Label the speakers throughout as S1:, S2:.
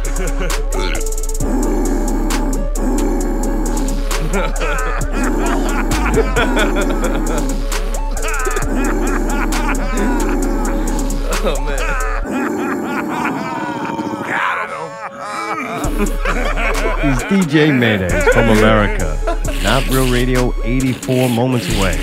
S1: Oh,
S2: oh man.
S3: It's DJ Mayday from America. Not Real Radio 84 moments away.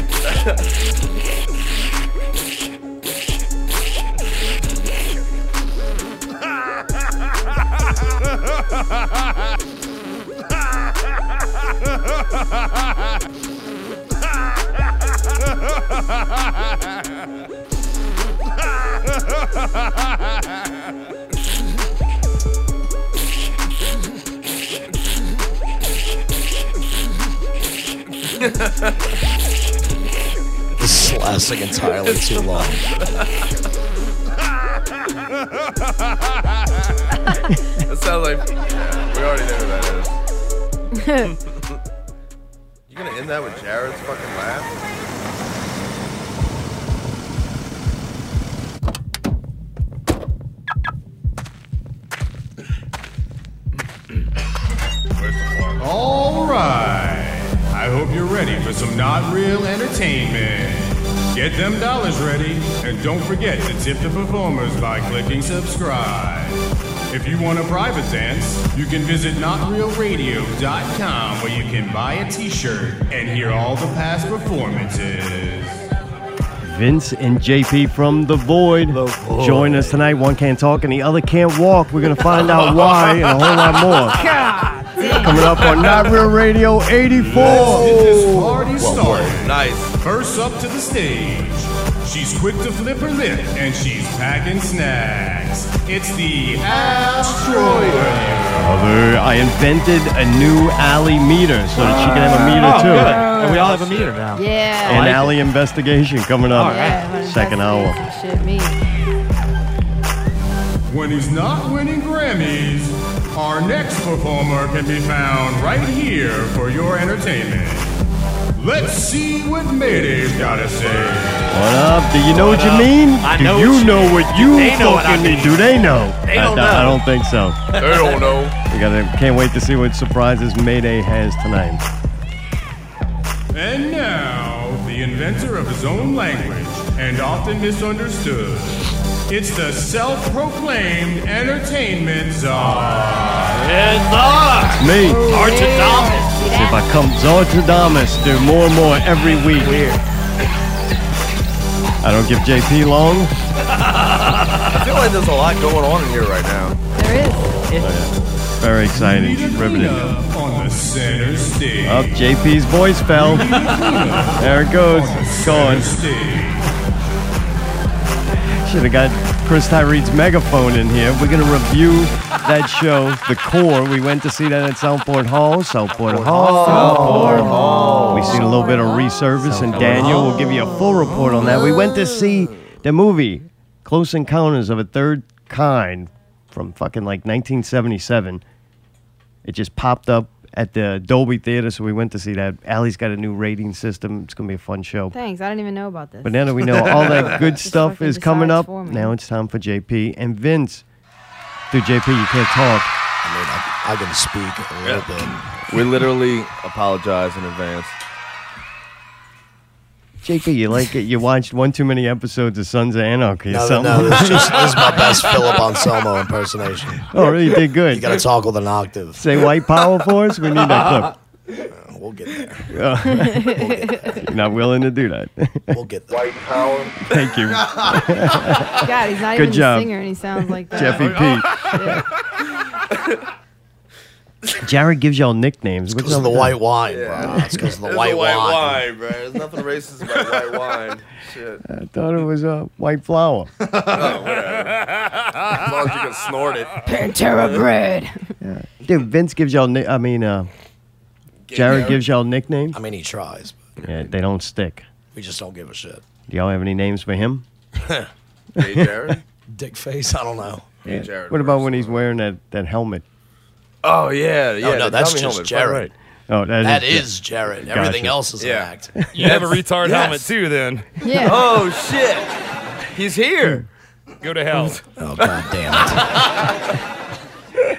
S4: This is lasting entirely too long.
S2: That sounds like we already know who that is. you gonna end that with Jared's fucking laugh?
S5: All right. I hope you're ready for some not real entertainment. Get them dollars ready, and don't forget to tip the performers by clicking subscribe. If you want a private dance, you can visit notrealradio.com where you can buy a t-shirt and hear all the past performances.
S3: Vince and JP from The Void. Join us tonight. One can't talk and the other can't walk. We're going to find out why and a whole lot more. Coming up on Not Real Radio 84.
S5: Get this party started.
S2: Nice.
S5: First up to the stage, she's quick to flip her lip and she's packing snacks. It's the Astroid.
S3: Other, I invented a new alley meter so that she can have a meter too.
S6: Oh, And we all have a meter now.
S3: An
S7: Yeah.
S3: alley investigation coming up.
S7: Yeah, I'm
S3: um, Second hour.
S7: investigating some Shit, me.
S5: When he's not winning Grammys, our next performer can be found right here for your entertainment. Let's see what Mayday's gotta say.
S3: What up? Do you know what, you
S6: up?
S3: mean?
S6: I
S3: Do
S6: know
S3: you
S6: what you
S3: know
S6: mean.
S3: what
S6: Do
S3: you
S6: they know what I
S3: fucking mean?
S6: mean?
S3: Do they know?
S6: They
S3: I,
S6: don't
S3: don't- I
S6: know.
S3: don't think so.
S2: They don't know.
S3: We gotta can't wait to see what surprises Mayday has tonight.
S5: And now, the inventor of his own language and often misunderstood, it's the self-proclaimed entertainment czar. Oh,
S6: It's us,
S3: It's me. See
S6: Archidolphus.
S7: See
S3: if
S7: that?
S3: I come Zortadamus, do more and more every week. I don't give JP long.
S2: I feel like there's a lot going on in here right now.
S7: There is.
S3: Very exciting.
S5: Need a
S3: Riveting.
S5: cleanup on the center stage.
S3: Up, JP's voice fell. there it goes. It's
S5: Center
S3: going.
S5: stage.
S3: Should have got Chris Tyree's megaphone in here. We're gonna review that show, The Core. We went to see that at Southport Hall. Southport Hall. Southport Hall. We seen a little bit of resurface, and Daniel will give you a full report on that. We went to see the movie Close Encounters of a Third Kind from fucking like 1977. It just popped up at the Dolby Theater, so we went to see that. Allie's got a new rating system. It's gonna be a fun show.
S7: Thanks. I didn't even know about this.
S3: But now that Oh. we know all that good stuff
S7: fucking
S3: is coming
S7: decides
S3: up,
S7: for me.
S3: now it's time for JP and Vince. Dude, JP, you can't talk.
S4: I mean, I, I can speak a little bit.
S2: We literally apologize in advance.
S3: JP, you like it? You watched one too many episodes of Sons of Anarchy or
S4: No, no,
S3: something.
S4: no, this is, just, this is my best Philip Anselmo impersonation.
S3: Oh, really? You Did
S4: You
S3: good.
S4: gotta talk with an octave.
S3: Say white power for us. We need that
S2: Uh,
S4: We'll get there.
S3: clip. You're not willing to do that.
S4: We'll get there.
S3: Thank you,
S7: God, he's not
S3: Good
S7: even
S3: job.
S7: a singer, and he sounds like that. Oh,
S3: Jeffy P. Jared gives y'all nicknames. What's
S4: Because
S3: up
S4: of the
S3: with
S4: white wine, bro. It's because of the white, wine.
S2: bro. There's nothing racist about white wine. Shit.
S3: that? I thought it was uh, white flour.
S2: Oh, As long as you can snort it.
S7: Pantera bread.
S3: Dude, Vince gives y'all. Ni- I mean, uh, Jared gives y'all nicknames.
S4: I mean, he tries. But
S3: Yeah, they don't stick.
S4: we just don't give a shit.
S3: Do y'all have any names for him?
S2: Hey, Jared.
S4: Dick face. I don't know.
S2: Hey, Jared.
S3: What about
S2: first.
S3: when he's wearing that, that helmet?
S2: Oh yeah, yeah.
S4: No, no,
S2: the
S4: that's
S2: dummy
S4: just
S2: helmet. Fuck
S4: Jared.
S2: right.
S3: Oh,
S4: That is Jared. Everything
S3: Gotcha.
S4: else is
S2: Yeah.
S4: an act.
S6: You have a retard helmet too, then.
S7: Yeah.
S2: Oh shit. He's here.
S6: Go to hell.
S4: Oh god damn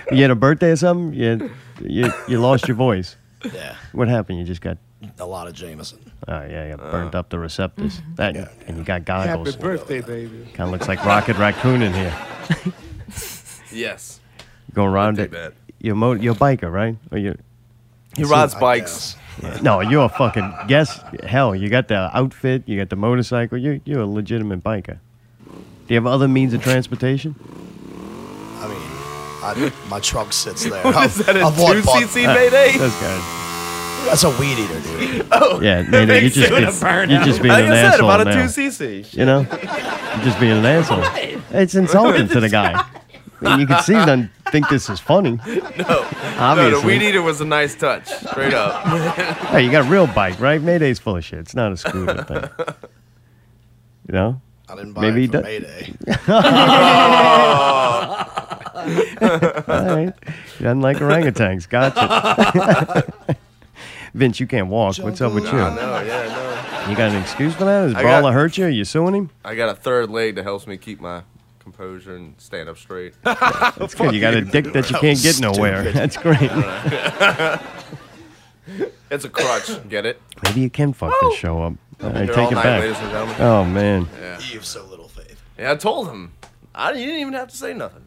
S4: it!
S3: You had a birthday or something? You, had- you, you lost your voice.
S4: Yeah,
S3: What happened? You just got,
S4: a lot of Jameson.
S3: oh, yeah,
S2: Uh.
S3: you burnt up the receptors. That, And you got
S8: Happy
S3: goggles.
S8: birthday, baby.
S3: Kind of looks like Rocket Raccoon in here.
S2: Yes.
S3: You go around
S2: Not
S3: it.
S2: too bad.
S3: You're, mo- you're a biker, right? Or you
S2: He rides
S4: I
S2: bikes.
S3: No, you're a fucking, guess, hell, you got the outfit, you got the motorcycle, you, you're a legitimate biker. Do you have other means of transportation?
S4: I mean, I, my trunk sits there.
S2: Is that a
S4: I've walked
S2: two
S4: by-
S2: cc Mayday? Oh,
S3: Those guys.
S4: That's a weed eater, dude.
S3: Yeah, man, you
S2: makes
S3: just,
S2: you a
S3: be- you just being
S2: Like
S3: an
S2: I said,
S3: asshole
S2: about a two
S3: now.
S2: cc.
S3: You know, You're just being an asshole. It's insulting to the guy. And you can see them think this is funny.
S2: No, no, the
S3: Obviously.
S2: weed eater was a nice touch. Straight up.
S3: hey, you got a real bike, right? Mayday's full of shit. It's not a scooter thing. You know?
S4: I didn't buy
S3: Maybe
S4: it for
S3: he do-
S4: Mayday.
S1: Oh.
S3: All right. You don't like orangutans. Gotcha. Vince, you can't walk. What's up with you?
S2: I know. Yeah, no.
S3: You got an excuse for that? Is
S2: I got-
S3: Brawler hurt you? Are you suing him?
S2: I got a third leg that helps me keep my composure and stand up straight.
S3: That's good. You got a dick that you can't get nowhere. That's great.
S2: It's a crutch. Get it?
S3: Maybe you can fuck this show up. All right,
S2: Here
S3: take
S2: all
S3: it
S2: night,
S3: back.
S2: ladies and gentlemen.
S3: Oh man.
S4: You have so little faith.
S2: Yeah, I told him. I you didn't even have to say nothing.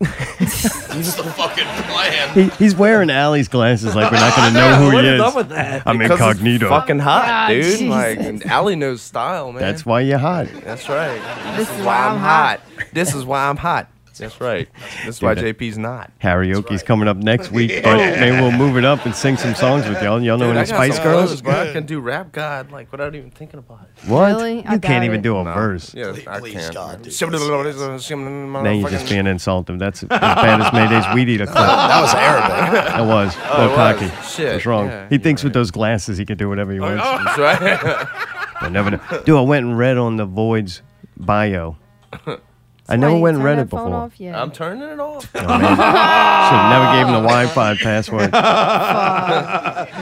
S4: It's the fucking plan.
S3: He, he's wearing Allie's glasses like we're not going to know who
S6: what
S3: he
S6: is
S3: is.
S6: up with that?
S3: I'm
S2: Because it's
S3: incognito.
S2: fucking hot,
S7: Ah,
S2: dude.
S7: Jesus.
S2: Like, and Allie knows style, man.
S3: That's why you're hot.
S2: That's right.
S7: This is why I'm hot.
S2: This is why I'm hot. That's right. This is why
S3: Dude, that-
S2: JP's not.
S3: Karaoke's coming up next week, but maybe we'll move it up and sing some songs with y'all. Y'all know
S2: Dude, I got
S3: any Spice
S2: some
S3: Girls?
S2: flows, bro. I can do rap god like without even thinking about it.
S3: What?
S7: Really?
S3: You
S7: I doubt
S3: can't even
S7: it.
S3: do a verse.
S2: Yeah,
S4: Please,
S2: I
S4: please
S2: can.
S4: God, dude.
S3: Now you're just being insulting. That's as bad as Mayday's weed eater clip. That
S4: That was Arabic.
S3: was.
S2: Oh, it
S3: Oh,
S2: was.
S3: cocky.
S2: Shit.
S3: What's wrong?
S2: Yeah, Oh,
S3: he thinks with those glasses he can do whatever he wants.
S2: That's right.
S3: I never know. Dude, I went and read on the Void's bio. I never went and read it before.
S7: Off yet.
S2: I'm turning it off.
S3: Should have never gave him the Wi-Fi password.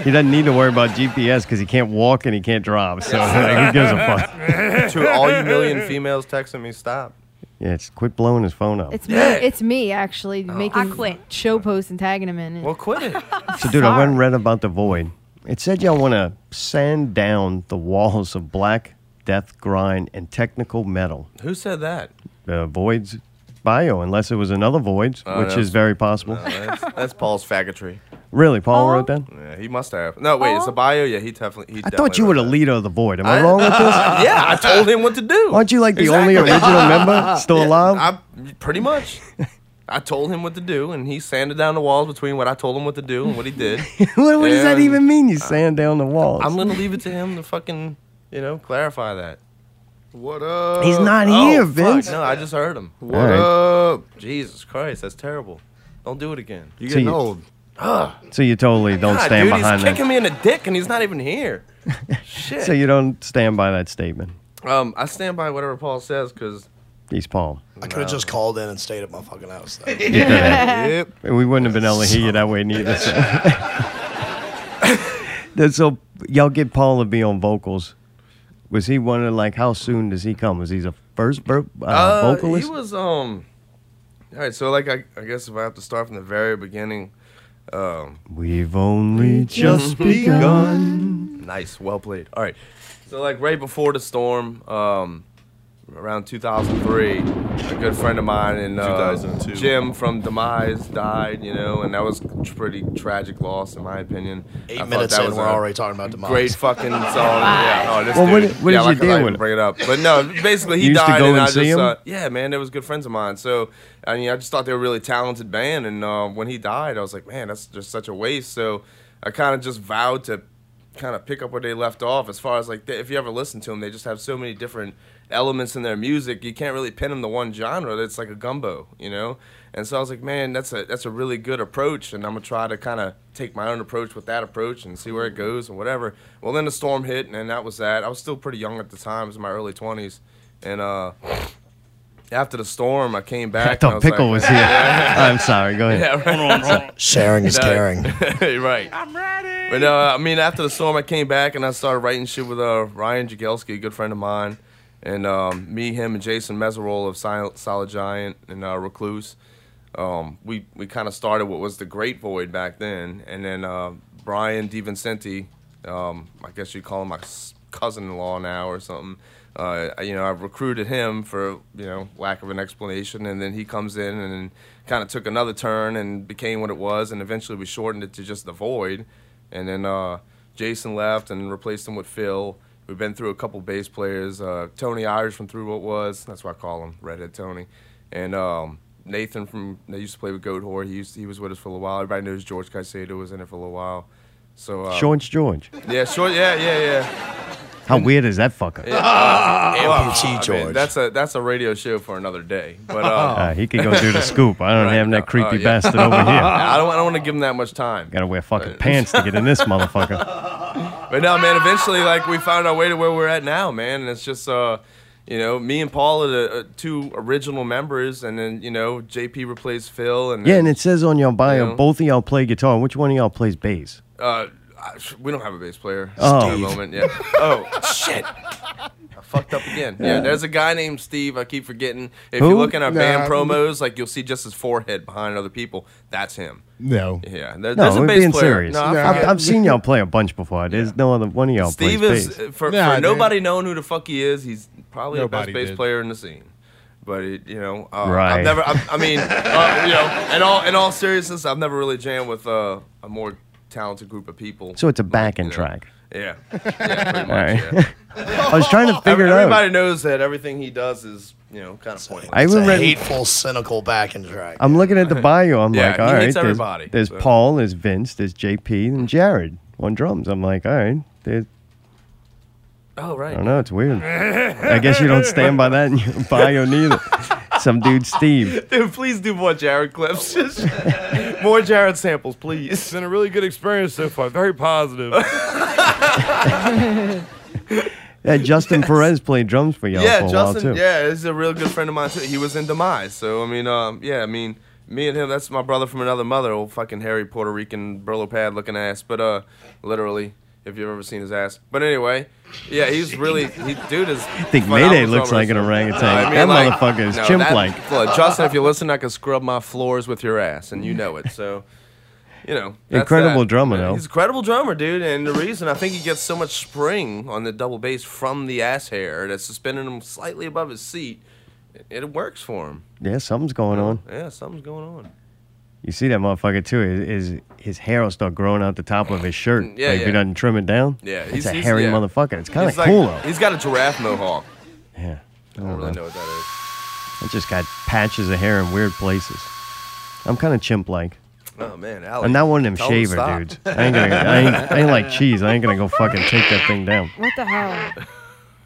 S3: he doesn't need to worry about GPS because he can't walk and he can't drive. So like, who gives a fuck?
S2: to all you million females texting me, stop.
S3: Yeah, it's quit blowing his phone up.
S7: it's me. It's me actually making show posts and tagging him in it.
S2: Oh. Well, quit it.
S3: so, dude, I went and read about the void. It said y'all want to sand down the walls of black death grind and technical metal.
S2: Who said that?
S3: The void's bio, unless it was another void's,
S2: Oh,
S3: which is very possible.
S2: That's, that's Paul's faggotry.
S3: Really, Paul
S7: Paul?
S3: wrote that?
S2: Yeah, he must have. No, wait, it's a bio. Yeah, he definitely. He
S3: I thought you were the leader of the void. Am I,
S2: I-
S3: wrong with this?
S2: Yeah, I told him what to do.
S3: Aren't you like the only
S2: Exactly.
S3: original member still alive?
S2: I pretty much. I told him what to do, and he sanded down the walls between what I told him what to do and what he did.
S3: what, what does that
S2: And-
S3: even mean? You sand down the walls.
S2: I'm gonna leave it to him to fucking, you know, clarify that. What up?
S3: He's not here, Vince.
S2: No, I just heard him. What
S3: All right.
S2: up? Jesus Christ, that's terrible. Don't do it again.
S8: You're
S3: So
S8: getting
S3: you-
S8: old.
S3: So you totally don't
S2: God,
S3: stand
S2: dude,
S3: behind
S2: he's
S3: that.
S2: kicking me in the dick, and he's not even here. Shit.
S3: So you don't stand by that statement.
S2: um, I stand by whatever Paul says because
S3: He's Paul.
S4: I could have just called in and stayed at my fucking house. Though.
S2: yep.
S3: And we wouldn't have been able to hear you that way neither. So. That's so y'all get Paul to be on vocals. Was he one of like how soon does he come? Was he the first ver- uh,
S2: Uh,
S3: vocalist?
S2: He was um. All right, so like I, I guess if I have to start from the very beginning, um,
S3: We've only just begun.
S2: nice, well played. All right, so like right before the storm, um, around 2003, a good friend of mine and uh,
S6: 2002.
S2: Jim from Demise died, you know, and that was a pretty tragic loss in my opinion. I
S4: Eight
S2: thought
S4: minutes
S2: that
S4: in,
S2: was
S4: we're
S2: a
S4: already talking about demise.
S2: Great fucking song. yeah. Oh, this
S3: Well, what
S2: dude.
S3: did- what
S2: yeah,
S3: did you
S2: like, I
S3: deal
S2: like
S3: with
S2: to
S3: it?
S2: Bring it up. But no, basically he
S3: You used to
S2: died
S3: go
S2: and,
S3: and
S2: I
S3: see
S2: just
S3: him?
S2: uh, yeah, man, they was good friends of mine. So I mean, I just thought they were a really talented band, and uh, when he died, I was like, man, that's just such a waste. So I kind of just vowed to kind of pick up where they left off. As far as like, they, if you ever listen to them, they just have so many different elements in their music. You can't really pin them to one genre. It's like a gumbo, you know. And so I was like, man, that's a that's a really good approach, and I'm gonna try to kind of take my own approach with that approach and see where it goes and whatever. Well, then the storm hit, and then that was that. I was still pretty young at the time; it was in my early 20s, and uh, after the storm, I came back.
S3: I
S2: and I
S3: thought
S2: was like-
S3: Pickle was here. I'm sorry. Go ahead.
S4: Sharing is caring.
S2: right. I'm ready. But no, I mean, after the storm, I came back and I started writing shit with uh, Ryan Jagelski, a good friend of mine, and um, me, him, and Jason Meserol of Sil- Solid Giant and uh, Recluse. um, we we kind of started what was the Great Void back then, and then uh, Brian DiVincenti, um, I guess you call him my s- cousin-in-law now or something. Uh, I- you know, I recruited him for you know lack of an explanation, and then he comes in and kind of took another turn and became what it was, and eventually we shortened it to just the Void, and then uh, Jason left and replaced him with Phil. We've been through a couple bass players. Uh, Tony Irish from Through What Was. That's what I call him, Redhead Tony. And um, Nathan from they used to play with Goat Whore. He used he was with us for a little while. Everybody knows George Caicedo was in it for a little while. So uh,
S3: Shorts George.
S2: Yeah, short. Yeah, yeah, yeah.
S3: How weird is that fucker?
S2: Amputee
S4: George.
S2: that's a that's a radio show for another day. But uh,
S3: Uh, he could go do the scoop. I don't have that creepy
S2: Oh, yeah.
S3: bastard over here.
S2: I don't I don't want to give him that much time.
S3: Gotta wear fucking pants to get in this motherfucker.
S2: But no, man. Eventually, like we found our way to where we're at now, man. And it's just, uh, you know, me and Paul are the uh, two original members, and then you know, JP replaced Phil, and
S3: Yeah, and it says on your bio,
S2: Yeah.
S3: both of y'all play guitar. Which one of y'all plays bass?
S2: uh, I- we don't have a bass player.
S3: Oh.
S2: At the moment, yeah. Oh shit. I Fucked up again. Yeah. there's a guy named Steve. I keep forgetting. If
S3: Who?
S2: you look in our
S8: Nah.
S2: band promos, like you'll see just his forehead behind other people. That's him.
S8: No.
S2: Yeah, there-
S3: No,
S2: there's a
S3: we're
S2: bass
S3: being
S2: player.
S3: serious.
S2: No, I
S8: Nah.
S3: I've,
S2: forget.
S3: I've seen y'all play a bunch before. There's no other one of y'all
S2: Steve
S3: plays
S2: is uh,
S3: bass.
S2: for,
S8: Nah,
S2: for
S8: dude.
S2: nobody knowing who the fuck he is. He's probably
S8: Nobody
S2: the best bass
S8: did.
S2: player in the scene. But it, you know, uh,
S3: Right.
S2: I've never. I, I mean, uh, you know, in all in all seriousness, I've never really jammed with uh, a more talented group of people.
S3: So it's a backing
S2: You know.
S3: track.
S2: yeah, yeah, pretty much,
S3: right.
S2: yeah.
S3: I was trying to figure
S2: Every-
S3: it out.
S2: Everybody knows that everything he does is you know kind of pointless.
S3: I
S4: It's a
S3: even read,
S4: hateful, cynical backing track.
S3: I'm looking at the bio. I'm
S2: Yeah,
S3: like,
S2: he
S3: all right.
S2: hates
S3: there's-
S2: everybody,
S3: There's,
S2: so.
S3: Paul, there's Vince, there's JP, and Jared on drums. I'm like, all right. There's,
S2: oh
S3: I
S2: right.
S3: don't know. It's weird. I guess you don't stand by that in your bio neither. Some dude, Steve.
S2: Dude, please do more Jared clips. more Jared samples, please.
S6: It's been a really good experience so far. Very positive.
S3: Yeah, Uh, Justin Perez played drums for y'all
S2: Yeah,
S3: for a
S2: Justin.
S3: while, too.
S2: Yeah, he's a real good friend of mine too. He was in Demise, so I mean, um, yeah, I mean, me and him. That's my brother from another mother. Old fucking hairy Puerto Rican Brillo pad looking ass, but uh, literally, if you've ever seen his ass. But anyway, yeah, he's really he, dude is.
S3: I think Mayday looks like an orangutan. that motherfucker is chimp like.
S2: Justin, if you listen, I can scrub my floors with your ass, and you know it. So. You know, that's
S3: Incredible
S2: that.
S3: drummer, though.
S2: He's an incredible drummer, dude. And the reason I think he gets so much spring on the double bass from the ass hair that's suspending him slightly above his seat, it, it works for him.
S3: Yeah, something's going on.
S2: Yeah, something's going on.
S3: You see that motherfucker, too. Is, is His hair will start growing out the top of his shirt.
S2: Mm, Yeah,
S3: like If he
S2: yeah.
S3: doesn't trim it down.
S2: Yeah,
S3: It's
S2: he's-
S3: a
S2: he's-
S3: hairy
S2: yeah.
S3: motherfucker. It's kind of
S2: He's like-
S3: cool, though.
S2: He's got a giraffe mohawk.
S3: Yeah. Oh,
S2: I don't really know what that
S3: It just got patches of hair in weird places. I'm kind of chimp like.
S2: is. Oh man, Allie,
S3: I'm not one of them
S2: tell him to
S3: shaver
S2: stop.
S3: dudes. I ain't, gonna, I, ain't, I ain't like cheese. I ain't gonna go fucking take that thing down.
S7: What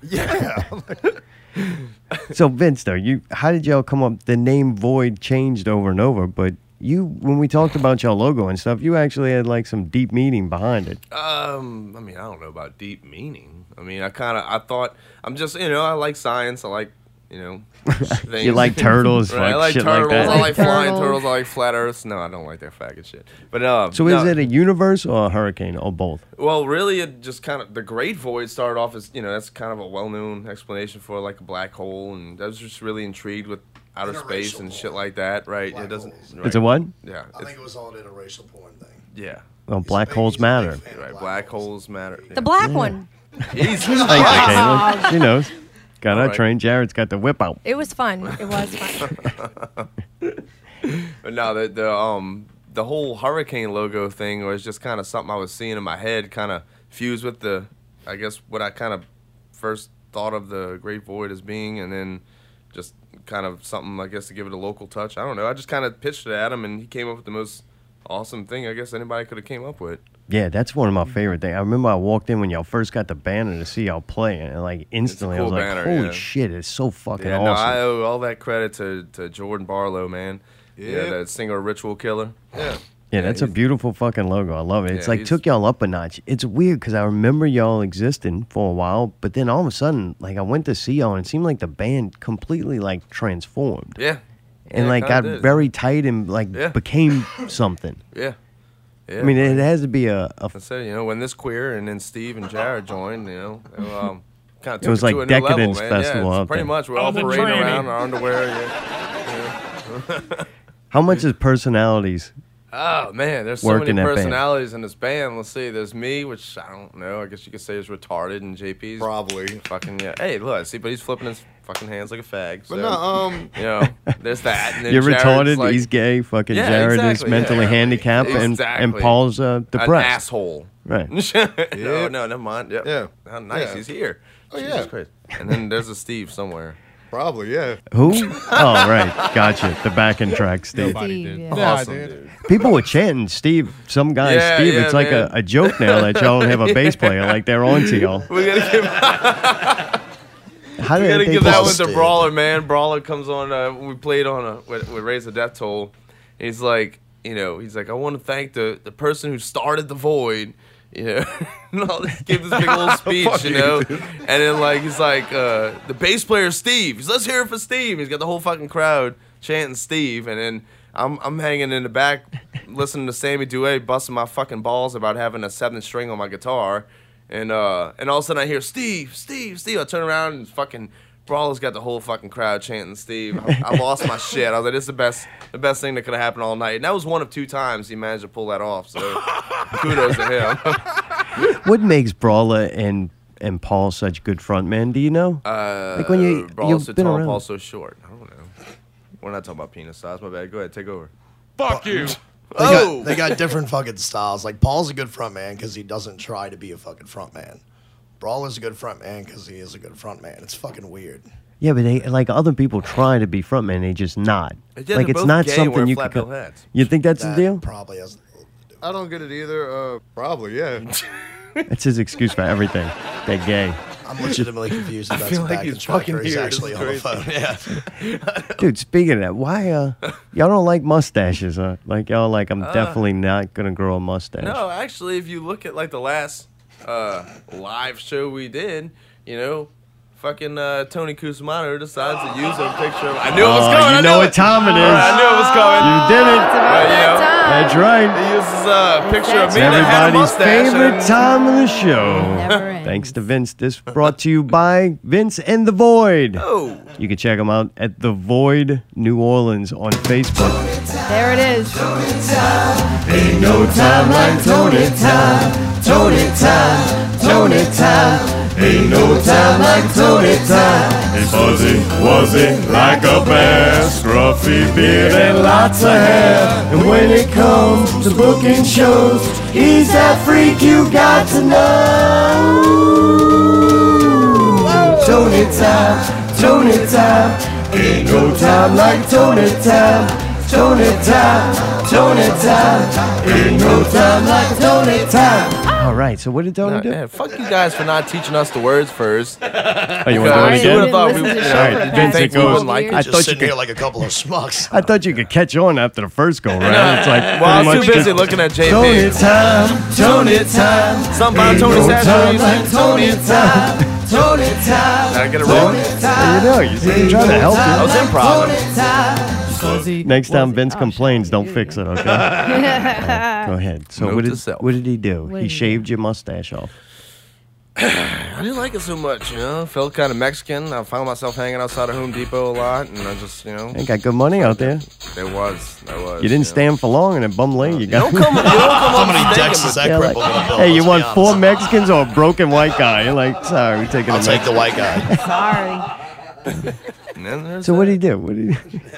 S7: the hell?
S3: So Vince, though, you how did y'all come up? The name Void changed over and over, but you when we talked about y'all logo and stuff, you actually had like some deep meaning behind it.
S2: Um, I mean, I don't know about deep meaning. I mean, I kind of, I thought, I'm just, you know, I like science. I like, you know, things.
S3: You like turtles,
S2: Right, I
S3: like,
S2: like
S3: shit
S2: turtles.
S3: like
S2: I
S3: that.
S2: like flying
S7: Turtles.
S2: turtles. I like flat Earths. No, I don't like that faggot shit. But um,
S3: So
S2: no,
S3: is it a universe or a hurricane or both?
S2: Well, really, it just kind of the Great Void started off as you know that's kind of a well-known explanation for like a black hole, and I was just really intrigued with outer space
S4: Interracial
S2: and shit like that, right?
S4: Black
S2: it doesn't.
S4: holes.
S2: Right.
S3: It's a what?
S2: Yeah,
S4: I
S2: it's-
S4: think it was all an interracial porn thing.
S2: yeah.
S3: Well,
S4: He's a
S3: black
S4: big-
S3: holes
S4: he's a big
S3: matter.
S4: fan of
S2: Right, black holes matter.
S9: The black one.
S2: Yeah. Jesus
S3: Thank you,
S2: Christ.
S3: Caitlin. She knows. Got our
S2: right.
S3: train. Jared's got the whip out.
S9: It was fun. It was fun.
S2: But no, the the um the whole hurricane logo thing was just kind of something I was seeing in my head, kind of fused with the, I guess what I kind of first thought of the Great Void as being, and then just kind of something I guess to give it a local touch. I don't know. I just kind of pitched it at him, and he came up with the most awesome thing I guess anybody could have came up with.
S3: Yeah, that's one of my favorite things. I remember I walked in when y'all first got the banner to see y'all play, and like instantly
S2: cool
S3: I was like,
S2: banner,
S3: "Holy
S2: yeah.
S3: shit, it's so fucking
S2: Yeah,
S3: awesome!"
S2: no, uh, I owe all that credit to to Jordan Barlow, man. Yeah, that singer Ritual Killer. Yeah.
S3: yeah, that's a beautiful fucking logo. I love it. It's
S2: Yeah,
S3: like
S2: he's-
S3: took y'all up a notch. It's weird because I remember y'all existing for a while, but then all of a sudden, like I went to see y'all, and it seemed like the band completely like transformed
S2: Yeah.
S3: and
S2: Yeah,
S3: like
S2: kinda
S3: got
S2: did.
S3: very tight and like
S2: Yeah.
S3: became something.
S2: Yeah. Yeah.
S3: I mean, it has to be a, a
S2: I said, you know, when this queer and then Steve and Jared joined, you know, um, kind of took
S3: was
S2: it
S3: like
S2: to a new level,
S3: Decadence
S2: man.
S3: Festival
S2: yeah,
S3: out
S2: it's pretty
S3: there.
S2: much we're
S6: Oh,
S2: all
S6: the
S2: parading
S6: tranny.
S2: around in our underwear. Yeah.
S3: How much is personalities?
S2: Oh man, there's so
S3: Working
S2: many
S3: that band.
S2: personalities in this band. Let's see, there's me, which I don't know. I guess you could say is retarded, and JP's
S4: Probably.
S2: fucking yeah. Hey, look, see, but he's flipping his fucking hands like a fag. So,
S4: But no, um,
S2: you know, there's that. And then
S3: You're
S2: Jared's
S3: retarded.
S2: like
S3: he's gay. Fucking
S2: Yeah,
S3: Jared is
S2: exactly,
S3: mentally
S2: yeah.
S3: handicapped, and and
S2: Exactly.
S3: Paul's uh,
S2: an
S3: depressed.
S2: asshole.
S3: Right.
S2: no, no, never mind. Yep.
S4: Yeah.
S2: How nice,
S4: Yeah.
S2: he's here.
S4: Oh,
S2: Jesus
S4: yeah.
S2: Christ. And then there's a Steve somewhere.
S4: probably, yeah.
S3: Who? Oh, right. Gotcha. The backing track, Steve.
S7: Steve, yeah.
S4: Yeah,
S2: Awesome,
S4: dude.
S2: dude.
S3: People were chanting Steve. Some guy,
S2: Yeah,
S3: Steve.
S2: yeah,
S3: it's like
S2: man.
S3: a, a joke now that y'all have a bass player. Like they're on to y'all.
S2: We gotta give,
S3: How
S2: we
S3: did
S2: gotta
S3: they
S2: give that one
S3: post-
S2: to
S4: Busted.
S2: Brawler, man. Brawler comes on. Uh, we played on a with, with Raise the Death Toll. He's like, you know, he's like, I want to thank the the person who started the void. You know, and all this, give this big old speech, you know, and then like he's like uh, the bass player Steve. He's, Let's hear it for Steve. He's got the whole fucking crowd chanting Steve, and then I'm I'm hanging in the back listening to Sammy Duet busting my fucking balls about having a seventh string on my guitar. And uh, and all of a sudden I hear Steve, Steve, Steve. I turn around and fucking Brawler's got the whole fucking crowd chanting Steve. I, I lost my shit. I was like, this is the best, the best thing that could have happened all night. And that was one of two times he managed to pull that off. So kudos to him.
S3: What makes Brawler and and Paul such good frontmen? Do you know?
S2: Uh,
S3: Like when you-
S2: Brawler's
S3: you've
S2: so
S3: been
S2: tall,
S3: around.
S2: Paul's so short. I don't know. We're not talking about penis size. My bad. Go ahead, take over.
S6: Fuck you.
S4: They,
S2: Oh!
S4: got, they got different fucking styles. Like Paul's a good front man because he doesn't try to be a fucking front man. Brawler's a good front man because he is a good front man. It's fucking weird.
S3: yeah, but they like other people try to be frontmen, they just not.
S2: Yeah,
S3: like
S2: they're
S3: it's
S2: both
S3: not
S2: gay and
S3: something
S2: wear
S3: you
S2: flat
S3: can.
S2: bill hats.
S3: You think that's
S4: That
S3: the deal?
S4: probably has. nothing to do
S8: I don't get it either. Uh,
S4: Probably, yeah.
S3: That's his excuse for everything. They're gay.
S4: I'm legitimately confused if that's
S2: feel
S4: a
S2: like
S4: backing
S2: he's
S4: track
S2: fucking
S4: or he's
S2: here.
S4: actually
S2: This
S4: on the
S2: is
S4: phone. Yeah.
S3: Dude, speaking of that, why uh y'all don't like mustaches, huh? Like y'all like I'm definitely not gonna grow a mustache.
S2: Uh. No, actually, if you look at like the last uh, live show we did, you know, fucking uh, Tony Cusimano decides to use a picture. Of, I knew it
S3: Oh,
S2: was coming. I
S3: you
S2: knew
S3: know
S2: it.
S3: what time it
S2: I
S3: is.
S2: knew it was coming.
S3: You did it.
S2: But, you know,
S3: That's right.
S2: he uses a picture of
S3: It's
S2: me that had a
S3: everybody's
S2: mustache.
S3: favorite
S2: and-
S3: time of the show.
S7: Never ends.
S3: Thanks to Vince. This brought to you by Vince and the Void.
S2: Oh,
S3: You can check them out at The Void New Orleans on Facebook.
S7: There it is.
S3: No time like Tony time, Tony time, Tony time. Ain't no time like Tony time.
S5: It's fuzzy, wuzzy, like a bear, scruffy beard and
S3: lots of hair. And when it comes to booking shows, he's that freak you got to know. Tony time, Tony time. Ain't no time like Tony time. Tony time, Tony time. Ain't no time like Tony time. All right, so what did Tony do?
S2: man, fuck you guys for not teaching us the words first.
S3: Oh,
S2: Sorry, you
S3: you want to do it
S2: would've
S3: again?
S2: thought we
S7: Listen to
S2: would.
S7: the
S2: You know,
S7: show for
S3: Sorry,
S2: you
S7: the past
S2: think we
S3: goes-
S2: wouldn't like
S7: I
S2: it?
S4: Just
S3: thought you
S4: sitting
S3: could-
S4: here like a couple of schmucks.
S3: I thought you could catch on after the first go round. It's like
S2: Well, I
S3: pretty
S2: was
S3: much
S2: too busy
S3: just-
S2: looking at
S3: Tony
S2: JP.
S3: time, Tony time.
S2: Something about Tony Satchel. used to-
S3: Tony time, Tony time.
S2: Did I get it wrong?
S3: You know, you see, I'm trying to help
S2: I
S3: you.
S2: was improv.
S3: Next time Vince
S7: Oh,
S3: complains,
S7: shit,
S3: don't
S7: dude.
S3: fix it, okay? All right, Go ahead. So
S2: Note
S3: what
S2: to
S3: did,
S2: self.
S3: what did he do?
S7: What
S3: he
S7: did he
S3: shaved your mustache off.
S2: I didn't like it so much, you know. Felt kind of Mexican. I found myself hanging outside of Home Depot a lot, and I just, you know,
S3: Ain't got good money out there.
S2: there was, there was.
S3: You didn't
S2: know.
S3: stand for long and then bum lane you
S2: Don't
S3: got.
S2: come. You don't come
S4: How
S2: up
S4: many
S2: mistaken
S4: decks is
S2: with
S4: that
S3: Yeah,
S4: cripple
S3: like,
S4: gonna
S3: hey,
S4: build? Let's
S3: you
S4: be
S3: want
S4: honest.
S3: four Mexicans or a broken white guy? You're like, sorry, we're taking a
S4: I'll take
S3: Mexican.
S4: the white guy.
S7: Sorry.
S2: And there's
S3: So what did he do? What did he...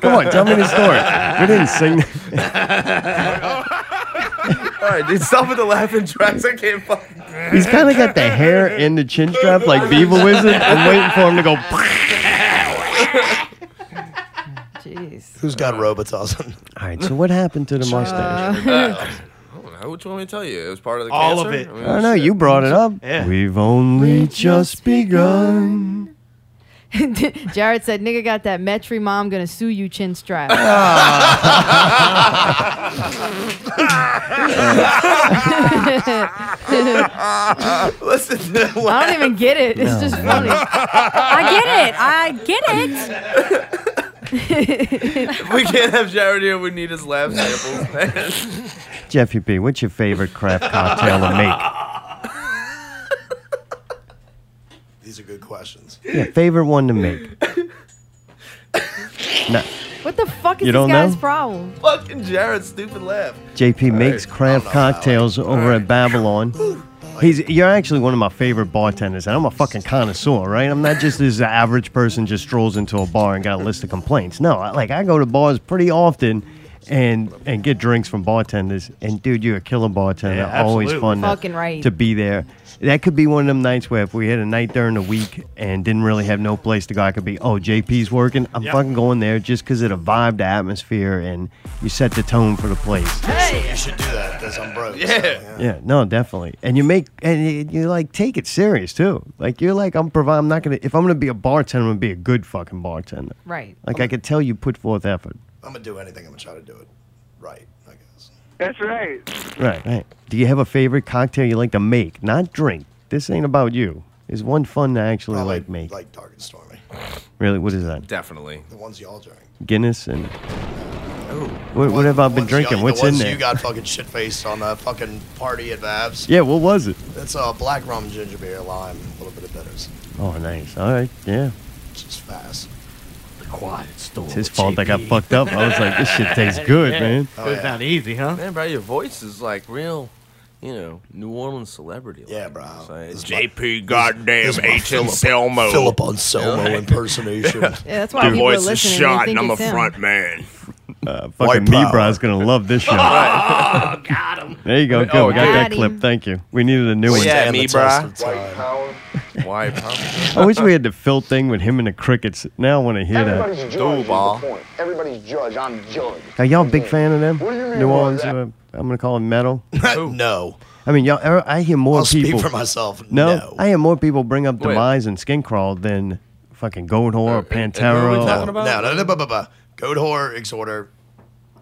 S3: come on, tell me the story. We didn't sing.
S2: that. All right, dude, stop with the laughing tracks. I can't fucking.
S3: He's kind of got the hair and the chin strap like Beaver Wizard. I'm waiting for him to go.
S7: Jeez.
S4: Who's got Robitussin?
S3: All right, so what happened to the mustache?
S2: Uh, I don't know. Which one we tell you? It was part of the
S8: All of it.
S2: cancer? I mean,
S3: I don't know. You brought it up. We've only just begun.
S7: Jared said, "Nigga got that Metri mom gonna sue you chin strap."
S2: Listen to that one.
S7: I don't even get it. It's just funny.
S9: I get it. I get it.
S2: We can't have Jared here. We need his laugh samples. man.
S3: Jeffy B, what's your favorite craft cocktail to make?
S4: These are good questions.
S3: Yeah, favorite one to make. No,
S7: What the fuck is
S3: You
S7: this
S3: don't
S7: guy's
S3: know?
S7: problem?
S2: Fucking Jared's stupid laugh.
S3: JP makes craft cocktails over at Babylon. He's you're actually one of my favorite bartenders, and I'm a fucking connoisseur, right? I'm not just this average person just strolls into a bar and got a list of complaints. No, I, like I go to bars pretty often. And and get drinks from bartenders. And dude, you're a killer bartender.
S6: Yeah,
S3: Always
S6: absolutely.
S3: fun to,
S7: Fucking right.
S3: to be there. That could be one of them nights where if we had a night during the week and didn't really have no place to go, I could be, oh, JP's working. I'm fucking going there just because of the vibe, the atmosphere, and you set the tone for the place.
S4: You should do that because I'm broke. so, yeah.
S3: Yeah, no, definitely. And you make and you, you like take it serious too. Like you're like I'm provide. I'm not gonna if I'm gonna be a bartender, I'm gonna be a good fucking bartender.
S7: Right.
S3: Like I could tell you put forth effort.
S4: I'm gonna do anything. I'm gonna try to do it right. I guess.
S8: That's right.
S3: Right. Right. Do you have a favorite cocktail you like to make, not drink? This ain't about you. Is one fun to actually
S4: Probably
S3: like make?
S4: like Dark and Stormy.
S3: really? What is that?
S2: Definitely.
S4: The ones y'all drink.
S3: Guinness and. What, what have I been
S4: Ones
S3: drinking?
S4: y'all-
S3: What's
S4: the
S3: in
S4: ones
S3: there?
S4: You got fucking shit faced on a fucking party at Vabs.
S3: yeah. What was it?
S4: It's a uh, black rum, ginger beer, lime, a little bit of bitters.
S3: Oh, nice. All right. Yeah.
S4: It's just fast.
S3: It's his fault I got fucked up. I was like, this shit tastes good, man.
S4: Oh, yeah.
S1: easy, huh?
S2: Man, bro, your voice is like real, you know, New Orleans celebrity. like.
S4: Yeah, bro.
S2: It's like-
S4: It's
S6: JP, goddamn
S4: This is my
S6: H and
S4: Philip-
S6: Selmo.
S4: Philip Anselmo impersonation.
S7: Yeah, that's why people are listening. They think it's him.
S6: man.
S3: Uh, fucking
S4: White power.
S3: Mibra's gonna love this show. Oh, got him. There you go. Good.
S4: oh,
S3: we got
S7: got
S3: that
S7: him.
S3: clip. Thank you. We needed a new one.
S2: yeah,
S4: Stand the
S2: me,
S4: test
S2: bro.
S4: of time.
S2: Why, huh?
S3: I wish we had the Phil thing with him and the crickets. Now I want to hear that.
S8: Everybody's judge.
S2: Dude,
S8: is the
S2: ball.
S8: point. Everybody's judge. I'm judge.
S3: Are y'all a big fan of them?
S8: What do you mean
S3: New
S8: by
S3: Orleans.
S8: that?
S3: Uh, I'm gonna call them metal.
S4: no.
S3: I mean, y'all. er, I hear more
S4: I'll
S3: people.
S4: speak for myself.
S3: no,
S4: No.
S3: I hear more people bring up
S2: Wait.
S3: Demise and Skin Crawl than fucking Gold Whore or
S2: and- and who are we
S3: Pantera.
S2: talking
S3: or-
S2: about?
S4: No, no, no, no, no, no. Goat horror, exhorter,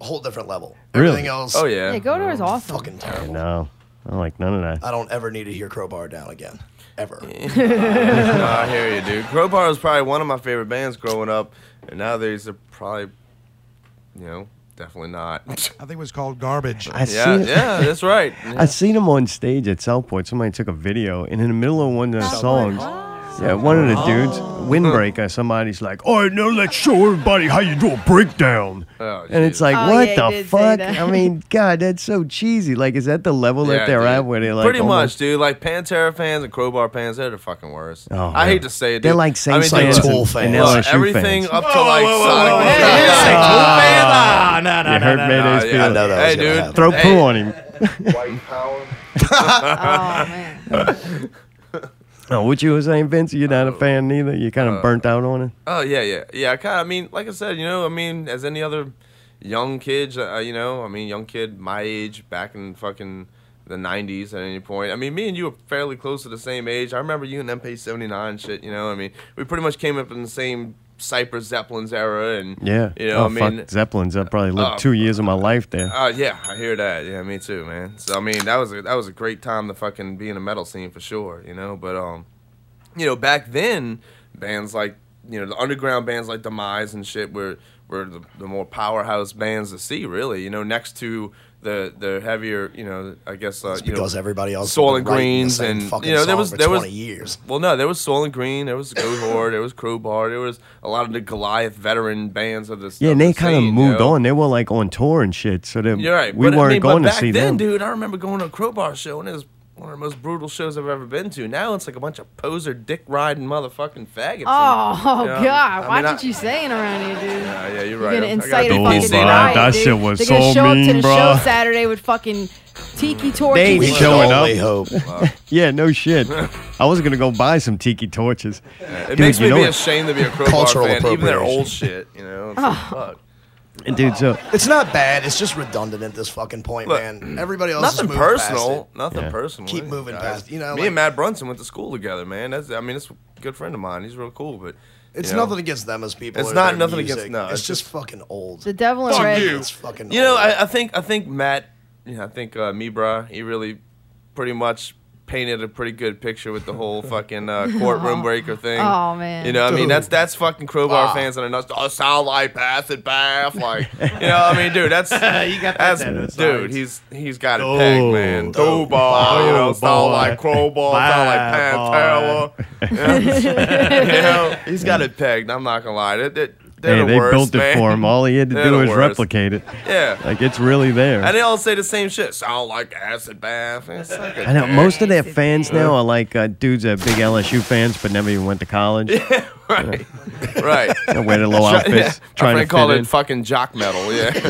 S4: a whole different level.
S3: Really?
S4: Everything else,
S2: Oh, yeah.
S7: Yeah, Godor is awesome.
S4: fucking terrible.
S3: No, I don't like none of that.
S4: I don't ever need to hear Crowbar down again. Ever.
S2: No, I hear you, dude. Crowbar was probably one of my favorite bands growing up, and nowadays they're probably, you know, definitely not.
S10: I think it was called Garbage.
S3: I
S2: yeah,
S3: seen it-
S2: yeah, that's right.
S3: I seen him on stage at Southport. Somebody took a video, and in the middle of one of the songs, yeah, one of the dudes, Windbreaker, somebody's like, "All right, now let's show everybody how you do a breakdown."
S2: Oh,
S3: and it's
S2: geez.
S3: like,
S7: Oh,
S3: what
S7: yeah, he
S3: the
S7: did say
S3: fuck?
S7: that.
S3: I mean, God, that's so cheesy. Like, is that the level
S2: Yeah,
S3: that they're
S2: dude.
S3: at where they're like "Oh,
S2: pretty
S3: almost-
S2: much, dude. Like Pantera fans and Crowbar fans, they're the fucking worst.
S3: Oh,
S2: I
S3: yeah.
S2: hate to say it.
S3: They're
S2: dude.
S3: like Saints
S2: I mean,
S3: fans
S2: dude,
S4: Tool
S3: and,
S4: fans.
S3: and
S2: look,
S3: LSU
S2: look, everything
S3: fans.
S2: up to like Sonic.
S1: Hey,
S2: Yeah,
S1: hey,
S2: yeah,
S1: hey,
S2: Tool fans, ah.
S1: Ah, no, no,
S3: You
S1: no,
S3: heard
S1: no, no.
S3: Mayday's
S2: yeah,
S3: feeling.
S4: I know that was
S2: Hey,
S4: gonna
S2: dude.
S4: happen.
S3: Throw
S2: Hey.
S3: poo on him.
S8: White power.
S7: Oh man.
S3: Oh, what you were saying, Vince? You're not a fan neither. You kind of burnt out on it.
S2: Oh yeah, yeah, yeah. I kind of, I mean, like I said, you know, I mean, as any other young kid, uh, you know, I mean, young kid my age back in fucking the '90s at any point. I mean, me and you were fairly close to the same age. I remember you in MP '79 shit. You know, I mean, we pretty much came up in the same Cypress Zeppelin's era, and
S3: Yeah.
S2: you know,
S3: oh,
S2: I mean.
S3: fuck Zeppelins. I probably lived
S2: uh,
S3: two years of my life there.
S2: Uh, yeah, I hear that. Yeah, me too, man. So I mean, that was a, that was a great time to fucking be in the metal scene for sure, you know. But um, you know, back then, bands like you know the underground bands like Demise and shit were were the, the more powerhouse bands to see, really. You know, next to the the heavier, you know, I guess uh, you know,
S4: because everybody else
S2: Soil
S4: has
S2: and
S4: been writing the
S2: Greens
S4: same
S2: and
S4: fucking
S2: you know there
S4: song
S2: was
S4: for
S2: there
S4: 20
S2: was
S4: years.
S2: well, no, there was Soul and Green, there was Go Horde, there was Crowbar, there was a lot of the Goliath veteran bands of this.
S3: Yeah, and they kind of moved
S2: on.
S3: on. They were like on tour and shit. So they,
S2: You're right.
S3: we
S2: but, I
S3: weren't
S2: mean, but
S3: going to
S2: back
S3: see
S2: then,
S3: them.
S2: dude. I remember going to a crowbar show, and it was one of the most brutal shows I've ever been to. Now it's like a bunch of poser, dick riding motherfucking faggots. and-
S7: Oh, oh
S2: Yeah, I
S7: God!
S2: mean,
S7: Why
S2: I-
S7: did you saying around here, dude?
S2: yeah, yeah, you're
S7: You're
S2: right.
S7: gonna
S2: I gotta
S7: incite a
S2: be
S3: Dude,
S7: fucking
S2: PC
S3: bro,
S2: now.
S7: riot,
S3: that
S7: dude.
S3: shit was
S7: They're gonna
S3: so
S7: show up to
S3: mean,
S7: the
S3: bro.
S7: show Saturday with fucking tiki torches.
S3: ain't
S4: We
S7: and
S4: can
S7: shit.
S3: showing up.
S4: only hope.
S3: Yeah, no shit. I was gonna go buy some tiki torches.
S2: It makes
S3: you
S2: me
S3: know
S2: be
S3: it-
S2: ashamed to be a crowbar
S4: Cultural
S2: fan, even their
S4: appropriation.
S2: old shit. You know, it's like, fuck.
S3: And dude, so
S4: It's not bad. It's just redundant at this fucking point,
S2: Look,
S4: man. Everybody else
S2: Nothing
S4: has moved past
S2: personal.
S4: it.
S2: Nothing
S3: Yeah.
S2: personal.
S4: Keep moving past- you know,
S2: me
S4: like-
S2: and Matt Brunson went to school together, man. That's I mean, it's a good friend of mine. He's real cool, but
S4: It's
S2: you know.
S4: nothing against them as people.
S2: It's
S4: or
S2: not
S4: their
S2: nothing
S4: music.
S2: against- no,
S4: It's,
S2: it's
S4: just, fucking old.
S7: The devil in red.
S4: It's fucking.
S2: You know,
S4: old.
S2: I, I think I think Matt, you know, I think uh, Mibra, he really pretty much painted a pretty good picture with the whole fucking uh, courtroom breaker thing.
S7: Aw, man.
S2: You know, what I mean,
S4: Dude.
S2: that's that's fucking crowbar
S4: Wow.
S2: fans and nuts. Oh, sound like path and bath, like you know, what I mean, dude, that's
S1: You got that
S2: that's
S1: down to the
S2: dude,
S1: size.
S2: he's he's got it pegged, man.
S4: Oh.
S2: Crowbar, you know, sound
S1: boy.
S2: like crowbar, sound like Pantera. You know, he's got it pegged. I'm not gonna lie. That- that- They're
S3: hey,
S2: the
S3: they
S2: worst,
S3: built it
S2: man.
S3: for him. All he had to
S2: They're
S3: do
S2: the
S3: was
S2: worst.
S3: replicate it.
S2: Yeah.
S3: Like it's really there.
S2: And they all say the same shit. Sound like acid bath. It's like a
S3: I know most of their fans
S2: Yeah.
S3: now are like uh, dudes that are big LSU fans but never even went to college.
S2: right, right.
S3: They wear their little outfits,
S2: My
S3: trying to
S2: friend called
S3: fit
S2: it
S3: in.
S2: fucking jock metal. Yeah,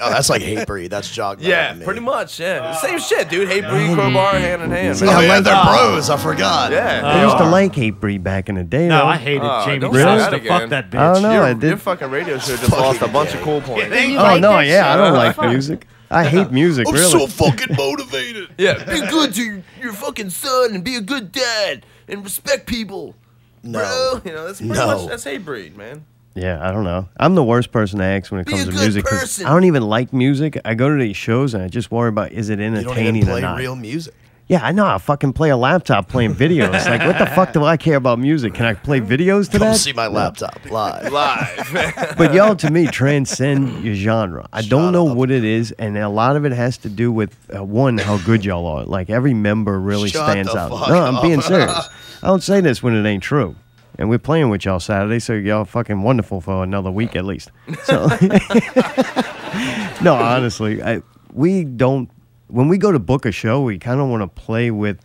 S4: Oh, that's like hate breed. That's jog. metal
S2: yeah,
S4: to me.
S2: pretty much. Yeah, same shit, dude. Hate breed, crowbar,
S3: Mm-hmm.
S2: hand in hand.
S4: See
S2: man.
S4: how yeah, they're bros. I forgot.
S2: yeah.
S3: I used to like Hate Breed back in the day.
S1: No,
S3: though.
S1: I hated
S2: Oh,
S1: Jamie.
S2: don't say
S1: Foxx.
S2: that
S1: To
S2: again.
S1: Fuck that bitch.
S3: I don't know.
S2: your,
S3: I did.
S2: your fucking radio show just lost a bunch of cool points.
S7: You
S3: oh
S7: like
S3: no,
S7: that
S3: yeah, I
S7: shit?
S3: don't
S7: What
S3: like
S7: the fuck?
S3: music. I hate music.
S4: I'm
S3: really.
S4: so fucking motivated.
S2: Yeah, be good to your, your fucking son and be a good dad and respect people.
S4: No.
S2: Bro, you know that's pretty
S4: No.
S2: much that's hate breed, man.
S3: Yeah, I don't know. I'm the worst person to ask when it
S2: Be
S3: comes
S2: a
S3: to
S2: good
S3: music 'cause
S2: person.
S3: I don't even like music. I go to these shows and I just worry about is it
S4: You don't even
S3: entertaining or
S4: play
S3: not.
S4: real music.
S3: Yeah, I know. I fucking play a laptop playing videos. like, what the fuck do I care about music? Can I play videos to
S4: Come
S3: that?
S4: see my laptop live.
S2: Live.
S3: but y'all, to me, transcend your genre. I don't know what it is, and a lot of it has to do with uh, one how good y'all are. Like every member really
S4: Shut
S3: stands
S4: the
S3: out.
S4: fuck
S3: no, I'm
S4: up.
S3: being serious. I don't say this when it ain't true. And we're playing with y'all Saturday, so y'all fucking wonderful for another week at least. So, no, honestly, I, we don't. When we go to book a show, we kind of want to play with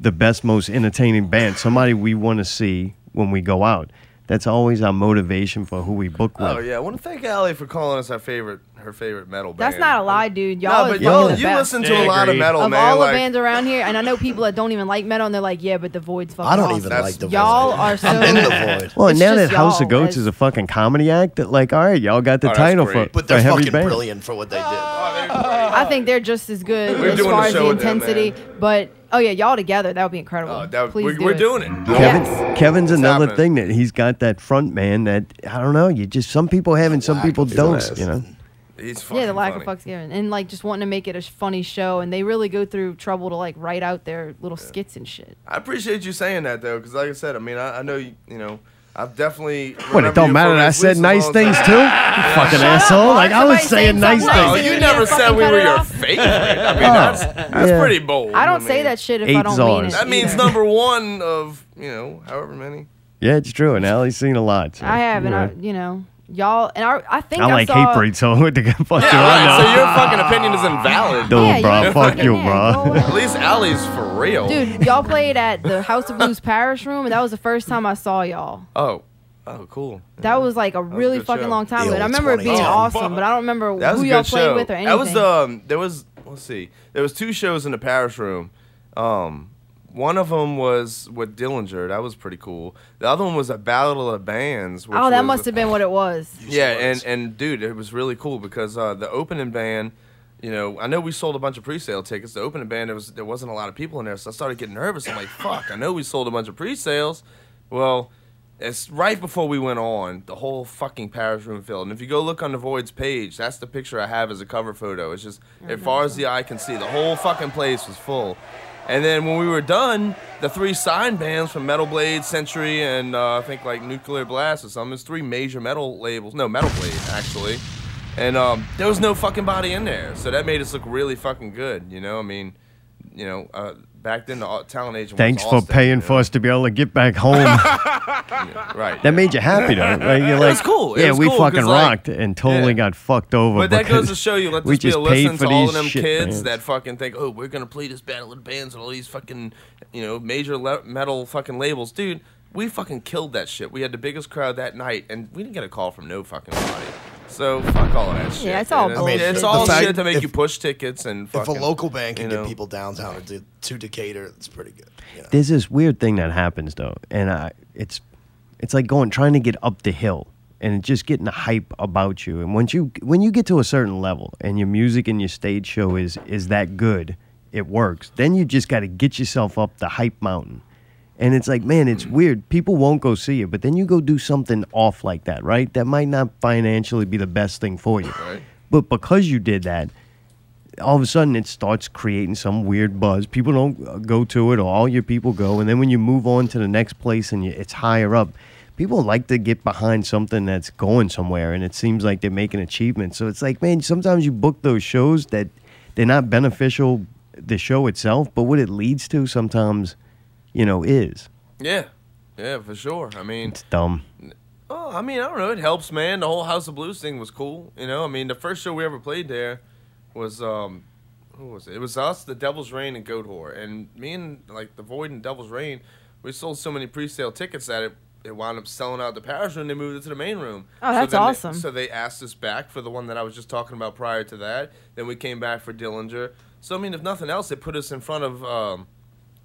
S3: the best, most entertaining band, somebody we want to see when we go out. That's always our motivation for who we book with.
S2: oh yeah, I want to thank Allie for calling us our favorite her favorite metal band.
S7: That's not a lie, dude.
S2: No,
S7: Y'all is
S2: but
S7: fucking
S2: y'all,
S7: the
S2: you
S7: best.
S2: listen to
S1: Yeah,
S2: a lot of
S1: agreed.
S2: metal,
S7: of
S2: man.
S7: all
S2: like,
S7: the bands around here, and I know people that don't even like metal, and they're like, "Yeah, but the Void's fucking."
S4: I don't
S7: awesome.
S4: even
S2: That's-
S4: like the
S7: Y'all
S4: void.
S7: are so.
S4: I'm in the void.
S3: Well, and
S7: It's
S3: now
S7: just
S3: that House
S7: y'all
S3: of Goats
S7: as-
S3: is a fucking comedy act, that like, all right, y'all got the
S2: Oh, that's
S3: title for,
S2: great.
S3: for
S4: But they're
S3: heavy
S4: fucking
S3: band.
S4: brilliant for what they did.
S7: I think they're just as good
S2: We're
S7: as
S2: doing
S7: far
S2: the
S7: as the
S2: show with them,
S7: intensity. but oh yeah, y'all together, that would be incredible.
S2: Oh, that,
S7: Please
S2: we're,
S7: do
S2: we're
S7: it.
S2: doing it.
S3: Kevin,
S7: Yes.
S3: Kevin's another
S2: happening.
S3: thing that he's got that front man that I don't know. You just some people have and some
S4: Whack
S3: people
S4: his
S3: don't.
S4: ass.
S3: You know,
S2: He's fucking
S7: Yeah, the lack
S2: funny.
S7: of fucks given, and like just wanting to make it a sh- funny show, and they really go through trouble to like write out their little skits and shit.
S2: I appreciate you saying that though, because like I said, I mean, I, I know you. You know, I've definitely.
S3: but it don't matter. that I said nice things too. fucking asshole.
S7: Mark.
S3: Like I was
S7: Somebody saying
S3: saying nice
S7: something
S2: Oh,
S3: things.
S7: nice.
S2: you
S7: You
S2: never
S7: can't
S2: said
S7: fucking
S2: we
S7: cut
S2: were
S7: it
S2: your
S7: off.
S2: favorite. I mean, that's that's
S3: Oh, yeah.
S2: pretty bold.
S7: I don't say
S2: mean,
S7: that shit if I
S3: Eight's
S7: don't mean
S3: ours.
S7: it.
S2: That means
S7: either.
S2: number one of you know however many.
S3: Yeah, it's true. And Allie's seen a lot. so,
S7: I have, and
S3: you know.
S7: I, you know, y'all, and I, I think
S3: I
S7: I,
S3: like
S7: saw,
S3: hate breed, so what the fuck do
S2: All right,
S3: I
S2: so your fucking opinion is invalid.
S3: know?
S7: Yeah,
S3: Dude,
S7: you
S3: bro,
S7: don't
S3: fuck
S7: fucking
S3: you,
S7: know. Go
S3: bro.
S7: away.
S2: At least Allie's for real.
S7: Dude, y'all played at the House of Blues Parish Room, and that was the first time I saw y'all.
S2: Oh, oh, cool.
S7: That was like a really
S2: good
S7: fucking
S2: show. Oh,
S7: long time
S4: The
S7: ago. And I
S4: old
S7: remember it being
S4: 2010.
S7: awesome, but I don't remember
S2: That was
S7: who
S2: a
S7: y'all
S2: good
S7: played
S2: show.
S7: with or anything.
S2: That was um. There was let's see. There was two shows in the Parish Room. Um, one of them was with Dillinger. That was pretty cool. The other one was a battle of the bands. Which
S7: oh, that
S2: was-
S7: must have been what it was.
S2: Yeah, and and dude, it was really cool because uh, the opening band. You know, I know we sold a bunch of pre-sale tickets. The opening band, there was there wasn't a lot of people in there, so I started getting nervous. I'm like, "Fuck! I know we sold a bunch of pre-sales." Well, it's right before we went on, the whole fucking Paris room filled. And if you go look on the Void's page, that's the picture I have as a cover photo. It's just as far as the eye can see, the whole fucking place was full. And then when we were done, the three sign bands from Metal Blade, Century, and uh, I think like Nuclear Blast or something. It's three major metal labels. No, Metal Blade actually. And um, there was no fucking body in there, so that made us look really fucking good. You know, I mean, you know, uh, back then the au- talent agent. was
S3: Thanks for
S2: Allstate, you
S3: paying
S2: know?
S3: for us to be able to get back home.
S2: right.
S3: That made you happy, though. Like, you're like,
S2: It was cool. It
S3: yeah,
S2: was
S3: we
S2: cool,
S3: fucking
S2: 'cause, like,
S3: rocked and totally
S2: yeah.
S3: got fucked over.
S2: But that
S3: because
S2: goes to show you, let
S3: we
S2: this be
S3: just
S2: a
S3: paid
S2: lesson
S3: for
S2: to all
S3: these
S2: of them
S3: shit
S2: kids
S3: bands.
S2: that fucking think, oh, we're gonna play this battle of the bands and all these fucking, you know, major le- metal fucking labels, dude. We fucking killed that shit. We had the biggest crowd that night, and we didn't get a call from no fucking body. So fuck all that shit.
S7: it's all
S2: dude.
S7: bullshit.
S2: It's
S4: The
S2: all
S4: fact-
S2: shit to make
S4: if-
S2: you push tickets and
S4: If a
S2: fucking.
S4: local band can
S2: you know.
S4: get people downtown or to, to Decatur, it's pretty good. You know?
S3: there's this weird thing that happens though, and I, it's it's like going trying to get up the hill and just getting the hype about you. And once you when you get to a certain level and your music and your stage show is is that good, it works. Then you just got to get yourself up the hype mountain. And it's like, man, it's weird. People won't go see you, but then you go do something off like that, right? That might not financially be the best thing for you.
S2: Right.
S3: But because you did that, all of a sudden it starts creating some weird buzz. People don't uh, go to it, or all your people go, and then when you move on to the next place and you, it's higher up, people like to get behind something that's going somewhere, and it seems like they make an achievement. So it's like, man, sometimes you book those shows that they're not beneficial the show itself, but what it leads to sometimes, you know, is
S2: Yeah, yeah, for sure. I mean,
S3: it's dumb.
S2: Oh, I mean, I don't know. It helps, man. The whole House of Blues thing was cool. You know, I mean, the first show we ever played there was um, who was it? It was us, the Devil's Rain, and Goat Whore. And me and like the Void and Devil's Rain, we sold so many pre-sale tickets that it it wound up selling out the parish room. They moved it to the main room.
S7: Oh, that's
S2: so then they-
S7: awesome.
S2: so they asked us back for the one that I was just talking about prior to that. Then we came back for Dillinger. So I mean, if nothing else, it put us in front of. Um,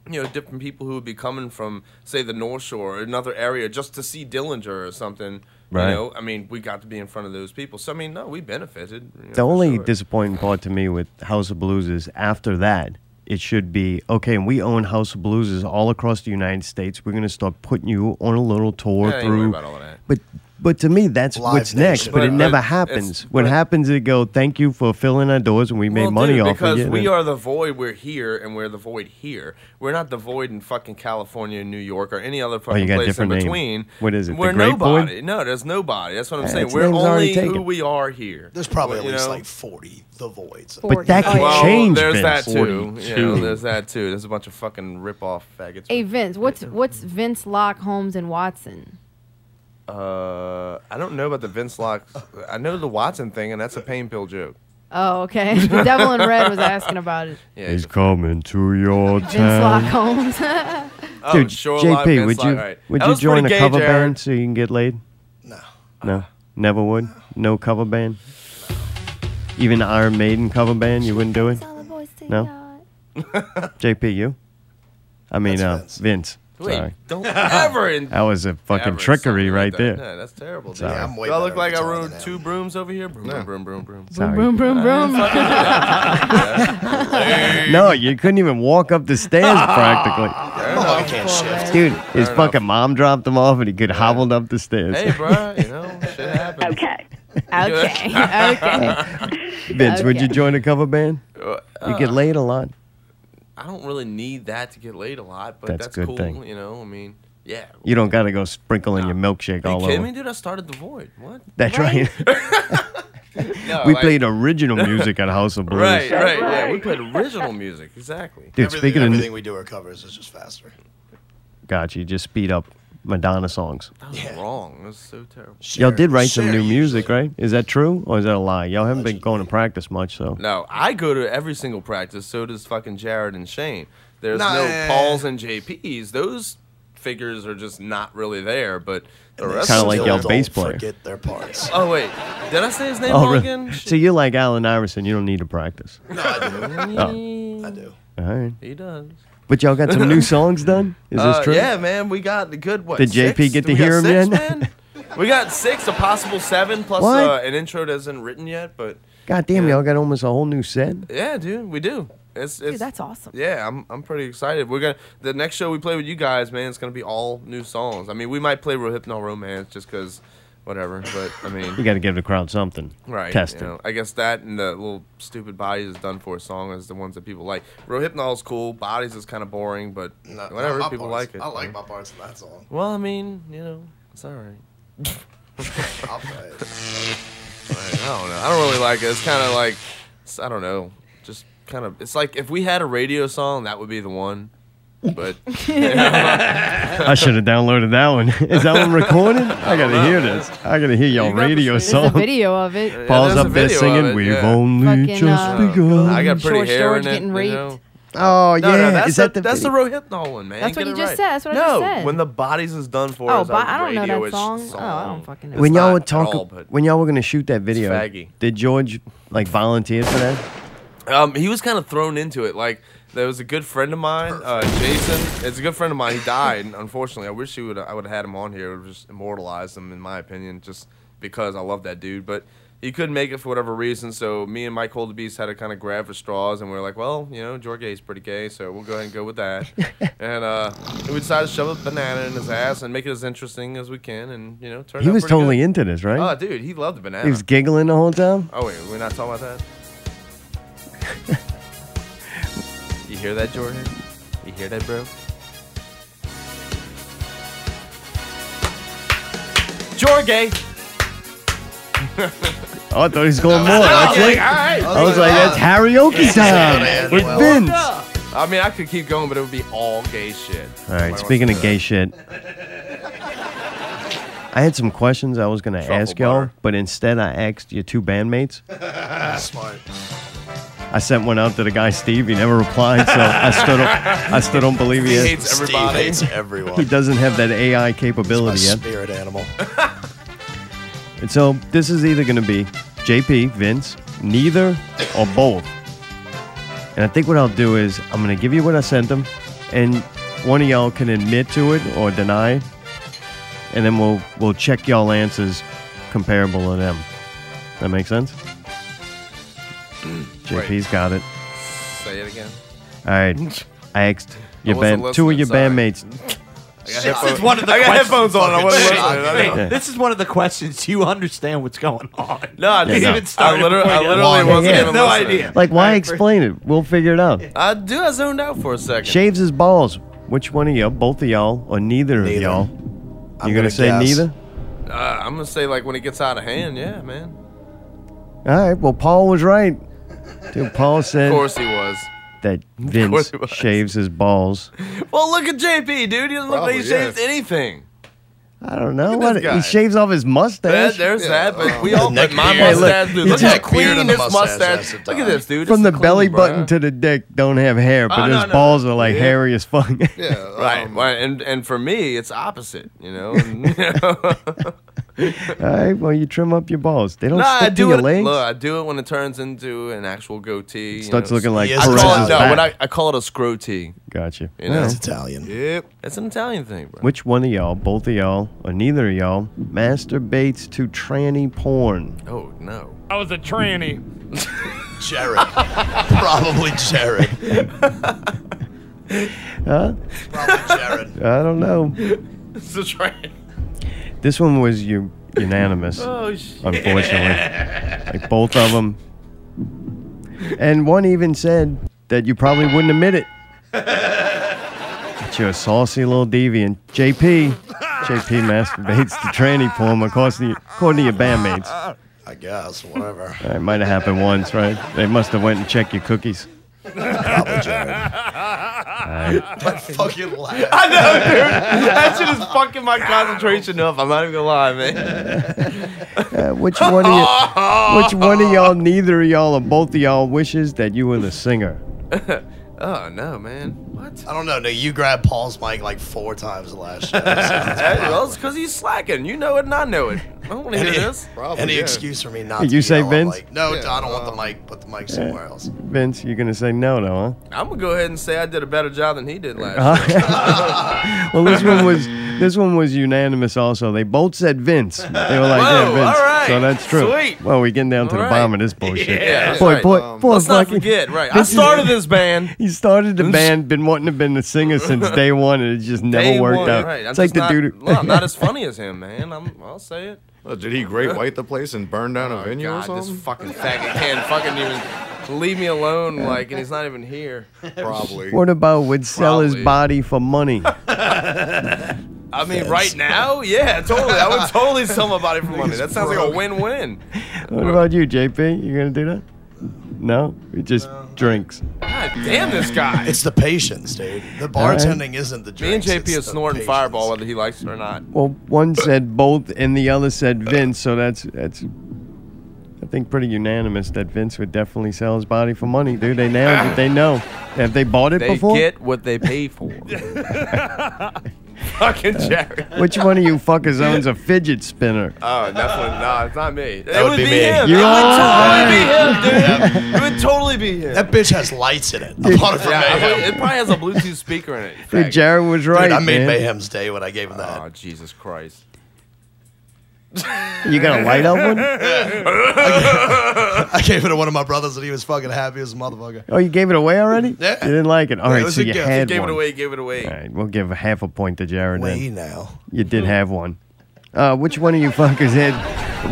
S2: you know, different people who would be coming from, say, the North Shore or another area just to see Dillinger or something.
S3: Right.
S2: You know, I mean, we got to be in front of those people. So, I mean, no, we benefited. you know,
S3: The
S2: for
S3: only
S2: sure.
S3: disappointing part to me with House of Blues is after that, it should be okay, and we own House of Blues all across the United States. We're going to start putting you on a little tour
S2: Yeah, I ain't worried
S3: through.
S2: about all that.
S3: But but to me, that's
S4: Live
S3: what's
S4: Nation.
S3: next. But,
S2: But-
S3: it never
S2: but it's-
S3: happens. What
S2: but-
S3: happens, they go, thank you for filling our doors, and we made
S2: Well,
S3: money
S2: dude,
S3: off
S2: because
S3: of you.
S2: we are the void. We're here, and we're the void here. We're not the void in fucking California, and New York, or any other fucking
S3: Oh, you got a
S2: place in
S3: different name.
S2: between.
S3: What is it, the
S2: We're
S3: Great
S2: nobody.
S3: Void?
S2: No, there's nobody. That's what I'm
S3: Eh,
S2: saying.
S3: its
S2: We're
S3: name's already
S2: only who
S3: taken.
S2: we are here.
S4: There's probably at
S2: You
S4: least
S2: know?
S4: like 40 the voids.
S3: But that
S7: Oh,
S3: could
S7: yeah.
S2: Well,
S3: change.
S2: there's that
S3: Vince.
S2: too. You know,
S3: 42.
S2: there's that too. There's a bunch of fucking rip-off faggots.
S7: Hey Vince, what's what's Vince Locke, Holmes, and Watson?
S2: Uh, I don't know about the Vince Locke. I know the Watson thing, and that's a pain pill joke.
S7: Oh, okay. the Devil in Red was asking about it.
S2: Yeah,
S3: He's coming to your
S7: Vince
S3: town.
S7: Locke, Holmes.
S2: oh,
S3: Dude,
S2: sure,
S3: JP,
S2: live Vince
S3: would you
S2: Locke, all right.
S3: would
S2: That
S3: you
S2: was
S3: join a
S2: pretty gay,
S3: cover
S2: Jared.
S3: band so you can get laid?
S4: No.
S3: No, never would. No cover band. Even Iron Maiden cover band, you wouldn't do it. No? JP, you? I mean, uh,
S4: That's
S3: Vince.
S2: Wait,
S3: Sorry,
S2: don't ever. In-
S3: that was a fucking
S2: ever
S3: trickery
S2: something like
S3: right
S2: that.
S3: there.
S2: Yeah, that's terrible. dude.
S3: Sorry.
S4: Yeah, I'm way
S2: Do I
S4: better
S2: look
S4: at
S2: like I
S4: guitar
S2: rode
S4: than
S2: two
S4: him.
S2: brooms over here? Broom, broom, broom, broom.
S3: Sorry.
S7: Boom,
S2: Uh,
S7: boom, boom.
S3: No, you couldn't even walk up the stairs practically,
S4: Oh, I can't shift.
S3: dude. His
S2: enough.
S3: fucking mom dropped him off, and he could hobbled up the stairs.
S2: Hey, bro, you know, shit happens.
S1: Okay.
S7: Okay, okay.
S3: Vince, would you
S7: okay.
S3: join a cover band?
S2: Uh,
S3: You get laid a lot.
S2: I don't really need that to get laid a lot, but
S3: That's
S2: that's,
S3: good
S2: cool.
S3: thing.
S2: You know, I mean, yeah.
S3: You don't gotta go sprinkling your milkshake
S2: Are you
S3: all
S2: kidding
S3: over.
S2: me, dude? I started the void. What?
S3: That's right.
S2: No,
S3: we
S2: like-
S3: played original music at House of Blues.
S2: Right, right, yeah. We played original music, exactly.
S3: Dude,
S4: Everything,
S3: speaking
S4: everything
S3: of
S4: we do are covers. It's just faster.
S3: gotcha, you just speed up Madonna songs.
S2: That was
S4: Yeah.
S2: wrong. That was so terrible.
S3: Y'all
S4: Cher-
S3: did write some
S4: Cher
S3: new music,
S4: usually.
S3: right? Is that true or is that a lie? Y'all haven't been going to practice much, so
S2: No, I go to every single practice. So does fucking Jared and Shane. There's
S4: Nah,
S2: no
S4: yeah, yeah,
S2: Pauls and JPs. Those figures are just not really there. But the rest
S3: Kinda
S2: of
S3: like
S2: the-
S3: y'all
S4: Still don't
S3: bass player.
S4: Forget their parts.
S2: Oh wait, did I say his name
S3: Oh,
S2: wrong
S3: really?
S2: again?
S3: So you're like Alan Iverson, you don't need to practice.
S4: No,
S3: Oh.
S4: I do. I do.
S3: All right.
S2: he does.
S3: But y'all got some new songs done? Is this
S2: Uh,
S3: true?
S2: Yeah, man. We got the good what?
S3: Did JP
S2: six?
S3: get to
S2: We got
S3: hear 'em
S2: six,
S3: yet?
S2: man? we got six, a possible seven, plus
S3: What?
S2: Uh, an intro that isn't written yet. But
S3: God damn,
S2: Yeah.
S3: y'all got almost a whole new set.
S2: yeah, dude, we do. It's, it's
S7: Dude, that's awesome.
S2: Yeah, I'm I'm pretty excited. We're gonna the next show we play with you guys, man. It's gonna be all new songs. I mean, we might play Rohypnol Romance just because, whatever. But I
S3: You
S2: mean,
S3: got to give the crowd something.
S2: right? you
S3: Test it.
S2: know, I guess that and the little stupid bodies is done for a song is the ones that people like. Rohypnol's cool. Bodies is kind of boring, but
S4: No,
S2: whatever.
S4: my
S2: people
S4: parts.
S2: like it.
S4: I like
S2: you know?
S4: my parts in that song.
S2: Well, I mean, you know, it's all right.
S4: I'll play it.
S2: Like, I don't know. I don't really like it. It's kind of like, it's, I don't know, just kind of. It's like if we had a radio song, that would be the one. But
S3: I should have downloaded that one. Is that one recorded? I got to hear this. I got to hear y'all
S2: You got
S3: radio
S2: the-
S7: There's a
S3: song.
S7: video of it.
S2: Yeah,
S3: Paul's
S2: there's a
S3: up there
S2: video of
S3: singing,
S2: it,
S3: "We've
S2: yeah.
S3: only
S7: Fucking,
S3: just
S7: uh,
S3: begun."
S2: I got pretty
S7: Short
S2: hair
S7: George
S2: in it.
S7: getting
S2: you
S7: raped.
S2: know?
S3: oh
S2: No,
S3: yeah,
S2: no, that's
S3: is
S2: the,
S3: that the
S2: that's the
S3: video?
S2: Rohypnol one, man.
S7: That's what
S2: Get
S7: you
S2: it
S7: just
S2: right.
S7: said. That's what I
S2: no,
S7: just said.
S2: when the bodies is done for.
S7: Oh,
S2: is
S7: but
S2: our
S7: I don't know that
S2: radio-ish
S7: song. Oh, I don't fucking know.
S2: It's
S3: when y'all
S2: not
S3: would
S2: at
S3: talk,
S2: all, but-
S3: when y'all were gonna shoot that video,
S2: faggy.
S3: did George like volunteer for that?
S2: Um, he was kind of thrown into it. Like there was a good friend of mine, uh, Jason. It's a good friend of mine. He died, unfortunately. I wish he would. I would have had him on here. It would just immortalized him, in my opinion, just because I love that dude. But he couldn't make it for whatever reason. So me and Mike Hold the Beast had to kind of grab for straws, and we were like, well, you know, Jorge's pretty gay, so we'll go ahead and go with that. and uh, we decided to shove a banana in his ass and make it as interesting as we can, and you know, turn.
S3: He was totally into this, right?
S2: Oh, dude, he loved the banana.
S3: he was giggling the whole time.
S2: Oh wait, we're not talking about that. you hear that, Jordan? You hear that, bro? Jorge.
S3: Oh, I thought he was going more. That's it. I was like, that's karaoke time with
S4: Well,
S3: Vince.
S2: I mean, I could keep going, but it would be all gay shit.
S3: All right, speaking of gay shit, I had some questions I was going to
S6: Truffle
S3: ask y'all,
S6: butter.
S3: but instead I asked your two bandmates.
S4: Smart.
S3: I sent one out to the guy Steve. He never replied, so I still don't, I still don't believe he,
S2: He
S3: has-
S2: hates everybody.
S4: Steve hates everyone.
S3: he doesn't have that AI
S4: My
S3: capability yet.
S4: spirit animal.
S3: And so this is either going to be JP, Vince, neither, or both. And I think what I'll do is I'm going to give you what I sent them, and one of y'all can admit to it or deny it, and then we'll we'll check y'all answers comparable to them. That make sense? JP's got it.
S2: Say it again.
S3: All right. I asked your
S2: wasn't
S3: band, two of
S2: listening,
S3: your
S2: sorry.
S3: bandmates.
S2: I got,
S4: Shut
S2: headphones.
S4: up.
S1: one of the
S2: I got
S1: questions.
S2: headphones on. I wasn't
S4: Shut
S2: listening.
S4: up.
S2: I don't know.
S3: Yeah.
S1: This is one of the questions. Do you understand what's going on?
S2: No, I didn't
S3: no.
S2: even start. I literally, I
S1: Yeah.
S2: literally
S3: Yeah.
S2: wasn't
S3: Yeah.
S2: even
S1: No
S2: listening.
S1: idea.
S3: Like, why explain it? We'll figure it out.
S2: I do. I zoned out for a second.
S3: Shaves his balls. Which one of y'all? Both of y'all, or neither, of
S4: Neither.
S3: y'all?
S4: I'm
S3: You're gonna, say
S4: guess.
S3: neither?
S2: Uh, I'm gonna say like when it gets out of hand. Yeah, man.
S3: All right. Well, Paul was right. Dude, Paul
S2: Of
S3: said
S2: course he was.
S3: that Vince
S2: he was.
S3: shaves his balls.
S2: Well, look at JP, dude. He doesn't look like he
S6: Probably, yeah.
S2: shaved anything.
S3: I don't know
S2: Look at
S3: what
S2: this guy.
S3: he shaves off his
S2: That-
S3: mustache
S2: there's that. But we all.
S4: neck
S2: But my
S4: beard.
S2: mustache,
S3: Hey,
S2: dude.
S3: look,
S2: Look
S3: he
S2: how
S3: took
S4: beard
S2: clean
S4: and the
S2: this
S4: mustache, that's
S2: mustache.
S4: the
S2: Look
S4: time.
S2: at this, dude.
S3: from
S2: This
S3: the
S2: is
S3: belly
S2: clean,
S3: button
S2: bruh.
S3: to the dick. Don't have hair, but
S2: Oh, no,
S3: his
S2: no.
S3: balls are like hairy as fuck.
S4: Yeah.
S2: Right,
S4: um,
S2: right, and and for me, it's opposite. You know, no,
S3: All right. Well, you trim up your balls. They don't
S2: I
S3: stick to
S2: do
S3: your
S2: it.
S3: legs.
S2: Look, I do it when it turns into an actual goatee. you
S3: Starts
S2: know,
S3: looking like
S4: Yes,
S2: I
S4: Perez's
S2: call it,
S3: Perez's
S2: no,
S4: back.
S2: what I, I call it a scrotee.
S3: Gotcha.
S2: You know?
S3: Well,
S4: It's Italian.
S2: Yep, that's an Italian thing, bro.
S3: Which one of y'all, both of y'all, or neither of y'all, masturbates to tranny porn?
S2: Oh no.
S6: I was a tranny.
S4: Jared. Probably Jared.
S3: Huh?
S4: Probably Jared.
S3: I don't know.
S2: It's a tranny.
S3: This one was u- unanimous,
S2: Oh shit.
S3: unfortunately. like both of them. And one even said that you probably wouldn't admit it. But you're a saucy little deviant. JP. JP masturbates to tranny porn across the, according to your bandmates.
S4: I guess. Whatever.
S3: That might have happened once, right? They must have went and checked your cookies.
S4: Probably Jared. But fucking laugh.
S2: I know, dude. That shit is fucking my concentration up. I'm not even gonna lie, man.
S3: Uh, which one of you, which one of y'all, neither of y'all or both of y'all wishes that you were the singer?
S2: Oh no, man. What?
S4: I don't know. No, you grabbed Paul's mic like four times the last show. so-
S2: Hey, well, it's because he's slacking. You know it, and I know it. I don't want to hear
S4: Any,
S2: this.
S6: Probably,
S4: any
S6: yeah.
S4: excuse for me not
S3: Did
S4: to
S3: you
S4: be
S3: say
S4: yelling,
S3: Vince?
S4: like, no, I don't want the mic. Put the mic somewhere else.
S3: Vince, you're gonna say no, no, huh?
S2: I'm gonna go ahead and say I did a better job than he did last. year.
S3: Uh-huh. well, this one was this one was unanimous. Also, they both said Vince. They were like, "Yeah,
S2: Whoa,
S3: Vince."
S2: all right.
S3: So that's true.
S2: Sweet.
S3: Well, we're getting down to
S2: All
S3: the
S2: right.
S3: bottom of this bullshit.
S2: Yeah, that's
S3: boy,
S2: right.
S3: boy,
S2: Um,
S3: boy,
S2: Let's not
S3: fucking-
S2: forget, right? I
S3: Vince is-
S2: started this band.
S3: He started the band, been wanting to been the singer since day one, and it just never
S2: Day
S3: worked
S2: one,
S3: out.
S2: right. I'm
S3: It's like
S2: just
S3: the
S2: not,
S3: dude. who-
S2: well, I'm not as funny as him, man. I'm, I'll say it. Oh,
S6: Uh, Did he great white the place and burn down a venue or
S2: God, this
S6: something?
S2: fucking faggot can't fucking even leave me alone. Like, and he's not even here.
S6: Probably.
S3: what about would sell his
S2: Probably.
S3: body for money?
S2: I mean, right now, yeah, totally. I would totally sell my body for money. That sounds like a win-win.
S3: what about you, JP? You gonna do that? No, it just drinks.
S2: God damn this guy.
S4: It's the patience, dude. The bartending isn't the
S2: Me and
S4: drinks.
S2: JP
S4: it's
S2: is
S4: the
S2: snorting
S4: patience.
S2: Fireball, whether he likes it or not.
S3: Well, one said both, and the other said Vince. So that's that's, I think, pretty unanimous that Vince would definitely sell his body for money, dude. They nailed it. They know. Have they bought it
S2: They
S3: before?
S2: get what they pay for. fucking Jerry.
S3: Which one of you fuckers owns a fidget spinner?
S2: Oh, definitely not. It's not me. That it
S4: would
S2: would
S4: be
S2: be,
S4: me.
S2: him.
S3: You
S2: it
S3: are
S2: would totally be him, dude. It would totally be him.
S4: That bitch has lights in it. I bought it from
S2: Yeah, I
S4: Mayhem.
S2: believe- it probably has a Bluetooth speaker in it. you
S3: Dude,
S2: faggot.
S3: Jared was right,
S4: Dude, I made
S3: man.
S4: Mayhem's day when I gave him that.
S2: Oh, Jesus Christ.
S3: You got a light up one?
S4: I gave it to one of my brothers and he was fucking happy as a motherfucker.
S3: Oh, you gave it away already?
S4: Yeah.
S3: You didn't like it. All
S4: Yeah, it
S3: right,
S4: was
S3: so
S4: a
S3: you
S4: gift.
S3: had
S2: Gave
S3: one.
S2: it away, gave it away.
S3: All right, we'll give a half a point to Jared
S4: Way
S3: then.
S4: now.
S3: You did have one. Uh, which one of you fuckers had?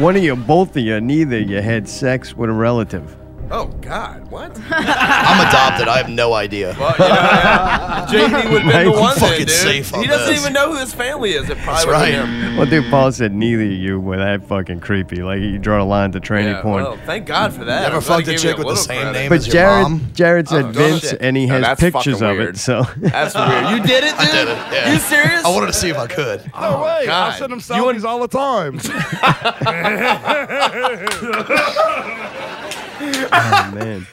S3: One of you, both of you, neither of you had sex with a relative.
S2: Oh God, what?
S4: I'm adopted. I have no idea.
S2: Well, you know, yeah. JD would have been
S3: Mike,
S2: the one there,
S4: fucking
S2: dude.
S4: safe on
S2: he doesn't
S4: this.
S2: even know who his family is. It probably was
S4: right.
S2: him.
S3: Well, dude, Paul said neither of you were that fucking creepy. Like you draw a line to tranny
S2: Yeah,
S3: porn.
S2: well, thank God for that.
S4: Never
S2: I'm glad
S4: fucked
S2: he
S4: a
S2: gave me
S4: chick with the
S2: little
S4: same
S2: credit.
S4: name.
S3: but
S4: Is your mom?
S3: Jared, Jared said
S2: Oh,
S3: Vince,
S2: shit.
S3: and he
S2: No,
S3: has
S2: that's
S3: pictures
S2: fucking
S3: of
S2: weird.
S3: it. So
S2: That's weird. You did it, dude.
S4: I did it. Yeah.
S2: You serious? Oh,
S4: I wanted to see if I could.
S10: No way.
S2: God.
S10: I send him
S2: You
S10: selfies all the time.
S3: oh, man.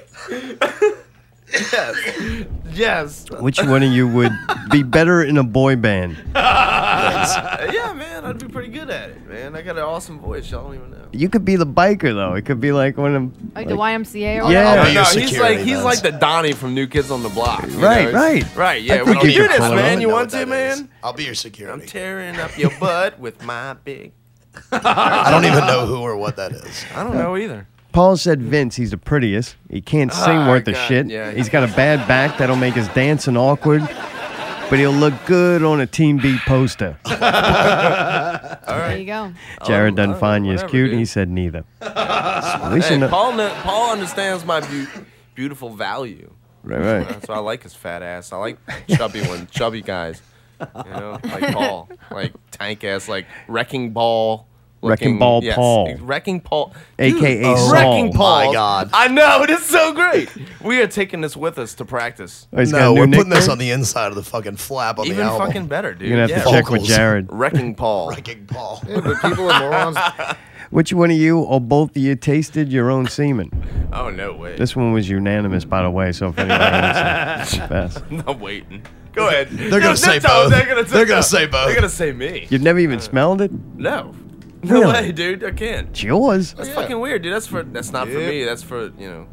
S2: Yes.
S3: Which one of you would be better in a boy band?
S2: Uh, yeah, man. I'd be pretty good at it, man. I got an awesome voice. Y'all don't even know.
S3: You could be the biker though. It could be like one of
S7: Like the YMCA or
S3: Yeah.
S7: whatever.
S4: I'll be
S2: Oh, no,
S4: your
S2: he's
S4: security
S2: like he's
S4: does.
S2: like the Donnie from New Kids on the Block. you
S3: Right,
S2: know?
S3: right.
S2: right.
S3: I
S2: Yeah, we
S3: think
S2: can
S3: you
S2: do
S3: could
S2: this,
S3: pull it
S2: man.
S3: off.
S2: You
S4: know
S2: want
S4: what
S2: to,
S4: that is.
S2: man?
S4: I'll be your
S2: I'm
S4: security.
S2: tearing up your butt with my big.
S4: I don't even know who or what that is.
S2: I don't know either.
S3: Paul said Vince, he's the prettiest. He can't sing
S2: Ah,
S3: worth a
S2: God,
S3: shit.
S2: yeah.
S3: He's got a bad back that'll make his dancing awkward. But he'll look good on a Team B poster.
S2: Oh,
S7: There you go.
S3: Jared doesn't
S2: oh,
S3: find you as
S2: whatever,
S3: cute,
S2: dude.
S3: and he said neither. So at least you
S2: Hey,
S3: know-
S2: Paul, kn- Paul understands my beau beautiful value.
S3: Right, right.
S2: That's why I like his fat ass. I like chubby one, chubby guys. You know, like Paul, like tank ass, like wrecking ball.
S3: Wrecking
S2: looking-
S3: Ball
S2: yes,
S3: Paul.
S2: Wrecking Paul,
S3: AKA Saul.
S2: Wrecking
S3: My
S2: Paul.
S4: God.
S2: I know it is so great. We are taking this with us to practice.
S3: Oh, he's got
S4: no,
S3: a new
S4: we're putting this
S3: nickname?
S4: on the inside of the fucking flap on the
S2: Even
S4: album.
S2: fucking better, dude.
S3: You're going to have to
S2: Yeah.
S3: check with
S4: Vocals.
S3: Jared.
S2: Wrecking Paul.
S4: Wrecking Paul.
S6: But people are morons.
S3: Which one of you or both of you tasted your own semen?
S2: Oh no way.
S3: This one was unanimous, by the way, so if anybody wants to pass.
S2: I'm waiting. Go ahead.
S4: They're gonna say both.
S2: They're gonna,
S4: They're gonna say both.
S2: They're gonna say me.
S3: You've never even smelled it?
S2: No. No
S3: Really?
S2: way, dude. I can't.
S3: It's yours.
S2: That's fucking weird, dude. That's for that's not for me. That's for you know,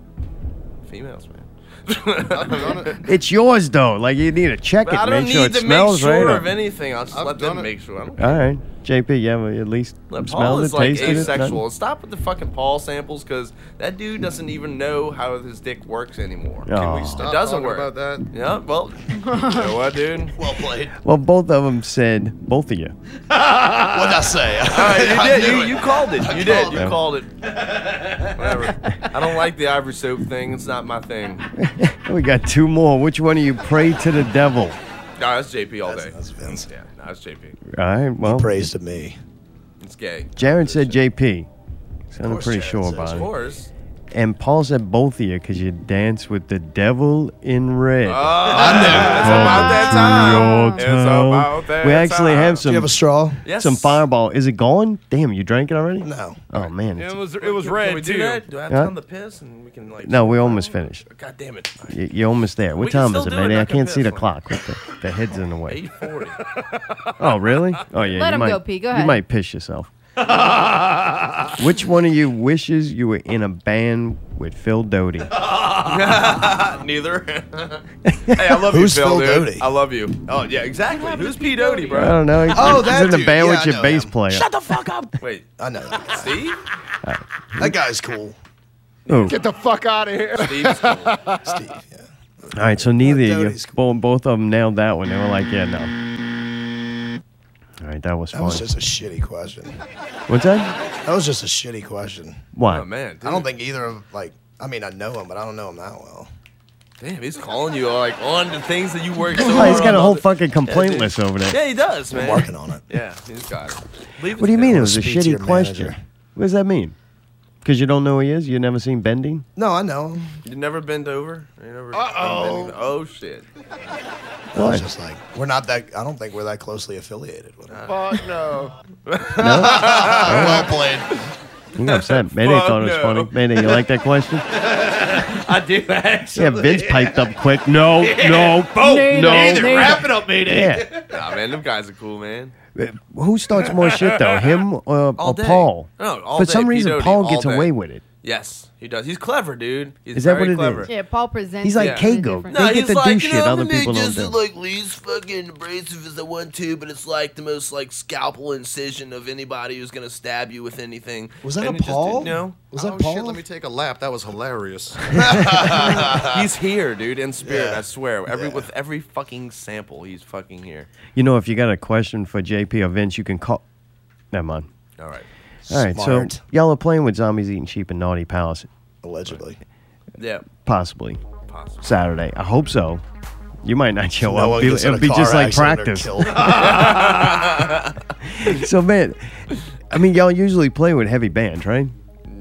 S2: females, man.
S3: It's yours, though. Like, you need to check
S2: But
S3: it,
S2: I don't
S3: make sure
S2: need
S3: it
S2: to make
S3: smells
S2: sure
S3: right.
S2: of anything. I'll just let them make sure. I don't
S3: All right. JP, yeah, well, at least
S2: Look, Paul
S3: smelled it,
S2: is like
S3: tasted it. nothing?
S2: asexual. Stop with the fucking Paul samples, because that dude doesn't even know how his dick works anymore.
S3: Can we
S2: It
S3: Aw. stop
S2: doesn't
S6: talking
S2: work.
S6: about that?
S2: Yeah. Well, you know what, dude?
S4: Well played.
S3: Well, both of them said, both of you.
S4: What'd I say?
S2: All right,
S4: I
S2: you did.
S4: knew
S2: You,
S4: it.
S2: you called it. You did.
S4: called
S2: You
S3: it.
S2: called it. Whatever. I don't like the ivory soap thing. It's not my thing. Nah,
S3: We got two more. Which one of you pray to the devil?
S2: that's JP all day.
S4: That's Vince.
S2: Yeah, nah, that's JP.
S3: All right, well,
S4: Praise to me.
S2: It's gay.
S3: Jared said JP. Sounded
S4: course
S3: pretty
S4: Jared
S3: sure
S4: says
S3: about
S2: Of
S3: it.
S2: course.
S3: And Paul said both of you because you danced with the devil in red.
S2: Ah. It's about that time. It's about that
S3: we actually
S2: time.
S3: have
S4: Do
S3: some
S4: you have a straw?
S2: Yes.
S3: some fireball. Is it gone? Damn, you drank it already?
S4: No.
S3: Oh man.
S10: it
S3: it's-
S10: was it was
S2: Can- Can we
S10: red
S2: do
S10: too.
S2: that? Do I have to
S3: Huh?
S2: come to piss and we can like?
S3: no, we almost finished.
S2: God damn it.
S3: You- You're almost there. What
S2: We can
S3: time
S2: still
S3: is it,
S2: do
S3: man?
S2: it,
S3: I
S2: not
S3: can't see the
S2: confess.
S3: clock. With the, the head's in the way.
S2: 840.
S3: Oh, really? Oh, yeah.
S7: Let
S3: you
S7: him
S3: might,
S7: go, P. Go
S3: You
S7: ahead.
S3: might piss yourself. Which one of you wishes you were in a band with Phil Doty?
S2: Neither. hey, I love
S4: Who's
S2: you, Phil, dude.
S4: Phil Doty?
S2: I love you. Oh yeah, exactly. Who's P Doty,
S3: I
S2: bro?
S3: don't know. He's,
S4: Oh,
S3: he's
S4: that
S3: in a
S4: dude.
S3: band
S4: Yeah,
S3: with
S4: I
S3: your
S4: know
S3: bass
S4: him.
S3: player. Shut the
S2: Wait,
S4: I know. That guy.
S2: Steve?
S4: That guy's cool.
S6: Get the fuck out of here.
S2: Steve's cool.
S4: Steve. Yeah.
S3: All right, so neither of you.
S4: Doty's
S3: Both, both of them nailed that one. They were like, yeah, no. All right, that was
S4: That
S3: fun.
S4: was just a shitty question.
S3: What's that?
S4: That was just a shitty question.
S3: Why?
S2: Oh man, dude.
S4: I don't think either of like. I mean, I know him, but I don't know him that well.
S2: Damn, he's calling you like on the things that you work so
S3: Oh,
S2: hard
S3: he's got a
S2: on.
S3: whole fucking complaint
S2: dude.
S3: list over there.
S2: Yeah, he does,
S4: I'm
S2: man.
S4: working on it.
S2: Yeah, he's got it. Leave
S3: What do you
S2: it
S3: mean
S2: there.
S3: it was a
S4: Speak to your
S3: shitty question?
S4: manager.
S3: What does that mean? Because you don't know who he is? you never seen Bending?
S4: No, I know him.
S2: You never bend over? You never Uh-oh. Oh, shit.
S4: I
S3: Why?
S4: was just like, we're not that. I don't think we're that closely affiliated with him.
S6: Fuck no.
S4: well played.
S3: You got upset. Mayday
S2: Fuck
S3: thought it was
S2: no.
S3: funny. Mayday, you like that question?
S1: I do actually.
S3: Yeah, Vince piped up quick. No, no, both, no.
S1: Wrap it up, Mayday.
S3: Yeah. Uh,
S2: Nah, man, them guys are cool, man.
S3: Who starts more shit though, him or, or
S2: day.
S3: uh, Paul?
S2: No, all
S3: For
S2: day,
S3: some
S2: P.
S3: reason,
S2: Doty,
S3: Paul
S2: all
S3: gets
S2: day.
S3: away with it.
S2: Yes, he does. He's clever, dude. He's
S3: Is that
S2: very
S3: what it
S2: clever.
S3: is?
S7: Yeah, Paul presents.
S3: He's
S7: it
S3: like
S7: in a
S3: Kago.
S7: different-
S3: They
S2: No,
S3: get
S2: he's
S3: to do
S2: like, you
S3: shit
S2: know,
S3: other
S2: I'm gonna
S3: people don't
S2: just
S3: do.
S2: like least fucking abrasive as I want to, but it's like the most like scalpel incision of anybody who's gonna stab you with anything.
S4: Was that
S2: And it
S4: a
S2: just-
S4: Paul?
S2: no,
S4: Was that
S6: Oh
S4: Paul?
S6: shit, let me take a lap. That was hilarious.
S2: he's here, dude, in spirit.
S4: Yeah.
S2: I swear. Every
S4: Yeah.
S2: with every fucking sample, he's fucking here.
S3: You know, if you got a question for JP or Vince, you can call. Never mind.
S2: All right.
S3: All right,
S4: Smart.
S3: so y'all are playing with zombies eating sheep and naughty pals.
S4: Allegedly.
S2: Yeah.
S3: Possibly.
S2: Possibly.
S3: Saturday. I hope so. You might not show
S4: No
S3: up.
S4: one
S3: Be-
S4: gets in
S3: It'll
S4: a
S3: be
S4: car
S3: just like
S4: accident or
S3: practice.
S4: killed.
S3: so man, I mean, y'all usually play with heavy bands, right?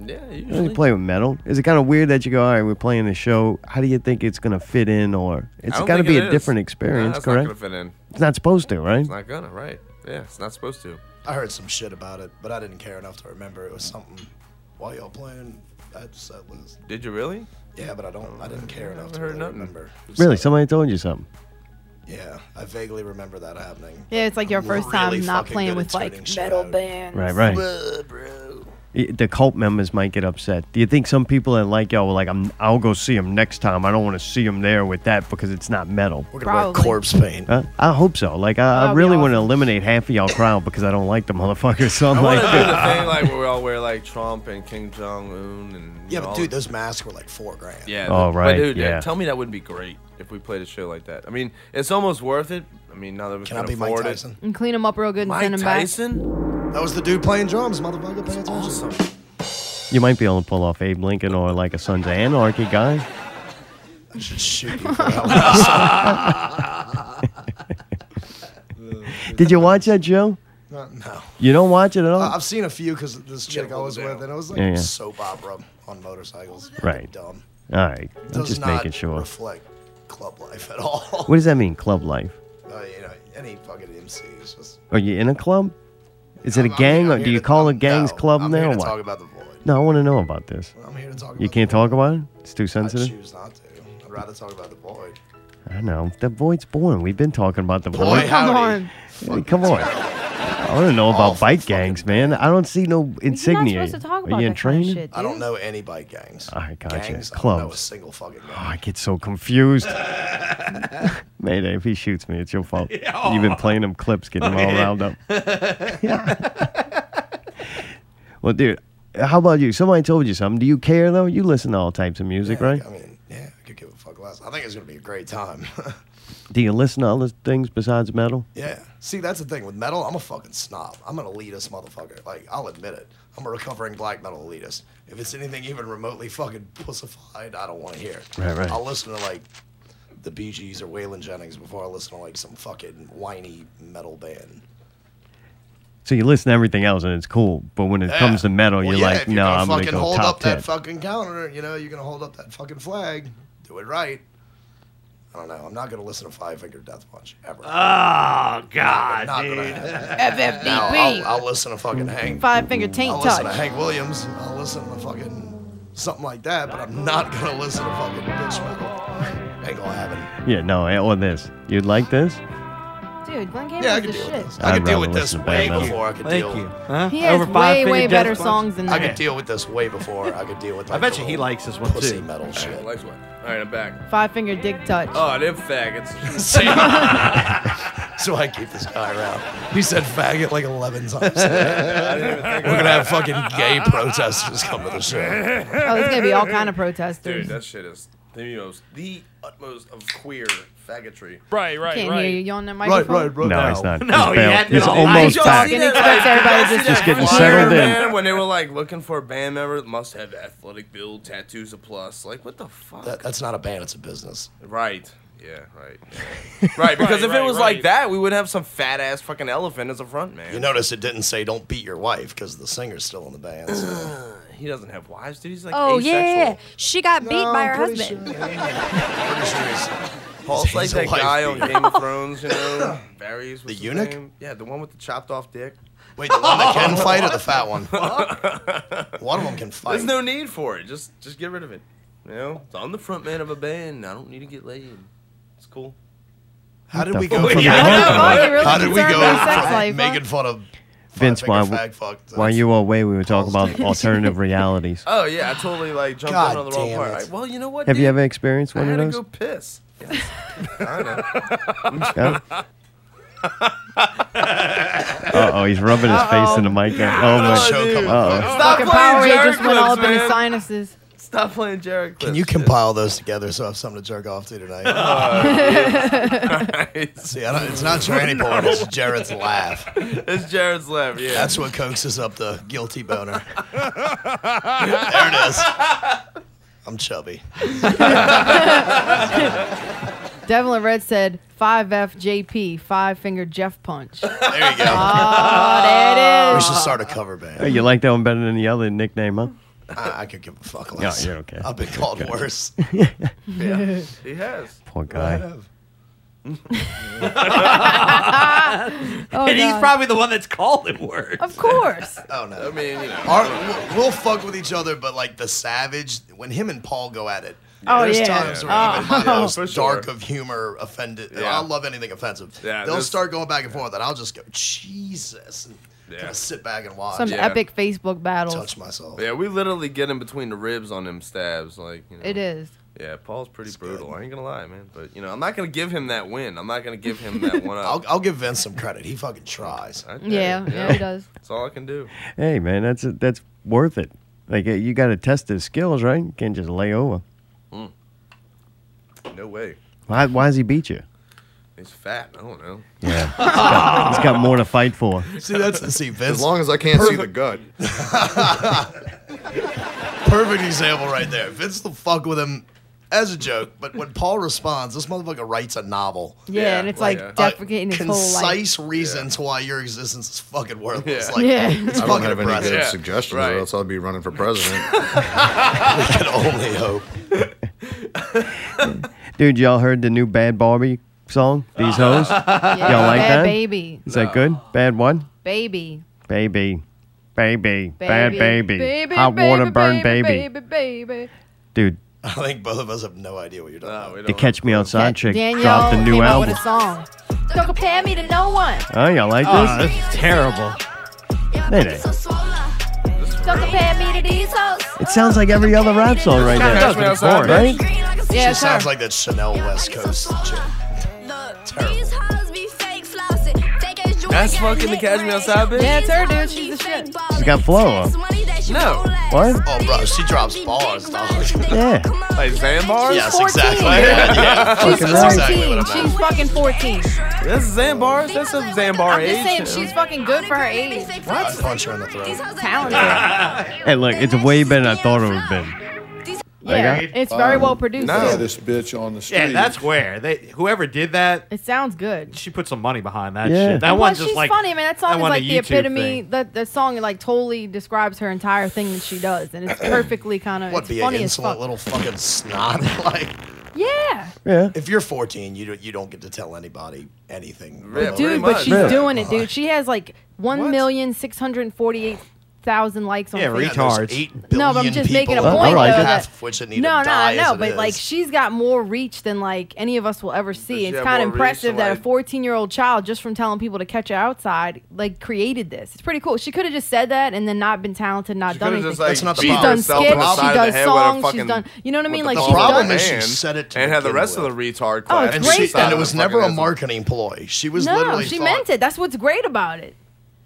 S2: Yeah,
S3: You only play with metal. Is it kind of weird that you go, all right, we're playing a show? How do you think it's gonna fit in, or it's got to be a different experience,
S2: that's
S3: correct?
S2: Not gonna fit in.
S3: It's not supposed to, right?
S2: It's not gonna, right? Yeah, it's not supposed to.
S4: I heard some shit about it, but I didn't care enough to remember. It was something. Why y'all playing? I had to set list.
S2: Did you really?
S4: Yeah, but I don't. I didn't care enough
S2: haven't
S4: to
S2: heard
S4: really
S2: nothing.
S4: remember.
S3: Really? Somebody told you something?
S4: Yeah, I vaguely remember that happening.
S7: Yeah, it's like your first time
S4: Really
S7: not
S4: fucking
S7: playing
S4: good
S7: with
S4: at
S7: like
S4: turning shit
S9: metal
S4: out.
S9: bands.
S3: Right, right.
S4: Uh, bro.
S3: Y- The cult members might get upset. Do you think some people that like y'all were like, I'm, I'll go see them next time. I don't want to see them there with that because it's not metal.
S4: We're gonna wear
S7: Probably.
S4: corpse paint.
S3: Huh? I hope so. Like, I, I
S7: That would be
S3: really want to
S7: awesome.
S3: eliminate half of y'all crowd because I don't like the motherfuckers. So I'm
S2: I
S3: like,
S2: want to do the thing like where we all wear like Trump and King Jong Un and you
S4: Yeah,
S2: know,
S4: but
S2: all
S4: dude,
S2: the-
S4: those masks were like four grand.
S2: yeah.
S3: Oh,
S2: the- but
S3: right,
S2: dude,
S3: yeah.
S2: tell me that wouldn't be great if we played a show like that. I mean, it's almost worth it. I mean, now that we
S4: Can
S2: can
S4: I be Mike
S2: afford
S4: Tyson?
S7: and clean them up real
S2: it.
S7: good and
S2: Mike
S7: send them back.
S2: Tyson?
S4: That was the dude playing drums, motherfucker. Pay attention.
S2: Awesome.
S3: you might be able to pull off Abe Lincoln or like a Sons of Anarchy guy.
S4: I should shoot you. for that.
S3: Did you watch that, Joe?
S4: no, Uh,
S3: You don't watch it at all?
S4: I- I've seen a few because this chick I was with, and it was like
S3: Yeah, yeah.
S4: soap opera on motorcycles.
S3: Right.
S4: Dumb.
S3: all right. I'm
S4: Does
S3: just
S4: not
S3: making sure.
S4: reflect club life at all.
S3: What does that mean, club life?
S4: Uh, you know, any fucking MC is just.
S3: Are you in a club? Is it a
S4: I'm- I'm
S3: gang?
S4: here-
S3: Or
S4: I'm
S3: do
S4: here
S3: you
S4: to-
S3: call
S4: I'm-
S3: it gangs
S4: no,
S3: club
S4: I'm
S3: now
S4: here
S3: or
S4: to
S3: what?
S4: talk about the void.
S3: No, I want to know about this.
S4: I'm here to talk.
S3: You
S4: about
S3: can't
S4: the void.
S3: talk about it? It's too
S4: I
S3: sensitive?
S4: choose not to. I'd rather talk about the void.
S3: I know. The void's boring. We've been talking about the
S4: Boy,
S3: void.
S4: howdy.
S7: on.
S3: Hey, Come on. I want to know about
S4: Awful
S3: bike
S4: fucking
S3: gangs, man. I don't see no
S7: You're not
S3: insignia.
S7: supposed to talk
S3: Are
S7: about
S3: you
S7: that
S3: in
S7: kind of
S3: training?
S7: shit,
S4: I don't
S7: dude.
S4: know any bike gangs.
S3: All right, gotcha.
S4: Gangs, I don't know a
S3: Clubs.
S4: single fucking
S3: Oh,
S4: gang.
S3: I get so confused. Mayday, if he shoots me, it's your fault. You've been playing them clips, getting
S4: Oh,
S3: them all riled up. well, dude, how about you? Somebody told you something. Do you care, though? You listen to all types of music, right?
S4: I mean, yeah, I could give a fuck less. I think it's gonna be a great time.
S3: Do you listen to other things besides metal?
S4: yeah. See, that's the thing with metal. I'm a fucking snob. I'm an elitist motherfucker. Like, I'll admit it. I'm a recovering black metal elitist. If it's anything even remotely fucking pussified, I don't want to hear.
S3: Right, right.
S4: I'll listen to like the Bee Gees or Waylon Jennings before I listen to like some fucking whiny metal band.
S3: So you listen to everything else and it's cool, but when it comes to metal,
S4: Well,
S3: you're
S4: yeah,
S3: like,
S4: if you're
S3: no,
S4: gonna
S3: I'm gonna
S4: fucking
S3: go
S4: hold
S3: top
S4: up
S3: ten.
S4: that fucking counter. You know, you're gonna hold up that fucking flag. Do it right. I don't know. I'm not gonna listen to Five Finger Death Punch ever.
S1: Oh
S4: I'm
S1: God,
S4: not
S1: dude.
S4: gonna happen. Now, I'll,
S7: FFDP.
S4: I'll listen to fucking Hank.
S7: Five finger taint
S4: I'll listen to
S7: touch.
S4: Hank Williams. I'll listen to fucking something like that. But I'm not gonna listen to fucking bitch metal. Ain't gonna happen.
S3: Yeah, no, eh, or this. You'd like this?
S7: Dude, Glenn Campbell's
S4: Yeah, I
S7: the
S4: can deal
S7: shit.
S4: with this. I
S3: I'd
S4: could deal
S3: rather
S4: with this
S3: listen to bad
S4: way
S3: metal.
S4: before I could
S1: Thank
S4: deal.
S1: you. Huh?
S7: He has
S1: Over five
S7: way,
S1: finger
S7: way
S1: death
S7: better
S1: punch?
S7: songs than
S4: I
S7: that.
S4: could deal with this way before I could deal with.
S1: I
S4: Like,
S1: bet
S4: the
S1: you he
S4: little
S1: likes this one,
S4: pussy
S1: too.
S4: metal shit.
S2: Legs one. All right, I'm back.
S7: Five finger dick touch.
S2: Oh, they're faggots.
S4: So I keep this guy around. He said faggot like 11 times. We're going to have fucking gay protesters come to the show.
S7: Oh, there's gonna be all kind of
S2: Dude,
S7: protesters.
S2: that shit is the most, the utmost of queer faggotry.
S1: Right, right,
S7: Can't hear you yelling at
S4: Right,
S7: microphone.
S4: right, right.
S3: No,
S4: now.
S3: it's not.
S1: No,
S3: it's
S1: he
S3: bail-
S1: had
S3: it's
S1: no
S3: almost
S1: lights on.
S3: back.
S7: Fucking expects everybody to just
S3: getting
S2: Flyer
S3: settled in.
S2: man, When they were like looking for a band member, must have athletic build, tattoos a plus. Like what the fuck?
S4: That, that's not a band, it's a business.
S2: right. Yeah, right. right, because if
S1: right,
S2: it was
S1: right.
S2: like that, we would have some fat ass fucking elephant as a front man.
S4: You notice it didn't say don't beat your wife because the singer's still in the band. So.
S2: he doesn't have wives, dude. He's like
S9: Oh
S2: asexual.
S9: yeah, she got beat by her
S4: pretty
S9: husband.
S4: Pretty sure he's-
S2: Paul's like
S4: He's a
S2: that
S4: wife
S2: guy on
S4: beater.
S2: Game of Thrones, you know. Varys was
S4: The
S2: his
S4: eunuch?
S2: name. Yeah, the one with the chopped off dick.
S4: Wait, the one that can fight or the fat one? One of them can fight.
S2: There's no need for it. Just just get rid of it. You know? I'm the front man of a band. I don't need to get laid. It's cool.
S4: How did
S3: the
S4: we go
S3: fuck?
S4: from
S3: Yeah,
S7: I know,
S4: that?
S7: Paul, you're really
S4: How did we
S7: concerned
S4: go
S7: about sex
S4: from
S7: life,
S4: making
S7: huh?
S4: fun of
S3: Vince,
S4: five-finger
S3: why-
S4: fag fuck to-
S3: While you were away, we were talking about alternative realities.
S2: Oh yeah, I totally like jumped
S4: God
S2: in on the wrong
S4: damn
S2: part.
S4: it.
S2: Like, well, you know what?
S3: Have you
S2: dude?
S3: ever experienced
S2: I
S3: one
S2: had
S3: of
S2: to go
S3: those?
S2: piss.
S3: Yeah. uh oh, he's rubbing his face in the mic. now. Oh
S2: Oh,
S3: my!
S4: show
S2: dude.
S4: coming
S3: Uh oh.
S2: Stop
S7: Fucking
S2: playing
S7: Powerade
S2: Jerry
S7: just went all up
S2: clips,
S7: in his
S2: man.
S7: sinuses.
S2: Stop playing Jerry
S4: Can
S2: clips,
S4: you
S2: dude.
S4: compile those together so I have something to jerk off to tonight?
S2: Oh,
S4: See, I don't, it's not tranny porn, it's Jared's laugh.
S2: it's Jared's left. Yeah.
S4: That's what coaxes up the guilty boner. there it is. I'm chubby.
S7: Devlin Red said 5FJP, five finger Jeff punch.
S4: There you go.
S7: Oh, there it
S4: we
S7: is.
S4: should start a cover band.
S3: Hey, you like that one better than the other nickname, huh?
S4: I, I could give a fuck
S3: Yeah,
S4: less.
S3: you're okay.
S4: I've been called worse.
S2: Yeah, he has.
S3: Poor guy.
S7: Oh,
S1: and he's
S7: God.
S1: probably the one that's called it words.
S7: Of course.
S4: Oh no.
S2: I mean, you know,
S4: Our, we'll, we'll fuck with each other, but like the savage, when him and Paul go at it,
S7: Oh,
S4: there's
S7: yeah.
S4: times where
S7: Yeah.
S4: even my most
S2: For sure.
S4: dark of humor offended.
S2: Yeah.
S4: I love anything offensive.
S2: Yeah,
S4: They'll
S2: there's-
S4: start going back and forth, and I'll just go, Jesus, and
S2: Yeah.
S4: kind of sit back and watch,
S7: Some
S2: Yeah.
S7: epic Facebook battles.
S4: touch myself.
S2: yeah, we literally get in between the ribs on them stabs. Like, you know.
S7: It is.
S2: Yeah, Paul's pretty brutal. I ain't gonna lie, man. But you know, I'm not gonna give him that win. I'm not gonna give him that one
S4: I'll,
S2: up.
S4: I'll give Vince some credit. He fucking tries.
S2: I-
S7: Yeah,
S2: you
S7: yeah,
S2: know,
S7: it does.
S2: That's all I can do.
S3: Hey, man, that's that's worth it. Like uh, you got to test his skills, right? You can't just lay over.
S2: Mm. No way.
S3: Why? Why does he beat you?
S2: He's fat. I don't know.
S3: Yeah, he's got more to fight for.
S4: See, that's see Vince.
S6: As long as I can't see the gut.
S4: Perfect example right there. Vince will fuck with him as a joke, but when Paul responds, this motherfucker writes a novel. Oh,
S7: Yeah,
S2: Yeah,
S7: and it's
S2: like,
S7: like,
S2: uh,
S7: deprecating his whole life.
S4: concise reasons why your existence is fucking worthless.
S2: Yeah.
S4: Like,
S7: Yeah.
S4: it's
S6: I don't
S4: fucking
S6: have any
S4: impressive.
S6: good
S2: Yeah,
S6: suggestions,
S2: right.
S6: or else I'd be running for president.
S4: We can only hope.
S3: Dude, y'all heard the new Bad Barbie song? These hoes.
S7: Yeah,
S3: Y'all like
S7: bad
S3: that?
S7: baby.
S3: Is that good? Bad one?
S7: Baby.
S3: Baby. Baby. Bad baby.
S7: baby
S3: Hot
S7: baby,
S3: water burn
S7: baby.
S3: baby.
S7: Baby, baby.
S3: Dude,
S4: I think both of us have no idea what you're talking
S2: No,
S4: about.
S2: we
S3: the
S2: don't.
S3: Catch Me Outside
S7: That
S3: chick
S7: Danielle
S3: dropped a new
S7: came out
S3: album.
S7: with a song. Don't compare me to no one.
S3: Oh, y'all like
S1: Oh,
S3: this?
S1: that's terrible.
S3: It is.
S9: Don't compare me to these hoes.
S3: It sounds like every other rap song right
S2: Catch
S3: now.
S2: Me Outside, bitch.
S3: Right?
S7: Yeah,
S4: She
S7: it's her.
S4: sounds like that Chanel West Coast chick.
S2: That's fucking the Catch Me Outside bitch?
S7: Yeah, it's her, dude. She's the shit.
S3: She's got flow. huh?
S2: No.
S3: What?
S4: Oh, bro, she drops bars, dog.
S3: Yeah.
S2: Like Zambars?
S4: yes,
S7: 14.
S4: exactly. Yeah, yeah.
S7: She's
S4: That's exactly
S7: 14.
S4: what I meant.
S7: She's fucking 14.
S2: That's Zambars. That's a Zambar
S7: I'm just saying,
S2: age.
S7: she's fucking good for her age.
S4: I'd punch her in the throat.
S7: Talented.
S3: Hey, look, it's way better than I thought it would have been.
S7: Yeah, it's very well produced.
S2: No.
S7: too.
S10: This bitch on the street.
S1: Yeah, that's where they whoever did that,
S7: It sounds good.
S1: she put some money behind that
S3: Yeah.
S1: shit. That
S7: Well,
S1: one's
S7: she's
S1: just like
S7: funny. I mean, that song
S1: that
S7: is
S1: one a
S7: like the
S1: YouTube
S7: epitome.
S1: thing.
S7: That that song like totally describes her entire thing that she does, and it's perfectly kind of
S4: What,
S7: it's
S4: be an
S7: funny as fuck.
S4: insolent little fucking snot? like,
S7: yeah,
S3: Yeah.
S4: if you're 14, you don't, you don't get to tell anybody anything.
S2: Yeah,
S4: remotely.
S2: pretty
S7: dude, but
S2: much.
S7: she's
S3: Really?
S7: doing it, dude. She has like
S2: What?
S7: one million six hundred forty-eight thousand likes on
S1: Yeah, retard.
S7: Facebook.
S4: Yeah, there's
S1: Retards.
S4: eight
S7: No, but I'm
S4: billion
S7: just making a
S4: people in the
S3: point,
S4: world,
S3: though,
S4: half
S7: that-
S4: of which it need
S7: No,
S4: to
S7: no,
S4: die
S7: I
S4: as
S7: know,
S4: it
S7: but like
S4: is.
S7: she's got more reach than like any of us will ever see.
S2: she
S7: It's
S2: have
S7: kind of
S2: more reach than,
S7: impressive that a
S2: like-
S7: 14 year old child just from telling people to catch her outside like created this. It's pretty cool. She could have just said that and then not been talented, not
S2: She
S7: done
S2: coulda
S7: anything.
S2: just like
S4: That's not the
S2: beat
S7: she's done
S2: herself
S7: skits,
S2: on the
S7: she
S2: side of the
S7: does
S2: head with a
S7: songs, she's
S2: fucking-
S7: done- you know what I mean?
S2: with
S7: Like,
S2: the
S7: she's
S2: problem
S7: done-
S2: is
S4: And-
S2: and had the rest of the retard
S7: class
S2: class.
S7: it's
S4: and,
S7: Oh, great
S4: she,
S7: though.
S4: and it was never a marketing ploy. She was
S7: no,
S4: literally
S7: she
S4: thought,
S7: meant it. That's what's great about it,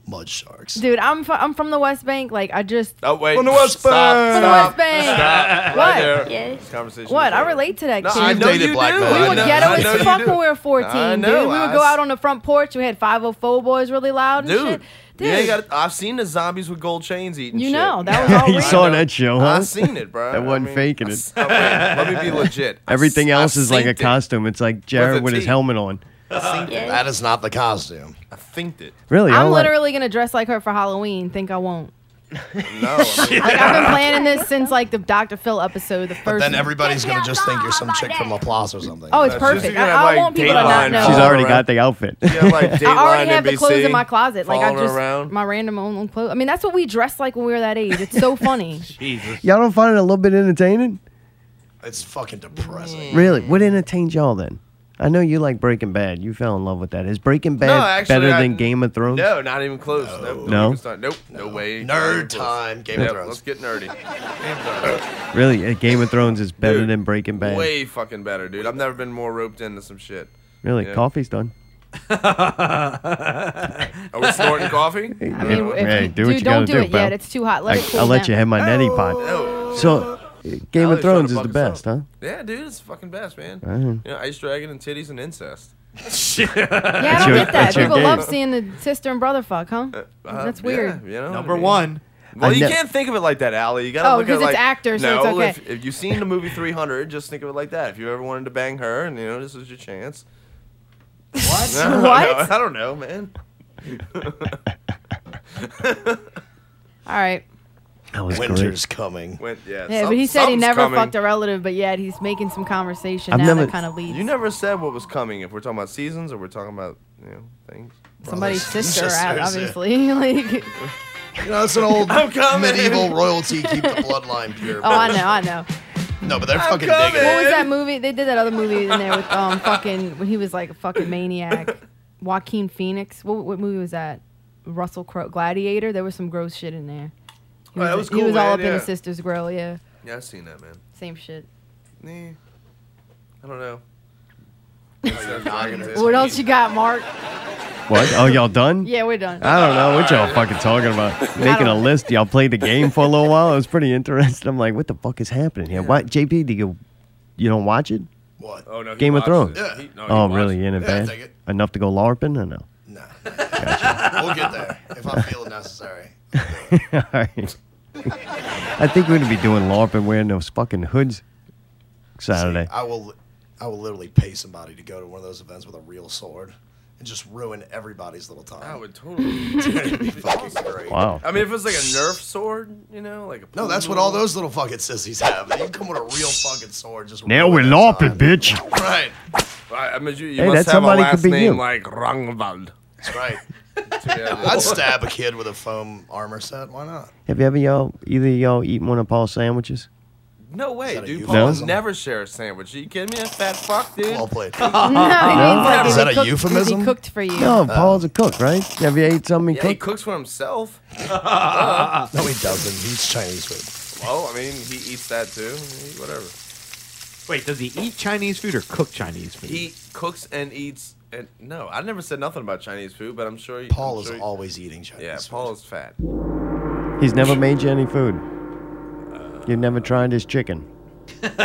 S4: Mud sharks.
S7: dude. I'm f- I'm from the West Bank. Like I just
S2: Oh wait,
S4: On the West
S2: stop,
S4: Bank.
S7: from the
S2: stop,
S7: West Uh, Bank.
S2: stop,
S7: What?
S2: right there.
S9: Yeah.
S2: This conversation
S7: What?
S2: is
S7: I
S2: over.
S7: relate to that.
S2: No,
S7: kid.
S2: I know
S4: dated
S2: you
S4: black
S2: do.
S4: men.
S2: I
S7: We were
S2: know-
S7: ghetto
S2: I know
S7: as
S2: you
S7: fuck
S2: do.
S7: when we were 14,
S2: I
S7: dude.
S2: know,
S7: We would
S2: I
S7: go
S2: s-
S7: out on the front porch. We had 504 boys really loud and shit.
S2: dude.
S7: Dude,
S2: You ain't got. I've seen the zombies with gold chains eating.
S7: You
S2: shit.
S7: know, that was all
S3: You
S7: real.
S3: saw that show, huh?
S2: I seen it, bro.
S3: That wasn't
S2: I mean,
S3: faking
S2: I
S3: it.
S2: s- okay, let me be legit. I
S3: Everything
S2: s- I
S3: else is like a
S2: synced it.
S3: costume. It's like Jared
S2: a
S3: with his
S2: T.
S3: helmet on.
S4: That is not the costume.
S2: I thinked it.
S3: Really? I
S7: I'm
S3: like-
S7: literally gonna dress like her for Halloween. Think I won't.
S2: No, I mean,
S7: Like I've been planning this since like the Dr. Phil episode, the first.
S4: Then
S7: one.
S4: everybody's gonna just think you're some chick from Laplace or something.
S7: oh, it's
S2: That's just
S7: perfect.
S2: gonna
S7: I,
S2: have,
S7: I
S2: like,
S7: want people to not
S2: Dateline
S7: know.
S3: She's
S2: all
S3: already
S2: around.
S3: got the outfit.
S2: yeah, like Dateline,
S7: I already have
S2: NBC,
S7: the clothes in my closet. Like I
S2: following
S7: just
S2: around.
S7: my random own clothes. I mean, that's what we dressed like when we were that age. It's so funny.
S1: Jesus.
S3: Y'all don't find it a little bit entertaining?
S4: It's fucking depressing.
S3: Really? What entertains y'all then? I know you like Breaking Bad. You fell in love with that. Is Breaking Bad
S2: actually,
S3: better
S2: I-
S3: than Game of Thrones?
S2: No, not even close. Nope, don't
S3: No.
S2: even start. Nope, no, way.
S4: Nerd time, Game
S2: Yep,
S4: of Thrones.
S2: let's get nerdy.
S3: Really, uh, Game of Thrones is better
S2: Dude,
S3: than Breaking Bad.
S2: Way fucking better, dude. I've never been more roped into some shit.
S3: really,
S2: yeah.
S3: coffee's done.
S2: Are we snorting coffee?
S7: I mean,
S3: Yeah.
S7: if
S3: Hey,
S7: you-
S3: do what
S7: dude, don't
S3: you gotta
S7: do
S3: do,
S7: it
S3: pal.
S7: yet. It's too hot. Let
S3: I,
S7: it cool
S3: I'll let
S7: down.
S3: you have my neti pot.
S2: No.
S3: So, uh, Game of
S2: Ellie's trying to
S3: Thrones is
S2: fuck
S3: the
S2: us up.
S3: best, huh?
S2: Yeah, dude, it's the fucking best, man.
S3: Mhm.
S2: You know, ice dragon and titties and incest.
S7: Yeah, I don't
S3: your-
S7: get that.
S3: that's your
S7: People
S3: game.
S7: love seeing the sister and brother fuck, huh?
S2: Uh,
S7: That's
S2: yeah,
S7: weird.
S2: you know what I
S1: Number
S2: mean?
S1: one.
S2: Well,
S3: I
S2: you
S3: ne-
S2: can't think of it like that, Allie. You gotta
S7: Oh,
S2: look at
S7: 'cause
S2: it
S7: it's
S2: like
S7: actors, so
S2: no,
S7: it's okay.
S2: If, if you've seen the movie 300, just think of it like that. If you ever wanted to bang her, and you know this is your chance. What?
S7: What?
S2: I don't know, man.
S7: All right.
S3: That was
S4: Winter's coming.
S2: Went, yeah,
S7: Yeah,
S2: some-
S7: but he said he
S2: something's
S7: never
S2: coming.
S7: fucked a relative, but yet he's making some conversation
S3: I've
S7: now
S3: never-
S7: that kind of leads.
S2: You never said what was coming. If we're talking about seasons, or we're talking about you know things.
S7: Somebody's
S4: Brothers and
S7: sister, out,
S4: sisters, yeah.
S7: obviously. like,
S4: You know, it's an old
S2: coming.
S4: medieval royalty keep the bloodline pure.
S7: oh, I know, I know.
S4: No, but they're fucking
S2: coming.
S4: digging
S7: What
S4: it.
S7: was that movie? They did that other movie in there with um fucking when he was like a fucking maniac, Joaquin Phoenix. What, what movie was that? Russell Crowe, Gladiator. There was some gross shit in there. He
S2: Oh,
S7: was,
S2: that was
S7: he
S2: cool,
S7: was all
S2: man,
S7: up in
S2: yeah.
S7: his sister's grill. Yeah,
S2: Yeah, I've seen that, man.
S7: same shit.
S2: Nah, I don't know.
S7: What else you got, Mark?
S3: What? Oh, y'all done?
S7: Yeah, we're done.
S3: I don't know what y'all fucking talking about. Making a
S7: don't-
S3: list. Y'all played the game for a little while. It was pretty interesting. I'm like, what the fuck is happening here? Why, JP? Do you you don't watch it?
S4: What?
S2: Oh no, he
S3: Game
S2: watched
S3: of Thrones.
S2: it. He- no, he
S3: oh,
S2: watched
S3: really?
S2: it.
S3: You In
S4: Yeah,
S3: advance,
S4: I take it.
S3: enough to go larping or no?
S4: Nah. We'll get there if I feel necessary.
S3: All right. I think we're gonna be doing larping wearing those fucking hoods Saturday.
S4: I will, I will literally pay somebody to go to one of those events with a real sword and just ruin everybody's little time.
S2: I would totally.
S4: It'd be fucking great.
S3: Wow.
S2: I mean, if it was like a Nerf sword, you know, like a
S4: No, that's what all those little fucking sissies have. You come with a real fucking sword, just
S3: Now we're
S4: ruin their
S3: larping,
S4: time.
S3: bitch.
S4: Right,
S2: I, I mean, you, you
S3: Hey,
S2: must
S3: that
S2: have
S3: somebody
S2: a
S3: could
S2: last
S3: be
S2: name
S3: you.
S2: like Rangvald.
S4: that's right.
S2: Yeah,
S4: I'd stab a kid with a foam armor set. Why not?
S3: Have you ever y'all either of y'all eaten one of Paul's sandwiches?
S2: no way,
S4: that a
S2: dude.
S4: euphemism?
S2: Paul
S3: No?
S2: never share a sandwich. you kidding me? That fat fuck, dude.
S4: Well played.
S7: No, he means like
S4: Is
S7: if he
S4: that a
S7: cooked- if
S4: euphemism? Oh.
S7: He cooked for you.
S3: No, Paul's a cook, right? Have you ate something he
S2: Yeah, he
S3: cooked?
S2: cooks for himself.
S4: no, he doesn't. He's Chinese food.
S2: Well, I mean, he eats that too. He- whatever.
S1: Wait, does he eat Chinese food or cook Chinese food?
S2: He cooks and eats. And no, I never said nothing about Chinese food, but I'm sure. He,
S4: Paul
S2: I'm
S4: is
S2: sure he-
S4: always eating Chinese.
S2: Yeah,
S4: food.
S2: Paul is fat.
S3: He's never made you any food. You've never tried his chicken.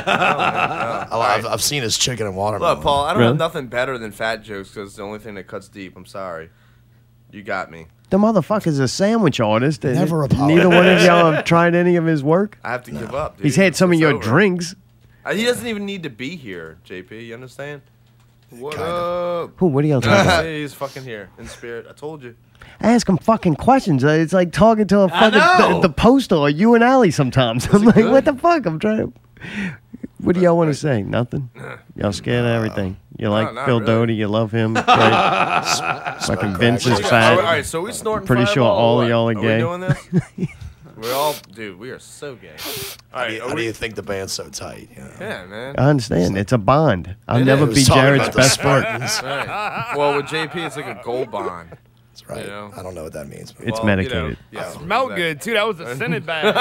S4: Oh, I've, I've seen his chicken and watermelon.
S2: Look, Paul, I don't
S3: Really?
S2: have nothing better than fat jokes because it's the only thing that cuts deep. I'm sorry. You got me.
S3: The motherfucker's a sandwich artist. and
S4: Never apologize.
S3: Neither one of y'all have tried any of his work.
S2: I have to give up. Dude.
S3: He's had some of
S2: It's
S3: your
S2: over.
S3: drinks.
S2: Uh, He doesn't even need to be here, JP. You understand? What up?
S3: Who? What are y'all talking about?
S2: Hey, He's fucking here in spirit. I told you.
S3: Ask him fucking questions. Uh, It's like talking to a fucking
S1: know.
S3: the, the postal or you and Ali sometimes. I'm like,
S2: good?
S3: what the fuck? I'm trying. to- What do y'all want to say? Nothing. Y'all scared of everything. You like
S2: not
S3: Phil
S2: really.
S3: Doty. You love him. Right? fucking Vince is
S2: All
S4: crack.
S3: fat.
S2: right, all right, so we snorting.
S3: Pretty sure
S2: Fireball or
S3: all
S2: what?
S3: y'all are gay.
S2: we doing this? We're all, dude. We are so gay. All
S4: How do
S2: right,
S4: you,
S2: are
S4: how do
S2: we-
S4: you think the band's so tight? You know?
S2: yeah, man.
S3: I understand. It's a bond. I'll
S2: It
S3: never
S2: is.
S3: be
S4: Who's talking
S3: Jared's
S4: about the
S3: best friend.
S4: Spartans?
S2: All right. Well, with JP, it's like a gold bond.
S4: That's right.
S2: Yeah.
S4: I don't know what that means. but-
S3: It's
S2: Well, you know,
S3: medicated.
S2: yeah,
S10: Smelled
S2: exactly.
S10: good too. That was a scented bag.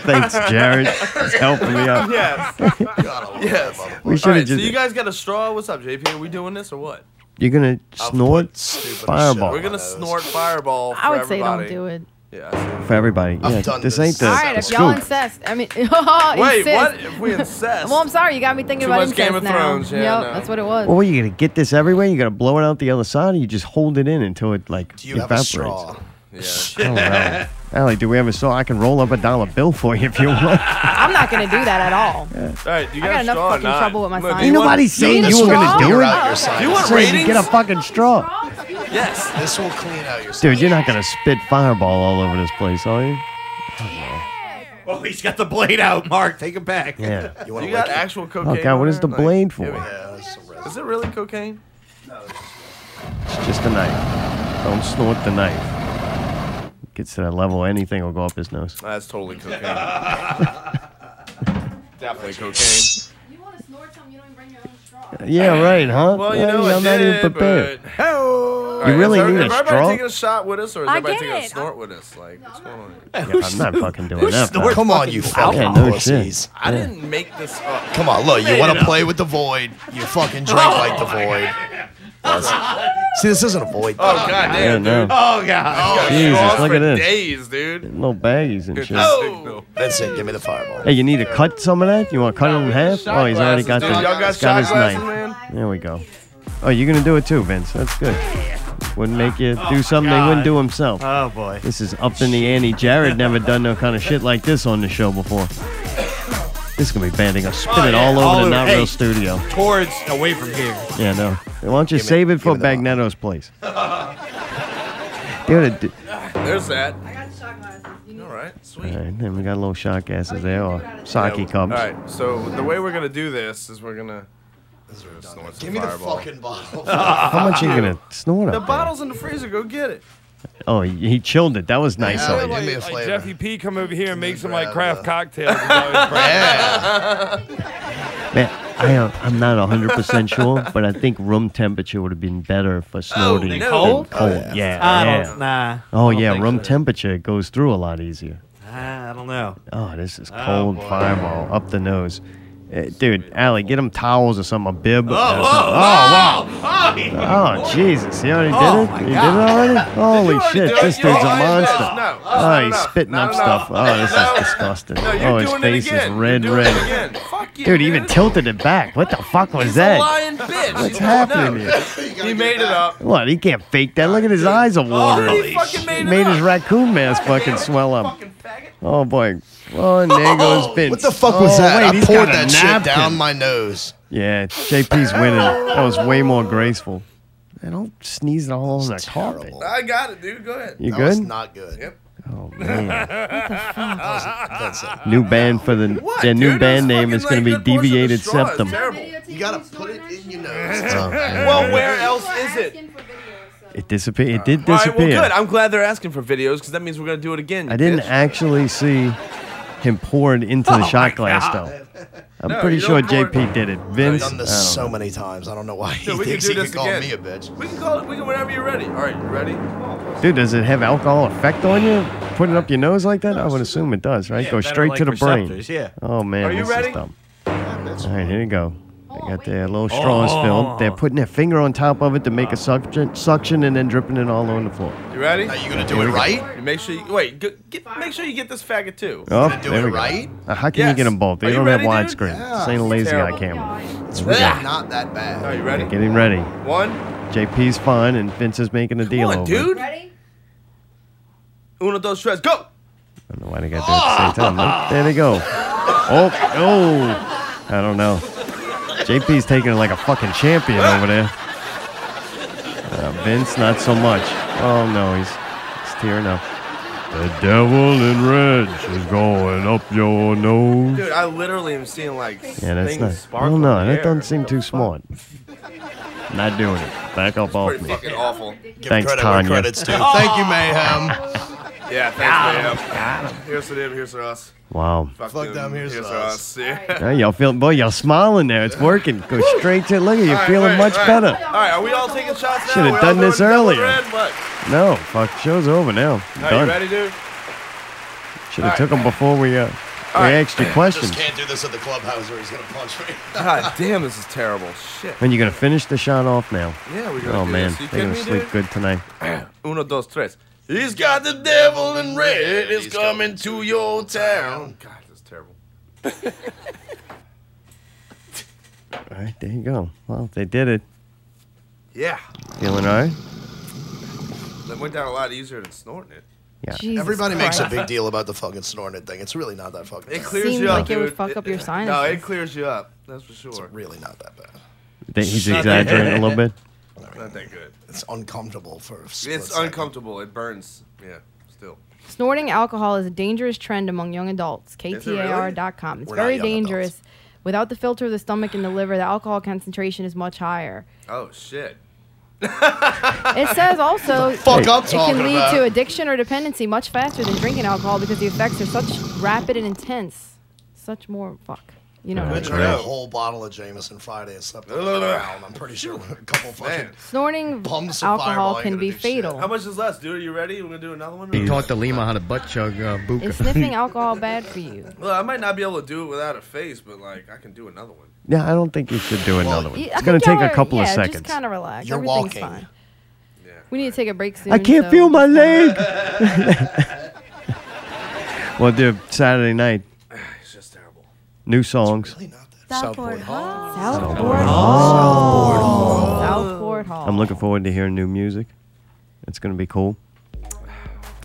S3: Thanks, Jared. It's helping me out.
S2: Yes.
S4: God, I love that
S2: Yes.
S4: motherfucker.
S3: We
S2: All
S3: should have
S2: right, so
S3: just.
S2: you guys got a straw. What's up, JP? Are we doing this or what?
S3: You're gonna
S4: I've
S3: snort
S4: put stupid shit
S3: fireball.
S4: on
S2: We're gonna
S4: my nose.
S2: snort fireball. For
S7: I would say
S2: everybody.
S7: don't do it.
S2: Yeah. I see.
S3: for everybody.
S4: I've
S3: Yeah,
S4: done
S3: this
S4: this.
S3: ain't the
S7: All right,
S3: the
S7: if y'all
S3: scoop.
S7: incest, I mean,
S2: Wait,
S7: insist.
S2: what? If we incest?
S7: Well, I'm sorry, you got me
S2: Too
S7: thinking about
S2: much
S7: incest
S2: Game of
S7: now.
S2: Thrones, yeah,
S7: yep,
S2: no.
S7: that's what it was.
S3: Well, what, you gonna get this everywhere? You gonna blow it out the other side, or you just hold it in until it like
S4: Do you have
S3: evaporates?
S4: a straw?
S2: yeah.
S3: I don't know. Allie, do we have a straw? I can roll up a dollar bill for you if you want.
S7: I'm not gonna do that at all.
S2: All right, you
S7: I
S2: got
S7: got
S2: a
S7: enough
S2: straw or
S7: fucking
S2: not?
S7: trouble with my
S2: Look,
S7: science.
S3: ain't
S2: you want-
S3: nobody saying
S7: need a
S3: you were
S7: straw?
S3: gonna do
S4: Clear
S3: it.
S4: out your
S2: You
S4: sinus.
S2: want
S3: Say
S2: ratings?
S3: you get a fucking straw,
S2: yes.
S4: This will clean out your sinus.
S3: dude. You're not gonna spit fireball all over this place, are you?
S1: oh, he's got the blade out, Mark. Take him back.
S3: Yeah.
S4: You want
S2: You
S4: to
S2: got
S4: lick it?
S2: actual cocaine.
S3: Oh God, what
S2: on
S3: is the
S2: there? Like,
S3: blade for?
S2: yeah,
S4: Yeah, that's some resin.
S2: Is it really cocaine?
S3: It's just a knife. Don't snort the knife. Gets to that level, anything will go up his nose.
S2: That's totally cocaine. Definitely cocaine.
S7: You want to snort something, you don't even bring your own straw.
S3: Yeah, right, huh?
S2: Well, you
S3: Yeah,
S2: know,
S3: I'm
S2: I
S3: not
S2: did,
S3: even prepared.
S2: But... All right,
S3: really
S2: is
S3: need a
S2: everybody
S3: straw?
S2: taking a shot with us, or is
S9: I
S2: everybody
S9: get
S2: taking a
S9: it.
S2: snort with us? Like, what's going on? here?
S3: Yeah, I'm not fucking doing that. pal.
S4: Come on, you fucking
S3: Yeah, no
S4: pussies.
S2: I didn't make this up.
S4: Come on, look, you want to play with the void. You fucking drink like the void. That's- See, this isn't a void.
S2: Oh
S4: thing.
S2: God
S3: Yeah,
S2: damn, dude.
S3: no.
S1: Oh god.
S2: Oh,
S3: Jesus,
S2: straws
S3: look
S2: for
S3: at this.
S2: Days, dude.
S3: Little baggies and shit.
S2: Oh.
S4: That's it. Give me the fireball.
S3: Hey, you need to cut some of that? You want to cut it in half? Oh, he's already got,
S2: Dude,
S3: the,
S2: y'all got
S3: got
S2: shot
S3: his
S2: glasses,
S3: knife.
S2: man.
S3: There we go. Oh, you're going to do it too, Vince. That's good. Wouldn't make you do something they wouldn't do himself.
S10: Oh boy.
S3: This is up in the ante. Jared never done no kind of shit like this on the show before. This is gonna be bad. They're gonna spin
S1: Oh,
S3: it
S1: yeah,
S3: all over
S1: all
S3: the
S1: over-
S3: Not
S1: hey.
S3: Real Studio.
S1: Towards away from here.
S3: Yeah, no. Why don't you save it for Bagnetto's place? Dude, it d-
S2: There's that. I got shot glasses. All right,
S3: all
S2: sweet.
S3: right, then we got little shot gases there or sake
S2: All
S3: cups.
S2: right, so the way we're gonna do this is we're gonna.
S4: Give me the fucking bottle.
S3: How much you gonna snort
S2: The
S3: up?
S2: bottle's in the freezer. Go get it.
S3: Oh, he he chilled it. That was nice
S11: Yeah,
S3: of you.
S11: like, like Jeffy P come over here and make some like craft cocktails.
S3: Man, I, uh, I'm not 100% sure, but I think room temperature would have been better for snorting.
S1: no.
S3: than
S1: Oh, Cold?
S3: Cold, yeah.
S1: I
S3: yeah.
S1: don't- nah,
S3: Oh,
S1: I don't
S3: yeah,
S1: think
S3: room
S1: so.
S3: temperature. It goes through a lot easier.
S1: Ah, I don't know.
S3: Oh, this is cold fireball up the nose. Uh, dude, Allie, get him towels or something, a bib.
S2: Oh,
S3: or something.
S1: wow.
S3: oh, wow. Oh, Jesus. He already
S1: Oh,
S3: did
S1: my
S3: it? He did it
S1: God.
S3: already? Holy shit,
S2: do it?
S3: this
S2: You
S3: dude's a
S2: already did it.
S3: monster.
S2: No,
S3: oh, he's
S2: enough.
S3: spitting
S2: Not
S3: up
S2: enough.
S3: stuff. Oh, this
S2: No.
S3: is disgusting.
S2: No, you're
S3: oh, his
S2: doing it
S3: face is
S2: again. You're
S3: red,
S2: doing it
S3: red.
S2: again. Fuck you,
S3: Dude, he even
S2: man.
S3: tilted it back. What the fuck was
S2: He's
S3: that?
S2: a lying bitch.
S3: What's
S2: No,
S3: happening
S2: no.
S3: here?
S2: He made it up.
S3: What? He can't fake that. Look at his eyes are watering.
S2: he fucking
S3: He made his raccoon mask fucking swell up. Oh boy. Oh, and there goes Vince.
S4: What the fuck was
S3: Oh,
S4: that?
S3: wait,
S4: I
S3: he's
S4: poured
S3: got a
S4: that shit
S3: napkin.
S4: down my nose.
S3: Yeah, JP's winning. That was way more graceful. I don't sneeze all over the carpet.
S2: I got it, dude. Go ahead.
S3: You That was good?
S4: not good.
S2: Yep.
S3: Oh man.
S4: That's it.
S3: New band for the
S4: What,
S3: their new
S4: dude?
S3: band
S4: That's
S3: name is going
S4: fucking
S3: to be
S4: like good portion of
S3: Deviated
S2: Oh,
S4: straw. It's
S3: Septum.
S4: terrible. You gotta put it in your nose. Oh,
S2: Well, where else is it?
S3: It disappeared. It
S2: All
S3: did
S2: right, well,
S3: disappear.
S2: good. I'm glad they're asking for videos because that means we're gonna do it again.
S3: I didn't
S2: bitch.
S3: actually see him pour it into
S2: Oh,
S3: the
S2: my
S3: shot glass
S2: God.
S3: though. I'm
S2: No,
S3: pretty
S2: you
S3: sure
S2: don't pour it-
S3: JP did it.
S4: I've
S3: Vince,
S4: done
S3: I don't
S4: this so
S3: know.
S4: many times. I don't know why he
S2: Dude, we can
S4: thinks
S2: do
S4: he
S2: this
S4: can call
S2: again.
S4: me a bitch.
S2: We can call it. We can whenever you're ready. All right, you ready?
S3: Dude, does it have alcohol effect on you? Putting up your nose like that? I would assume it does, right?
S1: Yeah,
S3: Go
S1: better
S3: straight to the
S1: like
S3: brain.
S1: receptors, yeah.
S3: Oh man,
S1: Are you
S3: this
S1: ready?
S3: is dumb. All right, here you go. They got their little
S1: Oh,
S3: straws
S1: oh,
S3: filled.
S1: oh,
S3: They're putting their finger on top of it to make a suction, suction, and then dripping it all on the floor.
S2: You ready? Are
S4: you gonna do it right?
S2: Make sure you wait. Go, get, make sure you get this faggot too.
S3: Oh,
S2: gonna do
S3: there
S2: it
S3: we go.
S2: right?
S3: Uh, how can you get them both? They
S2: Are you
S3: don't
S2: ready,
S3: have
S2: dude?
S3: widescreen.
S2: Yeah.
S3: This ain't a lazy
S2: Terrible.
S3: eye camera.
S4: It's
S2: really
S4: not that bad.
S2: Are you ready?
S3: Getting ready.
S2: One.
S3: JP's fine, and Vince is making a deal
S2: Come on,
S3: over. it.
S2: dude. Ready? Uno, dos, tres, go.
S3: I don't know why they got that at the same time. but there they go. Oh, oh. I don't know. JP's taking it like a fucking champion over there. Uh, Vince, not so much. Oh, no, he's, he's tearing up. The devil in red is going up your nose.
S2: Dude, I literally am seeing like
S3: Yeah, that's
S2: things
S3: not. I
S2: sparkle.
S3: don't know.
S2: in the
S3: That
S2: air.
S3: doesn't seem too smart. Not doing it. Back up off
S2: Pretty
S3: me.
S2: fucking awful. Oh.
S4: Give
S3: Thanks,
S4: credit where
S3: Tanya.
S4: credit's due. Thank you, Mayhem.
S2: Yeah, thanks, man. Here's to them. Here's to us.
S3: Wow.
S2: Fuck, them. Here's, to us. Yeah.
S3: Now y'all feel, boy, y'all smiling there. It's working. Go straight to. Look at you,
S2: All right,
S3: feeling
S2: wait,
S3: much
S2: all right.
S3: better.
S2: All right, are we all taking shots now?
S3: Should
S2: We
S3: have
S2: all
S3: done this
S2: doing double
S3: earlier.
S2: red? What?
S3: No, fuck, show's over now.
S2: All right, you
S3: Done.
S2: ready, dude?
S3: Should have took 'em took them before we uh, we
S2: right.
S3: asked you questions.
S4: Just can't do this at the clubhouse or he's gonna punch me.
S2: God damn, this is terrible. Shit.
S3: And you're gonna finish the shot off now.
S2: Yeah, we're gonna
S3: Oh
S2: do
S3: man,
S2: this. You
S3: they're gonna
S2: kidding me,
S3: sleep
S2: dude?
S3: good tonight.
S2: Uno, dos, tres. He's got the devil in red. It's coming to your town. God, that's terrible.
S3: All right, there you go. Well, they did it.
S2: Yeah,
S3: Feeling all right?
S2: that went down a lot easier than snorting it.
S3: Yeah.
S7: Jesus
S4: Everybody makes
S7: Christ.
S4: a big deal about the fucking snorting thing. It's really not that fucking.
S2: It
S4: bad.
S2: clears
S7: Seemed
S2: you up.
S7: like it would
S2: dude.
S7: fuck up your
S2: No,
S7: sinuses.
S2: it clears you up. That's for sure.
S4: really not that bad.
S3: Think he's exaggerating a little bit.
S2: Not that good.
S4: It's uncomfortable for. a split
S2: It's
S4: second.
S2: uncomfortable. It burns. Yeah, still.
S7: Snorting alcohol is a dangerous trend among young adults.
S2: it really?
S7: KTAR.com. It's
S4: We're not
S7: very
S4: young adults.
S7: dangerous. Without the filter of the stomach and the liver, the alcohol concentration is much higher.
S2: Oh shit.
S7: It says also
S4: fuck I'm
S7: it can
S4: talking
S7: lead
S4: about?
S7: to addiction or dependency much faster than drinking alcohol because the effects are such rapid and intense. Such more fuck. You know.
S4: I
S7: what I mean.
S4: drank a whole bottle of Jameson Friday and slept on the ground. I'm pretty sure with a couple fucking.
S7: Snorting
S4: Bumps of
S7: alcohol
S4: fireball,
S7: can
S4: you're
S7: be
S4: gonna do shit.
S7: fatal.
S2: How much is left, dude? Are you ready? We're gonna do another one.
S3: He taught the Lima how to butt chug uh,
S7: Is sniffing alcohol bad for you?
S2: Well, I might not be able to do it without a face, but like I can do another one.
S3: yeah, I don't think you should do another one.
S7: Yeah, I
S3: It's gonna
S7: think y'all
S3: take a
S7: are-
S3: couple of
S7: yeah,
S3: seconds.
S7: Just kind of relax.
S4: You're
S7: Everything's
S4: walking.
S7: fine. We need to take a break soon.
S3: I can't
S7: so-
S3: feel my leg. well, dude, Saturday night,
S2: It's just terrible.
S3: new songs.
S4: Southport Hall.
S7: Southport Hall. Southport Hall.
S3: I'm looking forward to hearing new music. It's gonna be cool.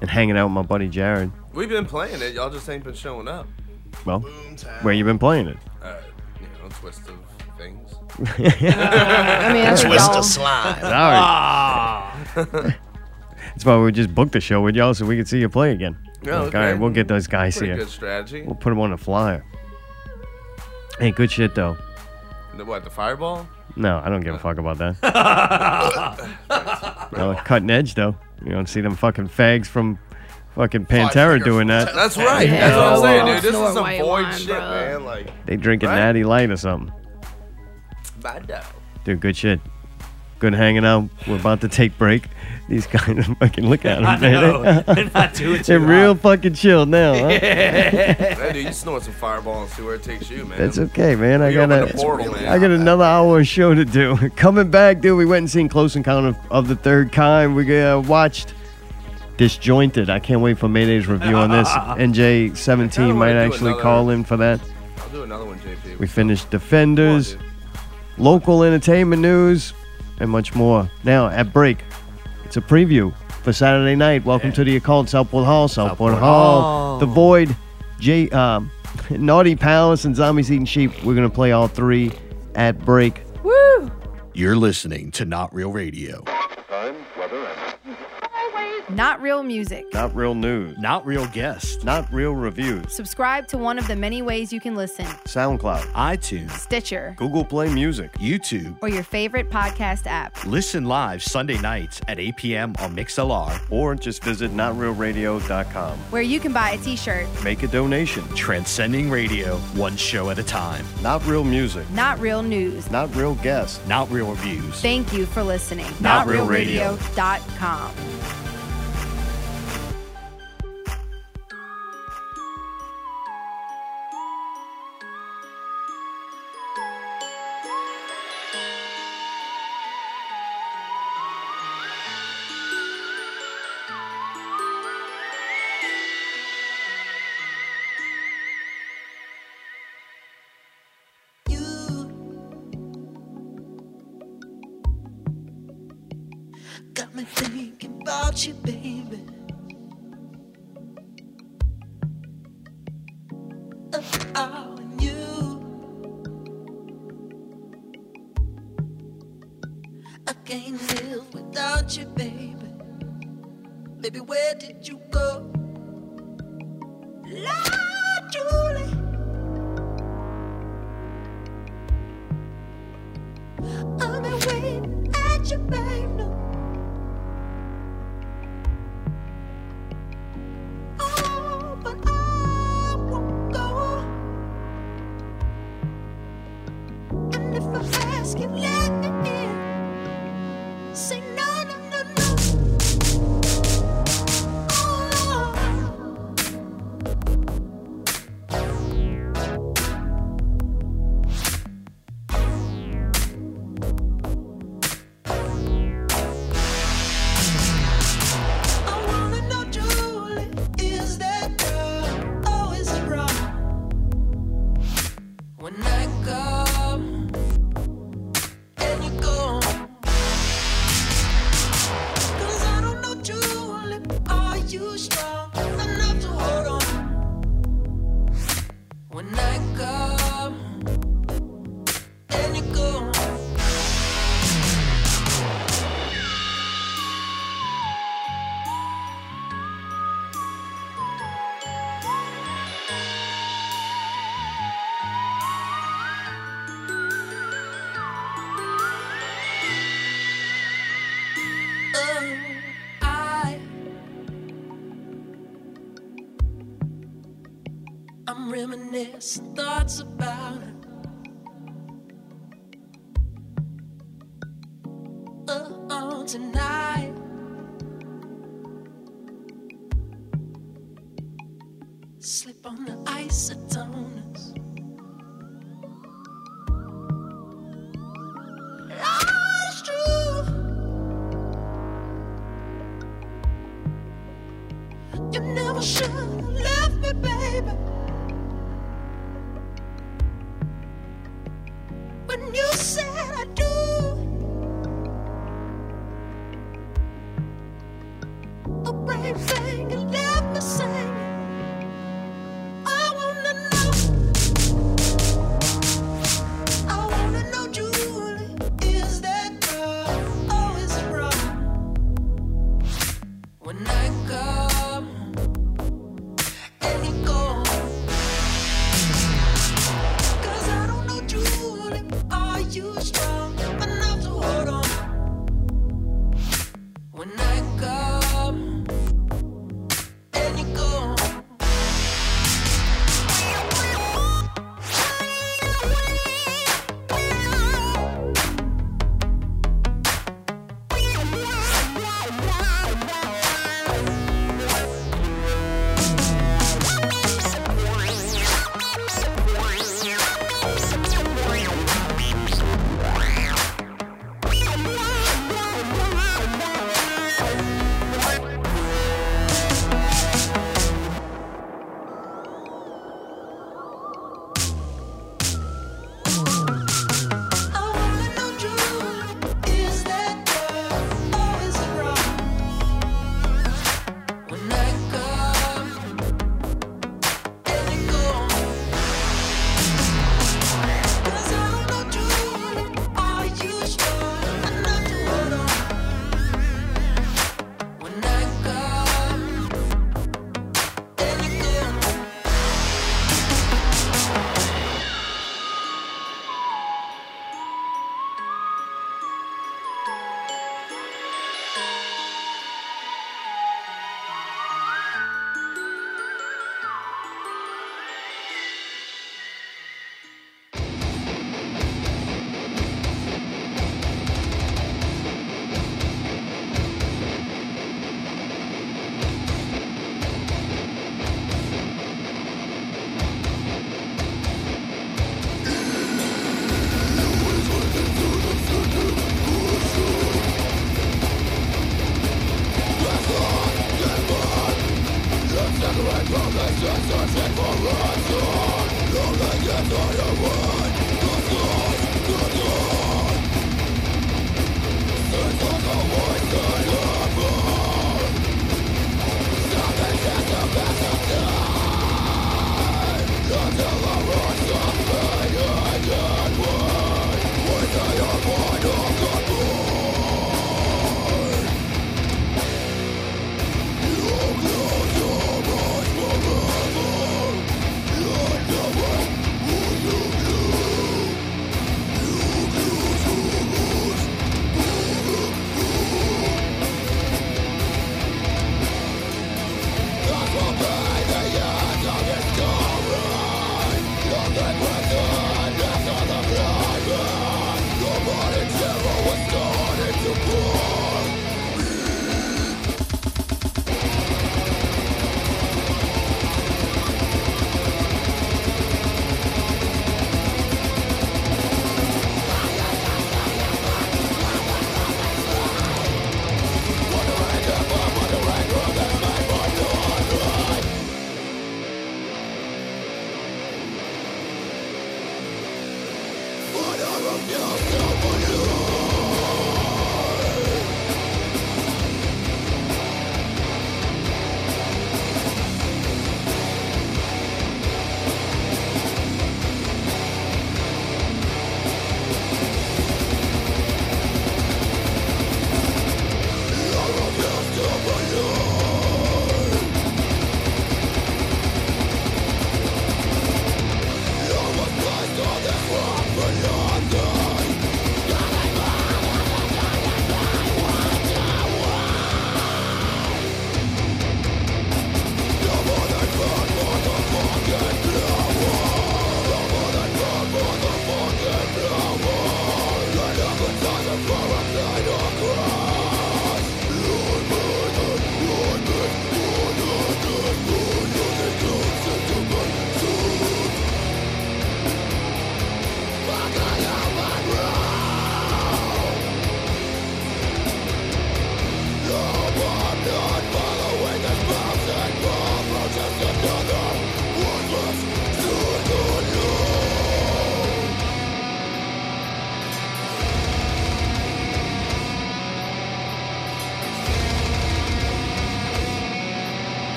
S3: And hanging out with my buddy Jared.
S2: We've been playing it. Y'all just ain't been showing up.
S3: Well, where you been playing it?
S2: Uh, you know, twist of things.
S3: I
S7: mean, that's
S4: Twist of slime.
S2: Ah.
S1: Ah.
S3: Sorry. That's why we just booked the show with y'all so we could see you play again.
S2: Yeah,
S3: Like,
S2: Oh, okay.
S3: All right, we'll get those guys
S2: Pretty
S3: here.
S2: good strategy.
S3: We'll put them on the flyer. Hey, good shit though.
S2: The- what? The fireball?
S3: No, I don't
S2: Uh.
S3: give a fuck about that. Y'all are cutting edge though. You don't see them fucking fags from fucking Pantera doing that.
S2: That's right. That's what I'm saying, dude. This is some void shit, man. Like,
S3: They drinking natty light or something. Dude, good shit. Good hanging out. We're about to take break. These guys fucking look at them.
S2: I know.
S3: Man.
S2: They're not doing
S3: They're
S2: too
S3: real fucking chill now. Huh?
S2: hey, dude, you snort some fireball and see where it takes you, man.
S3: That's okay, man. I
S2: We
S3: got
S2: opened a portal,
S3: a,
S2: man.
S3: I got another hour of show to do. Coming back, dude. We went and seen Close Encounter of, of the Third Kind. We uh, watched Disjointed. I can't wait for Mayday's review on this. NJ
S2: I
S3: seventeen
S2: kinda
S3: might
S2: wanna do
S3: actually
S2: another-
S3: call in for that.
S2: I'll do another one, JP.
S3: We finished Defenders, local entertainment news, and much more. Now at break, it's a preview for Saturday night. Welcome to the Occult Southport Hall, Southport, Hall,
S10: Hall.
S3: The Void, J, um, Naughty Palace, and Zombies Eating Sheep. We're gonna play all three at break.
S7: Woo!
S10: You're listening to Not Real Radio.
S8: Time, weather, and
S7: Not real music.
S3: Not real news.
S10: Not real guests.
S3: Not real reviews.
S7: Subscribe to one of the many ways you can listen
S3: SoundCloud,
S10: iTunes,
S7: Stitcher,
S3: Google Play Music,
S10: YouTube.
S7: or your favorite podcast app.
S10: Listen live Sunday nights at 8 p.m. on MixLR
S3: or just visit notrealradio.com.
S7: where you can buy a t-shirt.
S3: Make a donation.
S10: Transcending radio, one show at a time.
S3: Not real music.
S7: Not real news.
S3: Not real guests.
S10: Not real reviews.
S7: Thank you for listening.
S10: Not Real Radio.
S7: NotRealRadio.com.
S12: Got me thinking about you, baby. Of I and you. I can't live without you, baby. Baby, where did you go? La Julie. I've been waiting at you, baby. If I ask you, let me in. Say no, no, no, no. I wanna know, Julie, is that girl always around? When I come and you go. 'Cause I don't know, Julie, are you strong enough to hold on? When I come and you go. Oh, I, I'm reminiscing thoughts about her. Oh, oh, tonight. Slip on the isotoners. Lies true. You never should have left me, baby. When you said I do,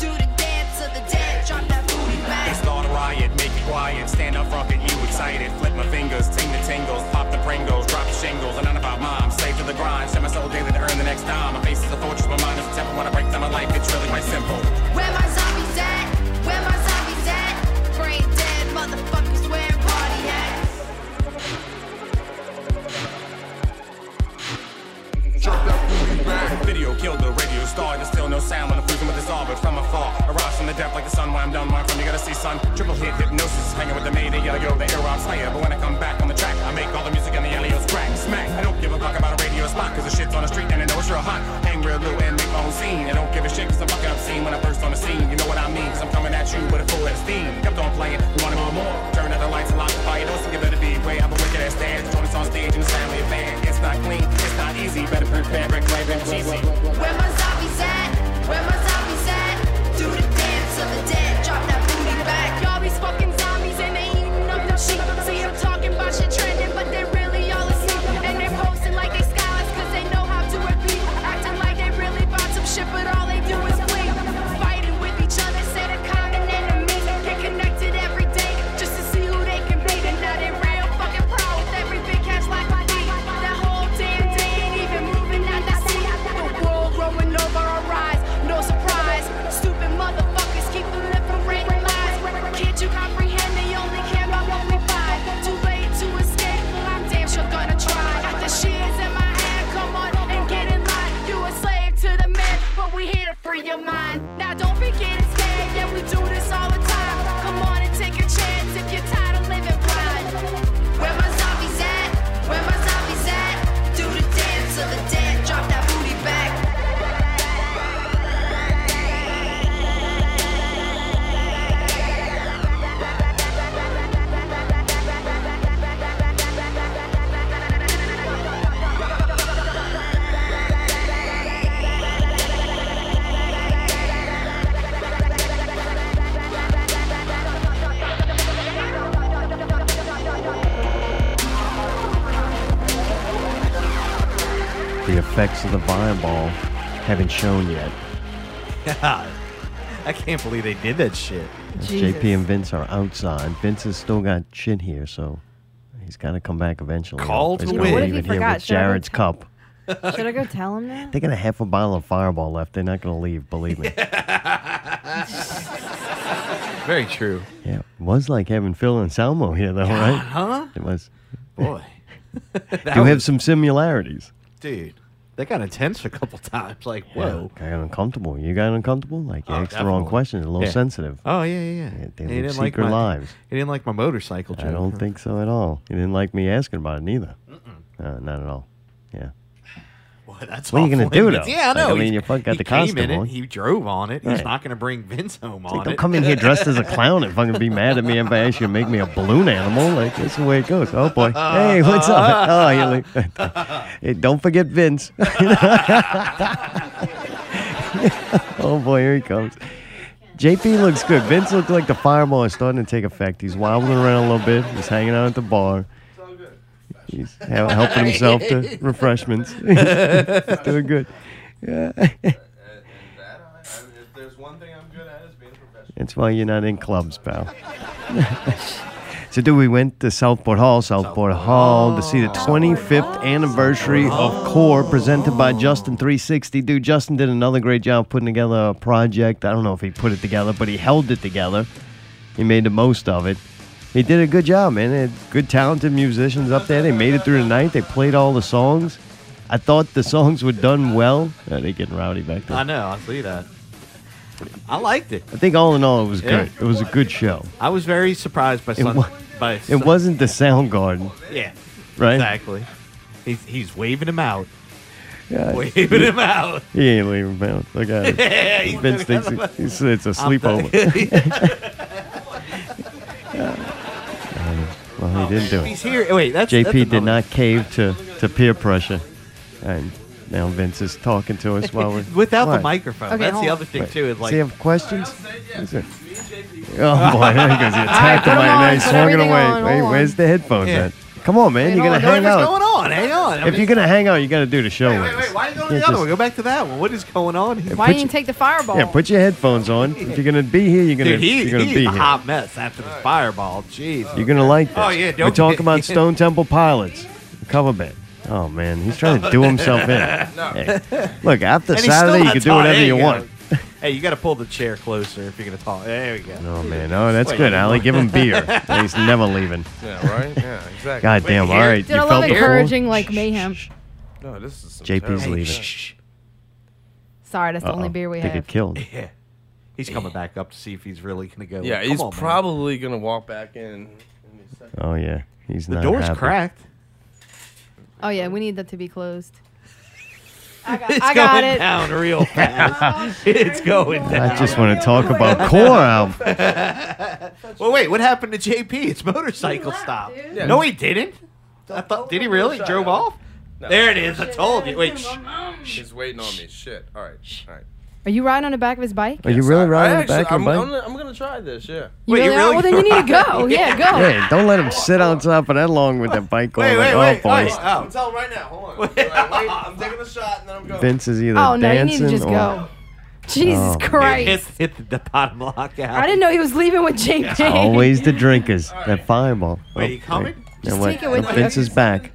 S7: Do the dance of the dead, drop that booty back.
S13: Start a riot, make it quiet. Stand up, rockin' you excited. Flip my fingers, ting the tingles, pop the Pringles, drop the shingles. And none about mom, save to the grind. Set my soul daily to earn the next dime. My face is a fortress, my mind is a temple. When I break down my life, it's really quite simple.
S7: Where my zombies at? Where my zombies at? Brain dead motherfuckers, where party at?
S13: Video killed the radio star. There's still no sound when I'm cruising with this all, but from afar. Arrives from the depth like the sun where I'm done. Where I'm from, you gotta see sun. Triple hit hypnosis. Hanging with the mayday, yellow yo, the air robs higher. But when I come back on the track, I make all the music and the LEOs crack. Smack. I don't give a fuck about a radio spot, cause the shit's on the street and I know it's real hot. Hang real low and make my own scene. I don't give a shit cause I'm fucking obscene when I burst on the scene. You know what I mean? Cause I'm coming at you with a full head of steam. Kept on playing, you wanted more, more. Turn out the lights and lock the fire doors and give it a big way. I'm a wicked ass dad. Throw this on stage in the family band. It's not clean, it's not easy. Better prepare, and claim it cheesy.
S7: Where my zombies at? Where my zombies at? Do the dance of the dead, drop that booty back. Y'all these fucking zombies and they eating up the sheep. See them talking about shit trending, but they really all asleep. And they're posting like they scholars cause they know how to repeat. Acting like they really bought some shit, but all they do is bleed. Fighting with each other, set a common enemy. Get connected every day just to see who they can be. And now they're real fucking proud with every big catch like I need.
S3: aspects of the volleyball haven't shown yet.
S10: God, I can't believe they did that shit.
S3: As JP and Vince are outside. Vince has still got shit here, so he's got to come back eventually.
S10: Call
S3: He's
S10: to
S3: gonna
S10: win. What if
S3: leave
S10: he
S3: it here
S7: forgot?
S3: with
S7: Should I go
S3: Jared's cup.
S7: Should I go tell him that?
S3: They got a half a bottle of Fireball left. They're not going to leave, believe me.
S14: Very true.
S3: yeah, it was like having Phil and Salmo here, though, right?
S10: huh?
S3: It was.
S14: Boy.
S10: That
S3: Do have
S10: was-
S3: some similarities.
S10: Dude, that got intense a couple times. Like,
S3: Yeah,
S10: whoa.
S3: I got uncomfortable. You got uncomfortable? Like you
S10: Oh,
S3: asked the wrong
S10: definitely.
S3: question. A little
S10: Yeah.
S3: sensitive.
S10: Oh yeah, yeah, yeah.
S3: They
S10: He
S3: live
S10: didn't like
S3: secret
S10: my-
S3: lives.
S10: He didn't like my motorcycle joke.
S3: I don't think so at all. You didn't like me asking about it neither. Uh, not at all. Yeah.
S10: Boy, that's
S3: What are you gonna
S10: awful.
S3: do, though?
S10: Yeah, I
S3: Like,
S10: know.
S3: I mean,
S10: He-
S3: you fucking got
S10: he
S3: the
S10: came
S3: costume
S10: in it,
S3: on.
S10: He drove on it. He's
S3: Right.
S10: not going to bring Vince home
S3: It's like,
S10: on
S3: don't
S10: it.
S3: come in here dressed as a clown and fucking be mad at me if I ask you to make me a balloon animal. Like that's the way it goes. Oh boy. Hey, what's up? Oh, you like, hey, don't forget Vince. oh boy, here he comes. JP looks good. Vince looks like the fireball is starting to take effect. He's wobbling around a little bit. He's hanging out at the bar. He's ha- helping himself to refreshments. He's doing good. Yeah. That's why you're not in clubs, pal. so, do we went to Southport Hall, Southport Hall, to see the 25th anniversary of Core presented by Justin 360. Dude, Justin did another great job putting together a project. I don't know if he put it together, but he held it together. He made the most of it. He did a good job, man. They had good, talented musicians up there. They made it through the night. They played all the songs. I thought the songs were done well. Oh, they're getting rowdy back there.
S10: I know. I see that. I liked it.
S3: I think all in all, it was
S10: Yeah.
S3: good. It was a good show.
S10: I was very surprised by
S3: It,
S10: Sun.
S3: wa-
S10: by
S3: it
S10: Sun-
S3: wasn't the Soundgarden,
S10: Yeah.
S3: right?
S10: Exactly. He's, he's waving him out.
S3: Yeah.
S10: Waving him out.
S3: He ain't leaving bounds. Look at
S10: Yeah, he's
S3: him. Vince
S10: looking at
S3: thinks
S10: him.
S3: it- it's, it's a
S10: I'm
S3: sleepover. Uh, well, he didn't do it.
S10: Oh, He's here. Wait, that's-
S3: JP
S10: that's
S3: did
S10: another-
S3: not cave to, to peer pressure, and now Vince is talking to us while we're
S10: Without the
S3: Right.
S10: microphone. Okay, That's the hold on. other thing, too, is
S3: Does
S10: like-
S3: he have questions? Is it- Oh boy, there he goes. He
S10: All right,
S3: attacked
S10: put
S3: him
S10: 'em
S3: right
S10: on,
S3: now. He
S10: put
S3: swung it
S10: everything
S3: away.
S10: on,
S3: Wait,
S10: hold
S3: where's
S10: on.
S3: the headphones
S10: Yeah.
S3: at? Come on, man.
S10: Hang
S3: You're gonna
S10: on,
S3: hang
S10: whatever's
S3: out.
S10: going on, hang on. I'm
S3: If you're
S10: just-
S3: gonna hang out, you gotta do the show.
S10: Wait,
S3: with
S10: wait,
S3: us.
S10: wait. Why are you going to
S3: Can't
S10: the other
S3: just-
S10: one? Go back to that one. What is going on? here?
S7: Why
S3: put
S7: didn't you
S3: your-
S7: take the fireball?
S3: Yeah, put your headphones on. If you're gonna be here, you're gonna
S10: Dude, he,
S3: you're gonna
S10: he's
S3: be
S10: a
S3: here.
S10: hot mess after this fireball. Jeez.
S3: You're gonna like this.
S10: Oh, yeah,
S3: We're
S10: don't-
S3: talking about Stone Temple Pilots, the cover band. Oh man, he's trying to do himself in.
S10: No.
S3: Hey, Look, after
S10: And he's still
S3: Saturday, you
S10: not
S3: can do
S10: tall.
S3: whatever
S10: There
S3: you
S10: go.
S3: want.
S10: Hey, you got to pull the chair closer if you're going to talk. There we go.
S3: Oh man, oh that's
S10: Wait,
S3: good,
S10: come
S3: Allie.
S10: on.
S3: Give him beer. he's never leaving.
S2: Yeah, right? Yeah, exactly.
S3: God damn.
S2: Wait,
S3: All
S2: here-
S3: right,
S7: Did
S3: you
S7: a
S3: felt
S7: lot
S3: the
S7: of
S3: floor.
S7: encouraging like mayhem.
S2: No, this is some
S3: JP's
S2: terrible
S3: leaving.
S2: shit.
S7: Sorry, that's the only
S2: Uh-oh.
S7: beer we
S3: They
S7: have.
S3: get killed.
S10: Yeah. He's coming back up to see if he's really going to go.
S2: Yeah,
S10: Come
S2: he's
S10: on, man.
S2: probably gonna walk back in.
S3: Oh yeah, he's
S10: The
S3: not.
S10: door's
S3: happy.
S10: cracked.
S7: Oh yeah, we need that to be closed. I got,
S10: It's
S7: I got
S10: going
S7: it.
S10: down real fast. it's going down.
S3: I just want to talk about core album.
S10: well, wait. What happened to JP? It's motorcycle stop. No, he didn't. I thought. Did he really? He drove off. There it is. I told you. Wait. Shh.
S2: He's waiting on me. Shit. All right. All right.
S7: Are you riding on the back of his bike?
S3: Are you really
S2: I
S3: riding the
S2: actually,
S3: back of
S2: I'm,
S3: the bike?
S2: I'm, gonna, I'm gonna try this. Yeah.
S7: You really are? Well, then you need to go. Yeah, go.
S3: Yeah, don't let him sit outside for that long with that bike on.
S2: Wait,
S3: like,
S2: wait, wait.
S3: oh, boys.
S2: I'm gonna tell right now. Hold on. Wait, I'm taking a shot and then I'm going.
S3: Vince is either
S7: oh no, you need
S3: dancing
S7: to just
S3: or
S7: go. Jesus
S3: Oh.
S7: Christ!
S10: Hit, hit the bottom lock out.
S7: I didn't know he was leaving with JP.
S3: always the drinkers. That Oh, fireball.
S10: Wait, you coming?
S3: Now
S10: Just
S3: what?
S10: take it with
S3: Oh,
S10: you.
S3: Vince is back.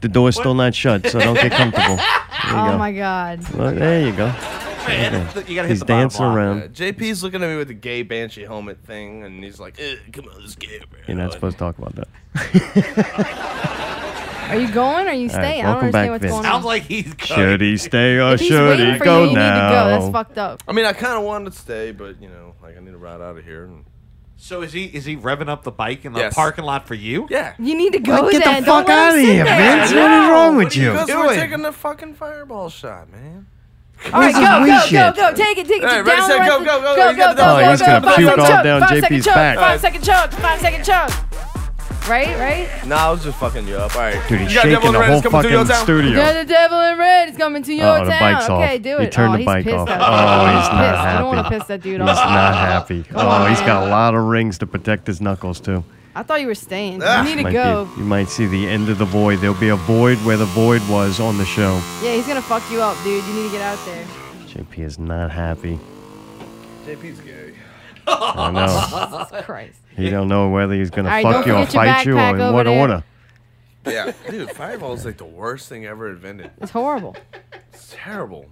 S3: The door's still not shut, so don't get comfortable. There you
S7: Oh
S3: go.
S7: my God!
S3: Well, there you go.
S2: Man,
S3: Okay.
S2: th- you gotta hit
S3: He's
S2: the bottom
S3: dancing
S2: line.
S3: around.
S2: Uh, JP's looking at me with the gay banshee helmet thing, and he's like, "Eh, "Come on, let's get it, bro."
S3: You're not supposed to talk about that.
S7: Are you going or are you
S3: All right,
S7: staying? I don't
S3: welcome
S7: understand
S3: back,
S7: what's
S3: Vince.
S7: going on.
S3: Sounds
S10: like he's
S3: Should he stay or
S7: If he's
S3: should
S7: waiting
S3: he
S7: for
S3: go
S7: you, you need to
S3: now?
S7: go. That's fucked up.
S2: I mean, I kind of wanted to stay, but you know, Oh, like I need to ride out of here. And...
S10: So is he is he revving up the bike in the
S2: Yes.
S10: parking lot for you?
S2: Yeah.
S7: You need to
S3: Well,
S7: go.
S3: get the
S7: then.
S3: fuck
S7: Don't let him
S3: outta
S7: sit
S3: here,
S7: there.
S3: Vince. What is wrong with you?
S2: Because
S3: Do
S2: we're
S3: it.
S2: taking the fucking fireball shot, man.
S7: All right,
S3: This is
S7: go,
S3: we
S7: go,
S3: shit.
S7: go, go. Take it, take it.
S2: All right,
S7: down
S2: ready,
S7: the
S2: set, go, go,
S7: rest-
S2: go.
S7: go,
S2: You got the
S7: go, go,
S3: dog.
S7: go,
S3: Oh, he's
S7: go.
S3: gonna
S7: Five
S3: puke
S7: second
S3: all
S7: choke,
S3: down
S7: five second
S3: JP's
S7: choke,
S3: back.
S7: Five second choke, five second choke. Right, right.
S2: Nah, I was just fucking you up. All right.
S3: Dude, he's
S2: you got
S3: shaking
S2: Devil in
S3: the
S2: Red,
S3: whole
S2: it's coming to your
S3: fucking
S2: town.
S3: studio.
S7: Got the devil in red is coming to your
S3: Uh-oh, the
S7: town.
S3: bike's
S7: okay,
S3: off.
S7: do
S3: He
S7: it.
S3: turned
S7: oh,
S3: the
S7: he's
S3: bike
S7: pissed
S3: off.
S7: Though.
S3: Oh, he's not
S7: pissed. I don't want
S3: happy.
S7: to piss that dude
S3: He's
S7: off.
S3: not happy. Oh, he's got a lot of rings to protect his knuckles too.
S7: I thought you were staying.
S3: Ah.
S7: You need to
S3: Might be-
S7: go.
S3: you might see the end of the void. There'll be a void where the void was on the show.
S7: Yeah, he's gonna fuck you up, dude. You need to get out there.
S3: JP is not happy.
S2: JP's gay.
S3: I know.
S7: Jesus Christ.
S3: He don't know whether he's gonna
S7: All right,
S3: fuck
S7: don't
S3: you or
S7: forget your
S3: fight you or
S7: backpack
S3: in
S7: over
S3: what
S7: there.
S3: order.
S2: Yeah, dude, fireball is like the worst thing ever invented.
S7: It's horrible.
S2: It's terrible.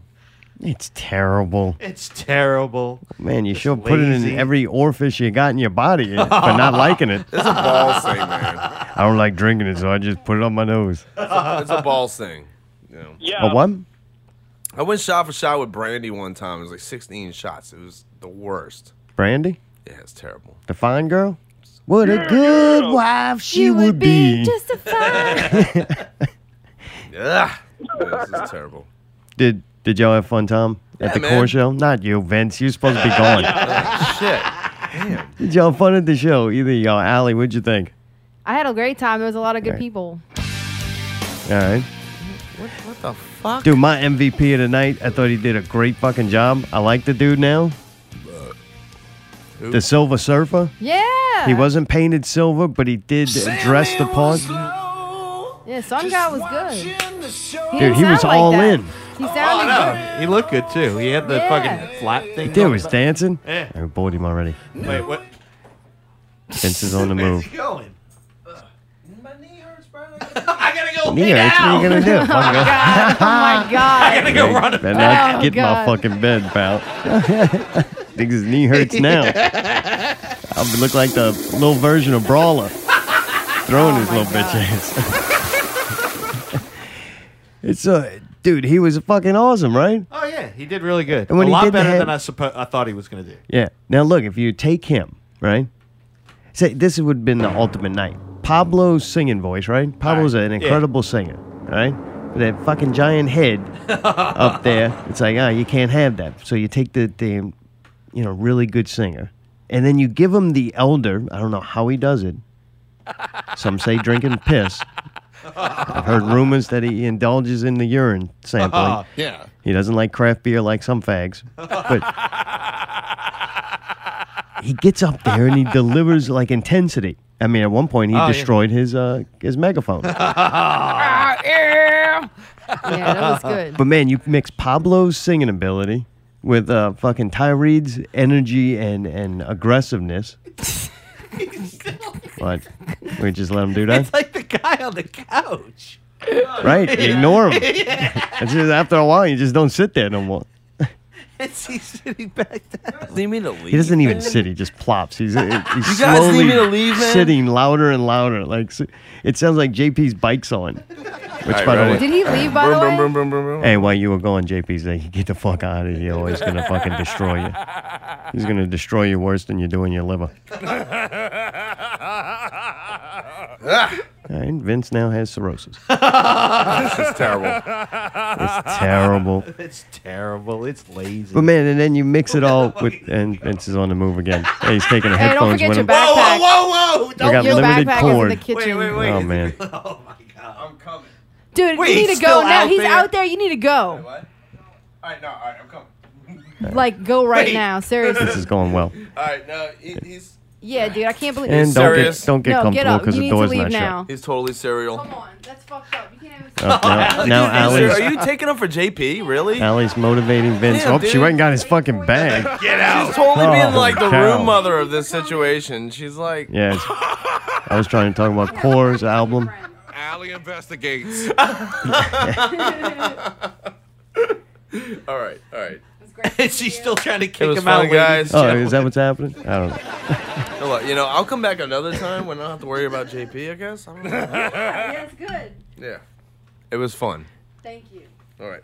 S3: It's terrible.
S10: It's terrible.
S3: Man, you should put it in
S10: lazy.
S3: every orifice you got in your body, but not liking it.
S2: It's a balls thing, man.
S3: I don't like drinking it, so I just put it on my nose.
S2: It's a, it's a balls thing. You know.
S3: A what?
S2: I went shot for shot with Brandy one time. It was like 16 shots. It was the worst.
S3: Brandy?
S2: Yeah, it's terrible.
S3: The fine girl? What a good wife she would be.
S2: Ugh. Yeah, this is terrible.
S3: Did Did y'all have fun, Tom?
S2: Yeah,
S3: at the
S2: man.
S3: core show? Not you, Vince. You're supposed to be gone.
S2: Ugh, shit.
S3: Did y'all have fun at the show? Either of y'all, Allie, what'd you think?
S7: I had a great time. There was a lot of good
S3: Right.
S7: people.
S3: All right.
S2: What, what the fuck?
S3: Dude, my MVP of the night, I thought he did a great fucking job. I like the dude now. The Silver Surfer.
S7: Yeah.
S3: He wasn't painted silver, but he did dress the part.
S7: Yeah, Sun God was good. He
S3: Dude,
S7: didn't
S3: he was
S7: sound like
S3: all
S7: that.
S3: in.
S7: He sounded good.
S10: Oh, He looked good too. He had the
S7: Yeah.
S10: fucking flap thing.
S3: Dude
S10: going
S3: was
S10: on.
S3: dancing.
S10: Yeah.
S3: I bored him already.
S10: Wait, what?
S3: Vince is on the move.
S10: going?
S3: Neo, that's what you're gonna do.
S7: Oh my god. Oh my god.
S10: I gotta go run
S3: Better not
S7: Oh,
S3: get in my
S7: God.
S3: fucking bed, pal. Think his knee hurts now. I look like the little version of Brawler. Throwing his little bitch ass. it's a dude, he was fucking awesome, right?
S10: Oh yeah, he did really good.
S3: And when
S10: a
S3: he
S10: lot
S3: did the
S10: better
S3: head-
S10: than I suppo- I thought he was gonna do.
S3: Yeah. Now look, if you take him, right? Say this would have been the ultimate night. Pablo's singing voice, right? Pablo's an
S10: yeah.
S3: incredible singer, right? But that fucking giant head up there, it's like, ah, you can't have that. So you take the, the you know, really good singer, and then you give him the elder. I don't know how he does it. Some say drinking piss. I've heard rumors that he indulges in the urine sampling.
S6: Yeah.
S3: He doesn't like craft beer like some fags. But he gets up there and he delivers like intensity. I mean, at one point he
S10: Oh, yeah.
S3: destroyed his uh, his megaphone.
S10: yeah,
S7: Yeah, that was good.
S3: but man, you mix Pablo's singing ability with uh, fucking Tyreed's energy and and aggressiveness. what? We just let him do that,
S10: It's like the guy on the couch.
S3: right? You ignore him.
S10: Yeah.
S3: It's just after a while, you just don't sit there no more.
S10: It's he's sitting back down.
S2: Leave me to leave.
S3: He doesn't even sit; he just plops. He's, uh, he's
S2: You guys need
S3: slowly
S2: me to leave, man?
S3: sitting louder and louder. Like s- it sounds like JP's bike's on. Which,
S2: All right,
S3: by the
S2: ready?
S3: way,
S7: Did he leave, by the
S2: Vroom,
S7: way?
S2: vroom, vroom, vroom, vroom.
S3: hey, while you were gone, JP's like, "Get the fuck out of here, or he's gonna fucking destroy you. He's gonna destroy you worse than you do in your liver."
S2: Ugh,
S3: All right, Vince now has cirrhosis.
S2: this is terrible.
S3: It's terrible.
S10: It's terrible. It's lazy.
S3: But man, and then you mix it all with, and Vince is on the move again. Hey, he's taking the
S7: Hey, don't
S3: headphones
S7: forget
S3: with
S7: your
S3: him.
S7: backpack.
S10: whoa, whoa!
S3: I got
S7: your
S3: limited
S7: backpack
S3: cord.
S7: is in the kitchen.
S10: wait.
S3: Oh man.
S10: Oh my god. I'm coming.
S7: Dude,
S10: Wait,
S7: you
S10: he's
S7: need to go
S10: still
S7: now.
S10: out
S7: he's
S10: there?
S7: out there. You need to go.
S2: What? All right, no, all right, I'm coming.
S7: Like, go right
S10: Wait.
S7: now. Seriously.
S3: This is going well.
S2: All right, no, he, he's
S7: Yeah, dude, I can't believe
S3: And don't
S2: serious?
S3: get don't get
S7: No, get
S3: comfortable
S7: up.
S3: because
S7: You
S3: the
S7: need to
S3: door's
S7: leave
S3: not shut.
S7: now.
S2: he's totally serial.
S7: Come on, that's fucked up. You can't even.
S3: Oh, now, now
S2: Sir,
S3: Allie's,
S2: are you taking him for JP? Really?
S3: Allie's motivating Vince.
S2: Damn,
S3: oh, she
S2: dude.
S3: went and got his fucking bag.
S10: Get out.
S2: She's totally being
S3: Oh,
S2: like the
S3: cow.
S2: room mother of this situation. She's like,
S3: Yeah, it's- I was trying to talk about Core's album.
S14: Alley investigates.
S2: all right, all right.
S10: She's still trying to
S2: It
S10: kick
S2: was
S10: him out,
S2: fun,
S10: ladies
S2: guys.
S10: and
S3: Oh,
S10: gentlemen.
S3: is that what's happening? I don't know.
S2: No, look, you know, I'll come back another time when I don't have to worry about JP. I guess. I don't know.
S7: That's good.
S2: yeah, it was fun.
S7: Thank you.
S2: All right.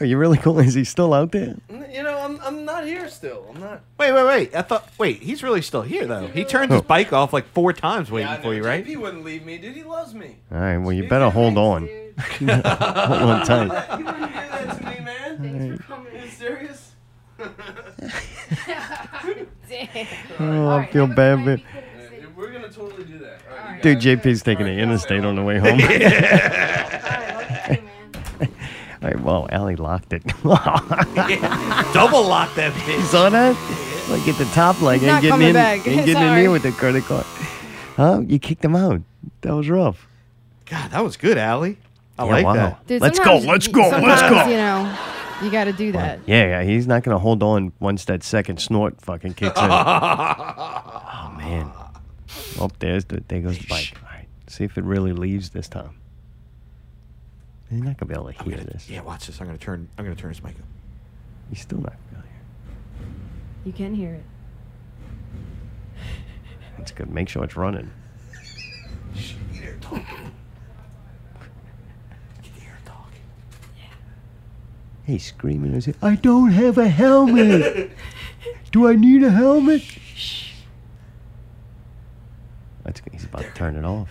S3: Are you really cool? Is he still out there?
S2: You know, I'm I'm not here still. I'm not.
S10: Wait, wait, wait. I thought. Wait, he's really still here though. He turned his bike off like four times waiting for you, right?
S2: JP wouldn't leave me, dude. He loves me.
S3: All right, well, you better hold on. hold on tight.
S2: He wouldn't do that to me, man. Are you serious?
S7: Damn.
S3: Oh, I feel bad, but
S2: We're gonna totally do that. All right.
S3: dude, JP's taking the interstate on the way home. All right, well, Allie locked it. Oh,
S10: Double lock that bitch.
S3: Saw that? Like at the top, like
S7: He's
S3: ain't
S7: not
S3: getting
S7: coming
S3: in,
S7: back.
S3: ain't getting in
S7: Sorry.
S3: here with the credit card. Huh? You kicked him out. That was rough.
S10: God, that was good, Allie. I
S3: Yeah,
S10: like
S3: wow.
S10: that.
S7: Dude,
S3: Let's go,
S7: sometimes-
S3: let's go, let's
S7: sometimes,
S3: go.
S7: You know, you got to do that.
S3: Yeah, yeah. He's not gonna hold on once that second snort fucking kicks in. oh man. Oh, there's the there goes the bike. All right. See if it really leaves this time. You're not gonna be able to hear this.
S10: Yeah, watch this. I'm gonna turn. I'm gonna turn his mic up.
S3: He's still not.
S7: You can hear it.
S3: It's good. Make sure it's running. He's screaming. He's like, I don't have a helmet. Do I need a helmet? That's good. He's about to turn it off.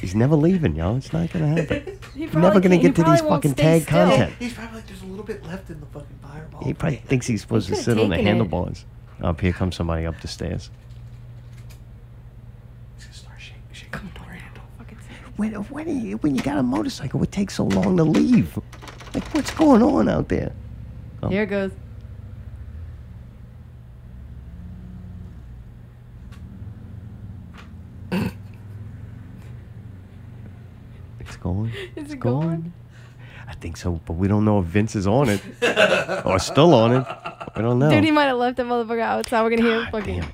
S3: He's never leaving, y'all. It's not gonna happen.
S10: He
S3: We're never gonna get to these fucking tag content.
S10: He's probably like, there's a little bit left in the fucking fireball.
S3: Oh, He probably thinks he's supposed to
S10: could've
S3: sit on the
S10: taken it.
S3: handlebars. Up here comes somebody up the stairs. When, when, are you, when you got a motorcycle, what takes so long to leave? Like, what's going on out there? Oh.
S7: Here it goes.
S3: It's going.
S7: Is it going?
S3: I think so, but we don't know if Vince is on it or still on it. We don't know.
S7: Dude, he might have left that motherfucker outside. We're gonna hear him fucking.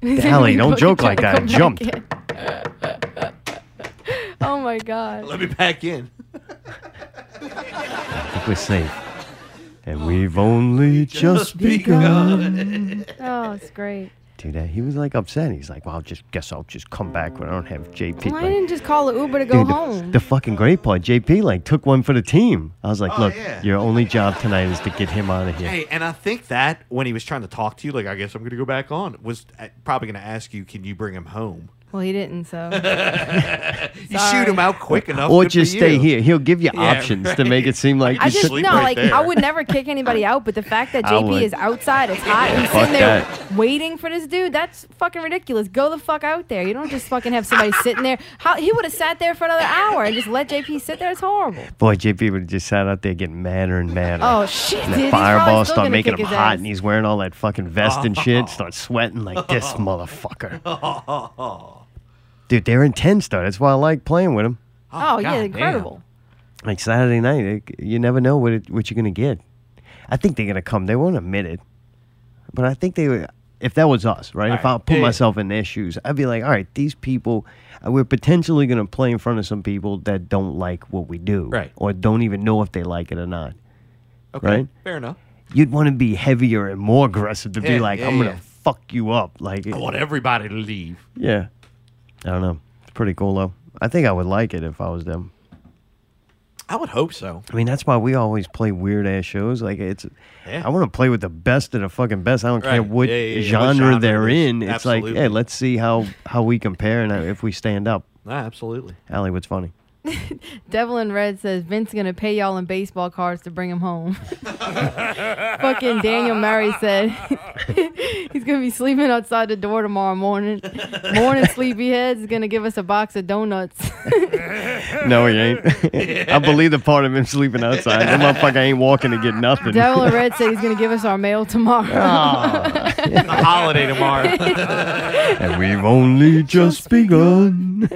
S7: He's gonna
S3: Allie,
S7: be
S3: don't
S7: fucking
S3: joke
S7: trying
S3: like
S7: to
S3: that. I
S7: come back
S3: jumped.
S7: in. oh my god.
S10: Let me back in.
S3: I think we're safe. And we've only just, begun.
S7: oh, it's great.
S3: Dude, that- he was like upset. He's like, well, I'll just guess I'll just come back when I don't have JP.
S7: Why
S3: Like,
S7: didn't you just call the Uber to go
S3: Dude, the-
S7: home?
S3: The fucking great part, JP like took one for the team. I was like,
S10: Oh,
S3: look,
S10: yeah.
S3: your only job tonight is to get him out of here.
S10: Hey, and I think that when he was trying to talk to you, like, I guess I'm going to go back on, was uh, probably going to ask you, can you bring him home?
S7: Well, he didn't, so.
S10: You shoot him out quick enough.
S3: or
S10: good for
S3: just stay
S10: you.
S3: here. He'll give you
S10: Yeah,
S3: options to make it seem like
S7: I
S3: you
S7: just
S3: should-
S7: no, like I would never kick anybody out, but the fact that
S3: I
S7: JP
S3: would.
S7: is outside, it's hot,
S3: Yeah,
S7: and he's
S3: fuck
S7: sitting there
S3: that.
S7: waiting for this dude. That's fucking ridiculous. Go the fuck out there. You don't just fucking have somebody sitting there. How he would have sat there for another hour and just let JP sit there. It's horrible.
S3: Boy, JP would have just sat out there getting madder and madder.
S7: Oh, shit,
S3: And
S7: dude,
S3: the
S7: he's probably
S3: fireball
S7: still
S3: start
S7: gonna
S3: making
S7: kick
S3: him
S7: his
S3: hot,
S7: ass.
S3: and he's wearing all that fucking vest and shit. Start sweating like this motherfucker.
S10: Oh,
S3: Dude, they're intense though. That's why I like playing with them.
S7: Oh, yeah,
S10: God
S7: incredible.
S3: Like Saturday night, it, you never know what it, what you're gonna get. I think they're gonna come. They won't admit it, but I think they. would- If that was us, right? if I put
S10: Yeah, yeah.
S3: myself in their shoes, I'd be like, all right, these people, uh, we're potentially gonna play in front of some people that don't like what we do, right? Or don't even know if they like it or not,
S10: Okay,
S3: right?
S10: Fair enough.
S3: You'd want to be heavier and more aggressive to be
S10: Yeah,
S3: like,
S10: yeah,
S3: I'm gonna
S10: yeah.
S3: fuck you up, like
S10: I want everybody to leave.
S3: yeah. I don't know. It's pretty cool though. I think I would like it if I was them.
S10: I would hope so.
S3: I mean, that's why we always play weird ass shows. Like it's,
S10: Yeah.
S3: I want to play with the best of the fucking best. I don't care
S10: Right.
S3: what,
S10: Yeah, yeah, yeah. What
S3: Genre
S10: genre
S3: they're
S10: it is.
S3: in. It's like,
S10: Absolutely.
S3: hey, let's see how how we compare and uh, if we stand up.
S10: Ah, absolutely.
S3: Allie, what's funny?
S7: Devlin Red says Vince gonna pay y'all in baseball cards to bring him home. Fucking Daniel Murray said he's gonna be sleeping outside the door tomorrow morning. Morning sleepyheads is gonna give us a box of donuts.
S3: No, he ain't. I believe the part of him sleeping outside. That motherfucker ain't walking to get nothing.
S7: Devlin Red said he's gonna give us our mail tomorrow.
S10: It's a holiday tomorrow.
S3: and we've only just begun.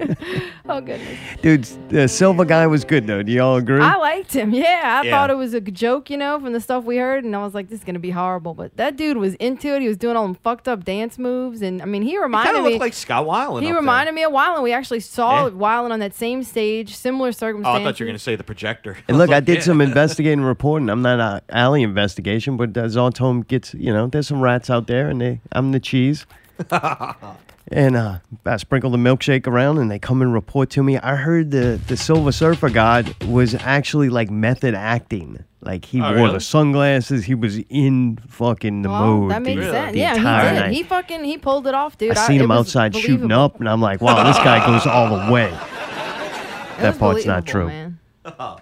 S7: oh goodness.
S3: Dude, the silver guy was good though. Do y'all agree?
S7: I liked him. Yeah, I
S3: Yeah.
S7: thought it was a g- joke, you know, from the stuff we heard, and I was like, "This is gonna be horrible." But that dude was into it. He was doing all them fucked up dance moves, and I mean, he
S10: He
S7: reminded
S10: kind of
S7: me
S10: looked like Scott Weiland.
S7: He
S10: up there.
S7: reminded me of Weiland. We actually saw
S10: Yeah.
S7: Weiland on that same stage, similar
S10: Oh,
S7: circumstances.
S10: I thought you were going to say the projector.
S3: And look, I
S10: Like,
S3: did
S10: yeah.
S3: some investigating reporting. I'm not an alley investigation, but uh, Zontome gets, you know, there's some rats out there, and they, I'm the cheese. and uh, I sprinkle the milkshake around, and they come and report to me. I heard the, the Silver Surfer God was actually like method acting. Like he
S15: Oh,
S3: wore
S15: really?
S3: the sunglasses. He was in fucking the
S7: Well,
S3: mode.
S7: that
S3: the-
S7: makes sense.
S3: the
S7: yeah,
S3: entire
S7: he did.
S3: night.
S7: He fucking he pulled it off, dude.
S3: I seen
S7: it
S3: him
S7: was
S3: outside shooting
S7: believable.
S3: up, and I'm like, wow, this guy goes all the way. that
S7: was
S3: part's
S7: believable,
S3: not true.
S7: man.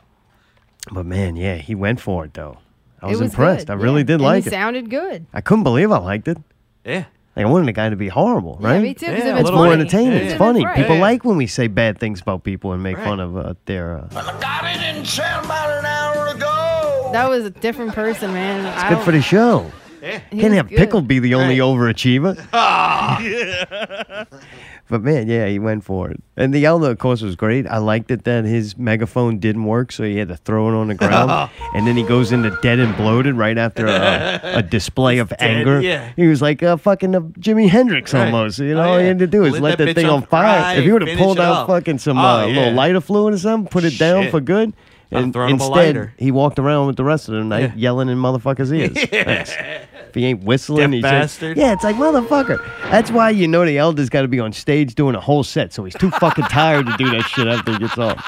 S3: But man, yeah, he went for it though. I
S7: It
S3: was,
S7: was
S3: impressed.
S7: good,
S3: I really
S7: yeah.
S3: did
S7: And
S3: like
S7: he
S3: it.
S7: sounded good.
S3: I couldn't believe I liked it.
S10: Yeah.
S3: Like I wanted the guy to be horrible,
S7: Yeah,
S3: right?
S7: me too, 'cause if
S3: it's
S7: it's
S3: more
S7: funny.
S3: entertaining.
S7: Yeah.
S3: It's
S7: If it's
S3: funny.
S7: right.
S3: People
S7: Yeah.
S3: like when we say bad things about people and make
S7: Right.
S3: fun of uh, their. Uh,
S7: That was a different person, man.
S3: it's good for the show.
S7: Yeah. He
S3: Can't
S7: was
S3: have
S7: good.
S10: Ah.
S3: Pickle be the only overachiever. But man, yeah, he went for it. And the yell, of course, was great. I liked it that his megaphone didn't work, so he had to throw it on the ground. and then he goes into dead and bloated right after a, a display of anger.
S10: yeah.
S3: He was like uh, fucking uh, Jimi Hendrix
S10: Right. Oh,
S3: almost. You know, all he had to do is
S10: Lit
S3: let
S10: that
S3: that thing
S10: bitch
S3: on
S10: on
S3: fire.
S10: fire,
S3: if he would have
S10: finish
S3: pulled
S10: it
S3: out
S10: up.
S3: fucking some
S10: Oh,
S3: uh,
S10: yeah.
S3: little lighter fluid or something, put it down
S10: Shit.
S3: for good.
S10: I'd
S3: And
S10: throw him a
S3: instead,
S10: lighter.
S3: he walked around with the rest of the night yelling in motherfuckers' ears. Thanks. If he ain't whistling,
S10: Deaf
S3: he's
S10: bastard.
S3: yeah, it's like motherfucker. That's why you know the elder's got to be on stage doing a whole set, so he's too fucking tired to do that shit after he gets off.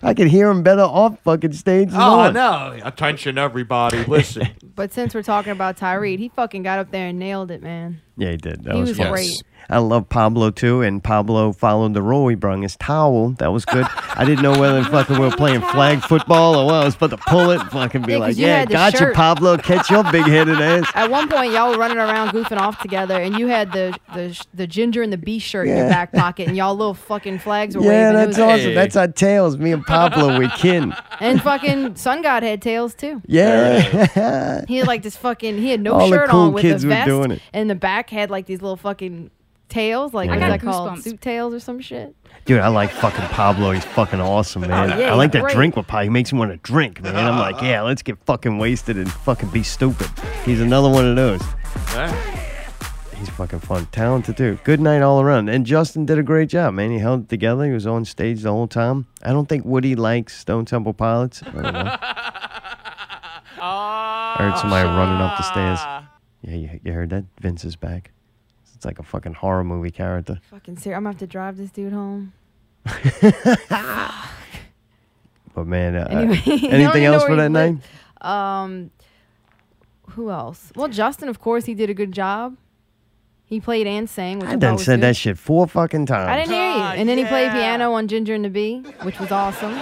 S3: I could hear him better off fucking stage. than
S10: Oh
S3: on.
S10: no! Attention, everybody! Listen,
S7: But since we're talking about Tyreed, he fucking got up there and nailed it, man.
S3: Yeah, he did. That
S7: He
S3: was,
S7: was
S3: fun.
S7: great.
S3: I love Pablo too, and Pablo followed the rule. He brought his towel. That was good. I didn't know whether fucking we were playing flag football or what. I was about to pull it and fucking be
S7: Yeah, 'cause
S3: like,
S7: you
S3: yeah,
S7: had the
S3: gotcha,
S7: shirt."
S3: Pablo. Catch your big headed ass.
S7: At one point, y'all were running around goofing off together, and you had the the sh- the ginger and the bee shirt in your
S3: Yeah.
S7: back pocket, and y'all little fucking flags were
S3: Yeah,
S7: waving. It was-
S3: that's awesome. That's our tails. Me and Pablo, we kin.
S7: And fucking Sun God had tails too.
S3: Yeah.
S7: He had like this fucking. He had no
S3: All the
S7: shirt
S3: cool
S7: on with
S3: kids
S7: a
S3: were
S7: vest,
S3: doing it.
S7: and the back had like these little fucking tails, like
S3: I
S7: what's
S3: got
S7: that called?
S12: goosebumps.
S7: Suit tails or some shit.
S3: Dude, I like fucking Pablo. He's fucking awesome, man.
S7: yeah,
S3: I like
S7: he's
S3: that
S7: great. Uh-huh.
S3: drink with Pablo. He makes me want to drink, man. I'm like, yeah, let's get fucking wasted and fucking be stupid. He's another one of those. He's fucking fun. Talented, too. Good night all around. And Justin did a great job, man. He held it together. He was on stage the whole time. I don't think Woody likes Stone Temple Pilots. I don't know. I heard somebody running up the stairs. Yeah, you, you heard that? Vince is back. It's like a fucking horror movie character.
S7: Fucking serious. I'm gonna have to drive this dude home.
S3: But man, uh,
S7: Anyway, I don't
S3: anything
S7: even know
S3: else
S7: where
S3: for
S7: he
S3: that night?
S7: lived. Um, who else? Well, Justin, of course, he did a good job. He played and sang, which I,
S3: I
S7: thought
S3: done
S7: was
S3: said
S7: good.
S3: that shit four fucking times.
S7: I didn't hear you. And then he played piano on Ginger and the Bee, which was awesome.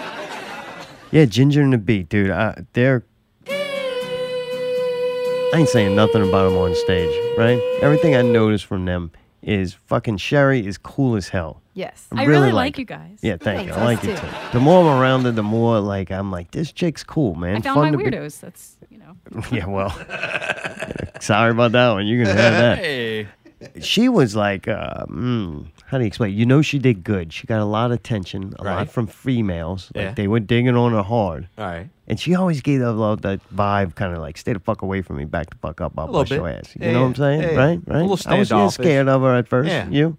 S3: Yeah, Ginger and the Beat, dude. I, they're. I ain't saying nothing about them on stage, right? Everything I noticed from them is fucking Sherry is cool as hell.
S7: Yes.
S3: I I really really like like you
S15: guys.
S3: Yeah, thank you.
S15: Thanks,
S3: I like
S15: us
S3: you
S15: too.
S3: too. The more I'm around it, the more like I'm like, this chick's cool, man.
S15: I found
S3: Fun
S15: my
S3: to be-
S15: weirdos. That's you know.
S3: yeah, well, sorry about that one. You're gonna have that. she was like, uh, mm, how do you explain? You know, she did good. She got a lot of attention, a lot
S10: Right.
S3: from females. Like
S10: Yeah.
S3: they were digging on her hard.
S10: all right.
S3: And she always gave that love, that vibe, kind of like, stay the fuck away from me, back the fuck up, I'll
S10: A little
S3: bust your
S10: bit.
S3: ass. You
S10: Yeah,
S3: know what
S10: yeah.
S3: I'm saying?
S10: Yeah, yeah.
S3: Right?
S10: A
S3: Right?
S10: little
S3: I was a little
S10: standoffish.
S3: scared of her at first.
S10: Yeah.
S3: You?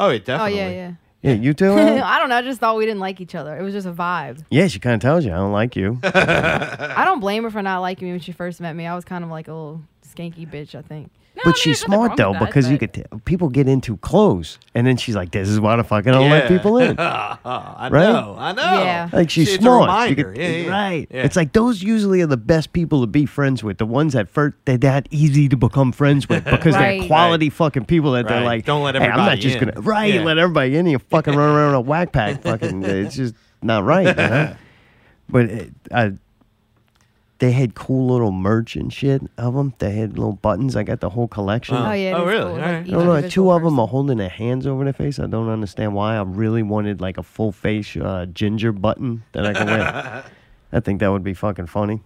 S10: Oh, it definitely.
S7: Oh, yeah, yeah.
S3: Yeah, you too? Ellen?
S7: I don't know. I just thought we didn't like each other. It was just a vibe.
S3: yeah, she kind of tells you, I don't like you.
S10: Uh-uh.
S7: I don't blame her for not liking me when she first met me. I was kind of like a little skanky bitch, I think.
S3: but she's smart, though,
S7: with that,
S3: because you could t- people get into clothes. And then she's like, this is why the fuck I don't let
S10: Yeah.
S3: people in.
S10: I
S3: Right?
S10: know. I know.
S7: Yeah.
S3: Like she's
S10: See, it's a
S3: smart. You
S10: reminder. Yeah, yeah, yeah.
S3: Right.
S10: Yeah.
S3: It's like those usually are the best people to be friends with. The ones that first they're that easy to become friends with because
S10: Right.
S3: they're quality fucking people that they're
S10: Right.
S3: like,
S10: Don't let
S3: "Hey, I'm not
S10: everybody
S3: just
S10: in."
S3: gonna right
S10: Yeah.
S3: let everybody in. You fucking run around with a whack pack. Fucking, it's just not right. You know? But it, I, they had cool little merch and shit of them. They had little buttons. I got the whole collection.
S10: Oh, yeah, it Oh, is really? cool. All right.
S3: I don't know. Two of them are holding their hands over their face. I don't understand why. I really wanted like a full face uh, ginger button that I could wear. I think that would be fucking funny.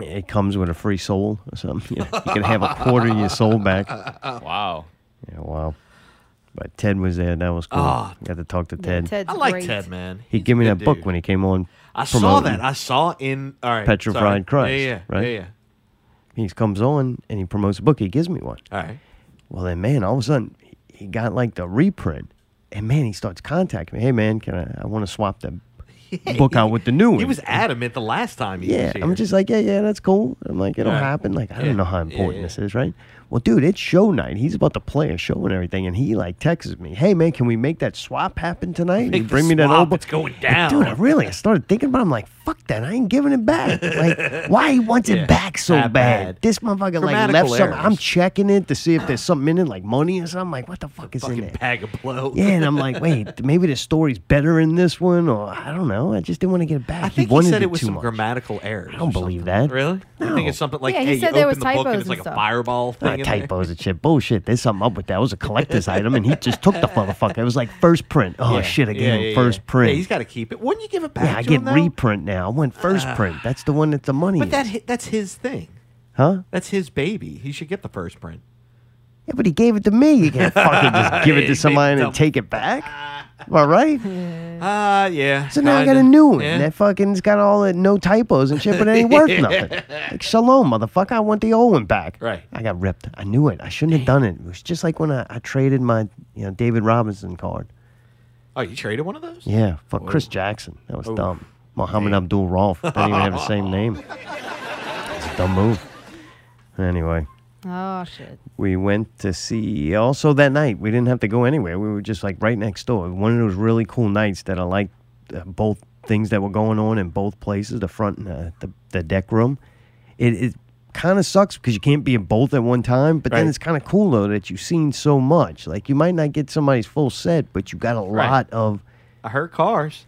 S3: It comes with a free soul or something. You, know, you can have a quarter of your soul back.
S10: Wow.
S3: Yeah, wow. But Ted was there. That was cool.
S10: Ah.
S3: Got to talk to Ted.
S10: I like Ted, man.
S3: He
S10: He's
S3: gave me
S10: a
S3: that
S10: good
S3: book
S10: dude.
S3: when he came on.
S10: I saw
S3: promoting.
S10: that. I saw in all right.
S3: Petrified
S10: sorry.
S3: Christ,
S10: Yeah, yeah,
S3: right?
S10: yeah, yeah.
S3: He comes on and he promotes a book. He gives me one.
S10: All right.
S3: Well, then, man, all of a sudden he- he got like the reprint, and man, he starts contacting me. Hey, man, can I? I want to swap the book out with the new one.
S10: He was adamant the last time. He
S3: Yeah,
S10: was here.
S3: I'm just like, yeah, yeah, that's cool. I'm like, it'll
S10: Yeah.
S3: happen. Like, I
S10: Yeah.
S3: don't know how
S10: Yeah,
S3: important
S10: yeah.
S3: this is, right? Well, dude, it's show night. He's about to play a show and everything, and he like texts me, "Hey, man, can we make that swap happen tonight?
S10: Make
S3: you
S10: the
S3: bring me that
S10: swap,
S3: old book.
S10: it's going
S3: Like, dude. I
S10: down.
S3: really, I started thinking about. It. I'm like, fuck that. I ain't giving it back. Like, why he wants
S10: Yeah,
S3: it back so
S10: that
S3: bad?
S10: bad.
S3: This motherfucker like left
S10: Grammatical
S3: something. I'm
S10: errors.
S3: checking it to see if there's something in it, like money or something. Like, what the fuck is in
S10: fucking
S3: there?
S10: bag of blow.
S3: Yeah, and I'm like, wait, maybe the story's better in this one, or I don't know. I just didn't want to get it back.
S10: I think
S3: he
S10: he
S3: wanted
S10: said
S3: it,
S10: it was
S3: too
S10: some
S3: much.
S10: grammatical errors.
S3: I don't believe that.
S10: Really? I think it's something like
S7: Yeah, he
S10: hey, you
S7: said there
S10: open
S7: was
S10: the book
S7: typos
S10: and it's
S7: and
S10: like a
S7: stuff.
S10: fireball
S3: Ah,
S10: thing. in there.
S3: typos and shit. Bullshit. There's something up with that. It was a collector's item, and he just took the motherfucker. It was like first print. Oh
S10: Yeah,
S3: shit! I gave
S10: yeah,
S3: him
S10: yeah,
S3: first
S10: yeah.
S3: print.
S10: Yeah, he's got to keep it. Wouldn't you give it back?
S3: Yeah, I
S10: to
S3: get
S10: him, though?
S3: reprint now. I went first print. That's the one that's the money.
S10: Ah. But that
S3: is.
S10: hi- that's his thing.
S3: huh?
S10: That's his baby. He should get the first print.
S3: Yeah, but he gave it to me. You can't fucking just give it
S10: Yeah,
S3: to somebody
S10: dumb.
S3: and take it back. Am I right?
S10: Uh, yeah.
S3: So now I
S10: kinda.
S3: got a new one.
S10: Yeah.
S3: That fucking—it's got all the no typos and shit, but it ain't worth nothing. Like shalom, motherfucker. I want the old one back.
S10: Right.
S3: I got ripped. I knew it. I shouldn't have done it. It was just like when I, I traded my, you know, David Robinson card.
S10: Oh, you traded one of those?
S3: Yeah, for
S10: Whoa.
S3: Chris Jackson. That was
S10: Oof.
S3: dumb. Mohammed Abdul Rauf. They didn't even have the same name. It's a dumb move. Anyway,
S7: Oh shit.
S3: we went to see. Also that night, we didn't have to go anywhere. We were just like right next door. One of those really cool nights that I liked uh, both things that were going on in both places, the front and uh, the the deck room. It it kind of sucks because you can't be in both at one time. But then
S10: Right.
S3: it's kind of cool though that you've seen so much. Like you might not get somebody's full set, but you got a
S10: Right.
S3: lot of
S10: I heard cars.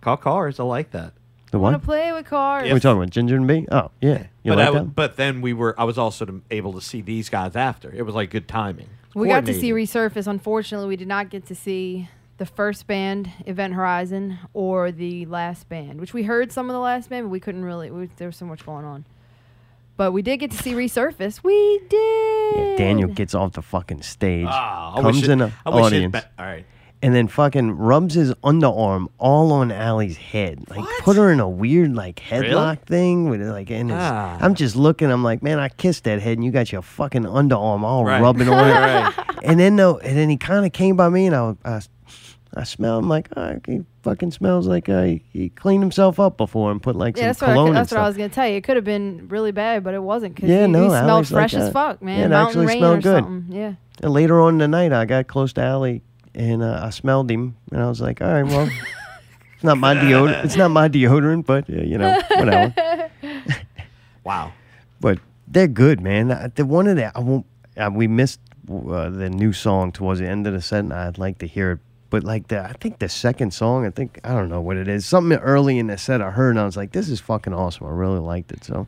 S10: Call cars. I like that.
S3: the
S7: Want
S3: what?
S7: to play with cars?
S3: We're talking about Ginger and me. Oh yeah, you
S10: but
S3: like
S10: I,
S3: that?
S10: w- but then we were. I was also to- able to see these guys after. It was like good timing.
S7: We got to see Resurface. Unfortunately, we did not get to see the first band, Event Horizon, or the last band, which we heard some of the last band, but we couldn't really. We, there was so much going on. But we did get to see Resurface. We did.
S3: Daniel gets off the fucking stage,
S10: Ah, I wish
S3: comes
S10: it-
S3: in the
S10: I wish it
S3: audience,
S10: ba- all right.
S3: and then fucking rubs his underarm all on Allie's head, like put her in a weird like
S10: Really?
S3: headlock thing with like. And his,
S10: Ah.
S3: I'm just looking, I'm like, man, I kissed that head, and you got your fucking underarm all
S10: Right.
S3: rubbing on it.
S10: Right,
S3: And then though, and then he kind of came by me, and I, I, I smell. I'm like, oh, he fucking smells like uh, he, he cleaned himself up before and put like
S7: Yeah, that's
S3: some
S7: what, I,
S3: cologne
S7: could-
S3: and
S7: that's what
S3: stuff.
S7: I was gonna tell you. It could have been really bad, but it wasn't because
S3: Yeah,
S7: he,
S3: no,
S7: he
S3: I
S7: smelled
S3: was like
S7: fresh as
S3: that.
S7: fuck, man.
S3: Yeah, it
S7: Mountain
S3: actually
S7: rain
S3: smelled
S7: or
S3: good.
S7: something. Yeah.
S3: And later on in the night, I got close to Allie and uh, I smelled him, and I was like, "All right, well, it's not my deodorant. It's not my deodorant, but uh, you know, whatever."
S10: wow.
S3: But they're good, man. I- The one of that I won't. Uh, we missed uh, the new song towards the end of the set, and I'd like to hear it. But like the, I think the second song, I think I don't know what it is. Something early in the set I heard, and I was like, "This is fucking awesome. I really liked it." So.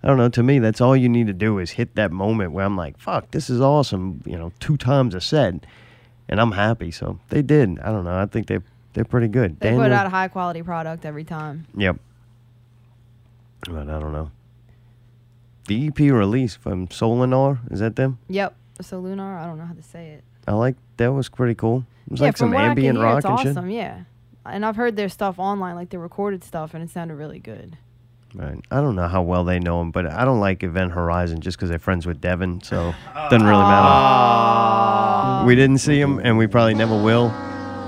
S3: I don't know. To me, that's all you need to do is hit that moment where I'm like, "Fuck, this is awesome!" You know, two times a set, and I'm happy. So they did. I don't know. I think they they're pretty good.
S7: They put
S3: Daniel-
S7: out a high quality product every time.
S3: Yep. But I don't know. The EP release from Solinar, is that them?
S7: Yep. So Lunar, I don't know how to say it.
S3: I like that was pretty cool. It was
S7: yeah,
S3: like
S7: from
S3: some
S7: what I can
S3: ambient
S7: hear,
S3: rock
S7: it's
S3: and
S7: awesome,
S3: shit.
S7: Yeah. And I've heard their stuff online, like the recorded stuff, and it sounded really good.
S3: Right. I don't know how well they know him, but I don't like Event Horizon just because they're friends with Devin, so doesn't really matter. We didn't see him, and we probably never will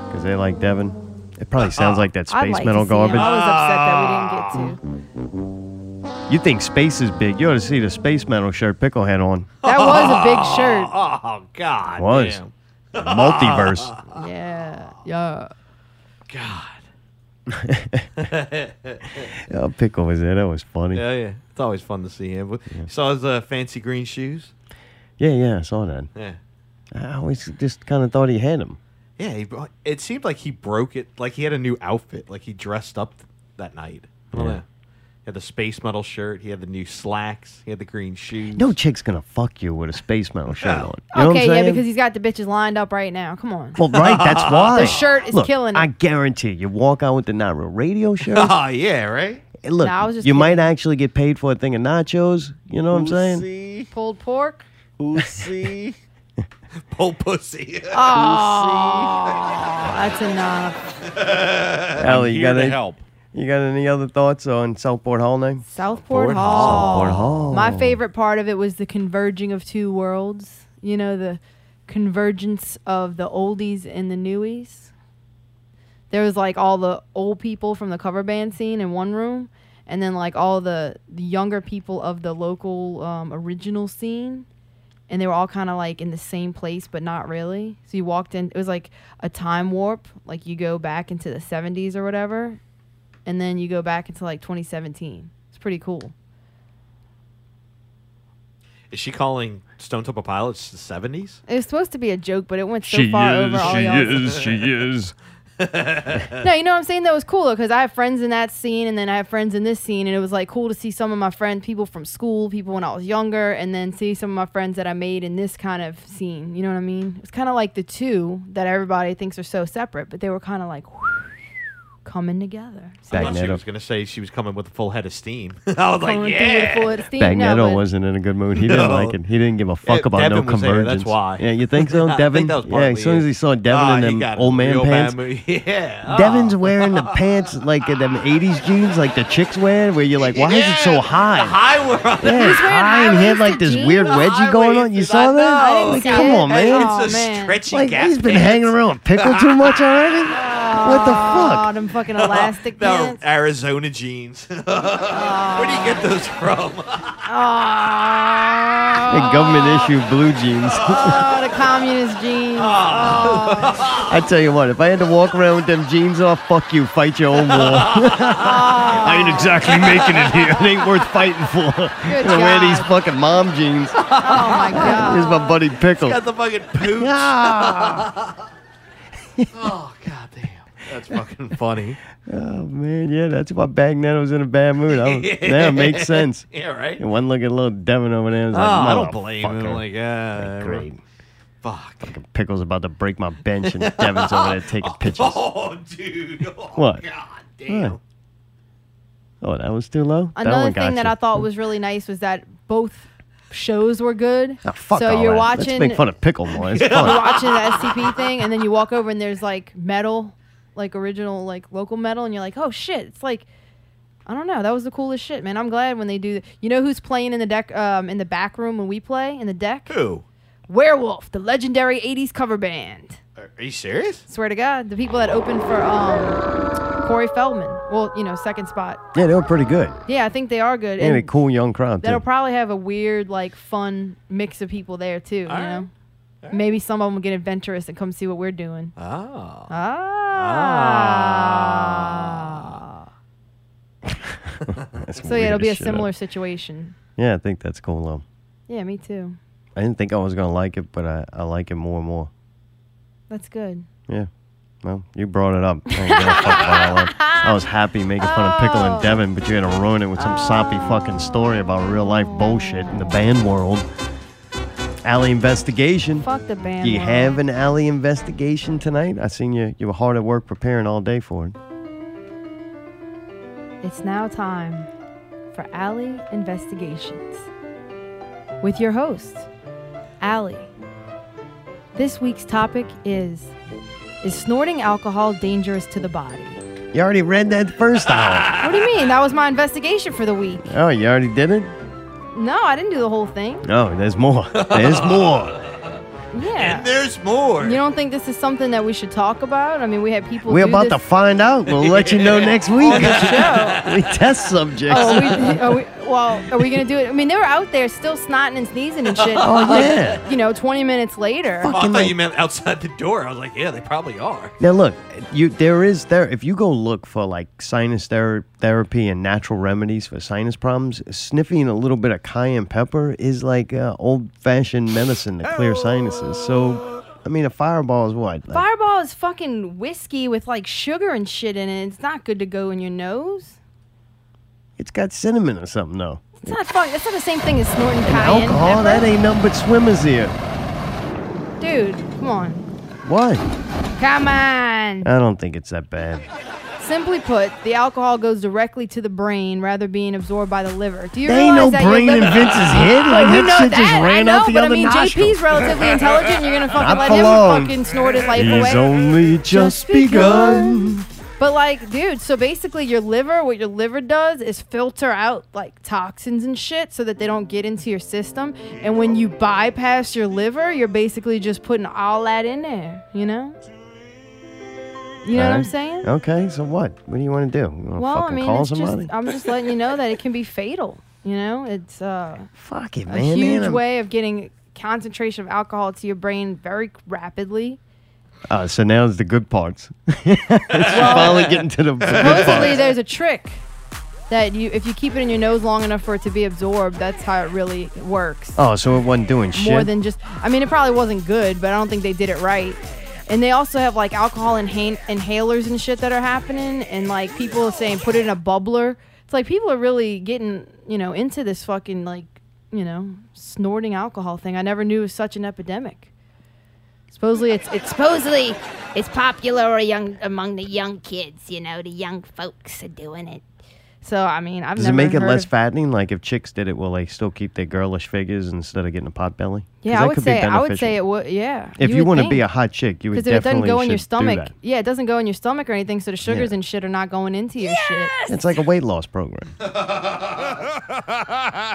S3: because they like Devin. It probably sounds like that
S7: I'd
S3: space
S7: like
S3: metal
S7: to see 'em.
S3: garbage.
S7: I was upset that we didn't get to.
S3: You think space is big? You ought to see the space metal shirt Picklehead on.
S7: That was a big shirt.
S10: Oh God.
S3: was
S10: damn.
S3: multiverse.
S7: Yeah. Yeah.
S3: Oh, Pickle was there. That was funny.
S10: Yeah, yeah. It's always fun to see him. You saw his uh, fancy green shoes.
S3: Yeah, yeah, I saw that.
S10: Yeah.
S3: I always just kind of thought he had him.
S10: Yeah. He brought, it seemed like he broke it. Like he had a new outfit. Like he dressed up that night. I don't
S3: Yeah.
S10: know. He had the space metal shirt. He had the new slacks. He had the green shoes.
S3: No chick's gonna fuck you with a space metal shirt on. You know
S7: Okay,
S3: what I'm
S7: yeah,
S3: saying?
S7: because he's got the bitches lined up right now. Come on.
S3: well, right, that's why.
S7: The shirt is
S3: Look,
S7: killing
S3: I
S7: it.
S3: guarantee you walk out with the Not Real Radio shirt.
S10: Oh yeah, right.
S3: hey, look,
S7: Nah, I was just
S3: you
S7: kidding.
S3: might actually get paid for a thing of nachos. You know what I'm saying?
S7: Pulled pork.
S10: Pussy. Pull pussy.
S7: Oh, that's enough.
S3: Ellie, you
S11: here
S3: got
S11: to
S3: any
S11: help.
S3: You got any other thoughts on Southport Hall name?
S7: Southport
S3: Southport
S7: Hall.
S3: Hall.
S7: My favorite part of it was the converging of two worlds. You know, the convergence of the oldies and the newies. There was like all the old people from the cover band scene in one room, and then like all the, the younger people of the local um, original scene. And they were all kind of like in the same place, but not really. So you walked in, it was like a time warp. Like you go back into the 70s or whatever, and then you go back into like 2017. It's pretty cool.
S10: Is she calling Stone Temple Pilots the seventies?
S7: It was supposed to be a joke, but it went so far over all y'all's.
S11: she is.
S7: No, you know what I'm saying? That was cool though, because I have friends in that scene, and then I have friends in this scene, and it was like cool to see some of my friends, people from school, people when I was younger, and then see some of my friends that I made in this kind of scene. You know what I mean? It's kind of like the two that everybody thinks are so separate, but they were kind of like coming together.
S10: I thought she
S3: Bagnetto.
S10: was going to say she was coming with a full head of steam. I
S7: Coming
S10: was like,
S7: through with
S10: yeah.
S7: full head of steam.
S3: Bagnetto
S7: No, but-
S3: wasn't in a good mood. He didn't
S10: No.
S3: like it. He didn't give a fuck
S10: Yeah,
S3: about
S10: Devin
S3: no
S10: was there,
S3: convergence.
S10: that's why.
S3: Yeah, you think so?
S10: I think
S3: Devin.
S10: that was
S3: yeah, as
S10: partly
S3: soon as
S10: it.
S3: he saw Devin
S10: Ah,
S3: in
S10: he
S3: them
S10: got
S3: old man
S10: real
S3: pants.
S10: bad mood. Yeah. ah.
S3: Devin's wearing the pants like uh, them '80s jeans, like the chicks wear, where you're like, "Why is it so high?"
S10: The high world.
S3: Yeah, it's high, and he had like this weird wedgie going on. You saw that?
S10: know. I didn't see
S3: Come
S10: it.
S3: on, man!
S10: It's a It's a man. stretchy
S3: Like
S10: gap
S3: he's been
S10: pants.
S3: hanging around with pickle too much already. what the
S10: Oh.
S3: fuck?
S7: them fucking elastic
S10: The
S7: pants.
S10: Arizona jeans. Where do you get those from?
S3: And government issue blue jeans.
S10: Ah.
S7: Oh, the communist jeans. Oh,
S3: I tell you what, if I had to walk around with them jeans off, fuck you, fight your own war. I ain't exactly making it here. It ain't worth fighting for. I'm gonna wear
S7: God.
S3: these fucking mom jeans.
S7: oh my god.
S3: Here's my buddy Pickle.
S10: Got the fucking poops. oh goddamn. That's fucking funny.
S3: Oh man, yeah, that's why Bagnetto's in a bad mood. I'm, yeah, it makes sense.
S10: Yeah, right?
S3: And one look at little Devin over there. Is like,
S10: oh, I don't
S3: "Motherfucker."
S10: blame him. Like, yeah,
S3: great.
S10: Fuck.
S3: Fucking Pickle's about to break my bench, and Devin's over there taking pictures.
S10: Oh, dude. Oh,
S3: What?
S10: God damn.
S3: What? Oh, that was too low. that
S7: Another
S3: one got
S7: thing that
S3: you.
S7: I thought was really nice was that both shows were good.
S3: Ah, fuck
S7: so
S3: all
S7: you're
S3: that.
S7: watching
S3: Let's make fun of Pickle more. It's
S7: you're
S3: fun.
S7: watching the SCP thing and then you walk over and there's like metal, like original like local metal and you're like, "Oh shit, it's like I don't know. That was the coolest shit, man. I'm glad when they do. You know who's playing in the deck, um, in the back room when we play in the deck?
S10: Who?
S7: Werewolf, the legendary '80s cover band.
S10: Are are you serious?
S7: Swear to God, the people that opened for um, Corey Feldman. Well, you know, second spot.
S3: Yeah, they were pretty good.
S7: Yeah, I think they are good.
S3: They had a
S7: and
S3: cool young crowd
S7: That'll
S3: too.
S7: probably have a weird, like, fun mix of people there too. You know, maybe some of them will get adventurous and come see what we're doing.
S10: Oh.
S7: Ah.
S3: That's
S7: So
S3: weird
S7: yeah, it'll be
S3: as
S7: a
S3: shit.
S7: similar situation.
S3: Yeah, I think that's cool though.
S7: Yeah, me too.
S3: I didn't think I was gonna like it, but I, I like it more and more.
S7: That's good.
S3: Yeah. Well, you brought it up. I, ain't gonna fuck about all that. I was happy making fun of Pickle
S7: Oh.
S3: and Devin, but you had to ruin it with some soppy fucking story about real life bullshit in the band world. Alley investigation.
S7: Fuck the band.
S3: You
S7: world.
S3: have an alley investigation tonight? I seen you. You were hard at work preparing all day for it.
S7: It's now time for Alley Investigations with your host, Allie. This week's topic is Is snorting alcohol dangerous to the body?
S3: You already read that first hour.
S7: What do you mean? That was my investigation for the week.
S3: Oh, you already did it?
S7: No, I didn't do the whole thing.
S3: Oh, there's more. There's more.
S7: Yeah.
S10: And there's more.
S7: You don't think this is something that we should talk about? I mean, we had people.
S3: We're
S7: do
S3: about
S7: this-
S3: to find out. We'll let you know next week.
S7: On the show.
S3: we test subjects.
S7: Oh, are we, are we, well, are we gonna do it? I mean, they were out there still snotting and sneezing and shit.
S3: Oh,
S7: like,
S3: yeah.
S7: You know, 20 minutes later.
S10: Oh, I thought you meant outside the door. I was like, yeah, they probably are.
S3: Now look, you there is there if you go look for like sinus ther- therapy and natural remedies for sinus problems, sniffing a little bit of cayenne pepper is like uh, old-fashioned medicine to clear sinuses. So, I mean, a fireball is what? Like,
S7: Fireball is fucking whiskey with like sugar and shit in it. It's not good to go in your nose.
S3: it's got cinnamon or something though.
S7: It's not fuck. That's not the same thing as snorting cayenne
S3: Alcohol, that
S7: pepper.
S3: ain't nothing but swimmer's ear.
S7: Dude, come on,
S3: What?
S7: come on.
S3: I don't think it's that bad.
S7: Simply put, the alcohol goes directly to the brain rather being absorbed by the liver. Do you
S3: There ain't
S7: realize
S3: no
S7: that your
S3: brain in
S7: liver-
S3: Vince's head. Like
S7: You
S3: that
S7: know
S3: shit just
S7: that,
S3: ran
S7: I know,
S3: out the
S7: but
S3: other
S7: I mean,
S3: nostril.
S7: JP's relatively intelligent. You're gonna fucking
S3: Not
S7: let
S3: for
S7: him
S3: long.
S7: fucking snort his life away.
S3: He's only just begun.
S7: But like, dude, so basically your liver, what your liver does is filter out like toxins and shit so that they don't get into your system. And when you bypass your liver, you're basically just putting all that in there, you know? You know what I'm
S3: Alright.
S7: saying?
S3: Okay, so what? What do you want to do? You want to
S7: Well, I
S3: fucking
S7: mean,
S3: call
S7: it's
S3: somebody?
S7: just um, I'm just letting you know that it can be fatal. You know, it's uh,
S3: Fuck it,
S7: a
S3: man.
S7: huge
S3: man, I'm-
S7: way of getting concentration of alcohol to your brain very rapidly.
S3: Uh, so now it's the good parts. it's finally getting to the, the good
S7: Supposedly,
S3: parts.
S7: there's a trick that you if you keep it in your nose long enough for it to be absorbed, that's how it really works.
S3: Oh, so it wasn't doing shit.
S7: More than just, I mean, it probably wasn't good, but I don't think they did it right. And they also have like alcohol inha- inhalers and shit that are happening, and like people are saying put it in a bubbler. It's like people are really getting you know into this fucking like you know snorting alcohol thing. I never knew it was such an epidemic. Supposedly, it's it's
S15: Supposedly, it's popular young, among the young kids. You know, the young folks are doing it.
S7: so. I mean, I've
S3: Does it
S7: never
S3: make it
S7: heard
S3: less
S7: of-
S3: fattening? Like if chicks did it, will they still keep their girlish figures instead of getting a pot belly? 'Cause
S7: Yeah,
S3: that
S7: I would
S3: could be
S7: say I would
S3: beneficial.
S7: say it would. Yeah.
S3: If you,
S7: would
S3: want to be
S7: think.
S3: a hot chick, you would
S7: Because if it
S3: definitely
S7: doesn't go in your
S3: should do
S7: stomach,
S3: that.
S7: yeah, it doesn't go in your stomach or anything, so the sugars
S3: Yeah.
S7: and shit are not going into your
S3: It's like a weight loss program.
S7: shit.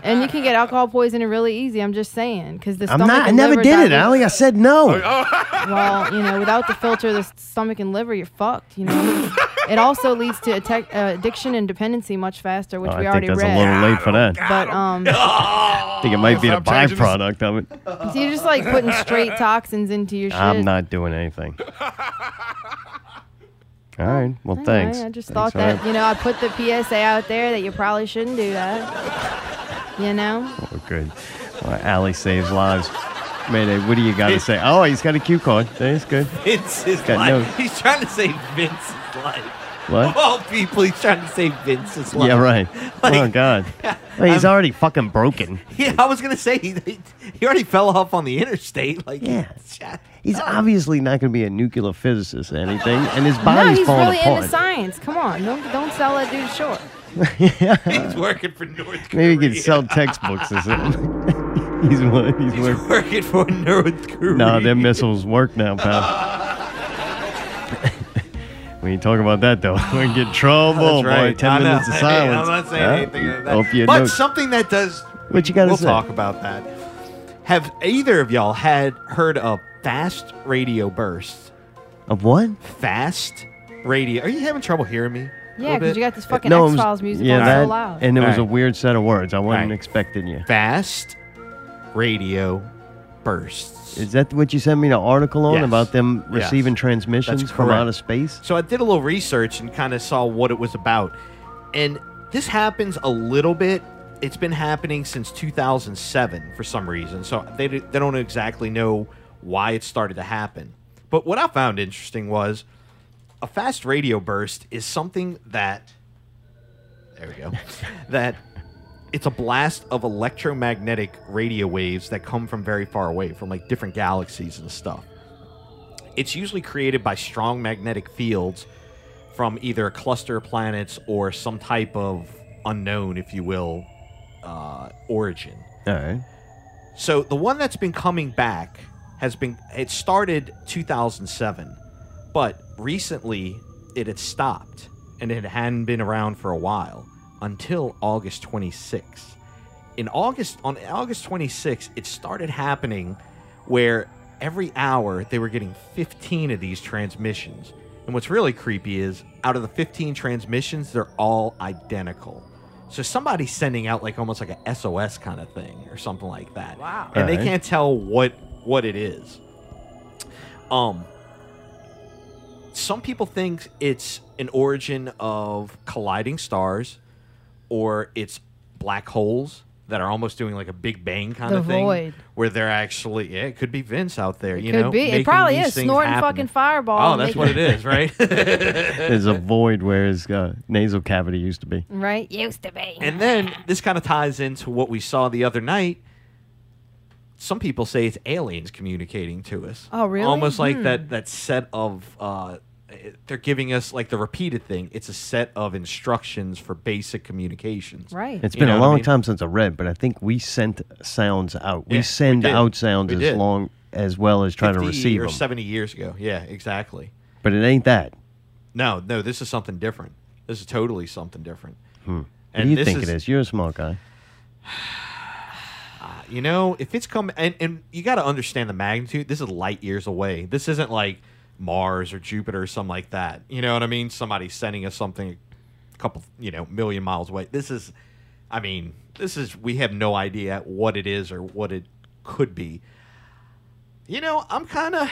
S7: And you can get alcohol poisoning really easy. I'm just saying, because the
S3: I'm
S7: stomach.
S3: not. I
S7: and
S3: never
S7: liver
S3: did it,
S7: dilute-
S3: Allie. I said
S10: Oh,
S3: no.
S7: well, you know, without the filter, the stomach and liver, you're fucked. You know. it also leads to attack, uh, addiction and dependency much faster, which
S3: Oh,
S7: we
S3: I
S7: already
S3: think that's
S7: read.
S3: a little late for that.
S7: But um,
S3: I think it might be the byproduct of it.
S7: so you're just like putting straight toxins into your shit.
S3: I'm not doing anything. All right.
S7: All
S3: Well,
S7: right,
S3: thanks.
S7: I just
S3: Thanks
S7: thought
S3: for
S7: that you know I put the PSA out there that you probably shouldn't do that. You know.
S3: Oh, good. Well, Allie saves lives. Mayday, what do you got to say? Oh, he's got a cue card. That's good.
S10: Vince is
S3: Got
S10: life.
S3: Uh, no-
S10: He's trying to save Vince's life.
S3: What?
S10: Of all people, he's trying to save Vince's life.
S3: Yeah, right. oh,
S10: Like,
S3: God. Well, he's already fucking broken.
S10: yeah, I was gonna say he, he already fell off on the interstate. Like, yeah,
S3: He's obviously not going to be a nuclear physicist or anything, and his body's
S7: Oh. no, he's
S3: falling
S7: really
S3: apart.
S7: into science. Come on, don't don't sell that dude short.
S10: he's working for North.
S3: Maybe he could sell textbooks or something. he's one. He's, work-
S10: working for North Korea.
S3: Nah, their missiles work now, pal. we ain't talking about that though. We can get in trouble,
S10: That's right.
S3: boy. Ten
S10: I know.
S3: minutes of
S10: Hey, I'm
S3: silence.
S10: not saying
S3: Huh?
S10: anything of that.
S3: Hope you
S10: but
S3: know-
S10: something that does.
S3: What you gotta
S10: We'll
S3: say?
S10: talk about that. Have either of y'all had heard of fast radio bursts?
S3: Of what?
S10: Fast radio. Are you having trouble hearing me? a
S7: Yeah,
S10: little
S7: because
S10: bit?
S7: you got this fucking
S3: Uh, No, it
S7: X
S3: was-
S7: Files music
S3: yeah,
S7: on
S3: that,
S7: so loud.
S3: and it was
S10: Alright.
S3: a weird set of words. I wasn't
S10: Alright.
S3: expecting you.
S10: fast radio bursts.
S3: Is that what you sent me the article on
S10: Yes.
S3: about them
S10: Yes.
S3: receiving transmissions
S10: That's
S3: from
S10: correct.
S3: outer space?
S10: So I did a little research and kind of saw what it was about. And this happens a little bit. It's been happening since 2007 for some reason. So they, d- they don't exactly know why it started to happen. But what I found interesting was a fast radio burst is something that there we go that it's a blast of electromagnetic radio waves that come from very far away from like different galaxies and stuff it's usually created by strong magnetic fields from either a cluster of planets or some type of unknown if you will uh, origin
S3: All right.
S10: so the one that's been coming back has been it started 2007, but recently it had stopped and it hadn't been around for a while until August 26. In August on August 26, it started happening where every hour they were getting 15 of these transmissions. And what's really creepy is out of the 15 transmissions, they're all identical. So somebody's sending out like almost like a SOS kind of thing or something like that. Wow. And they
S3: Alright.
S10: can't tell what what it is. Um some people think it's an origin of colliding stars or it's black holes that are almost doing like a big bang kind
S7: The
S10: of thing
S7: void.
S10: where they're actually yeah, it could be Vince out there, you
S7: Could
S10: know.
S7: be. It
S10: making
S7: probably
S10: these
S7: is
S10: things
S7: snorting
S10: happen.
S7: fucking fireball.
S10: Oh,
S7: and
S10: that's
S7: making-
S10: what it is, right?
S3: There's a void where his uh, nasal cavity used to be.
S7: Right?
S15: Used to be.
S10: And then this kind of ties into what we saw the other night. Some people say it's aliens communicating to us.
S7: Oh, really?
S10: Almost like
S7: Hmm.
S10: that that set of uh, it- they're giving us like the repeated thing. It's a set of instructions for basic communications.
S7: Right.
S3: It's
S10: You
S3: been
S10: know
S3: a
S10: what I
S3: long
S10: mean?
S3: time since I read, but I think we sent sounds out. We
S10: Yeah, we
S3: send
S10: did.
S3: out sounds
S10: We
S3: as
S10: did.
S3: long as well as trying to
S10: 50
S3: receive
S10: or
S3: them.
S10: seventy years ago. Yeah, exactly.
S3: But it ain't that.
S10: No, no, this is something different. This is totally something different.
S3: Hmm. What
S10: And
S3: do you
S10: this
S3: think
S10: is-
S3: it is? You're a smart guy.
S10: Uh, You know, if it's come and, and you got to understand the magnitude. This is light years away. This isn't like Mars or Jupiter or something like that. You know what I mean? Somebody sending us something a couple, you know, million miles away. This is, I mean, this is we have no idea what it is or what it could be. You know, I'm kind of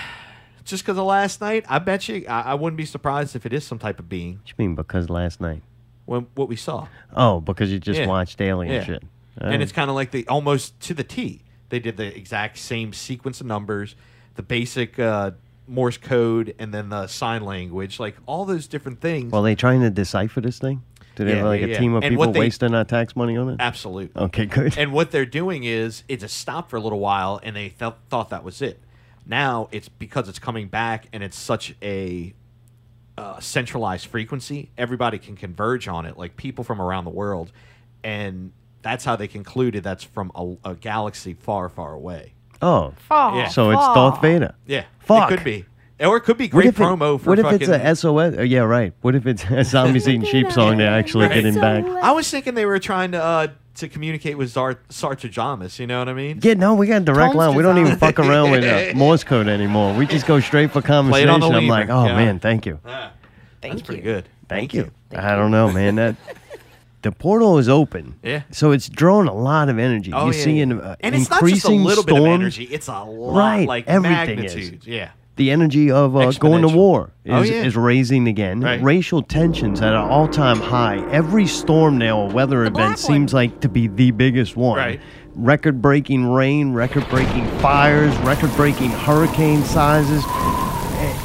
S10: just because of last night. I bet you I, I wouldn't be surprised if it is some type of being
S3: What you mean because last night?
S10: when what we saw.
S3: Oh, because you just
S10: Yeah.
S3: watched Alien
S10: Yeah.
S3: shit. Oh. All
S10: and
S3: right.
S10: it's kind of like the almost to the T. They did the exact same sequence of numbers, the basic uh, Morse code, and then the sign language, like all those different things.
S3: Well, they trying to decipher this thing? Do they
S10: Yeah,
S3: have like
S10: yeah,
S3: a
S10: yeah.
S3: team of
S10: And what
S3: people
S10: they-
S3: wasting our tax money on it?
S10: Absolutely.
S3: Okay, good.
S10: And what they're doing is it just stopped for a little while, and they th- thought that was it. Now it's because it's coming back and it's such a uh, centralized frequency. Everybody can converge on it, like people from around the world, and that's how they concluded that's from a, a galaxy far, far away.
S3: Oh,
S10: Fuck. Yeah.
S3: so it's
S10: Fuck.
S3: Darth Vader.
S10: Yeah,
S3: fuck.
S10: it could be, or it could be great
S3: if it-
S10: promo for
S3: What if
S10: fucking.
S3: it's a SOS? Oh, yeah, right. What if it's a zombies eating sheep song? They're actually getting back.
S10: I was thinking they were trying to uh, to communicate with Zar- Sartajamas. You know what I mean?
S3: Yeah, no, we got direct line. We don't even fuck around with uh, Morse code anymore. We just go straight for
S10: Play it
S3: conversation.
S10: on the
S3: I'm
S10: lever,
S3: like, oh
S10: yeah.
S3: man, thank you.
S10: That's pretty good.
S3: Thank you. I don't know, man. That the portal is open.
S10: Yeah.
S3: So it's drawing a lot of energy.
S10: Oh,
S3: you
S10: yeah,
S3: see
S10: yeah.
S3: an uh,
S10: and it's not just a
S3: increasing
S10: little
S3: storms.
S10: bit of energy; it's a lot,
S3: Right,
S10: like
S3: everything is.
S10: magnitude. Yeah,
S3: The energy of uh, going to
S10: Exponential.
S3: war is,
S10: Oh, yeah.
S3: is raising again. Racial tensions at an all time high. Every storm now or weather event seems like to be the biggest one.
S10: Right.
S3: Record breaking rain, record breaking fires, record breaking hurricane sizes, eh,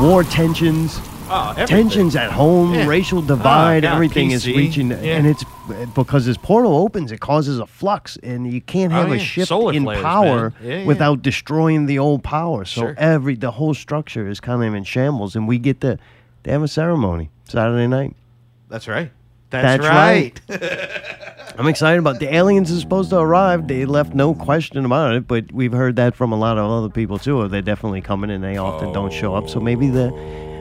S3: war tensions.
S10: Oh, everything.
S3: tensions at home,
S10: Yeah.
S3: racial
S10: Ah,
S3: divide,
S10: yeah,
S3: everything is
S10: PC,
S3: reaching,
S10: yeah.
S3: and it's because this portal opens, it causes a flux, and you can't
S10: Oh,
S3: have a
S10: yeah.
S3: shift
S10: Solar
S3: in
S10: flares,
S3: power
S10: man. Yeah, yeah.
S3: without destroying the old power. So
S10: Sure.
S3: every the whole structure is kind of in shambles, and we get to they have a ceremony Saturday night.
S10: that's right.
S3: That's I'm excited about the aliens are supposed to arrive. They left no question about it, but we've heard that from a lot of other people too. They're definitely coming, and they often don't show up. So maybe the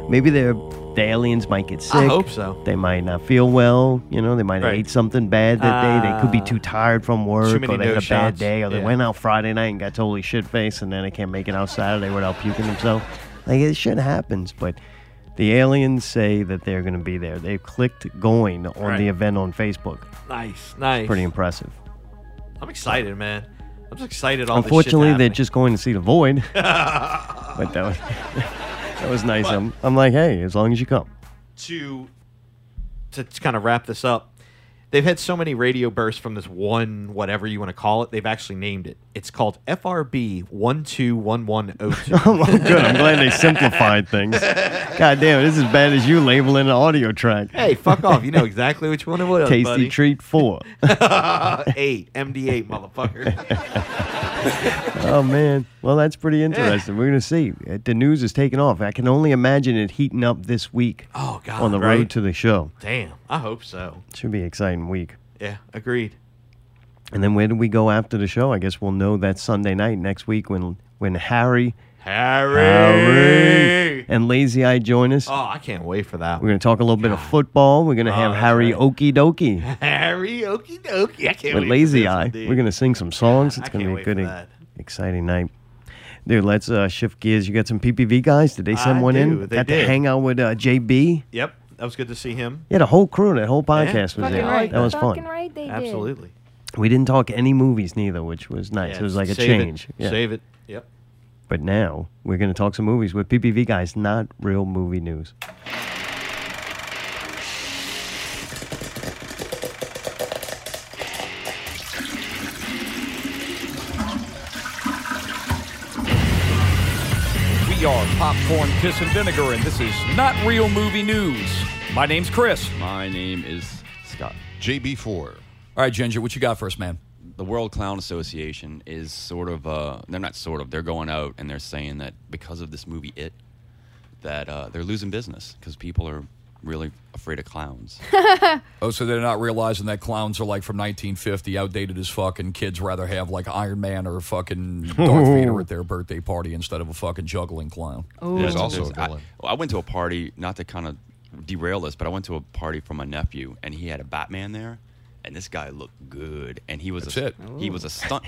S3: maybe they're. The aliens might get sick.
S10: I hope so.
S3: They might not feel well. You know, they might have
S10: Right. Ah.
S3: ate something bad that day. They could be too tired from work,
S10: many
S3: or they had a
S10: nose
S3: bad
S10: shots.
S3: day, or they
S10: Yeah.
S3: went out Friday night and got totally shit faced, and then they can't make it out Saturday without puking themselves. Like it shit happens, but the aliens say that they're going to be there. They've clicked going on
S10: Right.
S3: the event on Facebook.
S10: Nice, nice.
S3: Pretty impressive.
S10: I'm excited, man. I'm just excited. All
S3: Unfortunately,
S10: this
S3: they're
S10: shit
S3: just going to see the void.
S10: happening.
S3: but that was that was nice. um, I'm, I'm like, hey, as long as you come.
S10: to to kind of wrap this up. They've had so many radio bursts from this one, whatever you want to call it. They've actually named it. It's called FRB one two one one zero two.
S3: Oh, well, good. I'm glad they simplified things. God damn, it's as bad as you labeling an audio track.
S10: Hey, fuck off! You know exactly which one it was.
S3: Tasty
S10: buddy.
S3: treat four.
S10: eight MD8, motherfucker.
S3: oh man. Well, that's pretty interesting. We're gonna see. Uh, The news is taking off. I can only imagine it heating up this week.
S10: Oh, God,
S3: On the
S10: right?
S3: road to the show.
S10: Damn, I hope so.
S3: Should be an exciting week.
S10: Yeah, agreed.
S3: And then where do we go after the show? I guess we'll know that Sunday night next week when when Harry,
S10: Harry.
S3: and Lazy Eye join us.
S10: Oh, I Oh, can't wait for that.
S3: We're going to talk a little bit of football. We're going to have Harry Okie Dokie
S10: Harry, okie dokie. I can't
S3: with
S10: wait.
S3: Lazy Eye. We're going to sing some songs.
S10: I
S3: It's going
S10: can't wait
S3: to be a good,
S10: for
S3: e-
S10: that.
S3: exciting night. Dude, let's uh, shift gears. You got some PPV guys? Did they send
S10: I
S3: one
S10: do.
S3: in?
S10: They
S3: got to
S10: did.
S3: hang out with uh, JB.
S10: Yep, that was good to see him.
S3: Yeah, the whole crew, that whole podcast was
S10: fucking
S3: there.
S10: right.
S3: That was
S10: Fucking
S3: fun.
S10: right they did. Absolutely.
S3: We didn't talk any movies neither, which was nice.
S10: Yeah,
S3: it was like a
S10: save it,
S3: change. Yeah.
S10: Save it. Yep.
S3: But now we're going to talk some movies with PPV guys, not real movie news.
S11: We are Popcorn, Piss, and Vinegar, and this is not real movie news. My name's Chris.
S16: My name is Scott.
S17: JB4.
S16: All right, Ginger, what you got for us, man?
S17: The World Clown Association is sort of, uh, they're not sort of, they're going out and they're saying that because of this movie, It, that uh, they're losing business because people are really afraid of clowns.
S16: Oh, so they're not realizing that clowns are like from 1950, outdated as fuck, and kids rather have like Iron Man or fucking Darth Vader at their birthday party instead of a fucking juggling clown.
S17: There's there's- I, well, I went to a party, not to kind of derail this, but I went to a party for my nephew, and he had a Batman there, and this guy looked good, and he was a,
S16: That's it.
S17: he was a stunt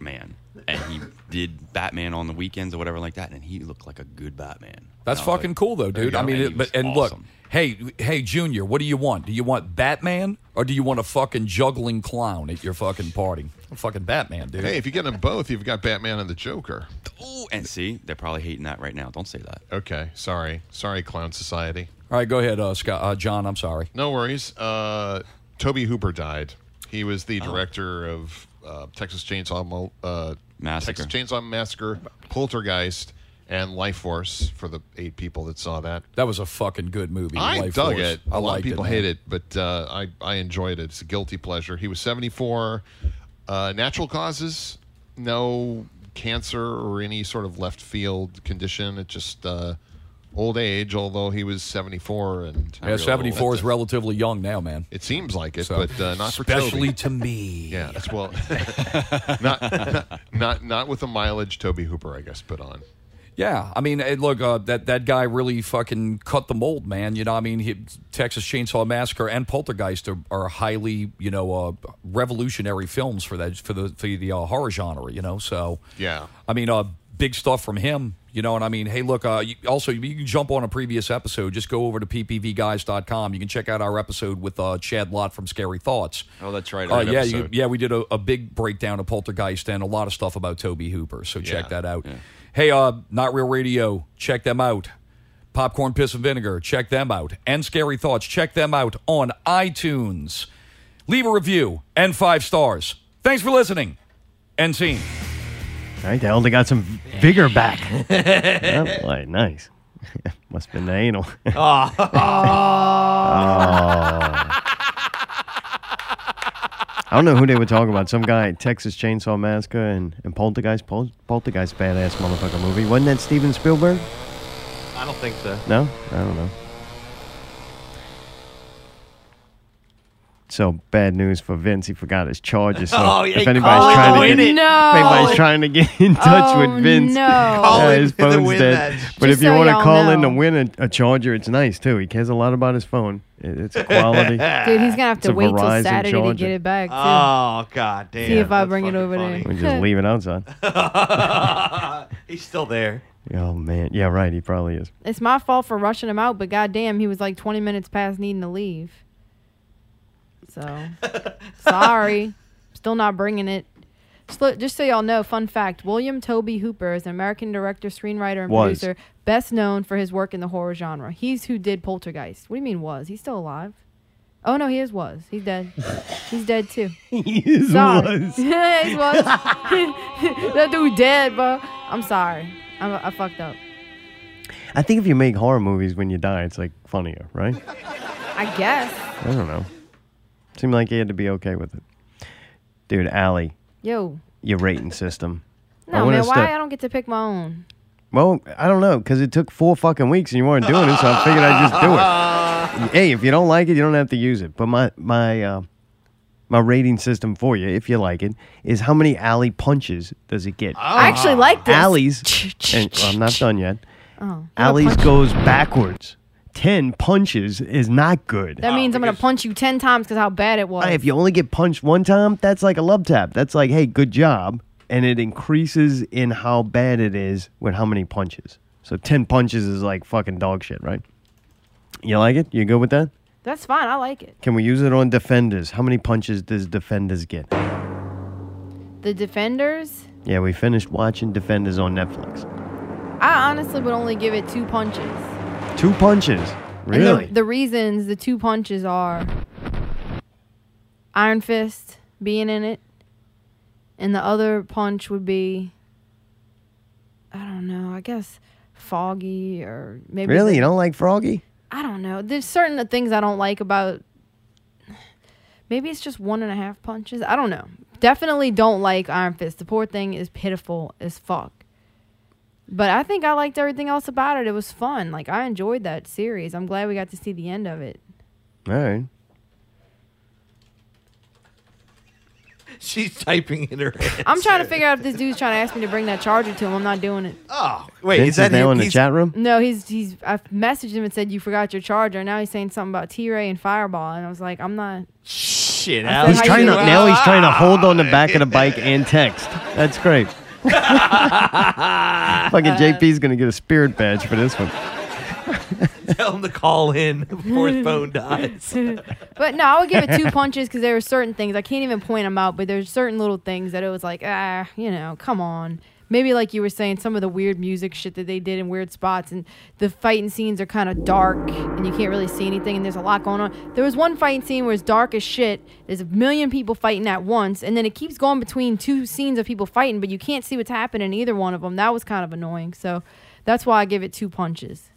S17: man, and he did Batman on the weekends or whatever like that, and he looked like a good Batman.
S16: That's
S17: And I was
S16: fucking
S17: like,
S16: cool though,
S17: there you
S16: dude. I
S17: go,
S16: mean,
S17: and
S16: it,
S17: he
S16: but
S17: was
S16: and
S17: awesome.
S16: look, hey, hey, Junior, what do you want? Do you want Batman or do you want a fucking juggling clown at your fucking party? I'm fucking Batman, dude.
S6: Hey, if you get them both, you've got Batman and the Joker.
S17: Ooh, and see, they're probably hating that right now. Don't say that.
S6: Okay, sorry, sorry, Clown Society.
S16: All right, go ahead, uh, Scott, uh, John. I'm sorry.
S6: No worries. Uh, Toby Hooper died. He was
S16: Oh.
S6: the director of uh, Texas Chainsaw Mo- uh,
S17: Massacre.
S6: Texas Chainsaw Massacre, Poltergeist, and Life Force for the eight people that saw that.
S16: That was a fucking good movie.
S6: I
S16: Life
S6: dug
S16: Force.
S6: it.
S16: I
S6: A lot of
S16: liked it,
S6: people
S16: man.
S6: hate it, but uh, I I enjoyed it. It's a guilty pleasure. He was 74. Uh, natural causes, no cancer or any sort of left field condition. It's just uh, old age. Although he was 74 and
S16: Yeah, 74 is relatively young now, man.
S6: It seems like it,
S16: So-
S6: but uh, not for
S16: Especially
S6: Toby.
S16: to me.
S6: Yeah, that's- well, not, not not not with the mileage Toby Hooper, I guess, put on.
S16: Yeah, I mean, eh, look, uh, that that guy really fucking cut the mold, man. You know, I mean, he, Texas Chainsaw Massacre and Poltergeist are, are highly, you know, uh, revolutionary films for that for the for the uh, horror genre. You know, so
S6: Yeah.
S16: I mean, uh, big stuff from him. You know, and I mean, hey, look, uh, you, also, you can jump on a previous episode. Just go over to ppvguys.com. You can check out our episode with uh, Chad Lott from Scary Thoughts.
S17: Oh, that's right.
S16: Uh,
S17: our
S16: yeah, you,
S17: episode.
S16: yeah, we did a, a big breakdown of Poltergeist and a lot of stuff about Toby Hooper. So check that out. Hey, uh, Not Real Radio, check them out. Popcorn, Piss, and Vinegar, check them out. And Scary Thoughts, check them out on iTunes. Leave a review and five stars. Thanks for listening and seeing.
S3: All right, they only got some vigor back. Yep, like, nice. Must have been the anal.
S10: Aw.
S3: Oh. I don't know who they were talking about. Some guy, Texas Chainsaw Massacre and, and Poltergeist. Pol- Poltergeist, badass motherfucker movie. Wasn't that Steven Spielberg?
S10: I don't think so.
S3: No? I don't know. So bad news for Vince. He forgot his charger. So
S12: Oh, yeah,
S3: if
S12: he
S3: anybody's
S12: called
S3: trying
S12: to
S3: to
S12: win
S3: get,
S12: it. No.
S3: if anybody's trying to get in touch
S12: Oh,
S3: with Vince,
S12: no.
S3: yeah,
S12: Calling
S3: his
S12: to win
S3: phone's
S12: that.
S3: dead. But
S12: Just
S3: if you
S12: so
S3: want to
S12: y'all
S3: call in to
S12: know.
S3: win a, a charger, it's nice too. He cares a lot about his phone. It- it's a quality.
S7: Dude, he's gonna have
S3: It's
S7: to
S3: a
S7: wait till
S3: Verizon
S7: Saturday
S3: charger.
S7: to get it back. Too.
S10: Oh god damn.
S7: See if I
S10: That's
S7: bring it
S10: fucking
S7: over
S10: funny.
S3: We just leave it outside.
S10: He's still there.
S3: Oh man, yeah, right. He probably is.
S7: It's my fault for rushing him out, but goddamn, he was like 20 minutes past needing to leave. So, sorry. Still not bringing it. Just, look- just so y'all know, fun fact William Toby Hooper is an American director, screenwriter, and
S3: Was.
S7: producer, best known for his work in the horror genre. He's who did Poltergeist. What do you mean was? He's still alive. Oh, no, he is was. He's dead. He's dead too.
S3: he is was.
S7: he was. that dude dead, bro. I'm sorry. I'm, I fucked up.
S3: I think if you make horror movies when you die, it's like funnier, right?
S7: I guess.
S3: I don't know. Seemed like he had to be okay with it. Dude, Allie,
S7: Yo.
S3: your rating system. I
S7: No,
S3: want
S7: man,
S3: us
S7: why
S3: to-
S7: I don't get to pick my own?
S3: Well, I don't know, because it took four fucking weeks and you weren't doing it, so I figured I'd just do it. hey, if you don't like it, you don't have to use it. But my my uh, my rating system for you, if you like it, is how many alley punches does it get?
S7: I actually like this.
S3: Alleys, and, well, I'm not done yet.
S7: Oh.
S3: Alleys goes backwards. Ten punches is not good.
S7: That means I'm going to punch you 10 times because how bad it was.
S3: Hey, if you only get punched one time, that's like a love tap. That's like, hey, good job. And it increases in how bad it is with how many punches. So 10 punches is like fucking dog shit, right? You like it? You good with that?
S7: That's fine. I like it.
S3: Can we use it on defenders? How many punches does defenders get?
S7: The Defenders,
S3: Yeah, we finished watching defenders on Netflix.
S7: I honestly would only give it two punches.
S3: Two punches.
S7: And the-
S3: Really?
S7: the, reasons the two punches are Iron Fist being in it, and the other punch would be, I don't know, I guess Foggy or maybe.
S3: Really?
S7: the-
S3: You don't like Froggy?
S7: I don't know. There's certain things I don't like about. Maybe it's just one and a half punches. I don't know. Definitely don't like Iron Fist. The poor thing is pitiful as fuck. But I think I liked everything else about it. It was fun. Like I enjoyed that series. I'm glad we got to see the end of it.
S3: All right.
S10: She's typing in her head.
S7: I'm trying to figure out if this dude's trying to ask me to bring that charger to him. I'm not doing it.
S10: Oh, Wait,
S3: Vince
S10: is that
S3: now
S10: him?
S3: in the
S10: He's-
S3: chat room?
S7: No, he's he's. I messaged him and said you forgot your charger. Now he's saying something about T-Ray and Fireball, and I was like, I'm not.
S10: shit
S7: I
S10: out.
S7: said,
S3: He's
S7: "How
S3: trying
S7: you
S3: to
S7: doing?"
S3: now. He's trying to hold on the back of the bike and text. That's great. Fucking JP's gonna get a spirit badge for this one.
S10: Tell him to call in before his phone dies.
S7: But no, I would give it two punches because there were certain things I can't even point them out. But there's certain little things that it was like, ah, you know, come on. Maybe like you were saying, some of the weird music shit that they did in weird spots, and the fighting scenes are kind of dark, and you can't really see anything, and there's a lot going on. There was one fighting scene where it's dark as shit. There's a million people fighting at once, and then it keeps going between two scenes of people fighting, but you can't see what's happening in either one of them. That was kind of annoying. So that's why I give it two punches.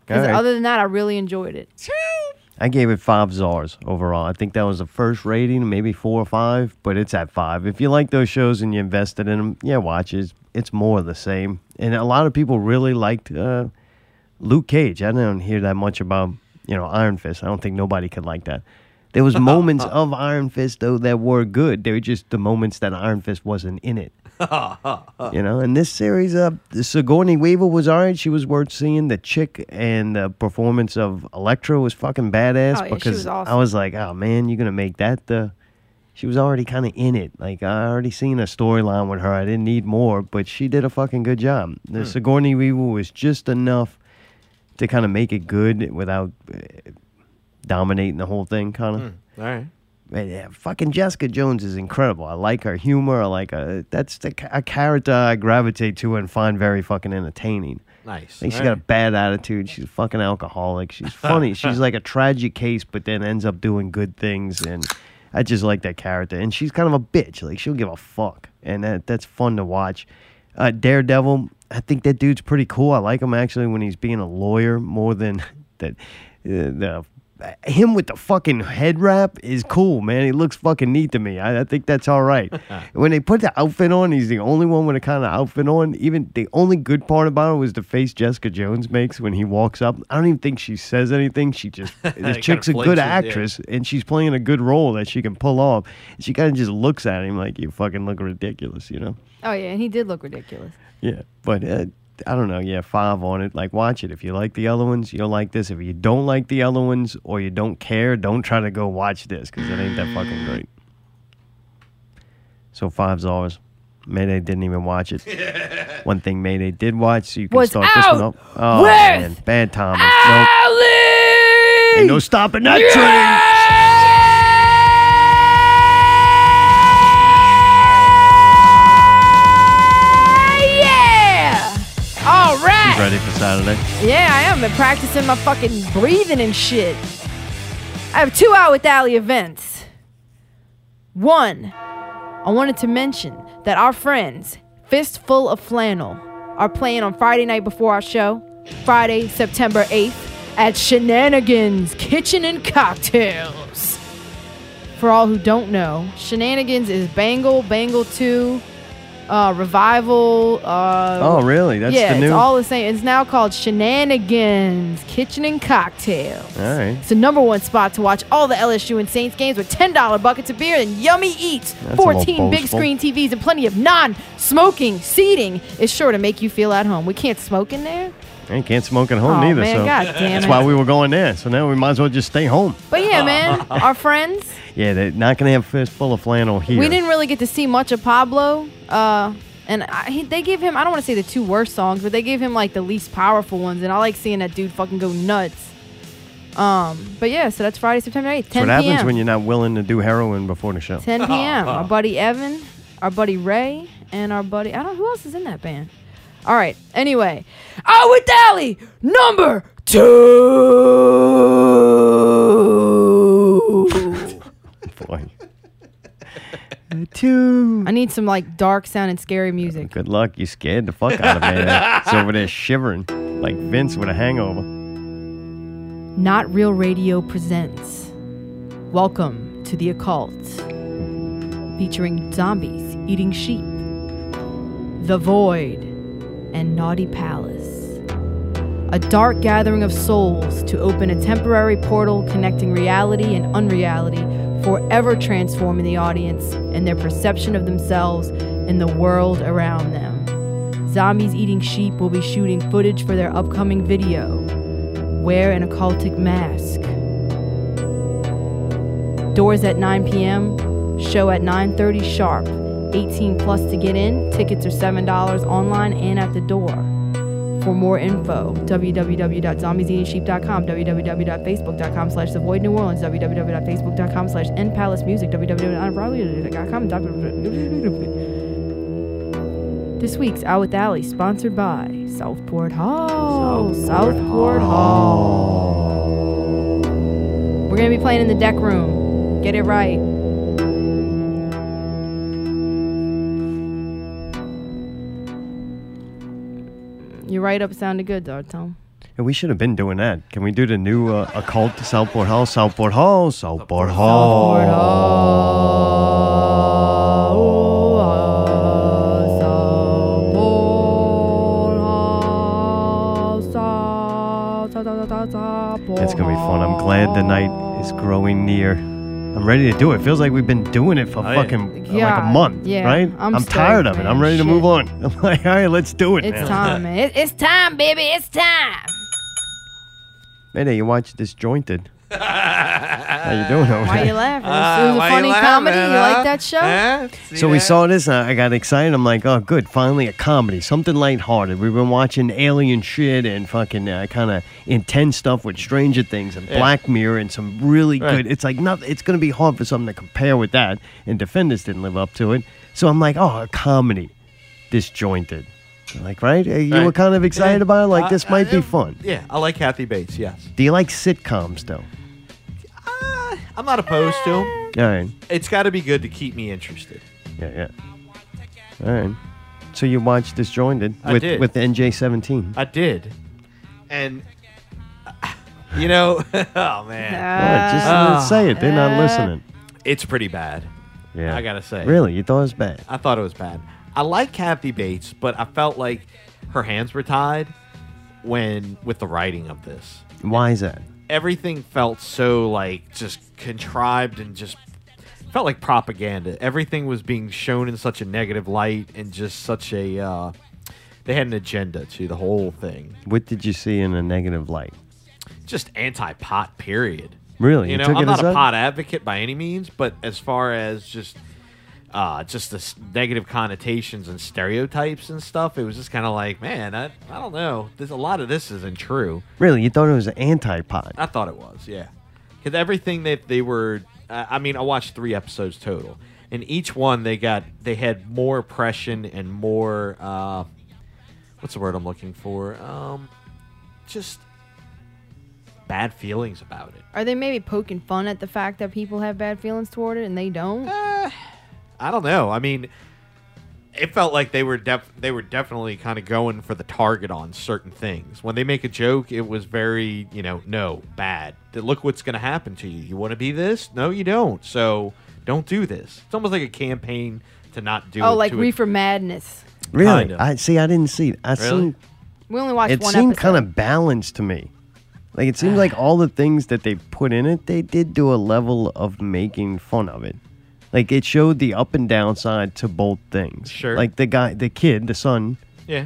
S7: Because
S3: All right.
S7: other than that, I really enjoyed it.
S3: I gave it five czars overall. I think that was the first rating, maybe four or five, but it's at five. If you like those shows and you invested in them, yeah, watch it. It's- It's more of the same. And a lot of people really liked uh, Luke Cage. I don't hear that much about you know Iron Fist. I don't think nobody could like that. There was moments of Iron Fist though that were good. They were just the moments that Iron Fist wasn't in it. You know, and this series, uh, Sigourney Weaver was alright. She was worth seeing. The chick and the performance of Elektra was fucking badass
S7: Oh, yeah, she
S3: because
S7: was awesome.
S3: I was like, oh man, you're gonna make that the. She was already kind of in it. Like I already seen a storyline with her. I didn't need more, but she did a fucking good job. The
S18: Hmm.
S3: Sigourney Weaver was just enough to kind of make it good without uh, dominating the whole thing, kind of.
S10: All right.
S3: Man, yeah, fucking Jessica Jones is incredible. I like her humor. I like her. That's the, ca- a character I gravitate to and find very fucking entertaining.
S10: Nice.
S3: I think she's
S10: All
S3: got a
S10: right.
S3: bad attitude. She's a fucking alcoholic. She's funny. she's like a tragic case, but then ends up doing good things. And I just like that character. And she's kind of a bitch. Like she'll give a fuck, and that that's fun to watch. Uh, Daredevil. I think that dude's pretty cool. I like him actually when he's being a lawyer more than that. Uh, the him with the fucking head wrap is cool, man. He looks fucking neat to me. I, I think that's all right. when they put the outfit on, he's the only one with a kind of outfit on. Even the only good part about it was the face Jessica Jones makes when he walks up. I don't even think she says anything. She just this
S10: Kinda
S3: chick's a
S10: flinches,
S3: good
S10: yeah.
S3: actress and she's playing a good role that she can pull off. She kind of just looks at him like you fucking look ridiculous, you know.
S7: Oh yeah, and he did look ridiculous.
S3: Yeah, but uh, I don't know. Yeah, five on it. Like, watch it. If you like the other ones, you'll like this. If you don't like the other ones or you don't care, don't try to go watch this because it ain't that fucking great. So five's ours. Mayday didn't even watch it. one thing Mayday did watch, so you can
S12: Was
S3: start this one
S12: out
S3: up. Oh
S12: with
S3: man, bad timing. Nope. Ain't no stopping that train.
S7: Yeah! All
S3: She's
S7: right.
S3: ready for Saturday.
S7: Yeah, I am. Been practicing my fucking breathing and shit. I have two out with Alley events. One, I wanted to mention that our friends, Fistful of Flannel, are playing on Friday night before our show, Friday, September 8th, at Shenanigans Kitchen and Cocktails. For all who don't know, Shenanigans is Bangle, Bangle 2, uh, Revival. Uh,
S3: Oh, really? That's
S7: yeah,
S3: the new-
S7: It's all the same. It's now called Shenanigans Kitchen and Cocktails.
S3: All right.
S7: It's the number one spot to watch all the LSU and Saints games with $10 buckets of beer and yummy eats.
S3: That's a little
S7: 14 big
S3: boastful.
S7: screen TVs and plenty of non smoking seating is sure to make you feel at home. We can't smoke in there.
S3: And can't smoke at home
S7: Aw,
S3: either.
S7: man,
S3: so
S7: God damn
S3: that's
S7: it.
S3: why we were going there. So now we might as well just stay home.
S7: But yeah, man, our friends,
S3: Yeah, they're not gonna have fistful of flannel here.
S7: we didn't really get to see much of Pablo. Uh, and I, he, they gave him, I don't want to say the two worst songs, but they gave him like the least powerful ones. And I like seeing that dude fucking go nuts. Um, but yeah, so that's Friday, September 8th, 10
S3: That's what
S7: p.m.
S3: happens when you're not willing to do heroin before the show.
S7: 10 p.m. our buddy Evan, our buddy Ray, and our buddy I don't who else is in that band. All right. Anyway, out with Dally number two.
S3: Boy. two.
S7: I need some like dark sounding scary music.
S3: Good luck. You scared the fuck out of me. It's over there shivering like Vince with a hangover.
S7: Not Real Radio presents Welcome to the Occult, featuring zombies eating sheep, The Void, and Naughty Palace. A dark gathering of souls to open a temporary portal connecting reality and unreality, forever transforming the audience and their perception of themselves and the world around them. Zombies Eating Sheep will be shooting footage for their upcoming video wear an occultic mask. Doors at 9 p.m. Show at 9:30 sharp. 18 plus to get in. Tickets are $7 online and at the door. For more info, www.zombieseatingsheep.com, www.facebook.com slash The Void New Orleans, www.facebook.com slash npalacemusic, www.unprobably.com. This week's Out With Alley, sponsored by Southport Hall. Southport, Hall. We're going to be playing in the deck room. Get it right. Your write up sounded good, though, Tom.
S3: And we should have been doing that. Can we do the new uh, occult Southport Hall, Southport Hall, Southport Hall? Southport It's gonna be fun. I'm glad the night is growing near. I'm ready to do it. Feels like we've been doing it for fucking uh, like
S7: Yeah,
S3: a month,
S7: yeah.
S3: right?
S7: I'm stoked,
S3: tired of it. I'm
S7: man.
S3: ready to
S7: Shit.
S3: move on. I'm like, all right, let's do it.
S7: It's
S3: now.
S7: time, man. It- it's time, baby. It's time.
S3: Mayday, you watch disjointed. How you doing over
S7: Why
S3: there?
S7: you laughing?
S12: Ah,
S7: it was a
S12: why you
S7: funny
S12: laughing,
S7: comedy. You
S12: huh?
S7: like that show?
S12: Huh?
S3: So we saw this, and I got excited. I'm like, oh, good, finally a comedy, something lighthearted. We've been watching alien shit and fucking uh, kind of intense stuff with Stranger Things and
S18: Yeah.
S3: Black Mirror and some really
S18: Right.
S3: good. It's like not, it's going to be hard for something to compare with that. And Defenders didn't live up to it. So I'm like, oh, a comedy, disjointed. Like, right? Uh, You were
S10: Right.
S3: kind of excited
S10: Yeah.
S3: about it. Like,
S10: Uh,
S3: this
S10: uh,
S3: might be
S10: yeah.
S3: fun.
S10: Yeah, I like Kathy Bates. Yes,
S3: Do you like sitcoms though?
S10: I'm not opposed to 'em.
S3: All right.
S10: It's got to be good to keep me interested.
S3: Yeah, yeah. All right. So you watched Disjointed
S10: I
S3: with
S10: did.
S3: with NJ17.
S10: I did, and you know, oh man, Ah.
S3: What? Just
S10: Oh.
S3: uh, say it. They're not listening.
S10: It's pretty bad.
S3: Yeah.
S10: I gotta say.
S3: Really? You thought it was bad?
S10: I thought it was bad. I like Kathy Bates, but I felt like her hands were tied when with the writing of this.
S3: Why is that?
S10: Everything felt so like just contrived and just felt like propaganda. Everything was being shown in such a negative light and just such a uh, they had an agenda to the whole thing.
S3: What did you see in a negative light?
S10: Just anti pot period.
S3: Really?
S10: You
S3: You
S10: know,
S3: took
S10: I'm
S3: it
S10: not
S3: as
S10: a
S3: that?
S10: pot advocate by any means, but as far as just uh, just this negative connotations and stereotypes and stuff, it was just kind of like, man, I, I don't know. There's a lot of this isn't true.
S3: Really? You thought it was an anti-pod?
S10: I thought it was, yeah, because everything that they were. I I mean, I watched three episodes total, and each one they got they had more oppression and more. Uh, what's the word I'm looking for? Um, just bad feelings about it.
S7: Are they maybe poking fun at the fact that people have bad feelings toward it and they don't?
S10: I don't know. I mean, it felt like they were def- they were definitely kind of going for the target on certain things. When they make a joke, it was very you know no bad. Th- Look what's going to happen to you. You want to be this? No, you don't. So don't do this. It's almost like a campaign to not do.
S7: oh,
S10: it,
S7: like
S10: to
S7: Reefer Madness.
S3: Really?
S10: Kinda.
S3: I see. I didn't see. it. I
S10: Really?
S3: seen.
S7: We only watched
S3: it
S7: one
S3: seemed
S7: episode.
S3: kind of balanced to me. Like it seemed like all the things that they put in it, they did do a level of making fun of it. Like it showed the up and down side to both things.
S10: Sure.
S3: Like the guy, the kid, the son,
S10: yeah.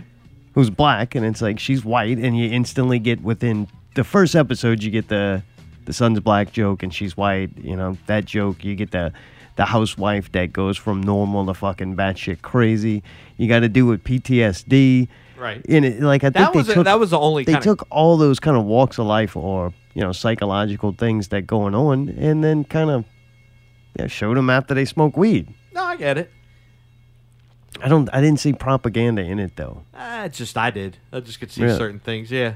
S3: who's black and it's like she's white and you instantly get within the first episode you get the the son's black joke and she's white you know that joke you get the the housewife that goes from normal to fucking batshit crazy you got to do with PTSD
S10: Right.
S3: and it, like I
S10: That
S3: think
S10: was
S3: they
S10: a-
S3: took,
S10: that was the only
S3: they
S10: kinda-
S3: took all those kind of walks of life or you know psychological things that going on and then kind of yeah, showed them after they smoke weed
S10: No, I get it.
S3: I don't I didn't see propaganda in it though
S10: Ah, it's just I did. I just could see
S3: Really?
S10: certain things. Yeah,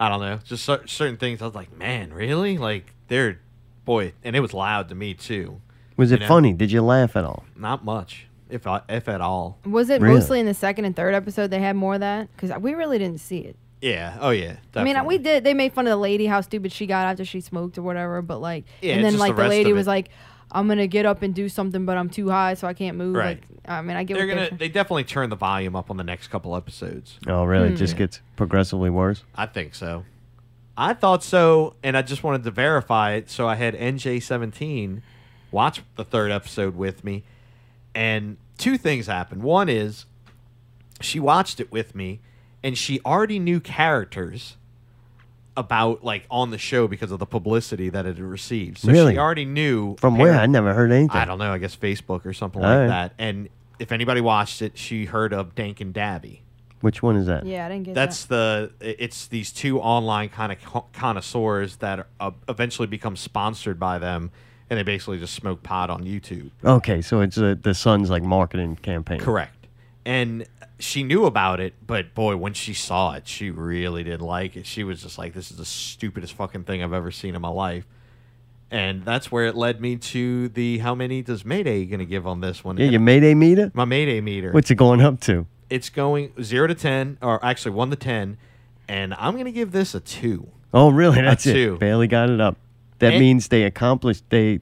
S10: I don't know. Just cer- certain things. I was like, man, really? Like they're boy, and it was loud to me too.
S3: was
S10: you
S3: it
S10: know?
S3: funny did you laugh at all
S10: Not much, if I, if at all.
S7: Was it
S3: Really?
S7: mostly in the second and third episode they had more of that? Because we really didn't see it.
S10: Yeah. Oh yeah.
S7: I mean, we did. They made fun of the lady how stupid she got after she smoked or whatever. But like,
S10: Yeah,
S7: and
S10: it's
S7: then
S10: just
S7: like
S10: the
S7: the,
S10: rest
S7: lady
S10: of
S7: was
S10: it.
S7: like, "I'm gonna get up and do something, but I'm too high, so I can't move."
S10: Right.
S7: Like, I mean, I get
S10: They're
S7: what they're
S10: gonna. They definitely turn the volume up on the next couple episodes.
S3: Oh, really? It
S10: Hmm.
S3: just gets progressively worse.
S10: I think so. I thought so, and I just wanted to verify it. So I had NJ17 watch the third episode with me, and two things happened. One is she watched it with me, and she already knew characters about like on the show because of the publicity that it had received. So
S3: Really?
S10: she already knew
S3: From where?
S10: apparent-
S3: I never heard anything.
S10: I don't know. I guess Facebook or something
S3: All
S10: like
S3: right.
S10: that. And if anybody watched it, she heard of Dank and Dabby.
S3: Which one is that?
S7: Yeah, I didn't get
S10: That's the i- it's these two online kind of connoisseurs that uh, eventually become sponsored by them, and they basically just smoke pot on YouTube.
S3: Okay, so it's uh the Sun's like marketing campaign.
S10: Correct. And she knew about it, but boy, when she saw it, she really didn't like it. She was just like, "This is the stupidest fucking thing I've ever seen in my life." And that's where it led me to the how many does Mayday gonna give on this one?
S3: Yeah,
S10: And
S3: your Mayday meter.
S10: my Mayday meter.
S3: What's it going up to?
S10: it's going zero to ten, or actually one to ten, and I'm gonna give this a two.
S3: Oh, really?
S10: A
S3: That's
S10: two.
S3: it. Barely got it up. That
S10: And-
S3: means they accomplished. They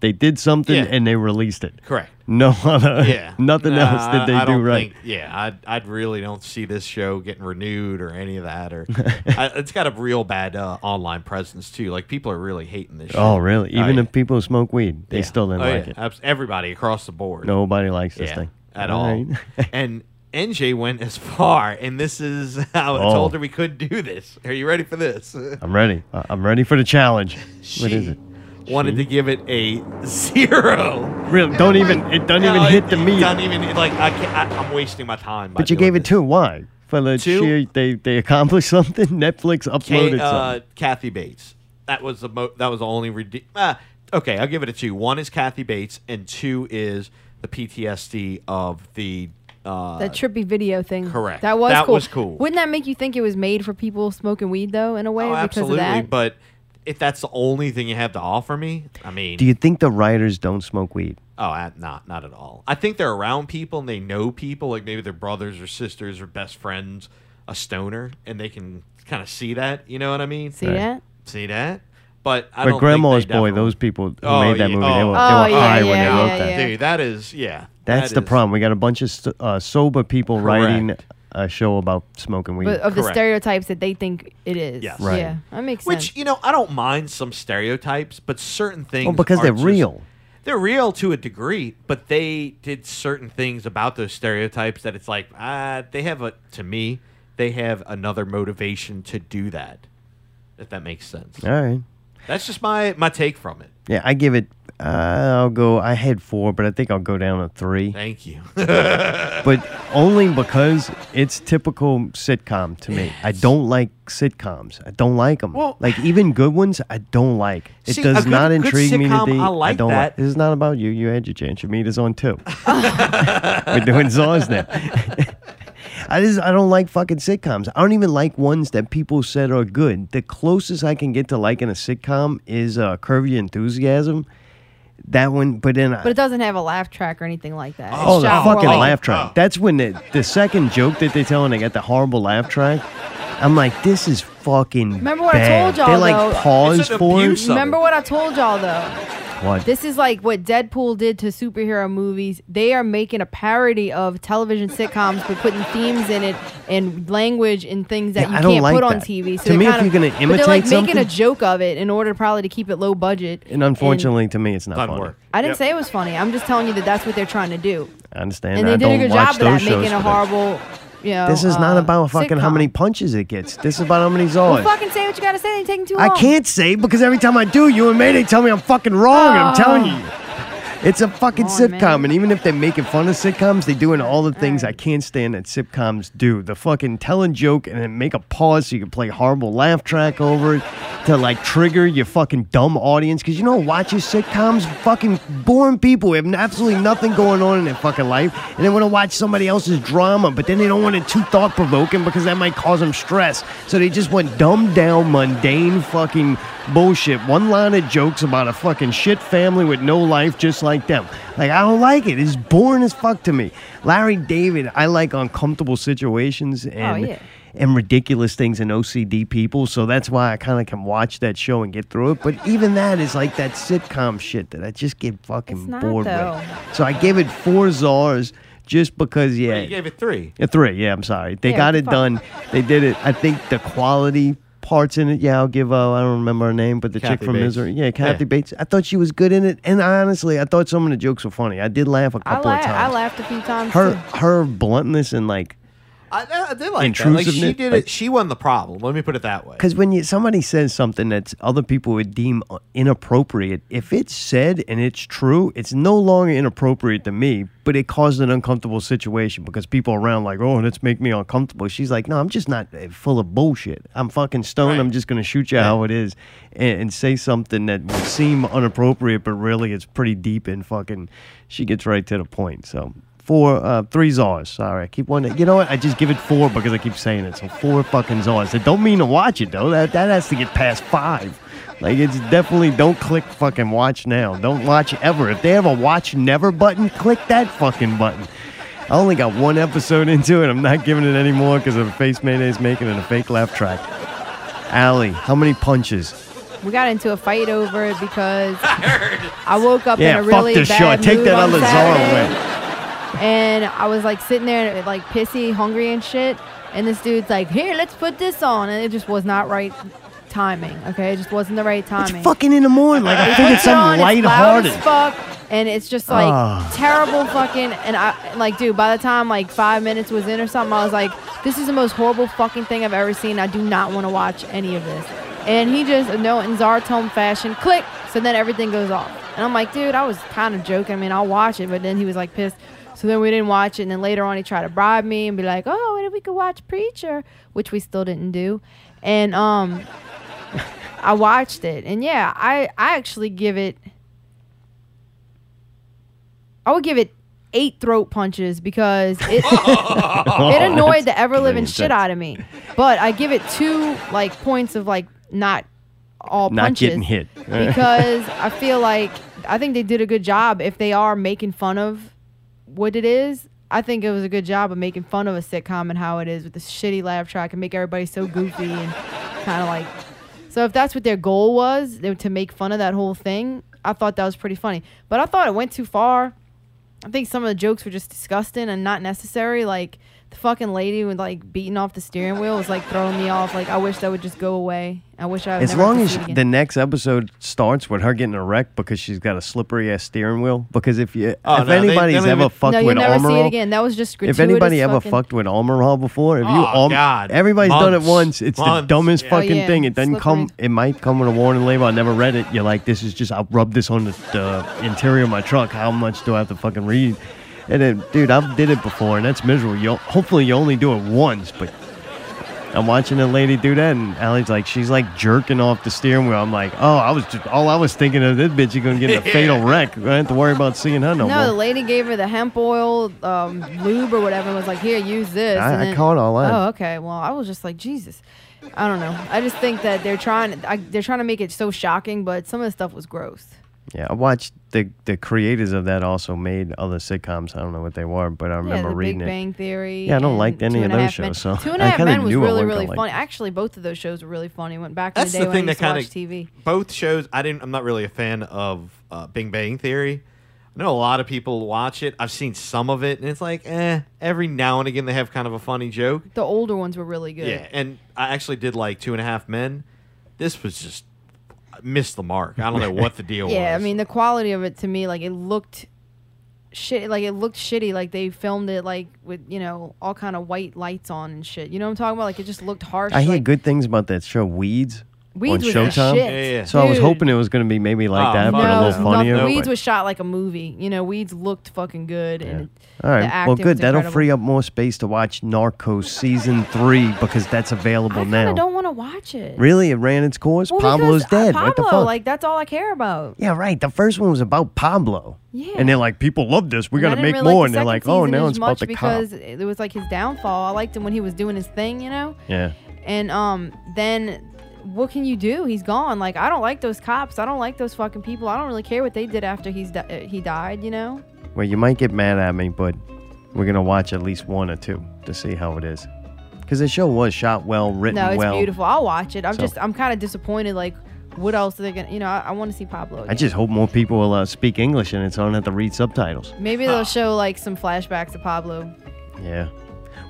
S3: they did something
S10: Yeah.
S3: and they released it.
S10: Correct.
S3: No other.
S10: Yeah.
S3: Nothing
S10: Nah,
S3: else did they
S10: I, I
S3: do
S10: don't
S3: right.
S10: think- yeah, I I really don't see this show getting renewed or any of that. Or I, it's got a real bad uh, online presence too. Like people are really hating this.
S3: oh,
S10: shit.
S3: really?
S10: Oh,
S3: Even
S10: yeah.
S3: if people smoke weed, they
S10: Yeah.
S3: still didn't
S10: Oh,
S3: like
S10: yeah.
S3: it.
S10: Abs- Everybody across the board.
S3: Nobody likes this
S10: Yeah,
S3: thing
S10: at
S3: All
S10: all.
S3: right.
S10: and NJ went as far, and this is how I
S3: Oh.
S10: told her we could do this. Are you ready for this?
S3: I'm ready. I- I'm ready for the challenge. what is
S10: She
S3: it?
S10: Wanted to give it a zero.
S3: Really? Don't even. It doesn't even
S10: No,
S3: hit the
S10: it
S3: meter.
S10: Doesn't even like I can't, I, I'm wasting my time. by
S3: But you
S10: doing
S3: gave it two. Why? For the
S10: Two?
S3: sheer they they accomplished something. Netflix
S10: Kay-
S3: uploaded
S10: uh,
S3: something.
S10: Kathy Bates. That was the mo- that was the only rede- ah, okay. I'll give it a two. One is Kathy Bates, and two is the PTSD of the uh,
S7: that trippy video thing.
S10: correct.
S7: That was
S10: That
S7: cool.
S10: was cool.
S7: Wouldn't that make you think it was made for people smoking weed though, in a way,
S10: Oh,
S7: because
S10: absolutely.
S7: of that?
S10: But if that's the only thing you have to offer me, I mean,
S3: Do you think the writers don't smoke weed?
S10: oh, I, not not at all. I think they're around people and they know people, like maybe their brothers or sisters or best friends, a stoner, and they can kind of see that. You know what I mean?
S7: See Right. that?
S10: See that? But I
S3: but
S10: don't
S3: Grandma's
S10: think they
S3: Boy,
S10: definitely-
S3: those people who
S10: Oh,
S3: made that
S10: yeah.
S3: movie,
S10: Oh.
S3: they were, they were
S10: Oh, yeah,
S3: high when they
S10: yeah,
S3: wrote
S10: yeah,
S3: that.
S10: Dude, that is yeah.
S3: That's
S10: that
S3: the
S10: is-
S3: problem. We got a bunch of st- uh, sober people
S10: Correct.
S3: writing a show about smoking weed.
S7: But of the stereotypes that they think it is.
S10: Yes.
S3: Right.
S7: Yeah, that makes sense.
S10: Which you know, I don't mind some stereotypes, but certain things.
S3: Well, Oh, because
S10: are
S3: they're
S10: just-
S3: real.
S10: They're real to a degree, but they did certain things about those stereotypes that it's like ah, they have a to me they have another motivation to do that. If that makes sense.
S3: All right.
S10: That's just my my take from it.
S3: Yeah, I give it. Uh, I'll go. I had four, but I think I'll go down to three.
S10: Thank you.
S3: but only because it's typical sitcom to me. I don't like sitcoms. I don't like them.
S10: Well-
S3: like even good ones, I don't like. It
S10: See,
S3: does
S10: a good-
S3: not
S10: good
S3: intrigue me to
S10: sitcom,
S3: be.
S10: I like
S3: don't
S10: that.
S3: This is not about you. You had your chance. Your meat is on too. We're doing Zaws now. I just I don't like fucking sitcoms. I don't even like ones that people said are good. The closest I can get to liking a sitcom is uh, Curvy Enthusiasm. That one, but then I,
S7: But it doesn't have a laugh track or anything like that.
S3: Oh,
S7: It's
S3: the
S7: shot more
S3: fucking
S7: like-
S3: laugh track. That's when the, the second joke that they tell and they got the horrible laugh track. I'm like, this is fucking
S7: Remember what I
S3: bad.
S7: told y'all?
S3: They like
S7: though.
S3: pause for it.
S7: Remember what I told y'all though.
S3: What?
S7: This is like what Deadpool did to superhero movies. They are making a parody of television sitcoms, but putting themes in it and language and things that
S3: Yeah,
S7: you
S3: I don't
S7: can't
S3: like
S7: put on
S3: that.
S7: TV. So
S3: To
S7: they're
S3: me, if
S7: kind
S3: you're gonna
S7: of- but they're like
S3: imitate
S7: making a
S3: something-
S7: joke of it in order probably to keep it low budget.
S3: and unfortunately, to me, it's not funny.
S7: I didn't say it was funny. I'm just telling you that that's what they're trying to do.
S3: I understand.
S7: And,
S3: I
S7: they did
S3: don't
S7: a good
S3: watch
S7: job of
S3: those
S7: that,
S3: shows.
S7: making a
S3: for that.
S7: horrible. You know,
S3: this is not
S7: uh,
S3: about fucking how many punches it gets. This is about how many
S7: Well,
S3: Zaws.
S7: fucking say what you gotta say. They ain't taking too
S3: I
S7: long.
S3: can't say because every time I do, you and Mayday tell me I'm fucking wrong. and I'm telling
S7: Oh.
S3: you. It's a fucking sitcom, and even if they're making fun of sitcoms, they're doing all the things I can't stand that sitcoms do. The fucking tell a joke and then make a pause so you can play horrible laugh track over it to like trigger your fucking dumb audience. Cause you know, watching sitcoms, fucking boring people who have absolutely nothing going on in their fucking life, and they want to watch somebody else's drama, but then they don't want it too thought provoking because that might cause them stress. So they just want dumbed down, mundane fucking bullshit. One line of jokes about a fucking shit family with no life just like them. Like, I don't like it. It's boring as fuck to me. Larry David, I like uncomfortable situations and.
S7: Oh, yeah.
S3: And ridiculous things in OCD people, so that's why I kind of can watch that show and get through it. But even that is like that sitcom shit that I just get fucking
S7: It's not,
S3: bored
S7: though.
S3: with. So I gave it four czars just because, yeah.
S10: You gave it three.
S3: Yeah, three. Yeah, I'm sorry. They
S10: Yeah,
S3: got it
S10: fuck.
S3: done. They did it. I think the quality parts in it. Yeah, I'll give. Uh, I don't remember her name, but the chick
S10: Kathy
S3: from
S10: Bates.
S3: Misery. Yeah,
S10: Yeah.
S3: Kathy Bates. I thought she was good in it, and I, honestly, I thought some of the jokes were funny. I did laugh a
S7: I,
S3: couple
S7: la-
S3: of
S7: I
S3: times.
S7: laughed a few times.
S3: her
S7: too.
S3: her bluntness and like
S10: I, I did like that. Like she
S3: Intrusiveness,
S10: did
S3: like-
S10: it. She won the problem. Let me put it that way.
S3: because when you somebody says something that other people would deem uh, inappropriate, if it's said and it's true, it's no longer inappropriate to me, but it caused an uncomfortable situation because people around like, oh, that's make me uncomfortable. She's like, no, I'm just not uh, full of bullshit. I'm fucking stoned. I'm just gonna shoot you how it is and, and say something that would seem inappropriate, but really it's pretty deep and fucking. She gets right to the point. So. Four, uh, three czars. Sorry, I keep wanting. You know what? I just give it four because I keep saying it. So four fucking czars. It don't mean to watch it though. That that has to get past five. Like it's definitely don't click fucking watch now. Don't watch ever. If they have a watch never button, click that fucking button. I only got one episode into it. I'm not giving it any more because of a face mayonnaise making and a fake laugh track. Allie, how many punches?
S7: We got into a fight over it because I woke up
S3: yeah,
S7: in a really
S3: fuck this show.
S7: bad
S3: Take
S7: mood
S3: that
S7: on
S3: other
S7: Saturday.
S3: czar away.
S7: and I was like sitting there like pissy, hungry and shit. And this dude's like, "Here, let's put this on," and it just was not right timing. Okay, it just wasn't the right timing.
S3: Fucking in the morning, like I figured something
S7: It's loud
S3: lighthearted.
S7: as fuck, and it's just like
S3: Ah.
S7: terrible fucking. And I like, dude, by the time like five minutes was in or something, I was like, "This is the most horrible fucking thing I've ever seen. I do not want to watch any of this." And he just no in Zartome fashion, click. So then everything goes off, and I'm like, dude, I was kind of joking. I mean, I'll watch it, but then he was like pissed. So then we didn't watch it, and then later on he tried to bribe me and be like, "Oh, and we could watch Preacher," which we still didn't do. And um, I watched it, and yeah, I I actually give it. I would give it eight throat punches because it it annoyed the ever living
S3: That's
S7: shit out of me. But I give it two like points of like not all
S3: Not
S7: punches
S3: getting hit.
S7: because I feel like I think they did a good job if they are making fun of what it is. I think it was a good job of making fun of a sitcom and how it is with this shitty laugh track and make everybody so goofy and kind of like. So if that's what their goal was they- to make fun of that whole thing, I thought that was pretty funny. But I thought it went too far. I think some of the jokes were just disgusting and not necessary. Like the fucking lady with like beating off the steering wheel was like throwing me off. Like I wish that would just go away. I wish I. would
S3: As
S7: never
S3: long
S7: have to
S3: as
S7: see it again.
S3: the next episode starts with her getting a wreck because she's got a slippery ass steering wheel. Because if you,
S10: Oh,
S3: if
S10: no, they- they
S3: anybody's
S10: don't
S3: ever
S10: even-
S3: fucked
S7: no,
S3: with
S7: you'll never see it
S3: Armorall,
S7: again. That was just
S3: if
S7: gratuitous.
S3: anybody ever
S7: fucking-
S3: fucked with Armorall before, if you,
S7: Oh,
S3: Arm-
S7: God.
S3: everybody's done it
S7: Months.
S3: once. It's the
S7: Months.
S3: dumbest
S7: Yeah. Oh,
S3: fucking
S7: yeah.
S3: thing. It doesn't come.
S7: Slippery.
S3: It might come with a warning label. I never read it. You're like, this is just. I'll rub this on the, the interior of my truck. How much do I have to fucking read? And then, dude, I've did it before, and that's miserable. You hopefully you only do it once, but I'm watching a lady do that, and Allie's like, she's like jerking off the steering wheel. I'm like, oh, I was just, all I was thinking of this bitch is gonna get in a fatal wreck. I don't have to worry about seeing her
S7: No,
S3: no,
S7: the
S3: more.
S7: lady gave her the hemp oil um, lube or whatever and was like, here, use this.
S3: I-
S7: and
S3: I caught all that.
S7: Oh, okay. Well, I was just like, Jesus. I don't know. I just think that they're trying I, they're trying to make it so shocking, but some of the stuff was gross.
S3: Yeah, I watched the the creators of that also made other sitcoms. I don't know what they were, but I
S7: yeah,
S3: remember
S7: the
S3: reading
S7: Big Bang
S3: it.
S7: Theory.
S3: Yeah, I don't
S7: and
S3: like any
S7: Two
S3: of
S7: and a
S3: those
S7: Half Men.
S3: shows. So
S7: Two and a
S3: I
S7: Half
S3: kinda
S7: Men was
S3: knew I
S7: really,
S3: wasn't
S7: really
S3: gonna
S7: funny.
S3: like
S7: Actually, both of those shows were really funny. Went back
S10: That's
S7: in the
S10: the
S7: day
S10: thing
S7: when I
S10: that
S7: used to
S10: kind
S7: watch
S10: of
S7: TV.
S10: both shows. I didn't. I'm not really a fan of uh, Big Bang Theory. I know a lot of people watch it. I've seen some of it, and it's like, eh. Every now and again, they have kind of a funny joke.
S7: The older ones were really good.
S10: Yeah, and I actually did like Two and a Half Men. This was just I missed the mark. I don't know what the deal
S7: yeah,
S10: was.
S7: I mean the quality of it to me, like it looked shit, like it looked shitty. Like they filmed it like with you know all kind of white lights on and shit. You know what I'm talking about? Like it just looked harsh.
S3: I hear
S7: like,
S3: good things about that show, Weeds.
S7: Weeds
S3: on
S7: was the
S3: Showtime.
S7: shit, Yeah, Ah, yeah.
S3: So I was
S7: dude.
S3: hoping it was going to be maybe like
S10: Oh,
S3: that, but
S10: no,
S3: a
S10: it's
S3: little
S10: nothing.
S3: funnier.
S10: Nope.
S3: but-
S7: Weeds was shot like a movie. You know, Weeds looked fucking good. And
S3: All
S7: the
S3: right.
S7: acting
S3: Well,
S7: was
S3: good. That'll
S7: incredible.
S3: free up more space to watch Narcos season three because that's available
S7: I
S3: now.
S7: don't want to watch it.
S3: Really? It ran its course?
S7: Well, because,
S3: Pablo's
S7: uh,
S3: dead.
S7: Pablo,
S3: what the fuck?
S7: like that's all I care about.
S3: yeah, right. The first one was about Pablo.
S7: Yeah.
S3: And they're like, people love this. We
S7: And I
S3: got to
S7: didn't
S3: make
S7: really
S3: more.
S7: the
S3: and they're
S7: second
S3: like, oh,
S7: season
S3: now
S7: as
S3: it's
S7: much
S3: about the
S7: because
S3: cop.
S7: it was like his downfall. I liked him when he was doing his thing. You know.
S3: Yeah.
S7: And um, then what can you do? He's gone. Like I don't like those cops. I don't like those fucking people. I don't really care what they did after he's di- uh, he died. You know.
S3: Well, you might get mad at me, but we're going to watch at least one or two to see how it is. Because the show was shot well, written
S7: no, it's
S3: well.
S7: beautiful. I'll watch it. I'm
S3: So-
S7: just I'm kind of disappointed. Like what else are they gonna? You know, I, I want to see Pablo.
S3: I
S7: again.
S3: just hope more people will uh, speak English and it's on at the read subtitles.
S7: Maybe they'll show like some flashbacks of Pablo.
S3: Yeah.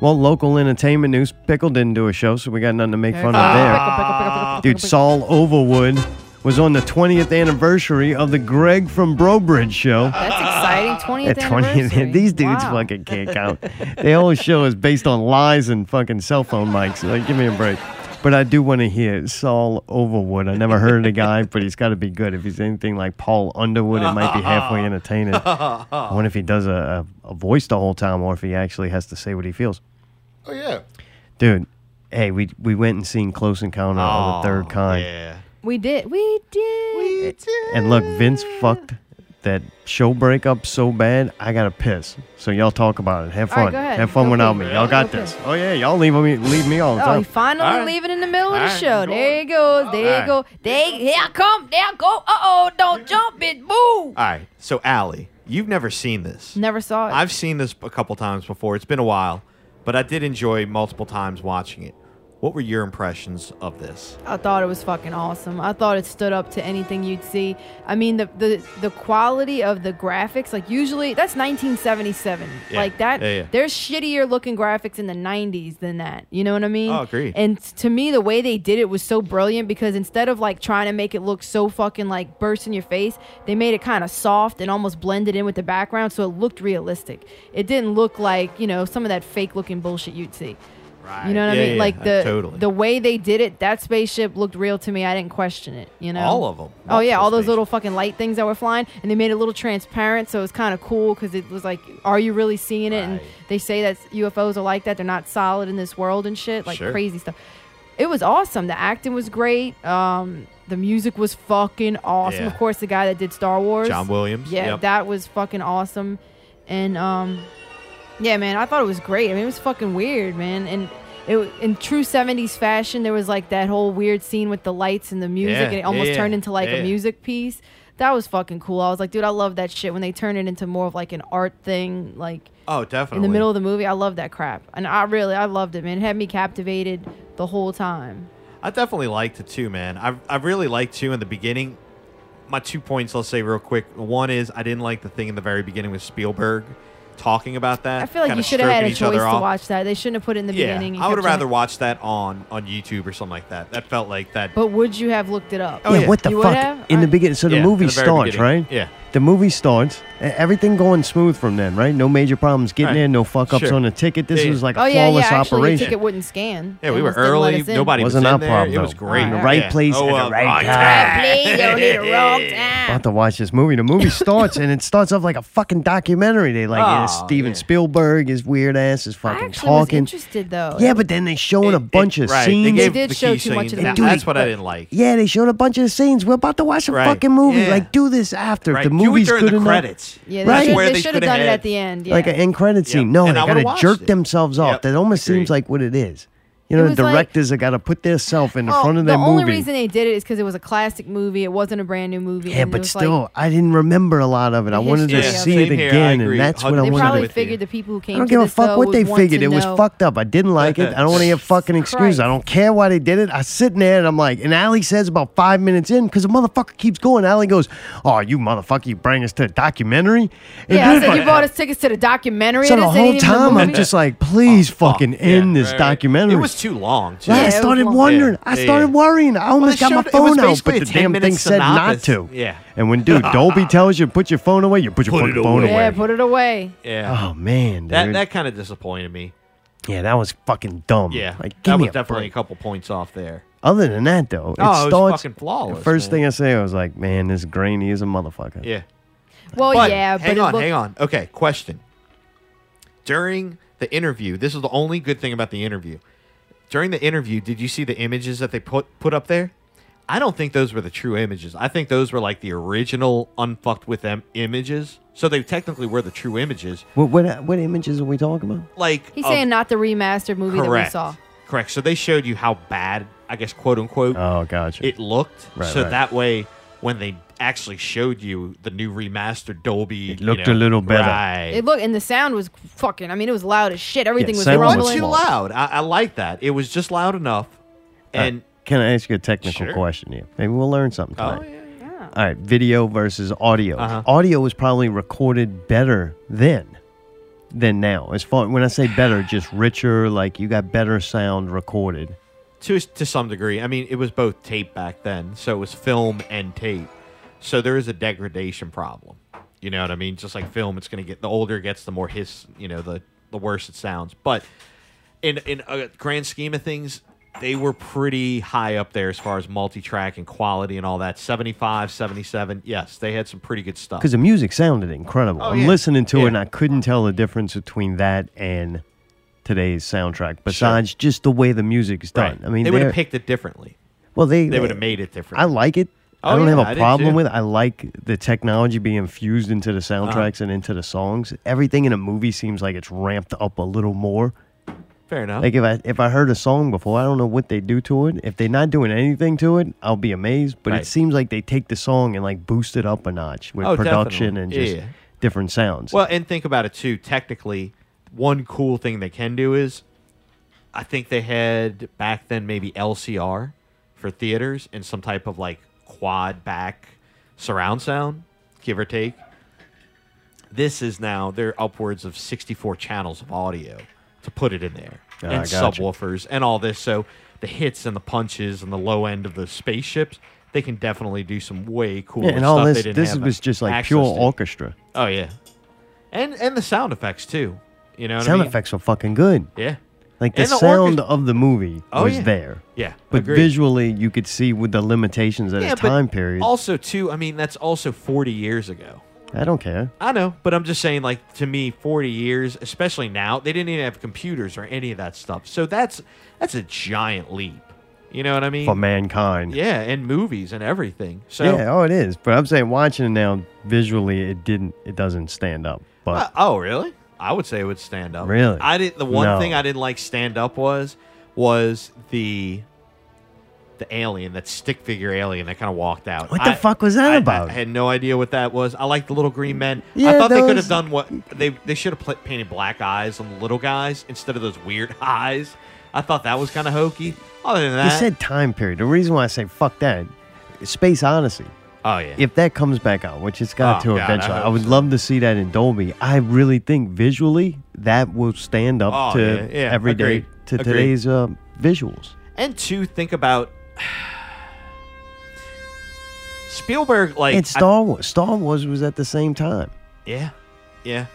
S3: Well, local entertainment news. Pickle didn't do a show, so we got nothing to make fun of there. Dude, Saul Overwood was on the 20th anniversary of the Greg from Brobridge show.
S7: That's exciting. 20th
S3: At 20th,
S7: anniversary.
S3: these dudes
S7: Wow.
S3: fucking can't count. the whole show is based on lies and fucking cell phone mics. Like, give me a break. But I do want to hear Saul Overwood. I never heard of the guy, but he's got to be good. If he's anything like Paul Underwood, it might be halfway entertaining. I wonder if he does a, a, a voice the whole time or if he actually has to say what he feels.
S6: Oh yeah.
S3: Dude, hey, we we went and seen Close Encounter of
S10: Oh,
S3: the Third Kind.
S7: We did. We did. We
S10: did.
S3: And look, Vince fucked that show breakup so bad, I gotta piss. So y'all talk about it. Have
S7: All right,
S3: fun.
S7: go ahead.
S3: Have fun
S7: Go
S3: without
S7: pee.
S3: me. Y'all got
S7: Go pee.
S3: this. Oh yeah, y'all leave me leave me all the
S7: Oh,
S3: time.
S7: he finally
S3: All right.
S7: leaving in the middle of the
S3: Alright,
S7: show. There he goes. There he
S10: Alright.
S7: goes. There, here I come. There I go. Uh oh. Don't jump it. Boo.
S10: All right. So Allie, You've never seen this.
S7: Never saw it.
S10: I've seen this a couple times before. It's been a while, but I did enjoy multiple times watching it. What were your impressions of this?
S7: I thought it was fucking awesome. I thought it stood up to anything you'd see. I mean, the the, the quality of the graphics, like usually that's 1977.
S12: Yeah.
S7: Like that,
S12: Yeah, yeah.
S7: there's shittier looking graphics in the 90s than that. You know what I mean?
S12: Oh, agreed.
S7: And t- to me, the way they did it was so brilliant because instead of like trying to make it look so fucking like burst in your face, they made it kind of soft and almost blended in with the background, so it looked realistic. It didn't look like you know some of that fake looking bullshit you'd see. You know what
S10: Yeah,
S7: I mean?
S10: yeah,
S7: like
S10: uh,
S7: the
S10: totally.
S7: the way they did it, that spaceship looked real to me. I didn't question it. You know,
S10: All of 'em.
S7: Oh yeah,
S10: Multiple
S7: all those little fucking light things that were flying, and they made it a little transparent, so it was kind of cool because it was like, are you really seeing it? And they say that UFOs are like that; they're not solid in this world and shit, like
S12: Sure.
S7: crazy stuff. It was awesome. The acting was great. Um, the music was fucking awesome.
S10: Yeah.
S7: Of course, the guy that did Star Wars,
S10: John Williams,
S7: Yeah,
S10: yep.
S7: that was fucking awesome. And um, yeah, man, I thought it was great. I mean, it was fucking weird, man. And it wa- in true '70s fashion, there was like that whole weird scene with the lights and the music,
S12: Yeah,
S7: and it almost
S12: yeah,
S7: turned into like
S12: yeah.
S7: a music piece. That was fucking cool. I was like, dude, I love that shit when they turn it into more of like an art thing, like
S10: Oh, definitely.
S7: in the middle of the movie. I love that crap, and I really, I loved it, man. It had me captivated the whole time.
S10: I definitely liked it too, man. I I really liked you in the beginning. My two points, I'll say real quick. One is I didn't like the thing in the very beginning with Spielberg talking about that.
S7: I feel like
S10: kinda
S7: you should have had
S10: stroking
S7: a
S10: each other
S7: choice to
S10: off.
S7: watch that. They shouldn't have put it in the
S10: yeah,
S7: beginning. and
S10: I would
S7: kept
S10: have
S7: you-
S10: rather watched that on on YouTube or something like that. That felt like that.
S7: But would you have looked it up?
S10: Oh,
S3: yeah, what the
S7: You would have?
S3: fuck? In the beginning, so
S10: Yeah,
S3: the movie
S10: in the very
S3: starts,
S10: beginning.
S3: right?
S10: Yeah.
S3: The movie starts. e- Everything going smooth from then, right? No major problems getting
S10: Right.
S3: in, no fuck ups
S10: Sure.
S3: on the ticket. This
S10: Yeah, yeah.
S3: was like a
S7: oh yeah, yeah.
S3: flawless
S7: Actually, your
S3: operation.
S7: ticket wouldn't scan.
S10: Yeah, we
S7: It
S10: were
S7: almost didn't let
S10: early.
S7: us in.
S10: Nobody was,
S3: Wasn't
S10: in
S3: our
S10: there.
S3: problem,
S10: It was
S3: though.
S10: great.
S3: The right
S10: Yeah.
S3: place
S10: oh,
S3: at
S10: uh,
S3: the right
S10: right
S3: time.
S15: Please don't need a
S10: Oh,
S15: wrong time.
S3: about to watch this movie. The movie starts and it starts off like a fucking documentary. They like yeah,
S7: Oh,
S3: Steven Spielberg, his weird ass is fucking
S7: Actually, was
S3: talking.
S7: interested though.
S3: Yeah, but then they showing a bunch of
S10: right, they
S3: scenes.
S10: gave They did the show key too much of scenes. the That- movie. that's what I didn't like.
S3: Yeah, they showed a bunch of the scenes. We're about to watch a
S10: Right.
S3: fucking movie.
S10: Yeah.
S3: Like, do this after
S10: Right.
S3: if the
S10: Do it
S3: movie's
S10: during
S3: good
S10: the
S3: enough.
S10: credits.
S7: Yeah, they
S3: right.
S7: should,
S10: where
S7: they
S10: they
S7: should have
S10: could've
S7: done it
S10: had-
S7: at the end. Yeah.
S3: Like an end credit scene. No,
S10: And I
S3: they
S10: would've
S3: got to
S10: watched
S3: jerk
S10: it.
S3: themselves off. That almost seems like what it is. You
S7: It
S3: know,
S7: was
S3: the
S7: like- Oh,
S3: directors have got to put themselves in the front of
S7: the
S3: their
S7: only
S3: movie.
S7: reason they did it is because it was a classic movie. It wasn't a brand new movie.
S3: yeah,
S7: and it
S3: but
S7: was
S3: still,
S7: like,
S3: I didn't remember a lot of it. I wanted to
S10: history of
S3: see
S10: it.
S3: it
S10: Same here, I
S3: again,
S10: agree.
S3: and that's what I
S7: they
S3: wanted to
S7: probably
S3: do.
S7: figured the people who came.
S3: I don't
S7: to
S3: give a
S7: this,
S3: fuck
S7: though,
S3: what
S7: would
S3: they
S7: want to
S3: figured. It was
S7: know-
S3: fucked up. I didn't like it. I don't want to hear fucking excuse. I don't care why they did it. I sitting there and I'm like, and Allie says about five minutes in, because the motherfucker keeps going. Allie goes, Oh, you motherfucker, you bring us to a documentary? And
S7: Yeah, I
S3: dude,
S7: said
S3: like-
S7: you bought us tickets to the documentary.
S3: so
S7: it
S3: the
S7: isn't
S3: whole
S7: even the
S3: time I'm
S7: movie.
S3: just like,
S10: Oh,
S3: please fucking end this documentary.
S10: It was too long. Too.
S3: Yeah, I started wondering. I started worrying. I almost
S10: they
S3: got my
S10: showed- it was
S3: phone out,
S10: basically
S3: but
S10: a
S3: the damn
S10: 10-minute
S3: thing said not
S10: synopsis.
S3: to.
S10: Yeah.
S3: And when dude Dolby tells you put your phone away, you put your fucking phone away.
S7: Yeah, put it away.
S10: Yeah.
S3: Oh man,
S10: that
S3: dude.
S10: that kind of disappointed me.
S3: Yeah, that was fucking dumb.
S10: Yeah,
S3: Like, give
S10: that
S3: me
S10: was
S3: a
S10: definitely
S3: break.
S10: a couple points off there.
S3: Other than that, though, it
S10: Oh, it was
S3: starts.
S10: fucking flawless,
S3: the first
S10: man.
S3: thing I say, I was like, "Man, this grainy is a motherfucker."
S10: Yeah.
S7: Well, yeah,
S10: Hang
S7: but it
S10: on,
S7: looked-
S10: hang on. Okay, question. During the interview, this is the only good thing about the interview. During the interview, did you see the images that they put put up there? I don't think those were the true images. I think those were like the original unfucked with them images. So they technically were the true images.
S3: What, what what images are we talking about?
S10: Like
S7: He's
S10: of-
S7: saying not the remastered movie that we
S10: correct.
S7: saw.
S10: Correct. So they showed you how bad, I guess, quote unquote.
S3: Oh, gotcha.
S10: It looked
S3: Right,
S10: so
S3: right.
S10: that way when they actually showed you the new remastered Dolby, it
S3: looked a little better.
S10: Right.
S7: It looked, and the sound was fucking. I mean, it was loud as shit. Everything was
S3: sound was
S10: It
S7: rumbling.
S10: wasn't too loud. I, I like that. It was just loud enough.
S3: All right,
S10: And
S3: can I ask you a technical
S10: Sure.
S3: question here? Maybe we'll learn something.
S10: Oh, Uh-huh.
S3: tonight. All right, video versus audio. Audio was probably recorded better then than now. As far when I say better, just richer. Like you got better sound recorded.
S10: to to some degree, I mean, it was both tape back then, so it was film and tape. So there is a degradation problem. You know what I mean? Just like film, it's going to get the older it gets, the more hiss. You know, the the worse it sounds. But in in a grand scheme of things. They were pretty high up there as far as multi-track and quality and all that. 75, 77. Yes, they had some pretty good stuff.
S3: Because the music sounded incredible.
S10: Oh,
S3: I'm
S10: yeah.
S3: listening to it and
S10: Yeah.
S3: I couldn't tell the difference between that and today's soundtrack. Besides just the way the music is done. I mean,
S10: they would
S3: they're-
S10: have picked it differently.
S3: Well, they
S10: They would have made it different.
S3: I like it.
S10: Oh,
S3: I don't
S10: yeah, I
S3: have a
S10: did
S3: problem
S10: too. Uh-huh.
S3: with. it. I like the technology being infused into the soundtracks and into the songs. Everything in a movie seems like it's ramped up a little more.
S10: Fair enough.
S3: Like if I if I heard a song before, I don't know what they do to it. If they're not doing anything to it, I'll be amazed. But it
S10: Right.
S3: seems like they take the song and like boost it up a notch with
S10: Oh,
S3: production
S10: definitely.
S3: and just
S10: Yeah, yeah.
S3: different sounds.
S10: Well, and think about it too. Technically, one cool thing they can do is, I think they had back then maybe LCR for theaters and some type of like quad back surround sound, give or take. This is now they're upwards of 64 channels of audio to put it in there
S3: Ah,
S10: and
S3: gotcha.
S10: subwoofers and all this. So the hits and the punches and the low end of the spaceships, they can definitely do some way cooler
S3: Yeah, and all
S10: stuff.
S3: this
S10: they didn't
S3: this
S10: have
S3: was just like
S10: access
S3: pure
S10: to.
S3: orchestra.
S10: Oh yeah, and and the sound effects too. You know, what
S3: sound
S10: I mean?
S3: effects were fucking good.
S10: Yeah.
S3: Like the,
S10: And the orchest-
S3: sound of the movie
S10: Oh,
S3: was
S10: yeah.
S3: there.
S10: Yeah,
S3: But
S10: agreed.
S3: visually you could see with the limitations of
S10: Yeah,
S3: the
S10: but
S3: time period.
S10: Also, too, I mean, that's also forty years ago.
S3: I don't care.
S10: I know, but I'm just saying, like to me, forty years, especially now, they didn't even have computers or any of that stuff. So that's that's a giant leap. You know what I mean?
S3: For mankind.
S10: Yeah, and movies and everything. So
S3: yeah, oh it is. But I'm saying watching it now visually it didn't it doesn't stand up. But
S10: Uh, oh, really? I would say it would stand up.
S3: Really?
S10: I didn't. The one
S3: No.
S10: thing I didn't like stand up was was the the alien, that stick figure alien that kind of walked out.
S3: what the
S10: I-
S3: fuck was that about?
S10: I had no idea what that was. I like the little green men. I
S3: Yeah,
S10: thought they could
S3: those-
S10: have done what they they should have pla painted black eyes on the little guys instead of those weird eyes. I thought that was kind of hokey. Other than
S3: You
S10: that,
S3: said time period. The reason why I say fuck that, Space Odyssey.
S10: Oh, yeah.
S3: If that comes back out, which it's got
S10: Oh,
S3: to
S10: God, I
S3: eventually, I,
S10: hope
S3: would love to see that in Dolby. I really think visually that will stand up
S10: Oh,
S3: to
S10: yeah, yeah,
S3: every day
S10: agreed,
S3: to
S10: agreed.
S3: today's uh, visuals.
S10: and two, think about Spielberg. Like
S3: and
S10: I-
S3: Star Wars, Star Wars was at the same time.
S10: Yeah. Yeah.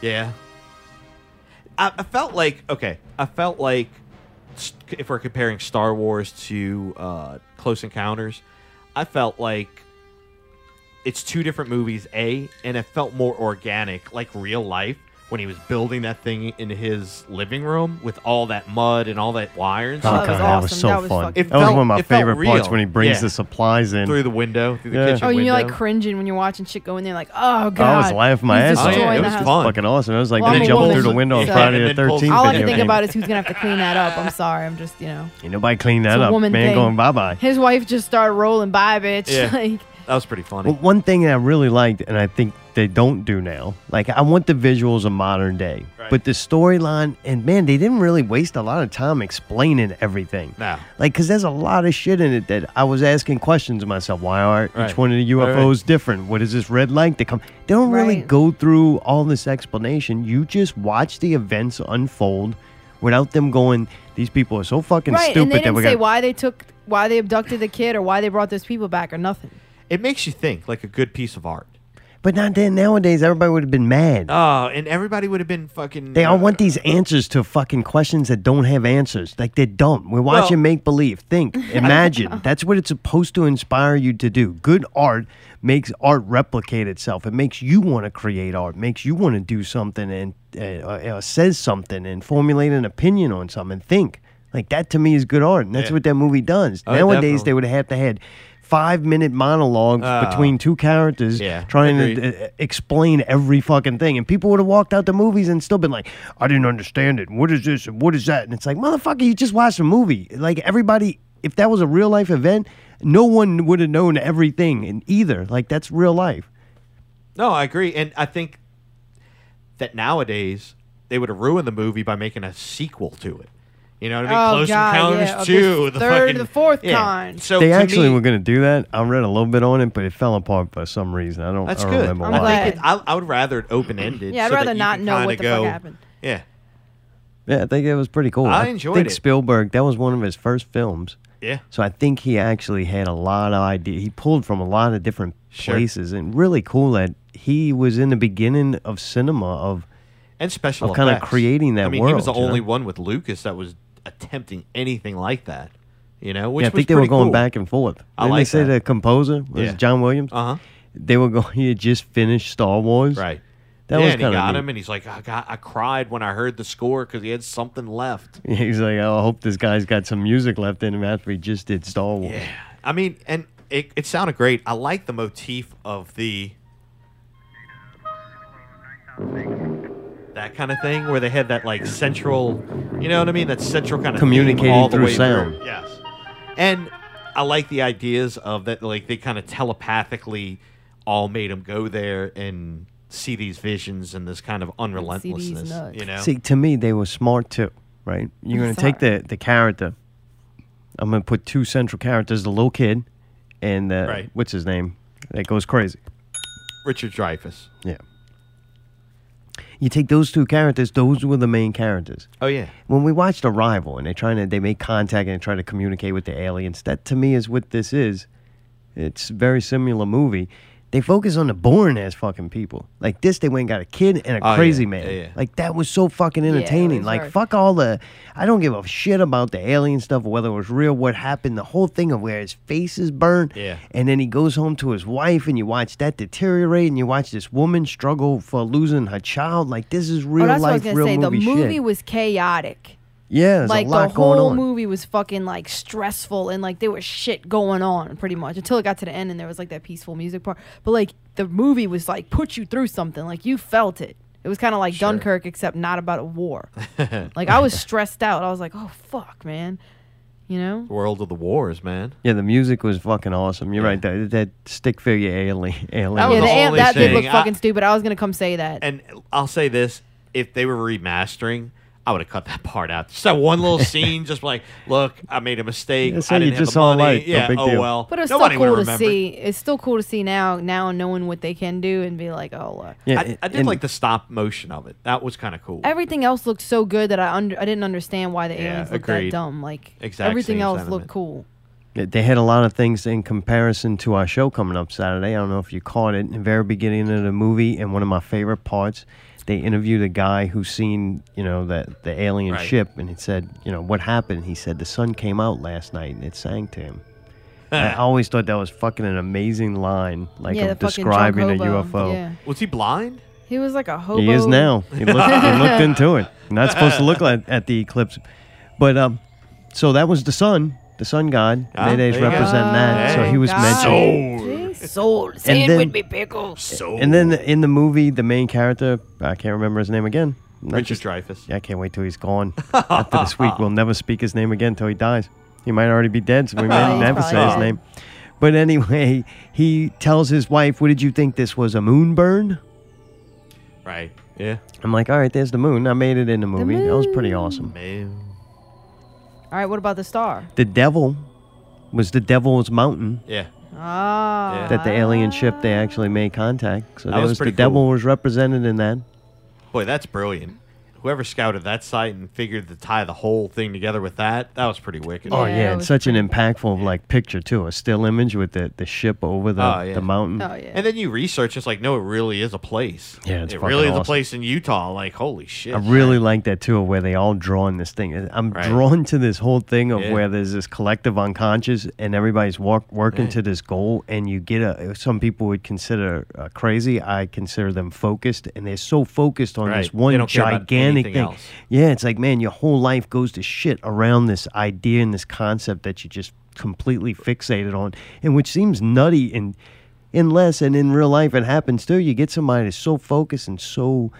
S10: Yeah. I, I felt like okay. I felt like s- if we're comparing Star Wars to uh, Close Encounters, I felt like it's two different movies. A and it felt more organic, like real life when he was building that thing in his living room with all that mud and all that wire and
S3: Oh,
S10: stuff.
S3: God, that was so fun.
S10: It
S3: that was
S10: felt-
S3: one of my
S10: it felt
S3: favorite parts
S10: real.
S3: when he brings
S10: Yeah.
S3: the supplies in
S10: through the window, through the
S3: Yeah.
S10: kitchen
S7: Oh, and
S10: window.
S7: you're like cringing when you're watching shit go in there, like, oh god.
S3: I was laughing my
S7: he's
S3: ass off.
S7: destroying
S3: it
S7: the
S3: was
S7: house.
S3: fucking awesome. It was like
S7: Well, I'm
S3: they
S7: a
S3: jumped
S7: woman.
S3: through the window on
S7: Yeah.
S3: Friday
S7: And
S3: the
S7: then pulls-
S3: 13th.
S7: All I
S3: video
S7: can think
S3: game.
S7: about is who's gonna have to clean that up. I'm sorry, I'm just you know.
S3: Ain't nobody cleaned
S7: It's
S3: that
S7: a
S3: up.
S7: woman
S3: Man
S7: thing.
S3: going bye bye.
S7: His wife just started rolling by, bitch.
S3: Yeah.
S7: Like,
S10: that was pretty funny.
S3: Well, one thing that I really liked, and I think they don't do now, like I want the visuals of modern day, but the storyline, and man, they didn't really waste a lot of time explaining everything.
S10: No.
S3: Like, because there's a lot of shit in it that I was asking questions of myself. Why are
S10: Right.
S3: each one of the
S10: Right, right.
S3: UFOs different? What is this red light that come? They don't really go through all this explanation. You just watch the events unfold without them going, these people are so fucking
S7: right,
S3: stupid
S7: and they
S3: that
S7: didn't
S3: we're
S7: say
S3: going to.
S7: why they took, why they abducted the kid, or why they brought those people back, or nothing. Oh,
S10: it makes you think, like a good piece of art.
S3: But not then. Nowadays, everybody would have been mad.
S10: Oh, and everybody would have been fucking.
S3: They all want these answers to fucking questions that don't have answers. Like they're dumb. We're
S10: Well-
S3: watching make believe. Think, imagine. That's what it's supposed to inspire you to do. Good art makes art replicate itself. It makes you want to create art. Makes you want to do something and uh, uh, says something and formulate an opinion on something. Think like that to me is good art, and that's
S10: Yeah.
S3: what that movie does.
S10: Oh,
S3: Nowadays
S10: definitely.
S3: they would have to had five minute monologues
S10: Ah.
S3: between two characters
S10: Yeah,
S3: trying
S10: agreed.
S3: to uh, explain every fucking thing. And people would have walked out the movies and still been like, I didn't understand it. What is this? And what is that? And it's like, motherfucker, you just watched a movie. Like, everybody, if that was a real life event, no one would have known everything and either. Like, that's real life.
S10: No, I agree, and I think that nowadays they would have ruined the movie by making a sequel to it. You know what I mean?
S7: Oh,
S10: Close
S7: God,
S10: Encounters
S7: yeah, of the
S10: Two, the
S7: third,
S10: fucking,
S7: the fourth
S10: yeah.
S7: kind.
S10: So
S3: they
S10: to
S3: actually
S10: me,
S3: were going to do that. I read a little bit on it, but it fell apart for some reason. I don't,
S10: that's
S3: I don't
S10: good.
S3: remember
S10: I,
S3: why.
S10: think it, I, I would rather it open ended.
S7: Yeah, I'd
S10: so that
S7: rather
S10: you
S7: not
S10: can
S7: know what
S10: kinda
S7: the
S10: go,
S7: fuck happened.
S10: Yeah,
S3: Yeah, I think it was pretty cool.
S10: I enjoyed
S3: think
S10: it.
S3: Spielberg, that was one of his first films.
S10: Yeah.
S3: So I think he actually had a lot of idea. He pulled from a lot of different places, and really cool that he was in the beginning of cinema of
S10: and special
S3: of kind of
S10: effects.
S3: creating that
S10: I mean,
S3: world.
S10: he was the
S3: you know?
S10: only one with Lucas that was attempting anything like that. You know, which
S3: yeah, I
S10: was
S3: think they were
S10: pretty
S3: going
S10: cool.
S3: back and forth.
S10: I
S3: Didn't they
S10: like
S3: say
S10: that.
S3: the composer was
S10: Yeah.
S3: John Williams.
S10: Uh huh.
S3: They were going. He had just finished Star Wars.
S10: Right.
S3: That
S10: yeah,
S3: was
S10: and he
S3: kind
S10: got
S3: of
S10: him, and he's like, I, got, I cried when I heard the score because he had something left.
S3: He's like, oh, I hope this guy's got some music left in him after he just did Star Wars.
S10: Yeah. I mean, and it, it sounded great. I like the motif of the. That kind of thing where they had that like central, you know what I mean? That central kind of theme
S3: Communicating
S10: all the
S3: through
S10: way
S3: sound.
S10: Through. Yes, and I like the ideas of that. Like they kind of telepathically all made him go there and see these visions and this kind of unrelentlessness. You know,
S3: See, to me, they were smart too, right? You're going to take the, the character. I'm going to put two central characters the little kid and uh,
S10: Right.
S3: what's his name? That goes crazy.
S10: Richard Dreyfuss.
S3: Yeah. You take those two characters, those were the main characters.
S10: Oh yeah,
S3: When we watched Arrival and they're trying to, they make contact and try to communicate with the aliens, that to me is what this is. It's a very similar movie. They focus on the boring ass fucking people. Like this, they went and got a kid and a
S10: Oh,
S3: crazy
S10: yeah,
S3: man.
S10: yeah, yeah.
S3: Like that was so fucking
S10: it
S3: entertaining.
S10: was
S3: like
S10: very-
S3: fuck all the. I don't give a shit about the alien stuff, whether it was real, what happened, the whole thing of where his face is burned.
S10: Yeah.
S3: And then he goes home to his wife, and you watch that deteriorate, and you watch this woman struggle for losing her child. Like this is real
S7: oh, that's
S3: life,
S7: what I was
S3: real
S7: gonna say.
S3: movie,
S7: the movie
S3: shit.
S7: was chaotic.
S3: yeah, there's
S7: like
S3: a lot
S7: the whole
S3: going on.
S7: movie was fucking like stressful and like there was shit going on pretty much until it got to the end and there was like that peaceful music part. But like the movie was like put you through something. Like you felt it. It was kind of like Dunkirk except not about a war. like I was stressed out. I was like, oh fuck, man. You know.
S10: World of the Wars, man.
S3: Yeah, the music was fucking awesome. You're right. That, that stick figure alien. alien.
S10: That was
S7: yeah,
S10: the
S7: the,
S10: only
S7: that did
S10: thing
S7: look
S10: I-
S7: fucking stupid. I was gonna come say that.
S10: And I'll say this: if they were remastering, I would have cut that part out. Just that one little scene, just like, look, I made a mistake.
S3: That's
S10: I
S3: how you
S10: didn't have
S3: just
S10: the
S3: saw
S10: money.
S3: light, no
S10: Yeah.
S3: big
S10: oh
S3: deal.
S10: well.
S7: But it's still
S10: Nobody
S7: cool
S10: would
S7: to
S10: have remembered.
S7: see. It's still cool to see now, now knowing what they can do and be like, oh look.
S10: I, I did like the stop motion of it. That was kind of cool.
S7: Everything else looked so good that I under, I didn't understand why the aliens looked
S10: agreed.
S7: that dumb. Like
S10: Exact
S7: everything
S10: same
S7: else
S10: sentiment.
S7: looked cool.
S3: They- They had a lot of things in comparison to our show coming up Saturday. I don't know if you caught it. In the very beginning of the movie, and one of my favorite parts, they interviewed a guy who seen, you know, the, the alien
S10: Right.
S3: ship, and it said, you know, what happened? He said, the sun came out last night and it sang to him. I always thought that was fucking an amazing line, like
S7: Yeah,
S3: of
S7: the fucking
S3: describing a
S7: drunk hobo,
S3: UFO.
S7: yeah.
S10: Was he blind?
S7: He was like a hobo.
S3: He is now. He looked, he looked into it. Not supposed to look like, at the eclipse, but um, so that was the sun, the sun god.
S10: Ah,
S3: Mayday's
S10: there you go.
S3: representing that, so
S10: Hey.
S3: he was
S10: God.
S3: mentioned.
S15: Soul. Say it with me, pickle.
S3: and then in the movie, the main character, I can't remember his name again. Not
S10: Richard
S3: just-
S10: Dreyfus.
S3: Yeah, I can't wait till he's gone. After this week, we'll never speak his name again till he dies. He might already be dead, so
S10: Oh,
S3: we may
S10: he's
S3: never
S10: probably
S3: say his
S10: dead.
S3: name. But anyway, he tells his wife, "What did you think this was? A moon burn?"
S10: Right. Yeah.
S3: I'm like, all right, there's the moon. I made it in the movie. That was pretty awesome.
S7: All right, what about the star?
S3: The devil was the devil's mountain
S10: Yeah.
S7: Ah.
S3: that the alien ship they actually made contact. So
S10: That
S3: that
S10: was
S3: was, the
S10: pretty
S3: devil was represented in that.
S10: Boy, that's brilliant. Whoever scouted that site and figured to tie the whole thing together with that, that was pretty wicked.
S3: oh yeah, and such an impactful like picture too, a still image with the, the ship over the,
S10: Oh, yeah.
S3: the mountain.
S10: And then you research, it's like, no, it really is a place.
S3: Yeah, it's
S10: it
S3: fucking
S10: really is a
S3: awesome.
S10: place in Utah. Like, holy shit.
S3: I really like that too, where they all drawn this thing. I'm drawn to this whole thing of
S10: Yeah.
S3: where there's this collective unconscious and everybody's walk, working
S10: Yeah.
S3: to this goal, and you get a. Some people would consider uh, crazy. I consider them focused, and they're so focused on
S10: Right.
S3: this
S10: They
S3: one
S10: don't care about
S3: gigantic
S10: anything
S3: thing.
S10: else.
S3: Yeah, it's like man, your whole life goes to shit around this idea and this concept that you just completely fixated on, and which seems nutty and. Unless and in real life it happens too, you get somebody that's so focused and so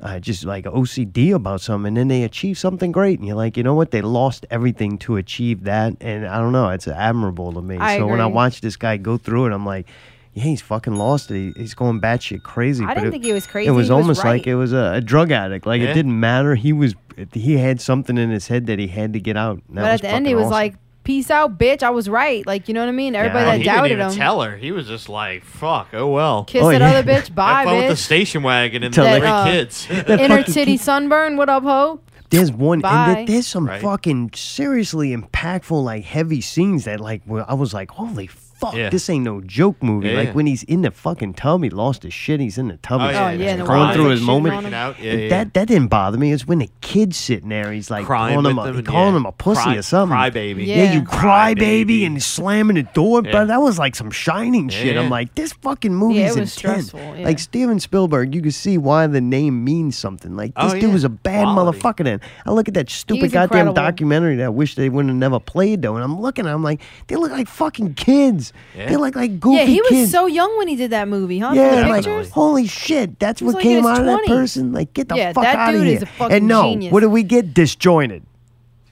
S3: uh, just like OCD about something, and then they achieve something great, and you're like, you know what? They lost everything to achieve that, and I don't know. It's admirable to me.
S7: I
S3: so when I
S7: agree.
S3: watch this guy go through it, I'm like, yeah, he's fucking lost it. He- He's going batshit crazy.
S7: I
S3: but
S7: didn't
S3: it-
S7: think he was crazy.
S3: It was
S7: He was
S3: almost like
S7: right.
S3: it was a, a drug addict. Like
S10: Yeah.
S3: it didn't matter. He was he had something in his head that he had to get out. and that
S7: but at the end, he
S3: fucking
S7: was
S3: awesome.
S7: like, "Peace out, bitch. I was right." Like you know what I mean? Everybody
S10: Yeah,
S7: that
S10: he
S7: doubted
S10: didn't even
S7: him.
S10: tell her. He was just like, fuck, oh well.
S7: Kiss that other bitch, bye,
S10: Have fun with the
S7: bitch.
S10: station wagon and
S3: Tell
S10: the
S3: her-
S10: three
S3: That, uh,
S10: kids.
S7: Inner titty sunburn. What up, ho?
S3: There's one, and
S7: Bye.
S3: th- there's some
S10: Right.
S3: fucking seriously impactful, like heavy scenes that, like, where I was like, holy fuck,
S10: Yeah.
S3: this ain't no joke movie.
S10: Yeah,
S3: like
S10: yeah.
S3: when he's in the fucking tub, he lost his shit. He's in the tub,
S10: Oh,
S3: he's
S10: yeah, Oh, yeah, and the
S3: going
S10: water's,
S3: through
S10: like,
S3: his
S10: shooting on
S3: moment.
S10: him. Out, yeah,
S3: And
S10: yeah,
S3: That that didn't bother me. It's when the kid's sitting there, he's like
S10: Crying
S3: calling him,
S10: with
S3: a,
S10: them and,
S3: calling
S10: yeah.
S3: him a pussy
S10: Cry-
S3: or something.
S10: crybaby.
S3: Yeah,
S10: Yeah.
S3: you cry baby and slamming the door,
S10: Yeah.
S3: but that was like some shining shit.
S10: Yeah.
S3: I'm like, this fucking movie's
S10: Yeah, it was
S3: intense.
S10: stressful, yeah.
S3: Like Steven Spielberg, you can see why the name means something. Like
S10: Oh,
S3: this dude
S10: yeah.
S3: was a bad motherfucker then. I look at that stupid
S10: He's
S3: goddamn
S10: incredible.
S3: documentary that I wish they wouldn't have never played though. And I'm looking at them like they look like fucking kids.
S10: Yeah.
S3: They look like goofy
S7: yeah, he was
S3: kids.
S7: so young when he did that movie, huh? From
S3: yeah,
S7: the
S3: like
S7: pictures?
S3: holy shit, that's
S7: He was like
S3: what
S7: in
S3: came
S7: his
S3: out of that
S7: 20s.
S3: person. Like get the
S7: Yeah,
S3: fuck
S7: that
S3: out of
S7: dude
S3: here.
S7: is a fucking
S3: and no,
S7: genius.
S3: what do we get? Disjointed.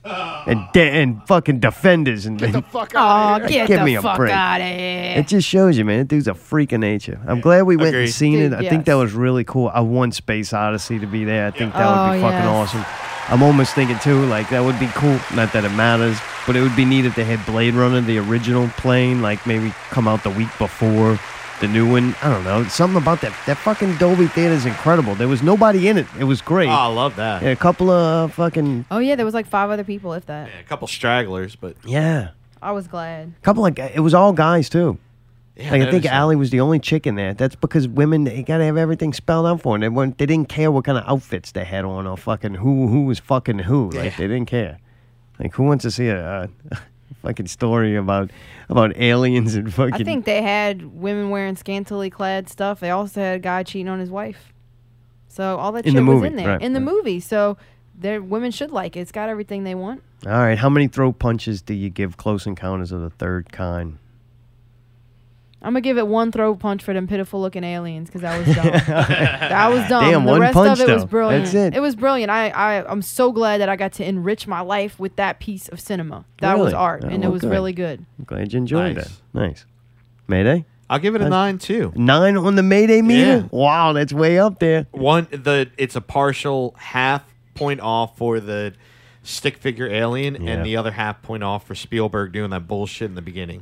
S3: and de- and fucking defenders and
S15: Get the
S12: fuck
S15: out
S3: Like, give me a break. It just shows you, man. That dude's a freak of nature. I'm glad we went
S15: Agreed.
S3: and seen
S15: Dude,
S3: it. I think that
S15: yes.
S3: was really cool. I want Space Odyssey to be there. I think that would be
S15: Oh,
S3: fucking
S15: yes.
S3: awesome. I'm almost thinking too, like that would be cool. Not that it matters, but it would be neat if they had Blade Runner, the original plane, like maybe come out the week before the new one. I don't know. Something about that that fucking Dolby theater is incredible. There was nobody in it. It was great.
S10: Oh, I love that.
S3: Yeah, a couple of fucking
S7: Oh yeah, there was like five other people, if that.
S10: A couple stragglers, but
S3: yeah.
S7: I was glad.
S3: couple like it was all guys too.
S10: Yeah,
S3: like I
S10: that
S3: think
S10: is-
S3: Allie was the only chick in there. That's because women they gotta have everything spelled out for them. They weren't they didn't care what kind of outfits they had on or fucking who who was fucking who. Like they didn't care. Like who wants to see a, a fucking story about about aliens and fucking
S7: I think they had women wearing scantily clad stuff. They also had a guy cheating on his wife. So all that
S3: In the
S7: shit
S3: movie,
S7: was in there
S3: right,
S7: in the
S3: right.
S7: movie. So their women should like it. It's got everything they want.
S3: All right, how many throw punches do you give Close Encounters of the Third Kind?
S7: I'm gonna give it one throw punch for them pitiful looking aliens because that was dumb. that was dumb.
S3: Damn,
S7: the
S3: one
S7: rest
S3: punch,
S7: of it was
S3: though.
S7: brilliant.
S3: That's it.
S7: was brilliant. I, I I'm so glad that I got to enrich my life with that piece of cinema. That was
S3: Really?
S7: art,
S3: Oh,
S7: and it
S3: well,
S7: was
S3: good.
S7: really good.
S3: I'm glad you enjoyed
S7: Nice.
S3: that. Nice. Mayday?
S10: I'll give it a
S3: Nice.
S10: nine too.
S3: Nine on the Mayday meter? Wow, that's way up there.
S10: One the it's a partial half point off for the stick figure alien,
S3: Yeah.
S10: and the other half point off for Spielberg doing that bullshit in the beginning.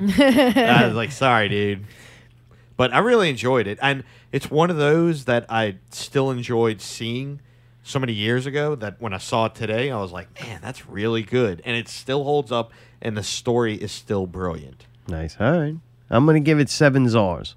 S10: I was like, sorry, dude. But I really enjoyed it, and it's one of those that I still enjoyed seeing so many years ago. That when I saw it today, I was like, man, that's really good, and it still holds up, and the story is still brilliant.
S3: Nice. All right. I'm going to give it seven czars,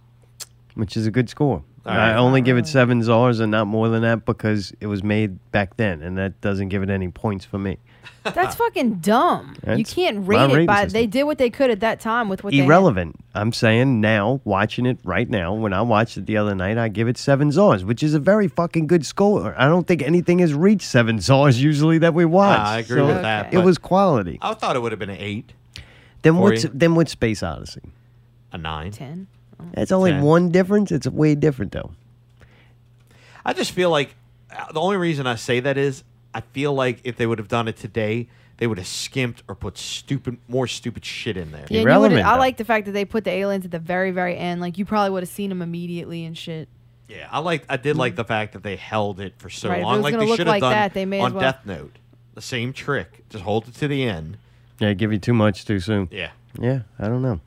S3: which is a good score.
S10: All right.
S3: I only give it seven czars and not more than that because it was made back then, and that doesn't give it any points for me.
S7: That's fucking dumb. you
S3: That's
S7: can't
S3: my
S7: rate it
S3: rating
S7: by.
S3: system.
S7: They did what they could at that time with what
S3: Irrelevant. I'm saying now, watching it right now, when I watched it the other night, I give it seven czars, which is a very fucking good score. I don't think anything has reached seven czars usually that we watch.
S10: Ah, I agree with that,
S3: It
S10: but-
S3: was quality.
S10: I thought it would have been an eight,
S3: Then
S10: for
S3: what's
S10: you.
S3: then what's Space Odyssey?
S10: a nine,
S7: ten.
S3: It's only
S10: Ten.
S3: one difference. It's way different though.
S10: I just feel like uh, the only reason I say that is I feel like if they would have done it today, they would have skimped or put stupid, more stupid shit in there.
S7: they had. Yeah, and you would've- I like the fact that they put the aliens at the very, very end. Like you probably would have seen them immediately and shit.
S10: Yeah, I like. I did like the fact that they held it for so
S7: Mm. Right, if it
S10: long.
S7: was
S10: like
S7: gonna
S10: they
S7: look
S10: should have
S7: like
S10: done
S7: that, they may as
S10: on
S7: well-
S10: Death Note. The same trick, just hold it to the end.
S3: Yeah, I give you too much too soon.
S10: Yeah.
S3: Yeah, I don't know.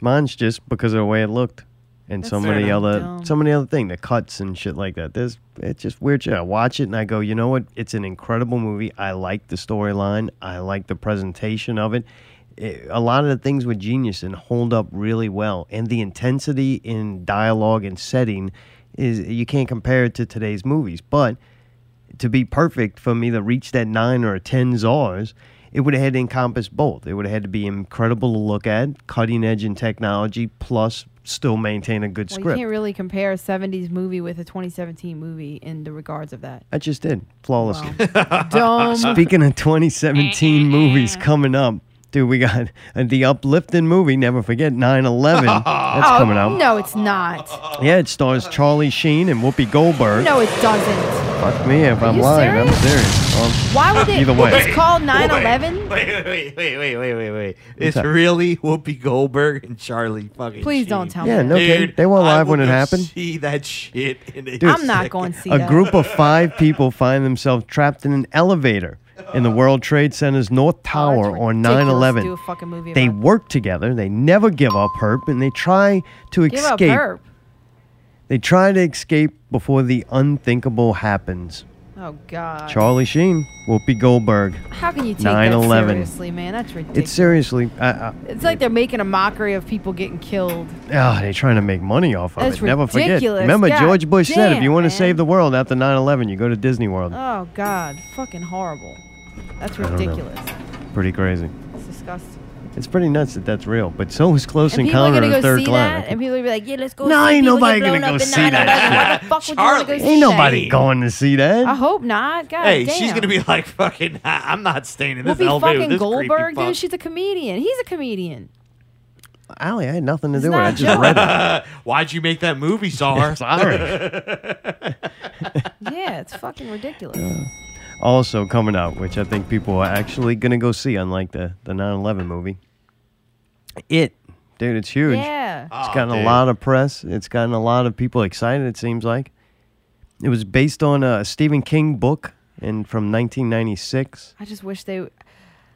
S3: Mine's just because of the way it looked. And so
S10: That's
S3: many
S10: fair enough.
S3: other
S10: Dumb.
S3: so many other thing, the cuts and shit like that. There's it's just weird shit. I watch it and I go, you know what? It's an incredible movie. I like the storyline. I like the presentation of it. It- A lot of the things were genius and hold up really well. And the intensity in dialogue and setting is you can't compare it to today's movies. But to be perfect for me to reach that nine or a ten czars, it would have had to encompass both. It would have had to be incredible to look at, cutting edge in technology, plus still maintain a good
S7: Well, you
S3: script.
S7: can't really compare a '70s movie with a 2017 movie in the regards of that.
S3: I just did flawlessly.
S7: Dumb.
S3: Speaking of 2017 movies coming up, dude, we got uh, the uplifting movie. Never forget 9/11. That's
S7: Oh,
S3: coming out.
S7: No, it's not.
S3: Yeah, it stars Charlie Sheen and Whoopi Goldberg.
S7: No, it doesn't.
S3: Fuck me if I'm
S7: you
S3: lying. I'm
S7: serious?
S3: serious. Um,
S7: Why would they?
S3: Either way,
S7: It's called 9/11.
S10: Wait, wait, wait, wait, wait, wait, wait, wait. It's
S3: that?
S10: really Whoopi Goldberg and Charlie fucking.
S7: Please
S10: Sheen.
S7: don't tell
S3: Yeah,
S7: me.
S3: no
S7: that.
S3: kidding. They weren't
S10: I
S3: live when
S10: will
S3: it
S10: go
S3: happened.
S10: See that shit? In a
S3: Dude,
S7: I'm not going to see
S3: a
S7: that.
S3: group of five people find themselves trapped in an elevator in the World Trade Center's North Tower on 9
S7: Oh, Ridiculous to do a
S3: 11.
S7: fucking movie
S3: They
S7: about
S3: work together, they never give up Herp, and they try to
S7: Give up
S3: escape.
S7: herb.
S3: They try to escape before the unthinkable happens.
S7: Oh God.
S3: Charlie Sheen, Whoopi Goldberg.
S7: How can you take
S3: 9/11.
S7: that seriously, man? That's ridiculous.
S3: It's seriously, I, I,
S7: It's like they're making a mockery of people getting killed.
S3: oh, they're trying to make money off of
S7: That's
S3: it. Never forget.
S7: ridiculous.
S3: Remember,
S7: God
S3: George Bush said if
S7: damn,
S3: you want
S7: man.
S3: to save the world after 9 11, you go to Disney World.
S7: Oh God, fucking horrible. That's
S3: don't know.
S7: ridiculous.
S3: Pretty crazy.
S7: It's disgusting.
S3: It's pretty nuts that that's real, but so is Close
S7: and people are
S3: Encounter
S7: gonna
S3: of
S7: go
S3: the Third
S7: see
S3: Kind.
S7: that, and people are gonna be like, "Yeah, let's go."
S3: No,
S7: see
S3: ain't
S7: people
S3: nobody
S7: get blown
S3: gonna go
S7: up in
S3: see
S7: 9/11.
S3: that
S7: Why the fuck would you wanna go see
S3: Ain't nobody
S7: that?
S3: going to see
S7: I
S3: that.
S7: hope not. Oh, God
S10: Hey,
S7: damn.
S10: she's gonna be like fucking. I'm not staying in this
S7: Whoopi
S10: elevator. with
S7: fucking
S10: this creepy
S7: Goldberg,
S10: fuck."
S7: dude. She's a comedian. He's a comedian.
S3: Allie, I had nothing to do with it.
S7: not
S3: I
S7: a
S3: just read it.
S10: Why'd you make that movie, Czar?
S3: Sorry.
S7: Yeah, it's fucking ridiculous.
S3: Uh, also coming out, which I think people are actually going to go see, unlike the, the 9-11 movie. It. Dude, it's huge.
S7: Yeah.
S3: It's
S7: Aw,
S3: gotten a
S7: dude.
S3: lot of press. It's gotten a lot of people excited, it seems like. It was based on a Stephen King book and from 1996.
S7: I just wish they.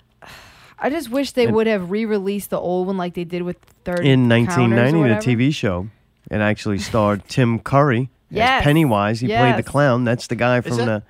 S7: I just wish they
S3: And-
S7: would have re-released the old one like they did with Third
S3: in
S7: Encounters or
S3: 1990,
S7: whatever.
S3: the TV show. It actually starred Tim Curry
S7: Yes.
S3: as Pennywise. He played
S7: Yes.
S3: the clown. That's the guy from
S7: that-
S3: the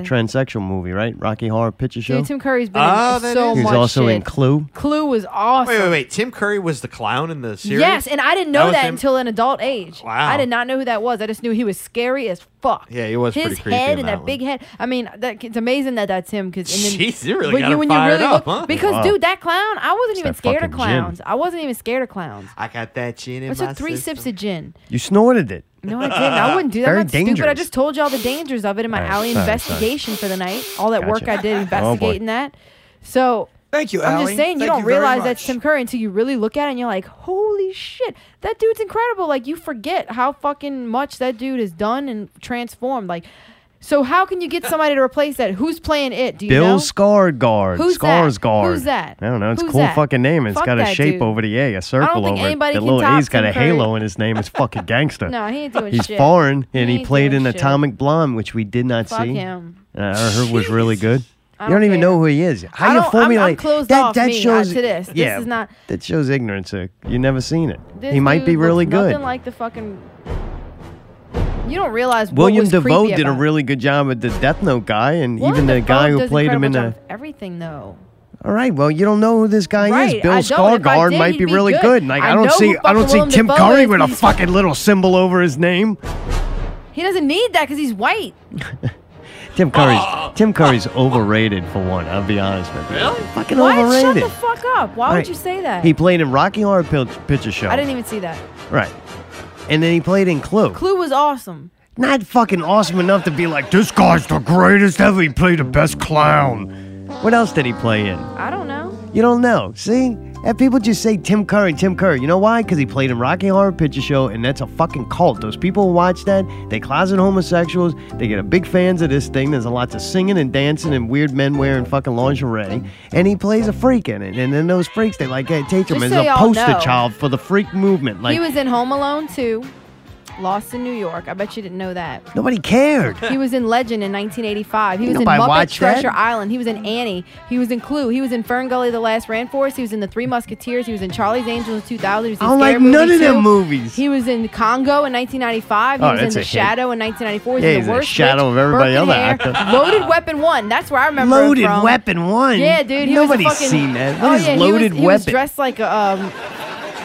S7: Yeah.
S3: transsexual movie, right? Rocky Horror Picture Show.
S7: Dude, Tim Curry's been
S10: Ah,
S7: in
S10: that
S7: so
S10: is-
S3: He's
S7: much
S3: also
S7: shit.
S3: in Clue.
S7: Clue was awesome.
S10: Wait, wait, wait. Tim Curry was the clown in the series?
S7: Yes, and I didn't know
S10: was
S7: that,
S10: him?
S7: until an adult age.
S10: Wow.
S7: I did not know who that was. I just knew he was scary as fuck.
S10: Yeah, he was
S7: His
S10: pretty creepy
S7: head
S10: in
S7: and
S10: that
S7: that,
S10: one.
S7: big head. I mean, that, it's amazing that that's him. Because
S10: Jeez, you really got her fired up, huh?
S7: Because
S10: Wow.
S7: dude, that clown, I wasn't even
S10: that
S7: scared of
S10: fucking gin.
S7: clowns. I wasn't even scared of clowns.
S10: I got that gin in
S7: I
S10: my
S7: took three
S10: system.
S7: sips of gin.
S3: You snorted it.
S7: No, I didn't. I wouldn't do that.
S3: Very
S7: I'm not stupid. I
S3: dangerous.
S7: just told you all the dangers of it in my
S3: All right,
S7: alley
S3: sorry,
S7: investigation for the night. All that work
S3: Gotcha.
S7: I did
S3: Oh, boy.
S7: investigating that. So
S4: thank you.
S7: I'm
S4: Allie.
S7: just saying you
S4: Thank
S7: don't
S4: very
S7: realize
S4: much.
S7: that's Tim Curry until you really look at it and you're like, holy shit, that dude's incredible. Like you forget how fucking much that dude has done and transformed. Like, so how can you get somebody to replace that? Who's playing it? Do you
S3: Bill
S7: know?
S3: Skarsgård.
S7: Who's that?
S3: Skarsgård.
S7: Who's that?
S3: I don't know. It's a
S7: Who's
S3: cool
S7: that?
S3: fucking name. It's
S7: Fuck
S3: got a
S7: that
S3: shape
S7: dude.
S3: over the A, a circle
S7: I don't think
S3: over
S7: anybody
S3: it. The
S7: can
S3: little
S7: top
S3: A's got
S7: Tim
S3: a
S7: Curry.
S3: halo in his name. It's fucking gangster.
S7: No, he ain't doing
S3: He's
S7: shit.
S3: foreign, and he,
S7: ain't
S3: played
S7: doing
S3: in
S7: shit.
S3: Atomic Blonde, which we did not
S7: Fuck
S3: see.
S7: him.
S3: Uh, I heard was really good.
S7: I
S3: you don't
S7: don't
S3: even know who he is. How
S7: I
S3: you
S7: don't- I'm-
S3: formulate
S7: I'm closed
S3: that?
S7: off,
S3: that
S7: me,
S3: shows
S7: uh, to this. This
S3: Yeah,
S7: is not-
S3: that shows ignorance. Uh, you never seen it.
S7: This
S3: he might be
S7: dude looks
S3: really good.
S7: Nothing like the fucking. You don't realize what
S3: William
S7: was creepy
S3: Devoe did a
S7: about it.
S3: really good job with the Death Note guy, and
S7: Willem
S3: even the
S7: Dafoe
S3: guy who
S7: does
S3: played him in
S7: incredible
S3: the.
S7: job of everything though.
S3: All right, well, you don't know who this guy
S7: Right,
S3: is. Bill
S7: I don't. If I
S3: Skarsgård
S7: did,
S3: might
S7: he'd
S3: be
S7: be
S3: really
S7: good.
S3: good. and Like
S7: I
S3: I, don't
S7: know
S3: see,
S7: who
S3: I don't
S7: fucking
S3: see
S7: Willem
S3: Tim
S7: Dafoe
S3: Curry
S7: is,
S3: with a
S7: but he's
S3: fucking little symbol over his name.
S7: He doesn't need that because he's white.
S3: Tim Curry's Tim Curry's overrated for one. I'll be honest with you. Really? Fucking
S7: Why? Shut
S3: overrated.
S7: the fuck up. Why
S3: All
S7: would
S3: right.
S7: you say that?
S3: He played in Rocky Horror Pic- Picture Show.
S7: I didn't even see that.
S3: Right. And then he played in Clue.
S7: Clue was awesome.
S3: Not fucking awesome enough to be like, this guy's the greatest ever. He played the best clown. What else did he play in?
S7: I don't know.
S3: You don't know. See? And people just say Tim Curry, Tim Curry. You know why? Because he played in Rocky Horror Picture Show, and that's a fucking cult. Those people who watch that, they closet homosexuals. They get a big fans of this thing. There's a lot of singing and dancing and weird men wearing fucking lingerie. And he plays a freak in it. And then those freaks, they like hey, take him
S7: Just
S3: as
S7: so
S3: a
S7: y'all
S3: poster
S7: know.
S3: child for the freak movement. Like
S7: he was in Home Alone too. Lost in New York. I bet you didn't know that.
S3: nobody cared.
S7: He was in Legend in 1985. He
S3: Ain't
S7: was in
S3: nobody
S7: Muppet
S3: watch that.
S7: Treasure Island. He was in Annie. He was in Clue. He was in Fern Gully: The Last Rainforest. He was in The Three Musketeers. He was in Charlie's Angels in 2000. He was in
S3: I don't
S7: Scary
S3: like
S7: Movie
S3: none of them
S7: 2.
S3: movies.
S7: He was in Congo in 1995. He
S3: Oh,
S7: was in
S3: that's
S7: The
S3: a hit.
S7: Shadow in 1994.
S3: Yeah,
S7: in the
S3: he's in The
S7: worst
S3: Shadow
S7: Witch,
S3: of everybody
S7: Broken
S3: other
S7: Hair,
S3: actor.
S7: Loaded Weapon One. That's where I remember. him
S3: Loaded
S7: from.
S3: Weapon One?
S7: Yeah, dude. He
S3: Nobody's
S7: was a fucking,
S3: seen that. What
S7: What
S3: is
S7: is oh, yeah, he
S3: Loaded
S7: was, He was
S3: Weapon?
S7: dressed like a. Um,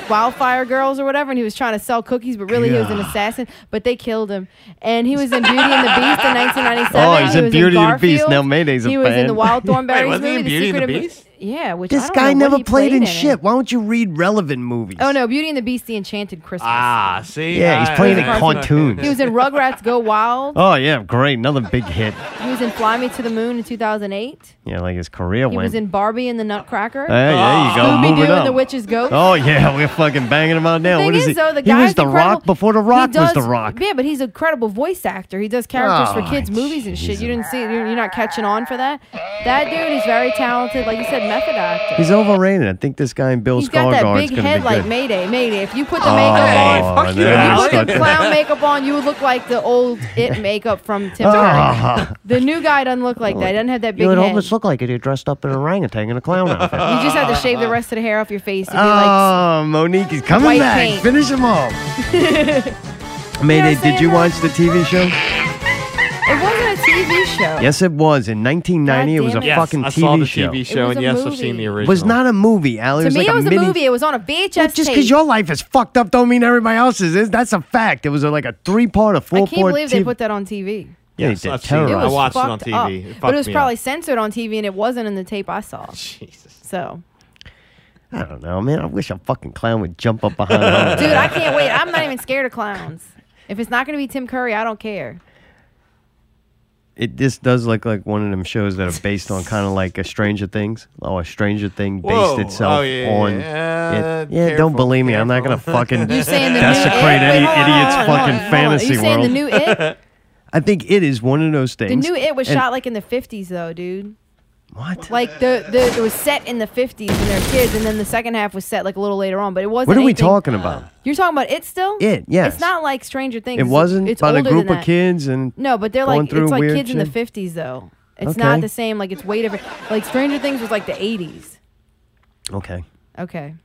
S7: Wildfire Girls or whatever, and he was trying to sell cookies, but really he was an
S3: God.
S7: assassin. But they killed him, and he was in Beauty and the Beast in 1997.
S3: Oh, he's
S7: He
S3: in
S7: was
S3: Beauty and the Beast.
S7: Garfield.
S3: Now Mayday's a
S7: He was in
S3: fan.
S7: the Wild Thornberries
S3: Wait, wasn't he
S7: movie,
S3: in Beauty and
S7: Secret
S3: the
S7: of-
S3: Beast?
S7: Yeah, which I
S3: this
S7: don't
S3: guy
S7: know what
S3: never
S7: he
S3: played in shit.
S7: it.
S3: Why don't you read relevant movies?
S7: Oh no, Beauty and the Beast: The Enchanted Christmas.
S10: Ah, see?
S3: Yeah, he's
S10: I-
S3: playing in
S10: I-
S3: cartoons.
S7: He was in Rugrats Go Wild.
S3: Oh yeah, great, another big hit.
S7: He was in Fly Me to the Moon in 2008.
S3: Yeah, like his career
S7: He
S3: went.
S7: was in Barbie and the Nutcracker.
S3: Hey, there you go,
S7: Scooby-Doo
S3: moving
S7: and
S3: up.
S7: the Witch's Ghost.
S3: Oh yeah, we're fucking banging him out now.
S7: thing
S3: What is
S7: is,
S3: he?
S7: though, the
S3: he
S7: guy's
S3: was the
S7: incredible.
S3: Rock before the
S7: He
S3: Rock
S7: does,
S3: was the Rock.
S7: Yeah, but he's an incredible voice actor. He does characters
S3: Oh,
S7: for kids' movies and shit. You didn't see it. You're you're not catching on for that. That dude is very talented. Like you said, method actor.
S3: He's overrated. I think this guy in Bill
S7: He's got that
S3: Skarsgård's
S7: big
S3: gonna
S7: head
S3: be
S7: like
S3: good.
S7: Mayday. Mayday. If you put the
S3: Oh,
S7: makeup on,
S3: Hey, fuck you,
S7: if
S3: Alex.
S7: you put the
S3: Fuck
S7: clown
S3: you.
S7: makeup on, you would look like the old it makeup from Tim
S3: Ah.
S7: Curry. The new guy doesn't look like that. He doesn't have that big
S3: you would
S7: head.
S3: almost look like it. You're dressed up in an orangutan in a clown outfit.
S7: You just have to shave the rest of the hair off your face and be like.
S3: oh, Monique is coming
S7: white
S3: back.
S7: paint.
S3: Finish him off. Mayday, did you watch the TV show?
S7: It wasn't a TV show.
S3: Yes, it was. In 1990, it was a
S10: Yes,
S3: fucking
S10: I
S3: TV
S10: saw the
S3: show.
S10: TV show,
S7: was
S10: and
S7: a
S10: yes,
S7: movie.
S10: I've seen the
S3: It
S10: original.
S3: was not a movie,
S7: To
S3: Allie. It was
S7: me,
S3: like
S7: it was
S3: mini-
S7: a movie. It was on a VHS
S3: Well, just because
S7: tape.
S3: your life is fucked up don't mean everybody else's is. That's a fact. It was a, like a three part, a
S7: I
S3: four
S7: can't
S3: part.
S7: believe they put that on TV.
S3: yeah,
S10: Yes,
S3: they
S10: I've
S3: did
S10: seen it.
S7: It
S3: terrorize.
S7: was
S10: I watched it on
S7: fucked up.
S10: TV. It
S7: Oh, but
S10: fucked
S7: it was
S10: me
S7: probably
S10: up.
S7: censored on TV, and it wasn't in the tape I saw. Jesus. So,
S3: I don't know, man. I wish a fucking clown would jump up behind her.
S7: dude, I can't wait. I'm not even scared of clowns. If it's not going to be Tim Curry, I don't care.
S3: It this does look like one of them shows that are based on kind of like a Stranger Things. Oh, a Stranger Thing based
S10: Whoa.
S3: itself
S10: Oh, yeah, Uh,
S3: on.
S10: yeah.
S3: it. yeah don't believe me. I'm not gonna fucking
S7: You saying the new
S3: desecrate
S7: It?
S3: any
S7: Wait, hold on,
S3: idiot's
S7: hold on, hold on.
S3: fucking
S7: Hold on.
S3: fantasy
S7: You saying the
S3: world.
S7: new It?
S3: I think it is one of those things.
S7: The new It was
S3: and-
S7: shot like in the 50s, though, dude.
S3: What?
S7: Like the, the it was set in the 50s when they were kids, and then the second half was set like a little later on. But it wasn't.
S3: What are we
S7: anything-
S3: talking about?
S7: You're talking about it still?
S3: It, yes.
S7: It's not like Stranger Things.
S3: It
S7: It's-
S3: wasn't
S7: It's
S3: about a
S7: older
S3: group
S7: than
S3: of
S7: that.
S3: kids and
S7: no, but they're
S3: going
S7: like
S3: through
S7: it's like
S3: weird
S7: kids in the
S3: shit?
S7: 50s though. It's not
S3: Okay.
S7: the same. Like it's way different. Like Stranger Things was like the 80s.
S3: Okay.
S7: Okay,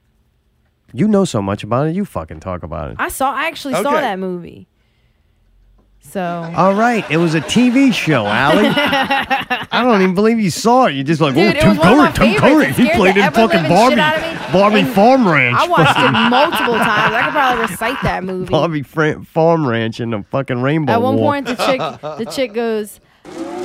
S3: You know so much about it. You fucking talk about it.
S7: I saw. I actually saw
S3: Okay.
S7: that movie. So.
S3: All right. It was a TV show, Allie. I don't even believe you saw it. You're just like,
S7: Dude,
S3: oh,
S7: it
S3: Tim
S7: was one of my
S3: Curry. Tim
S7: favorites.
S3: Curry.
S7: It
S3: He
S7: scared
S3: played
S7: the
S3: in fucking
S7: ever-living
S3: Barbie.
S7: shit out of me.
S3: Barbie
S7: And
S3: Farm Ranch.
S7: I watched it
S3: fucking
S7: multiple times. I could probably recite that movie.
S3: Barbie Fran- Farm Ranch in the fucking Rainbow
S7: At one
S3: War.
S7: point, the chick, the chick goes,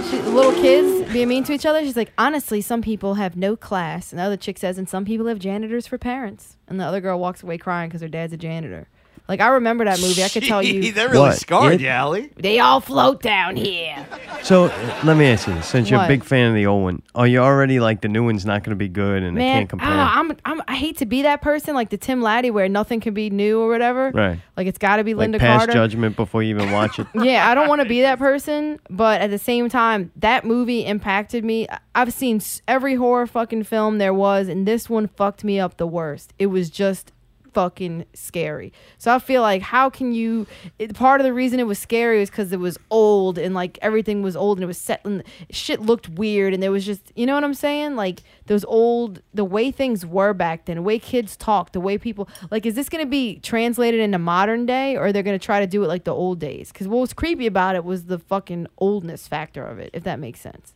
S7: she, little kids being mean to each other. She's like, honestly, some people have no class, and the other chick says, and some people have janitors for parents. And the other girl walks away crying because her dad's a janitor. Like I remember that movie. I could tell you.
S10: That really
S3: What?
S10: scarred
S3: It-
S10: you, Allie.
S15: They all float down here.
S3: So uh, let me ask you this: since you're
S7: What?
S3: a big fan of the old one, are you already like the new one's not going to be good and they
S7: Man,
S3: can't compare?
S7: ah, I'm, I'm, I hate to be that person, like the Tim Laddie, where nothing can be new or whatever.
S3: right.
S7: Like it's got to be
S3: Like
S7: Linda
S3: pass
S7: Carter.
S3: judgment before you even watch it.
S7: yeah, I don't want to be that person, but at the same time, that movie impacted me. I- I've seen s- every horror fucking film there was, and this one fucked me up the worst. It was just fucking scary. So I feel like how can you it, part of the reason it was scary was cuz it was old and like everything was old and it was set and shit looked weird and there was just you know what I'm saying? Like those old the way things were back then, the way kids talked, the way people like is this going to be translated into modern day or they're going to try to do it like the old days? Cuz what was creepy about it was the fucking oldness factor of it, if that makes sense.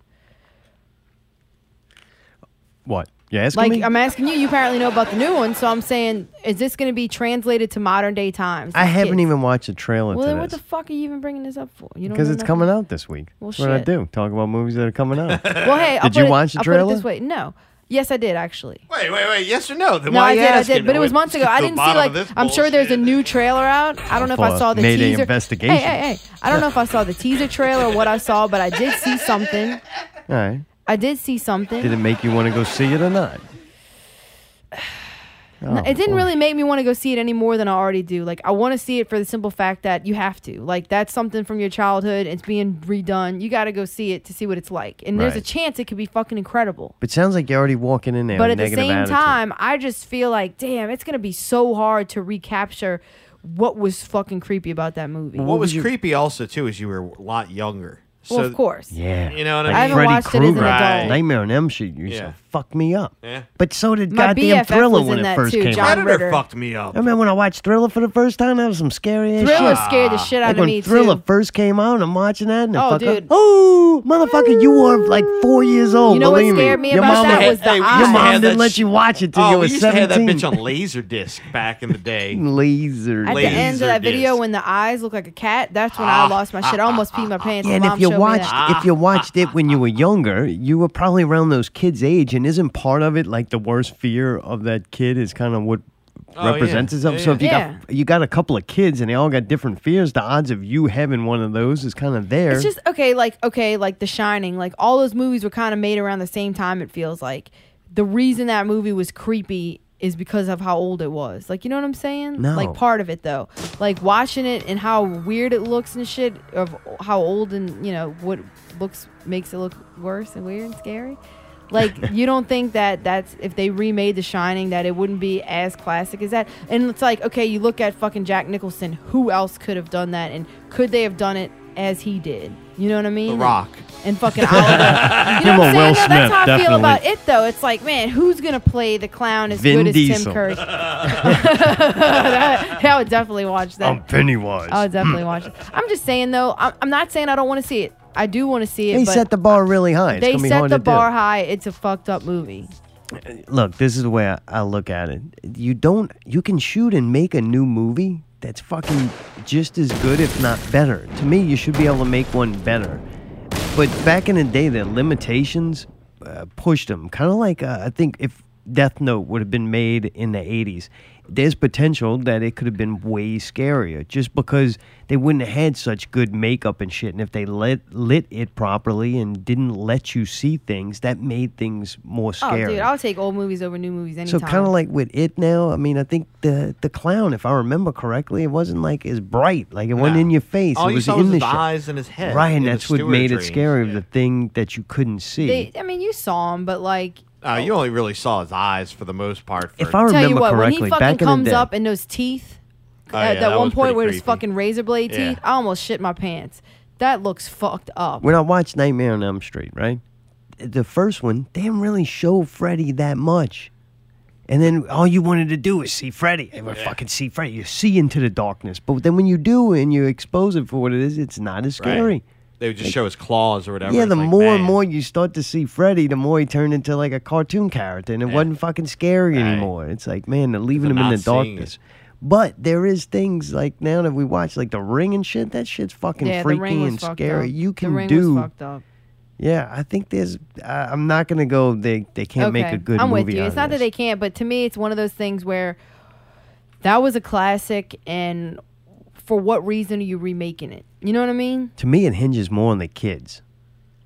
S3: What? You asking
S7: like
S3: me?
S7: I'm asking you, you apparently know about the new one, so I'm saying is this going to be translated to modern day times?
S3: I
S7: These
S3: haven't
S7: kids.
S3: even watched a trailer
S7: Well, then
S3: to
S7: what the
S3: this
S7: fuck are you even bringing this up for? You don't
S3: because
S7: know
S3: it's
S7: nothing.
S3: coming out this week.
S7: Well,
S3: That's what I
S7: shit.
S3: do. Talk about movies that are coming out.
S7: Well, hey, I'll
S3: did
S7: put
S3: you
S7: it-
S3: watch the
S7: I'll
S3: trailer?
S7: Put it this way, no. Yes, I did actually.
S10: Wait, wait, wait. Yes or no? Then
S7: no,
S10: why
S7: I
S10: you
S7: did, I
S10: asking?
S7: did, but it was months ago.
S10: Get
S7: I
S10: to the
S7: didn't see
S10: bottom
S7: like.
S10: of this
S7: I'm sure there's a new trailer out. I don't know if
S3: For
S7: I saw the
S3: Mayday
S7: teaser.
S3: investigation.
S7: Hey, hey, hey! I don't know if I saw the teaser trailer or what I saw, but I did see something.
S3: All right.
S7: I did see something.
S3: Did it make you want to go see it or not? Oh,
S7: No, it didn't really make me want to go see it any more than I already do. Like I want to see it for the simple fact that you have to. Like that's something from your childhood. It's being redone. You got to go see it to see what it's like. And there's a
S3: Right.
S7: chance it could be fucking incredible.
S3: But it sounds like you're already walking in there.
S7: but
S3: with
S7: at the
S3: negative
S7: same
S3: attitude.
S7: time, I just feel like, damn, it's gonna be so hard to recapture what was fucking creepy about that movie.
S10: What was creepy also too is you were a lot younger.
S7: Well, of course.
S3: Yeah.
S10: You know what I mean?
S3: like
S10: I haven't
S3: Freddy
S10: watched it as an
S3: Krueger,
S10: adult.
S3: Nightmare on Elm Street used
S10: Yeah.
S3: to fuck me up.
S10: Yeah.
S3: But so did
S10: My
S3: goddamn
S10: BFF
S3: Thriller
S10: was
S3: when
S10: in
S3: it
S10: that
S3: first
S10: too,
S3: came
S10: John
S3: out.
S10: Predator Ritter. fucked me up.
S3: I remember when I watched Thriller for the first time, that was some scary ass
S7: Thriller
S3: shit.
S7: scared the shit out
S3: like
S7: of
S3: when
S7: me,
S3: Thriller
S7: too.
S3: first came out, and I'm watching that, and the
S7: Oh,
S3: fucker,
S7: dude.
S3: oh, motherfucker, you were like four years old.
S7: You know what
S3: believe
S7: scared me
S3: Your
S7: about
S3: mama-
S7: that was the
S10: we
S7: eyes.
S10: used
S3: Your
S10: to
S3: mom
S10: have
S3: didn't
S10: that
S3: let
S10: sh-
S3: you watch it till
S10: oh,
S3: you
S10: we
S3: were
S10: used to have that
S3: 17.
S10: bitch on laser disc back in the day.
S3: Laser.
S7: At the
S10: Laser
S7: end of that
S10: disc.
S7: video, when the eyes look like a cat, that's when I
S10: Ah,
S7: lost my shit. I almost peed my pants.
S3: Yeah, and
S7: My
S3: if
S7: mom
S3: you
S7: showed me
S3: watched
S7: that.
S3: if you watched it when you were younger, you were probably around those kids' age, and isn't part of it like the worst fear of that kid is kind of what
S10: Oh, yeah.
S3: represents itself.
S10: Yeah,
S3: So if you
S7: yeah.
S3: got you got a couple of kids and they all got different fears, the odds of you having one of those is kind of there.
S7: It's just okay, like okay, like The Shining, like all those movies were kind of made around the same time. It feels like the reason that movie was creepy is because of how old it was. Like you know what I'm saying?
S3: No.
S7: Like part of it though, like watching it and how weird it looks and shit of how old and you know what looks makes it look worse and weird and scary. Like you don't think that that's if they remade The Shining that it wouldn't be as classic as that. And it's like okay, you look at fucking Jack Nicholson. Who else could have done that? And could they have done it as he did? You know what I mean?
S10: Rock.
S7: and fucking Oliver. you
S3: Him
S7: know what
S3: or
S7: I'm saying? No,
S3: Will
S7: that's
S3: Smith,
S7: how I feel
S3: definitely.
S7: about it though. It's like man, who's gonna play the clown as
S3: Vin
S7: good as
S3: Diesel.
S7: Tim Curry? that, I would definitely watch that.
S3: I'm Pennywise.
S7: I would Oh, definitely watch it. I'm just saying though, I'm, I'm not saying I don't want to see it. I do want to see it.
S3: they
S7: but
S3: set the bar really high. It's
S7: they
S3: gonna be
S7: set
S3: hard
S7: the
S3: to do.
S7: bar high. It's a fucked up movie.
S3: Look, this is the way I, I look at it. You don't. You can shoot and make a new movie that's fucking just as good, if not better. To me, you should be able to make one better. But back in the day, the limitations uh, pushed them. Kind of like uh, I think if Death Note would have been made in the 80s, there's potential that it could have been way scarier just because they wouldn't have had such good makeup and shit. And if they let, lit it properly and didn't let you see things, that made things more scary.
S7: Oh, dude, I'll take old movies over new movies anytime.
S3: So kind of like with it now. I mean, I think the the clown, if I remember correctly, it wasn't like as bright. Like it wasn't in your face.
S10: All
S3: it
S10: you
S3: was
S10: saw
S3: in
S10: was
S3: the
S10: his
S3: shot.
S10: eyes and his head
S3: Right, and
S10: in the
S3: that's what
S10: Stewart
S3: made
S10: dreams.
S3: it scary. The thing that you couldn't see.
S7: They, I mean, you saw him, but like,
S10: Uh, you only really saw his eyes for the most part. For
S3: If I
S7: tell you
S3: remember
S7: what, when
S3: correctly,
S7: he fucking
S3: back in
S7: comes
S3: the day,
S7: up and those teeth,
S3: Oh,
S7: at
S3: yeah,
S7: that,
S3: that
S7: one
S3: was
S7: point
S3: pretty
S7: with his
S3: creepy.
S7: fucking razor blade
S3: Yeah.
S7: teeth, I almost shit my pants. That looks fucked up.
S3: when I watched Nightmare on Elm Street, right, the first one, they didn't really show Freddy that much. And then all you wanted to do is see Freddy. And we fucking see Freddy. You see into the darkness. But then when you do and you expose it for what it is, it's not as
S10: Right.
S3: scary.
S10: They would just show his claws or whatever.
S3: Yeah,
S10: It's
S3: the
S10: like,
S3: more
S10: man,
S3: and more you start to see Freddy, the more he turned into like a cartoon character, and it wasn't fucking scary anymore. It's like, man, they're leaving
S10: They're
S3: him in the
S10: not seeing
S3: darkness. But there is things like now that we watch, like the ring and shit. That shit's fucking
S7: yeah, the ring
S3: freaky
S7: was
S3: and
S7: fucked
S3: scary.
S7: up.
S3: You
S7: the
S3: can
S7: ring
S3: do.
S7: Was fucked up.
S3: Yeah, I think there's. I I'm not gonna go. They they can't make
S7: Okay,
S3: a good
S7: I'm
S3: movie.
S7: with you.
S3: out
S7: It's
S3: of
S7: not
S3: this.
S7: that they can't, but to me, it's one of those things where that was a classic, and for what reason are you remaking it? You know what I mean?
S3: to me it hinges more on the kids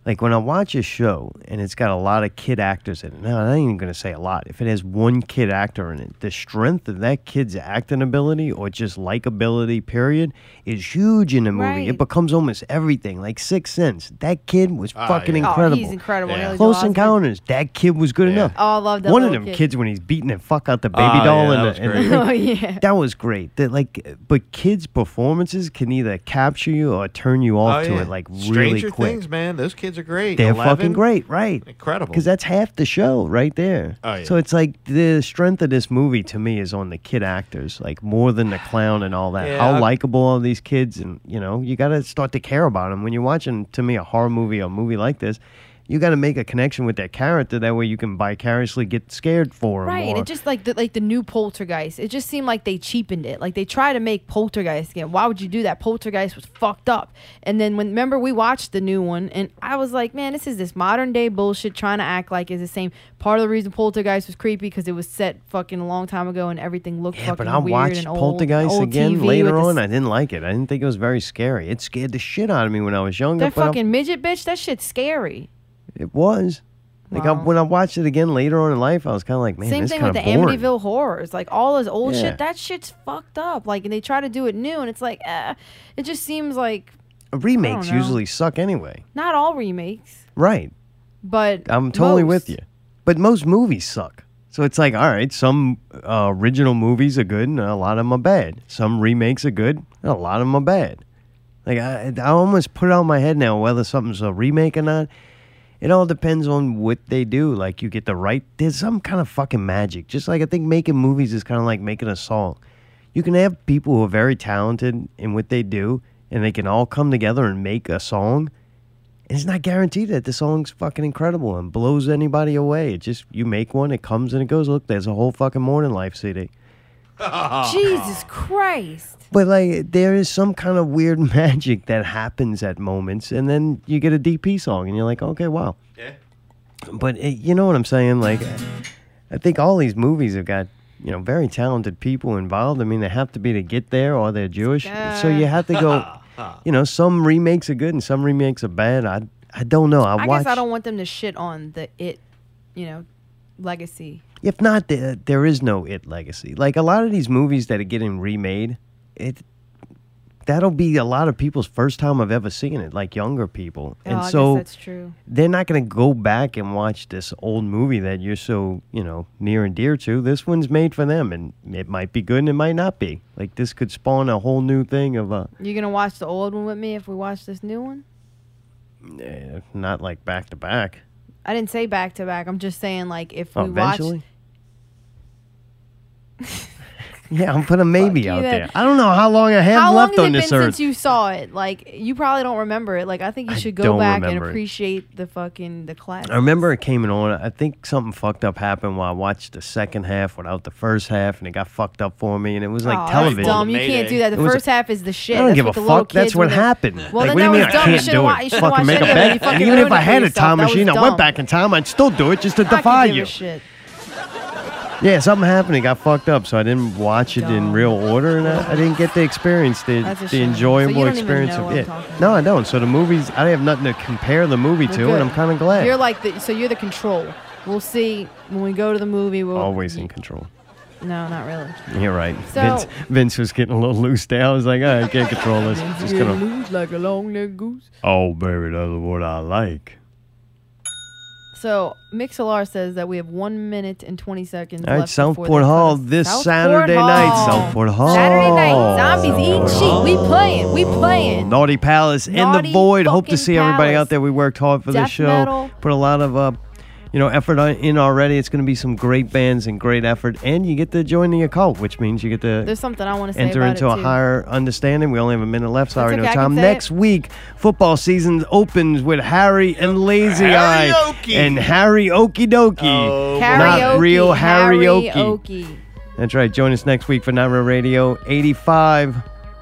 S3: like when i watch a show and it's got a lot of kid actors in it now i ain't even going to say a lot if it has one kid actor in it the strength of that kid's acting ability or just likability period is huge in the movie
S7: Right.
S3: it becomes almost everything like sixth sense that kid was
S10: Ah,
S3: fucking
S7: yeah. Oh,
S3: incredible
S7: he's incredible. Yeah. Haley Joel
S3: close
S7: Osment.
S3: encounters that kid was good enough
S7: Oh, I love that
S3: one of
S7: little
S3: them
S7: kid.
S3: kids when he's beating the fuck out the baby
S10: Oh, yeah,
S3: doll and, the,
S10: that was
S3: and
S10: great.
S3: the-
S10: Oh,
S7: yeah.
S3: that was great that like but kids performances can either capture you or turn you
S10: Oh,
S3: off to
S10: yeah.
S3: it like really
S10: Stranger
S3: quick
S10: Things, man. Those kids are great.
S3: they're
S10: 11.
S3: fucking great, right?
S10: Incredible.
S3: Because that's half the show right there.
S10: Oh, yeah.
S3: So it's like the strength of this movie to me is on the kid actors, like more than the clown and all that.
S10: Yeah,
S3: How
S10: I-
S3: likable are these kids? And, you know, you got to start to care about them. When you're watching, to me, a horror movie or a movie like this, you got to make a connection with that character. That way you can vicariously get scared for him.
S7: Right, and
S3: or-
S7: it just like the, like the new Poltergeist. It just seemed like they cheapened it. Like they try to make Poltergeist again. Why would you do that? Poltergeist was fucked up. And then when remember we watched the new one, and I was like, man, this is this modern day bullshit trying to act like it's the same. Part of the reason Poltergeist was creepy because it was set fucking a long time ago and everything looked
S3: Yeah,
S7: fucking
S3: but I
S7: weird
S3: watched
S7: and old,
S3: Poltergeist
S7: old
S3: again
S7: TV with
S3: later
S7: the
S3: on. I didn't like it. I didn't think it was very scary. It scared the shit out of me when I was younger.
S7: That
S3: but I'm-
S7: fucking midget bitch, that shit's scary.
S3: It was. Like I,
S7: Wow.
S3: when I watched it again later on in life, I was kind of like, man,
S7: Same
S3: this
S7: thing
S3: kind
S7: with the
S3: of boring.
S7: Amityville horrors. Like all this old
S3: Yeah.
S7: shit, that shit's fucked up. Like, and they try to do it new, and it's like, eh, it just seems like
S3: Remakes
S7: I don't know.
S3: usually suck anyway.
S7: not all remakes,
S3: Right.
S7: but
S3: I'm totally
S7: most.
S3: with you. But most movies suck. So it's like, all right, some uh, original movies are good and a lot of them are bad. Some remakes are good and a lot of them are bad. Like I, I almost put it on my head now whether something's a remake or not. It all depends on what they do. Like you get the right. There's some kind of fucking magic. Just like I think making movies is kind of like making a song. You can have people who are very talented in what they do, and they can all come together and make a song. And it's not guaranteed that the song's fucking incredible and blows anybody away. It just you make one, it comes and it goes. Look, there's a whole fucking Morning Life CD.
S7: Jesus Christ!
S3: But like there is some kind of weird magic that happens at moments, and then you get a DP song, and you're like, okay, wow.
S10: Yeah.
S3: But it, you know what I'm saying? Like, I think all these movies have got you know very talented people involved. I mean, they have to be to get there, or they're Jewish. So you have to go. You know, some remakes are good and some remakes are bad. I I don't know. I,
S7: I,
S3: watch.
S7: guess I don't want them to shit on the it, you know, legacy.
S3: If not, there, there is no it legacy. Like a lot of these movies that are getting remade, it that'll be a lot of people's first time I've ever seen it, like younger people,
S7: Oh, I
S3: and
S7: guess
S3: so
S7: that's true.
S3: they're not going to go back and watch this old movie that you're so you know near and dear to. This one's made for them, and it might be good and it might not be. Like this could spawn a whole new thing of a
S7: You gonna watch the old one with me if we watch this new one?
S3: eh, not like back to back.
S7: I didn't say back to back. I'm just saying like if we
S3: Eventually,
S7: watch.
S3: yeah, I'm putting a maybe
S7: you
S3: out
S7: then.
S3: there. I don't know how long I have
S7: How long
S3: left
S7: has
S3: on
S7: it
S3: this
S7: been
S3: earth.
S7: since you saw it? Like you probably don't remember it. Like I think you should go
S3: don't
S7: back and
S3: remember it.
S7: appreciate the fucking the class.
S3: I remember it came on. I think something fucked up happened while I watched the second half without the first half, and it got fucked up for me. And it was like
S7: Aw,
S3: television.
S7: That's dumb. You can't do that.
S3: It
S7: The
S3: was-
S7: first half is the shit.
S3: I don't
S7: That's
S3: give a
S7: what the little
S3: fuck. That's
S7: kids
S3: what
S7: were doing.
S3: happened.
S7: Well, then
S3: like, what do
S7: that
S3: you mean
S7: was
S3: I
S7: dumb. You
S3: can't
S7: should've
S3: do
S7: wa- you
S3: it?
S7: should've
S3: Fucking
S7: watched
S3: make a
S7: it anyway. You
S3: bet.
S7: fucking
S3: And even
S7: ruined
S3: if
S7: it
S3: I
S7: for
S3: had a
S7: yourself.
S3: time
S7: That was
S3: machine, I went
S7: dumb.
S3: back in time. I'd still do it just to
S7: I could
S3: defy
S7: give a
S3: you.
S7: shit.
S3: Yeah, something happened. It got fucked up, so I didn't watch it in real order, and I, I didn't get the experience, the,
S12: That's a
S3: the
S12: shame.
S3: enjoyable
S12: So you don't even
S3: experience
S12: know
S3: of
S12: what I'm
S3: it.
S12: talking
S3: No, I don't. So the movies, I have nothing to compare the movie
S7: Well,
S3: to,
S7: good.
S3: and I'm kind of glad.
S7: You're like the, so you're the control. We'll see when we go to the movie. We'll,
S3: Always in control.
S7: No, not really.
S3: You're right.
S7: So-
S3: Vince, Vince was getting a little loose there. I was like, "Oh, I can't control this. Just gonna.
S7: like a long-necked goose.
S3: Oh, baby, that's what I like.
S7: So Mixlr says that we have one minute and twenty seconds.
S3: All right,
S7: left before
S3: Southport
S7: the-
S3: Hall this
S7: Southport
S3: Saturday night.
S7: Hall.
S3: Southport Hall.
S7: Saturday night, zombies
S3: Oh.
S7: eating sheep. We playing. We playing.
S3: Naughty Palace in the
S7: Naughty
S3: void. Hope to
S7: fucking
S3: see everybody out there. We worked hard for
S7: Death
S3: this show.
S7: metal.
S3: Put a lot of uh, you know effort on- in already. It's going to be some great bands and great effort, and you get to join the occult, which means you get to
S7: There's something I want to say
S3: enter
S7: about
S3: into
S7: it
S3: a
S7: too.
S3: higher understanding. We only have a minute left. Sorry,
S7: That's
S3: no
S7: okay, I can
S3: time.
S7: say
S3: Next week, football season opens with Harry and Lazy Eye
S7: Karaoke.
S3: and Harry Okie Dokie. Not
S7: Karaoke,
S3: real Harry Okie.
S7: karaoke.
S3: That's right. Join us next week for Not Real Radio 85.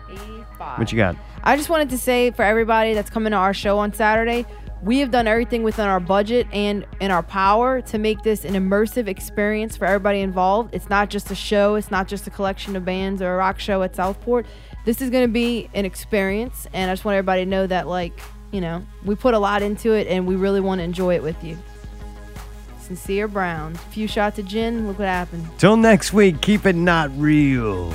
S3: 85. What you got?
S7: I just wanted to say for everybody that's coming to our show on Saturday, we have done everything within our budget and in our power to make this an immersive experience for everybody involved. It's not just a show, it's not just a collection of bands or a rock show at Southport. This is going to be an experience, and I just want everybody to know that, like, you know, we put a lot into it and we really want to enjoy it with you. Sincere Brown. Few shots of gin, look what happened.
S3: Till next week, keep it not real.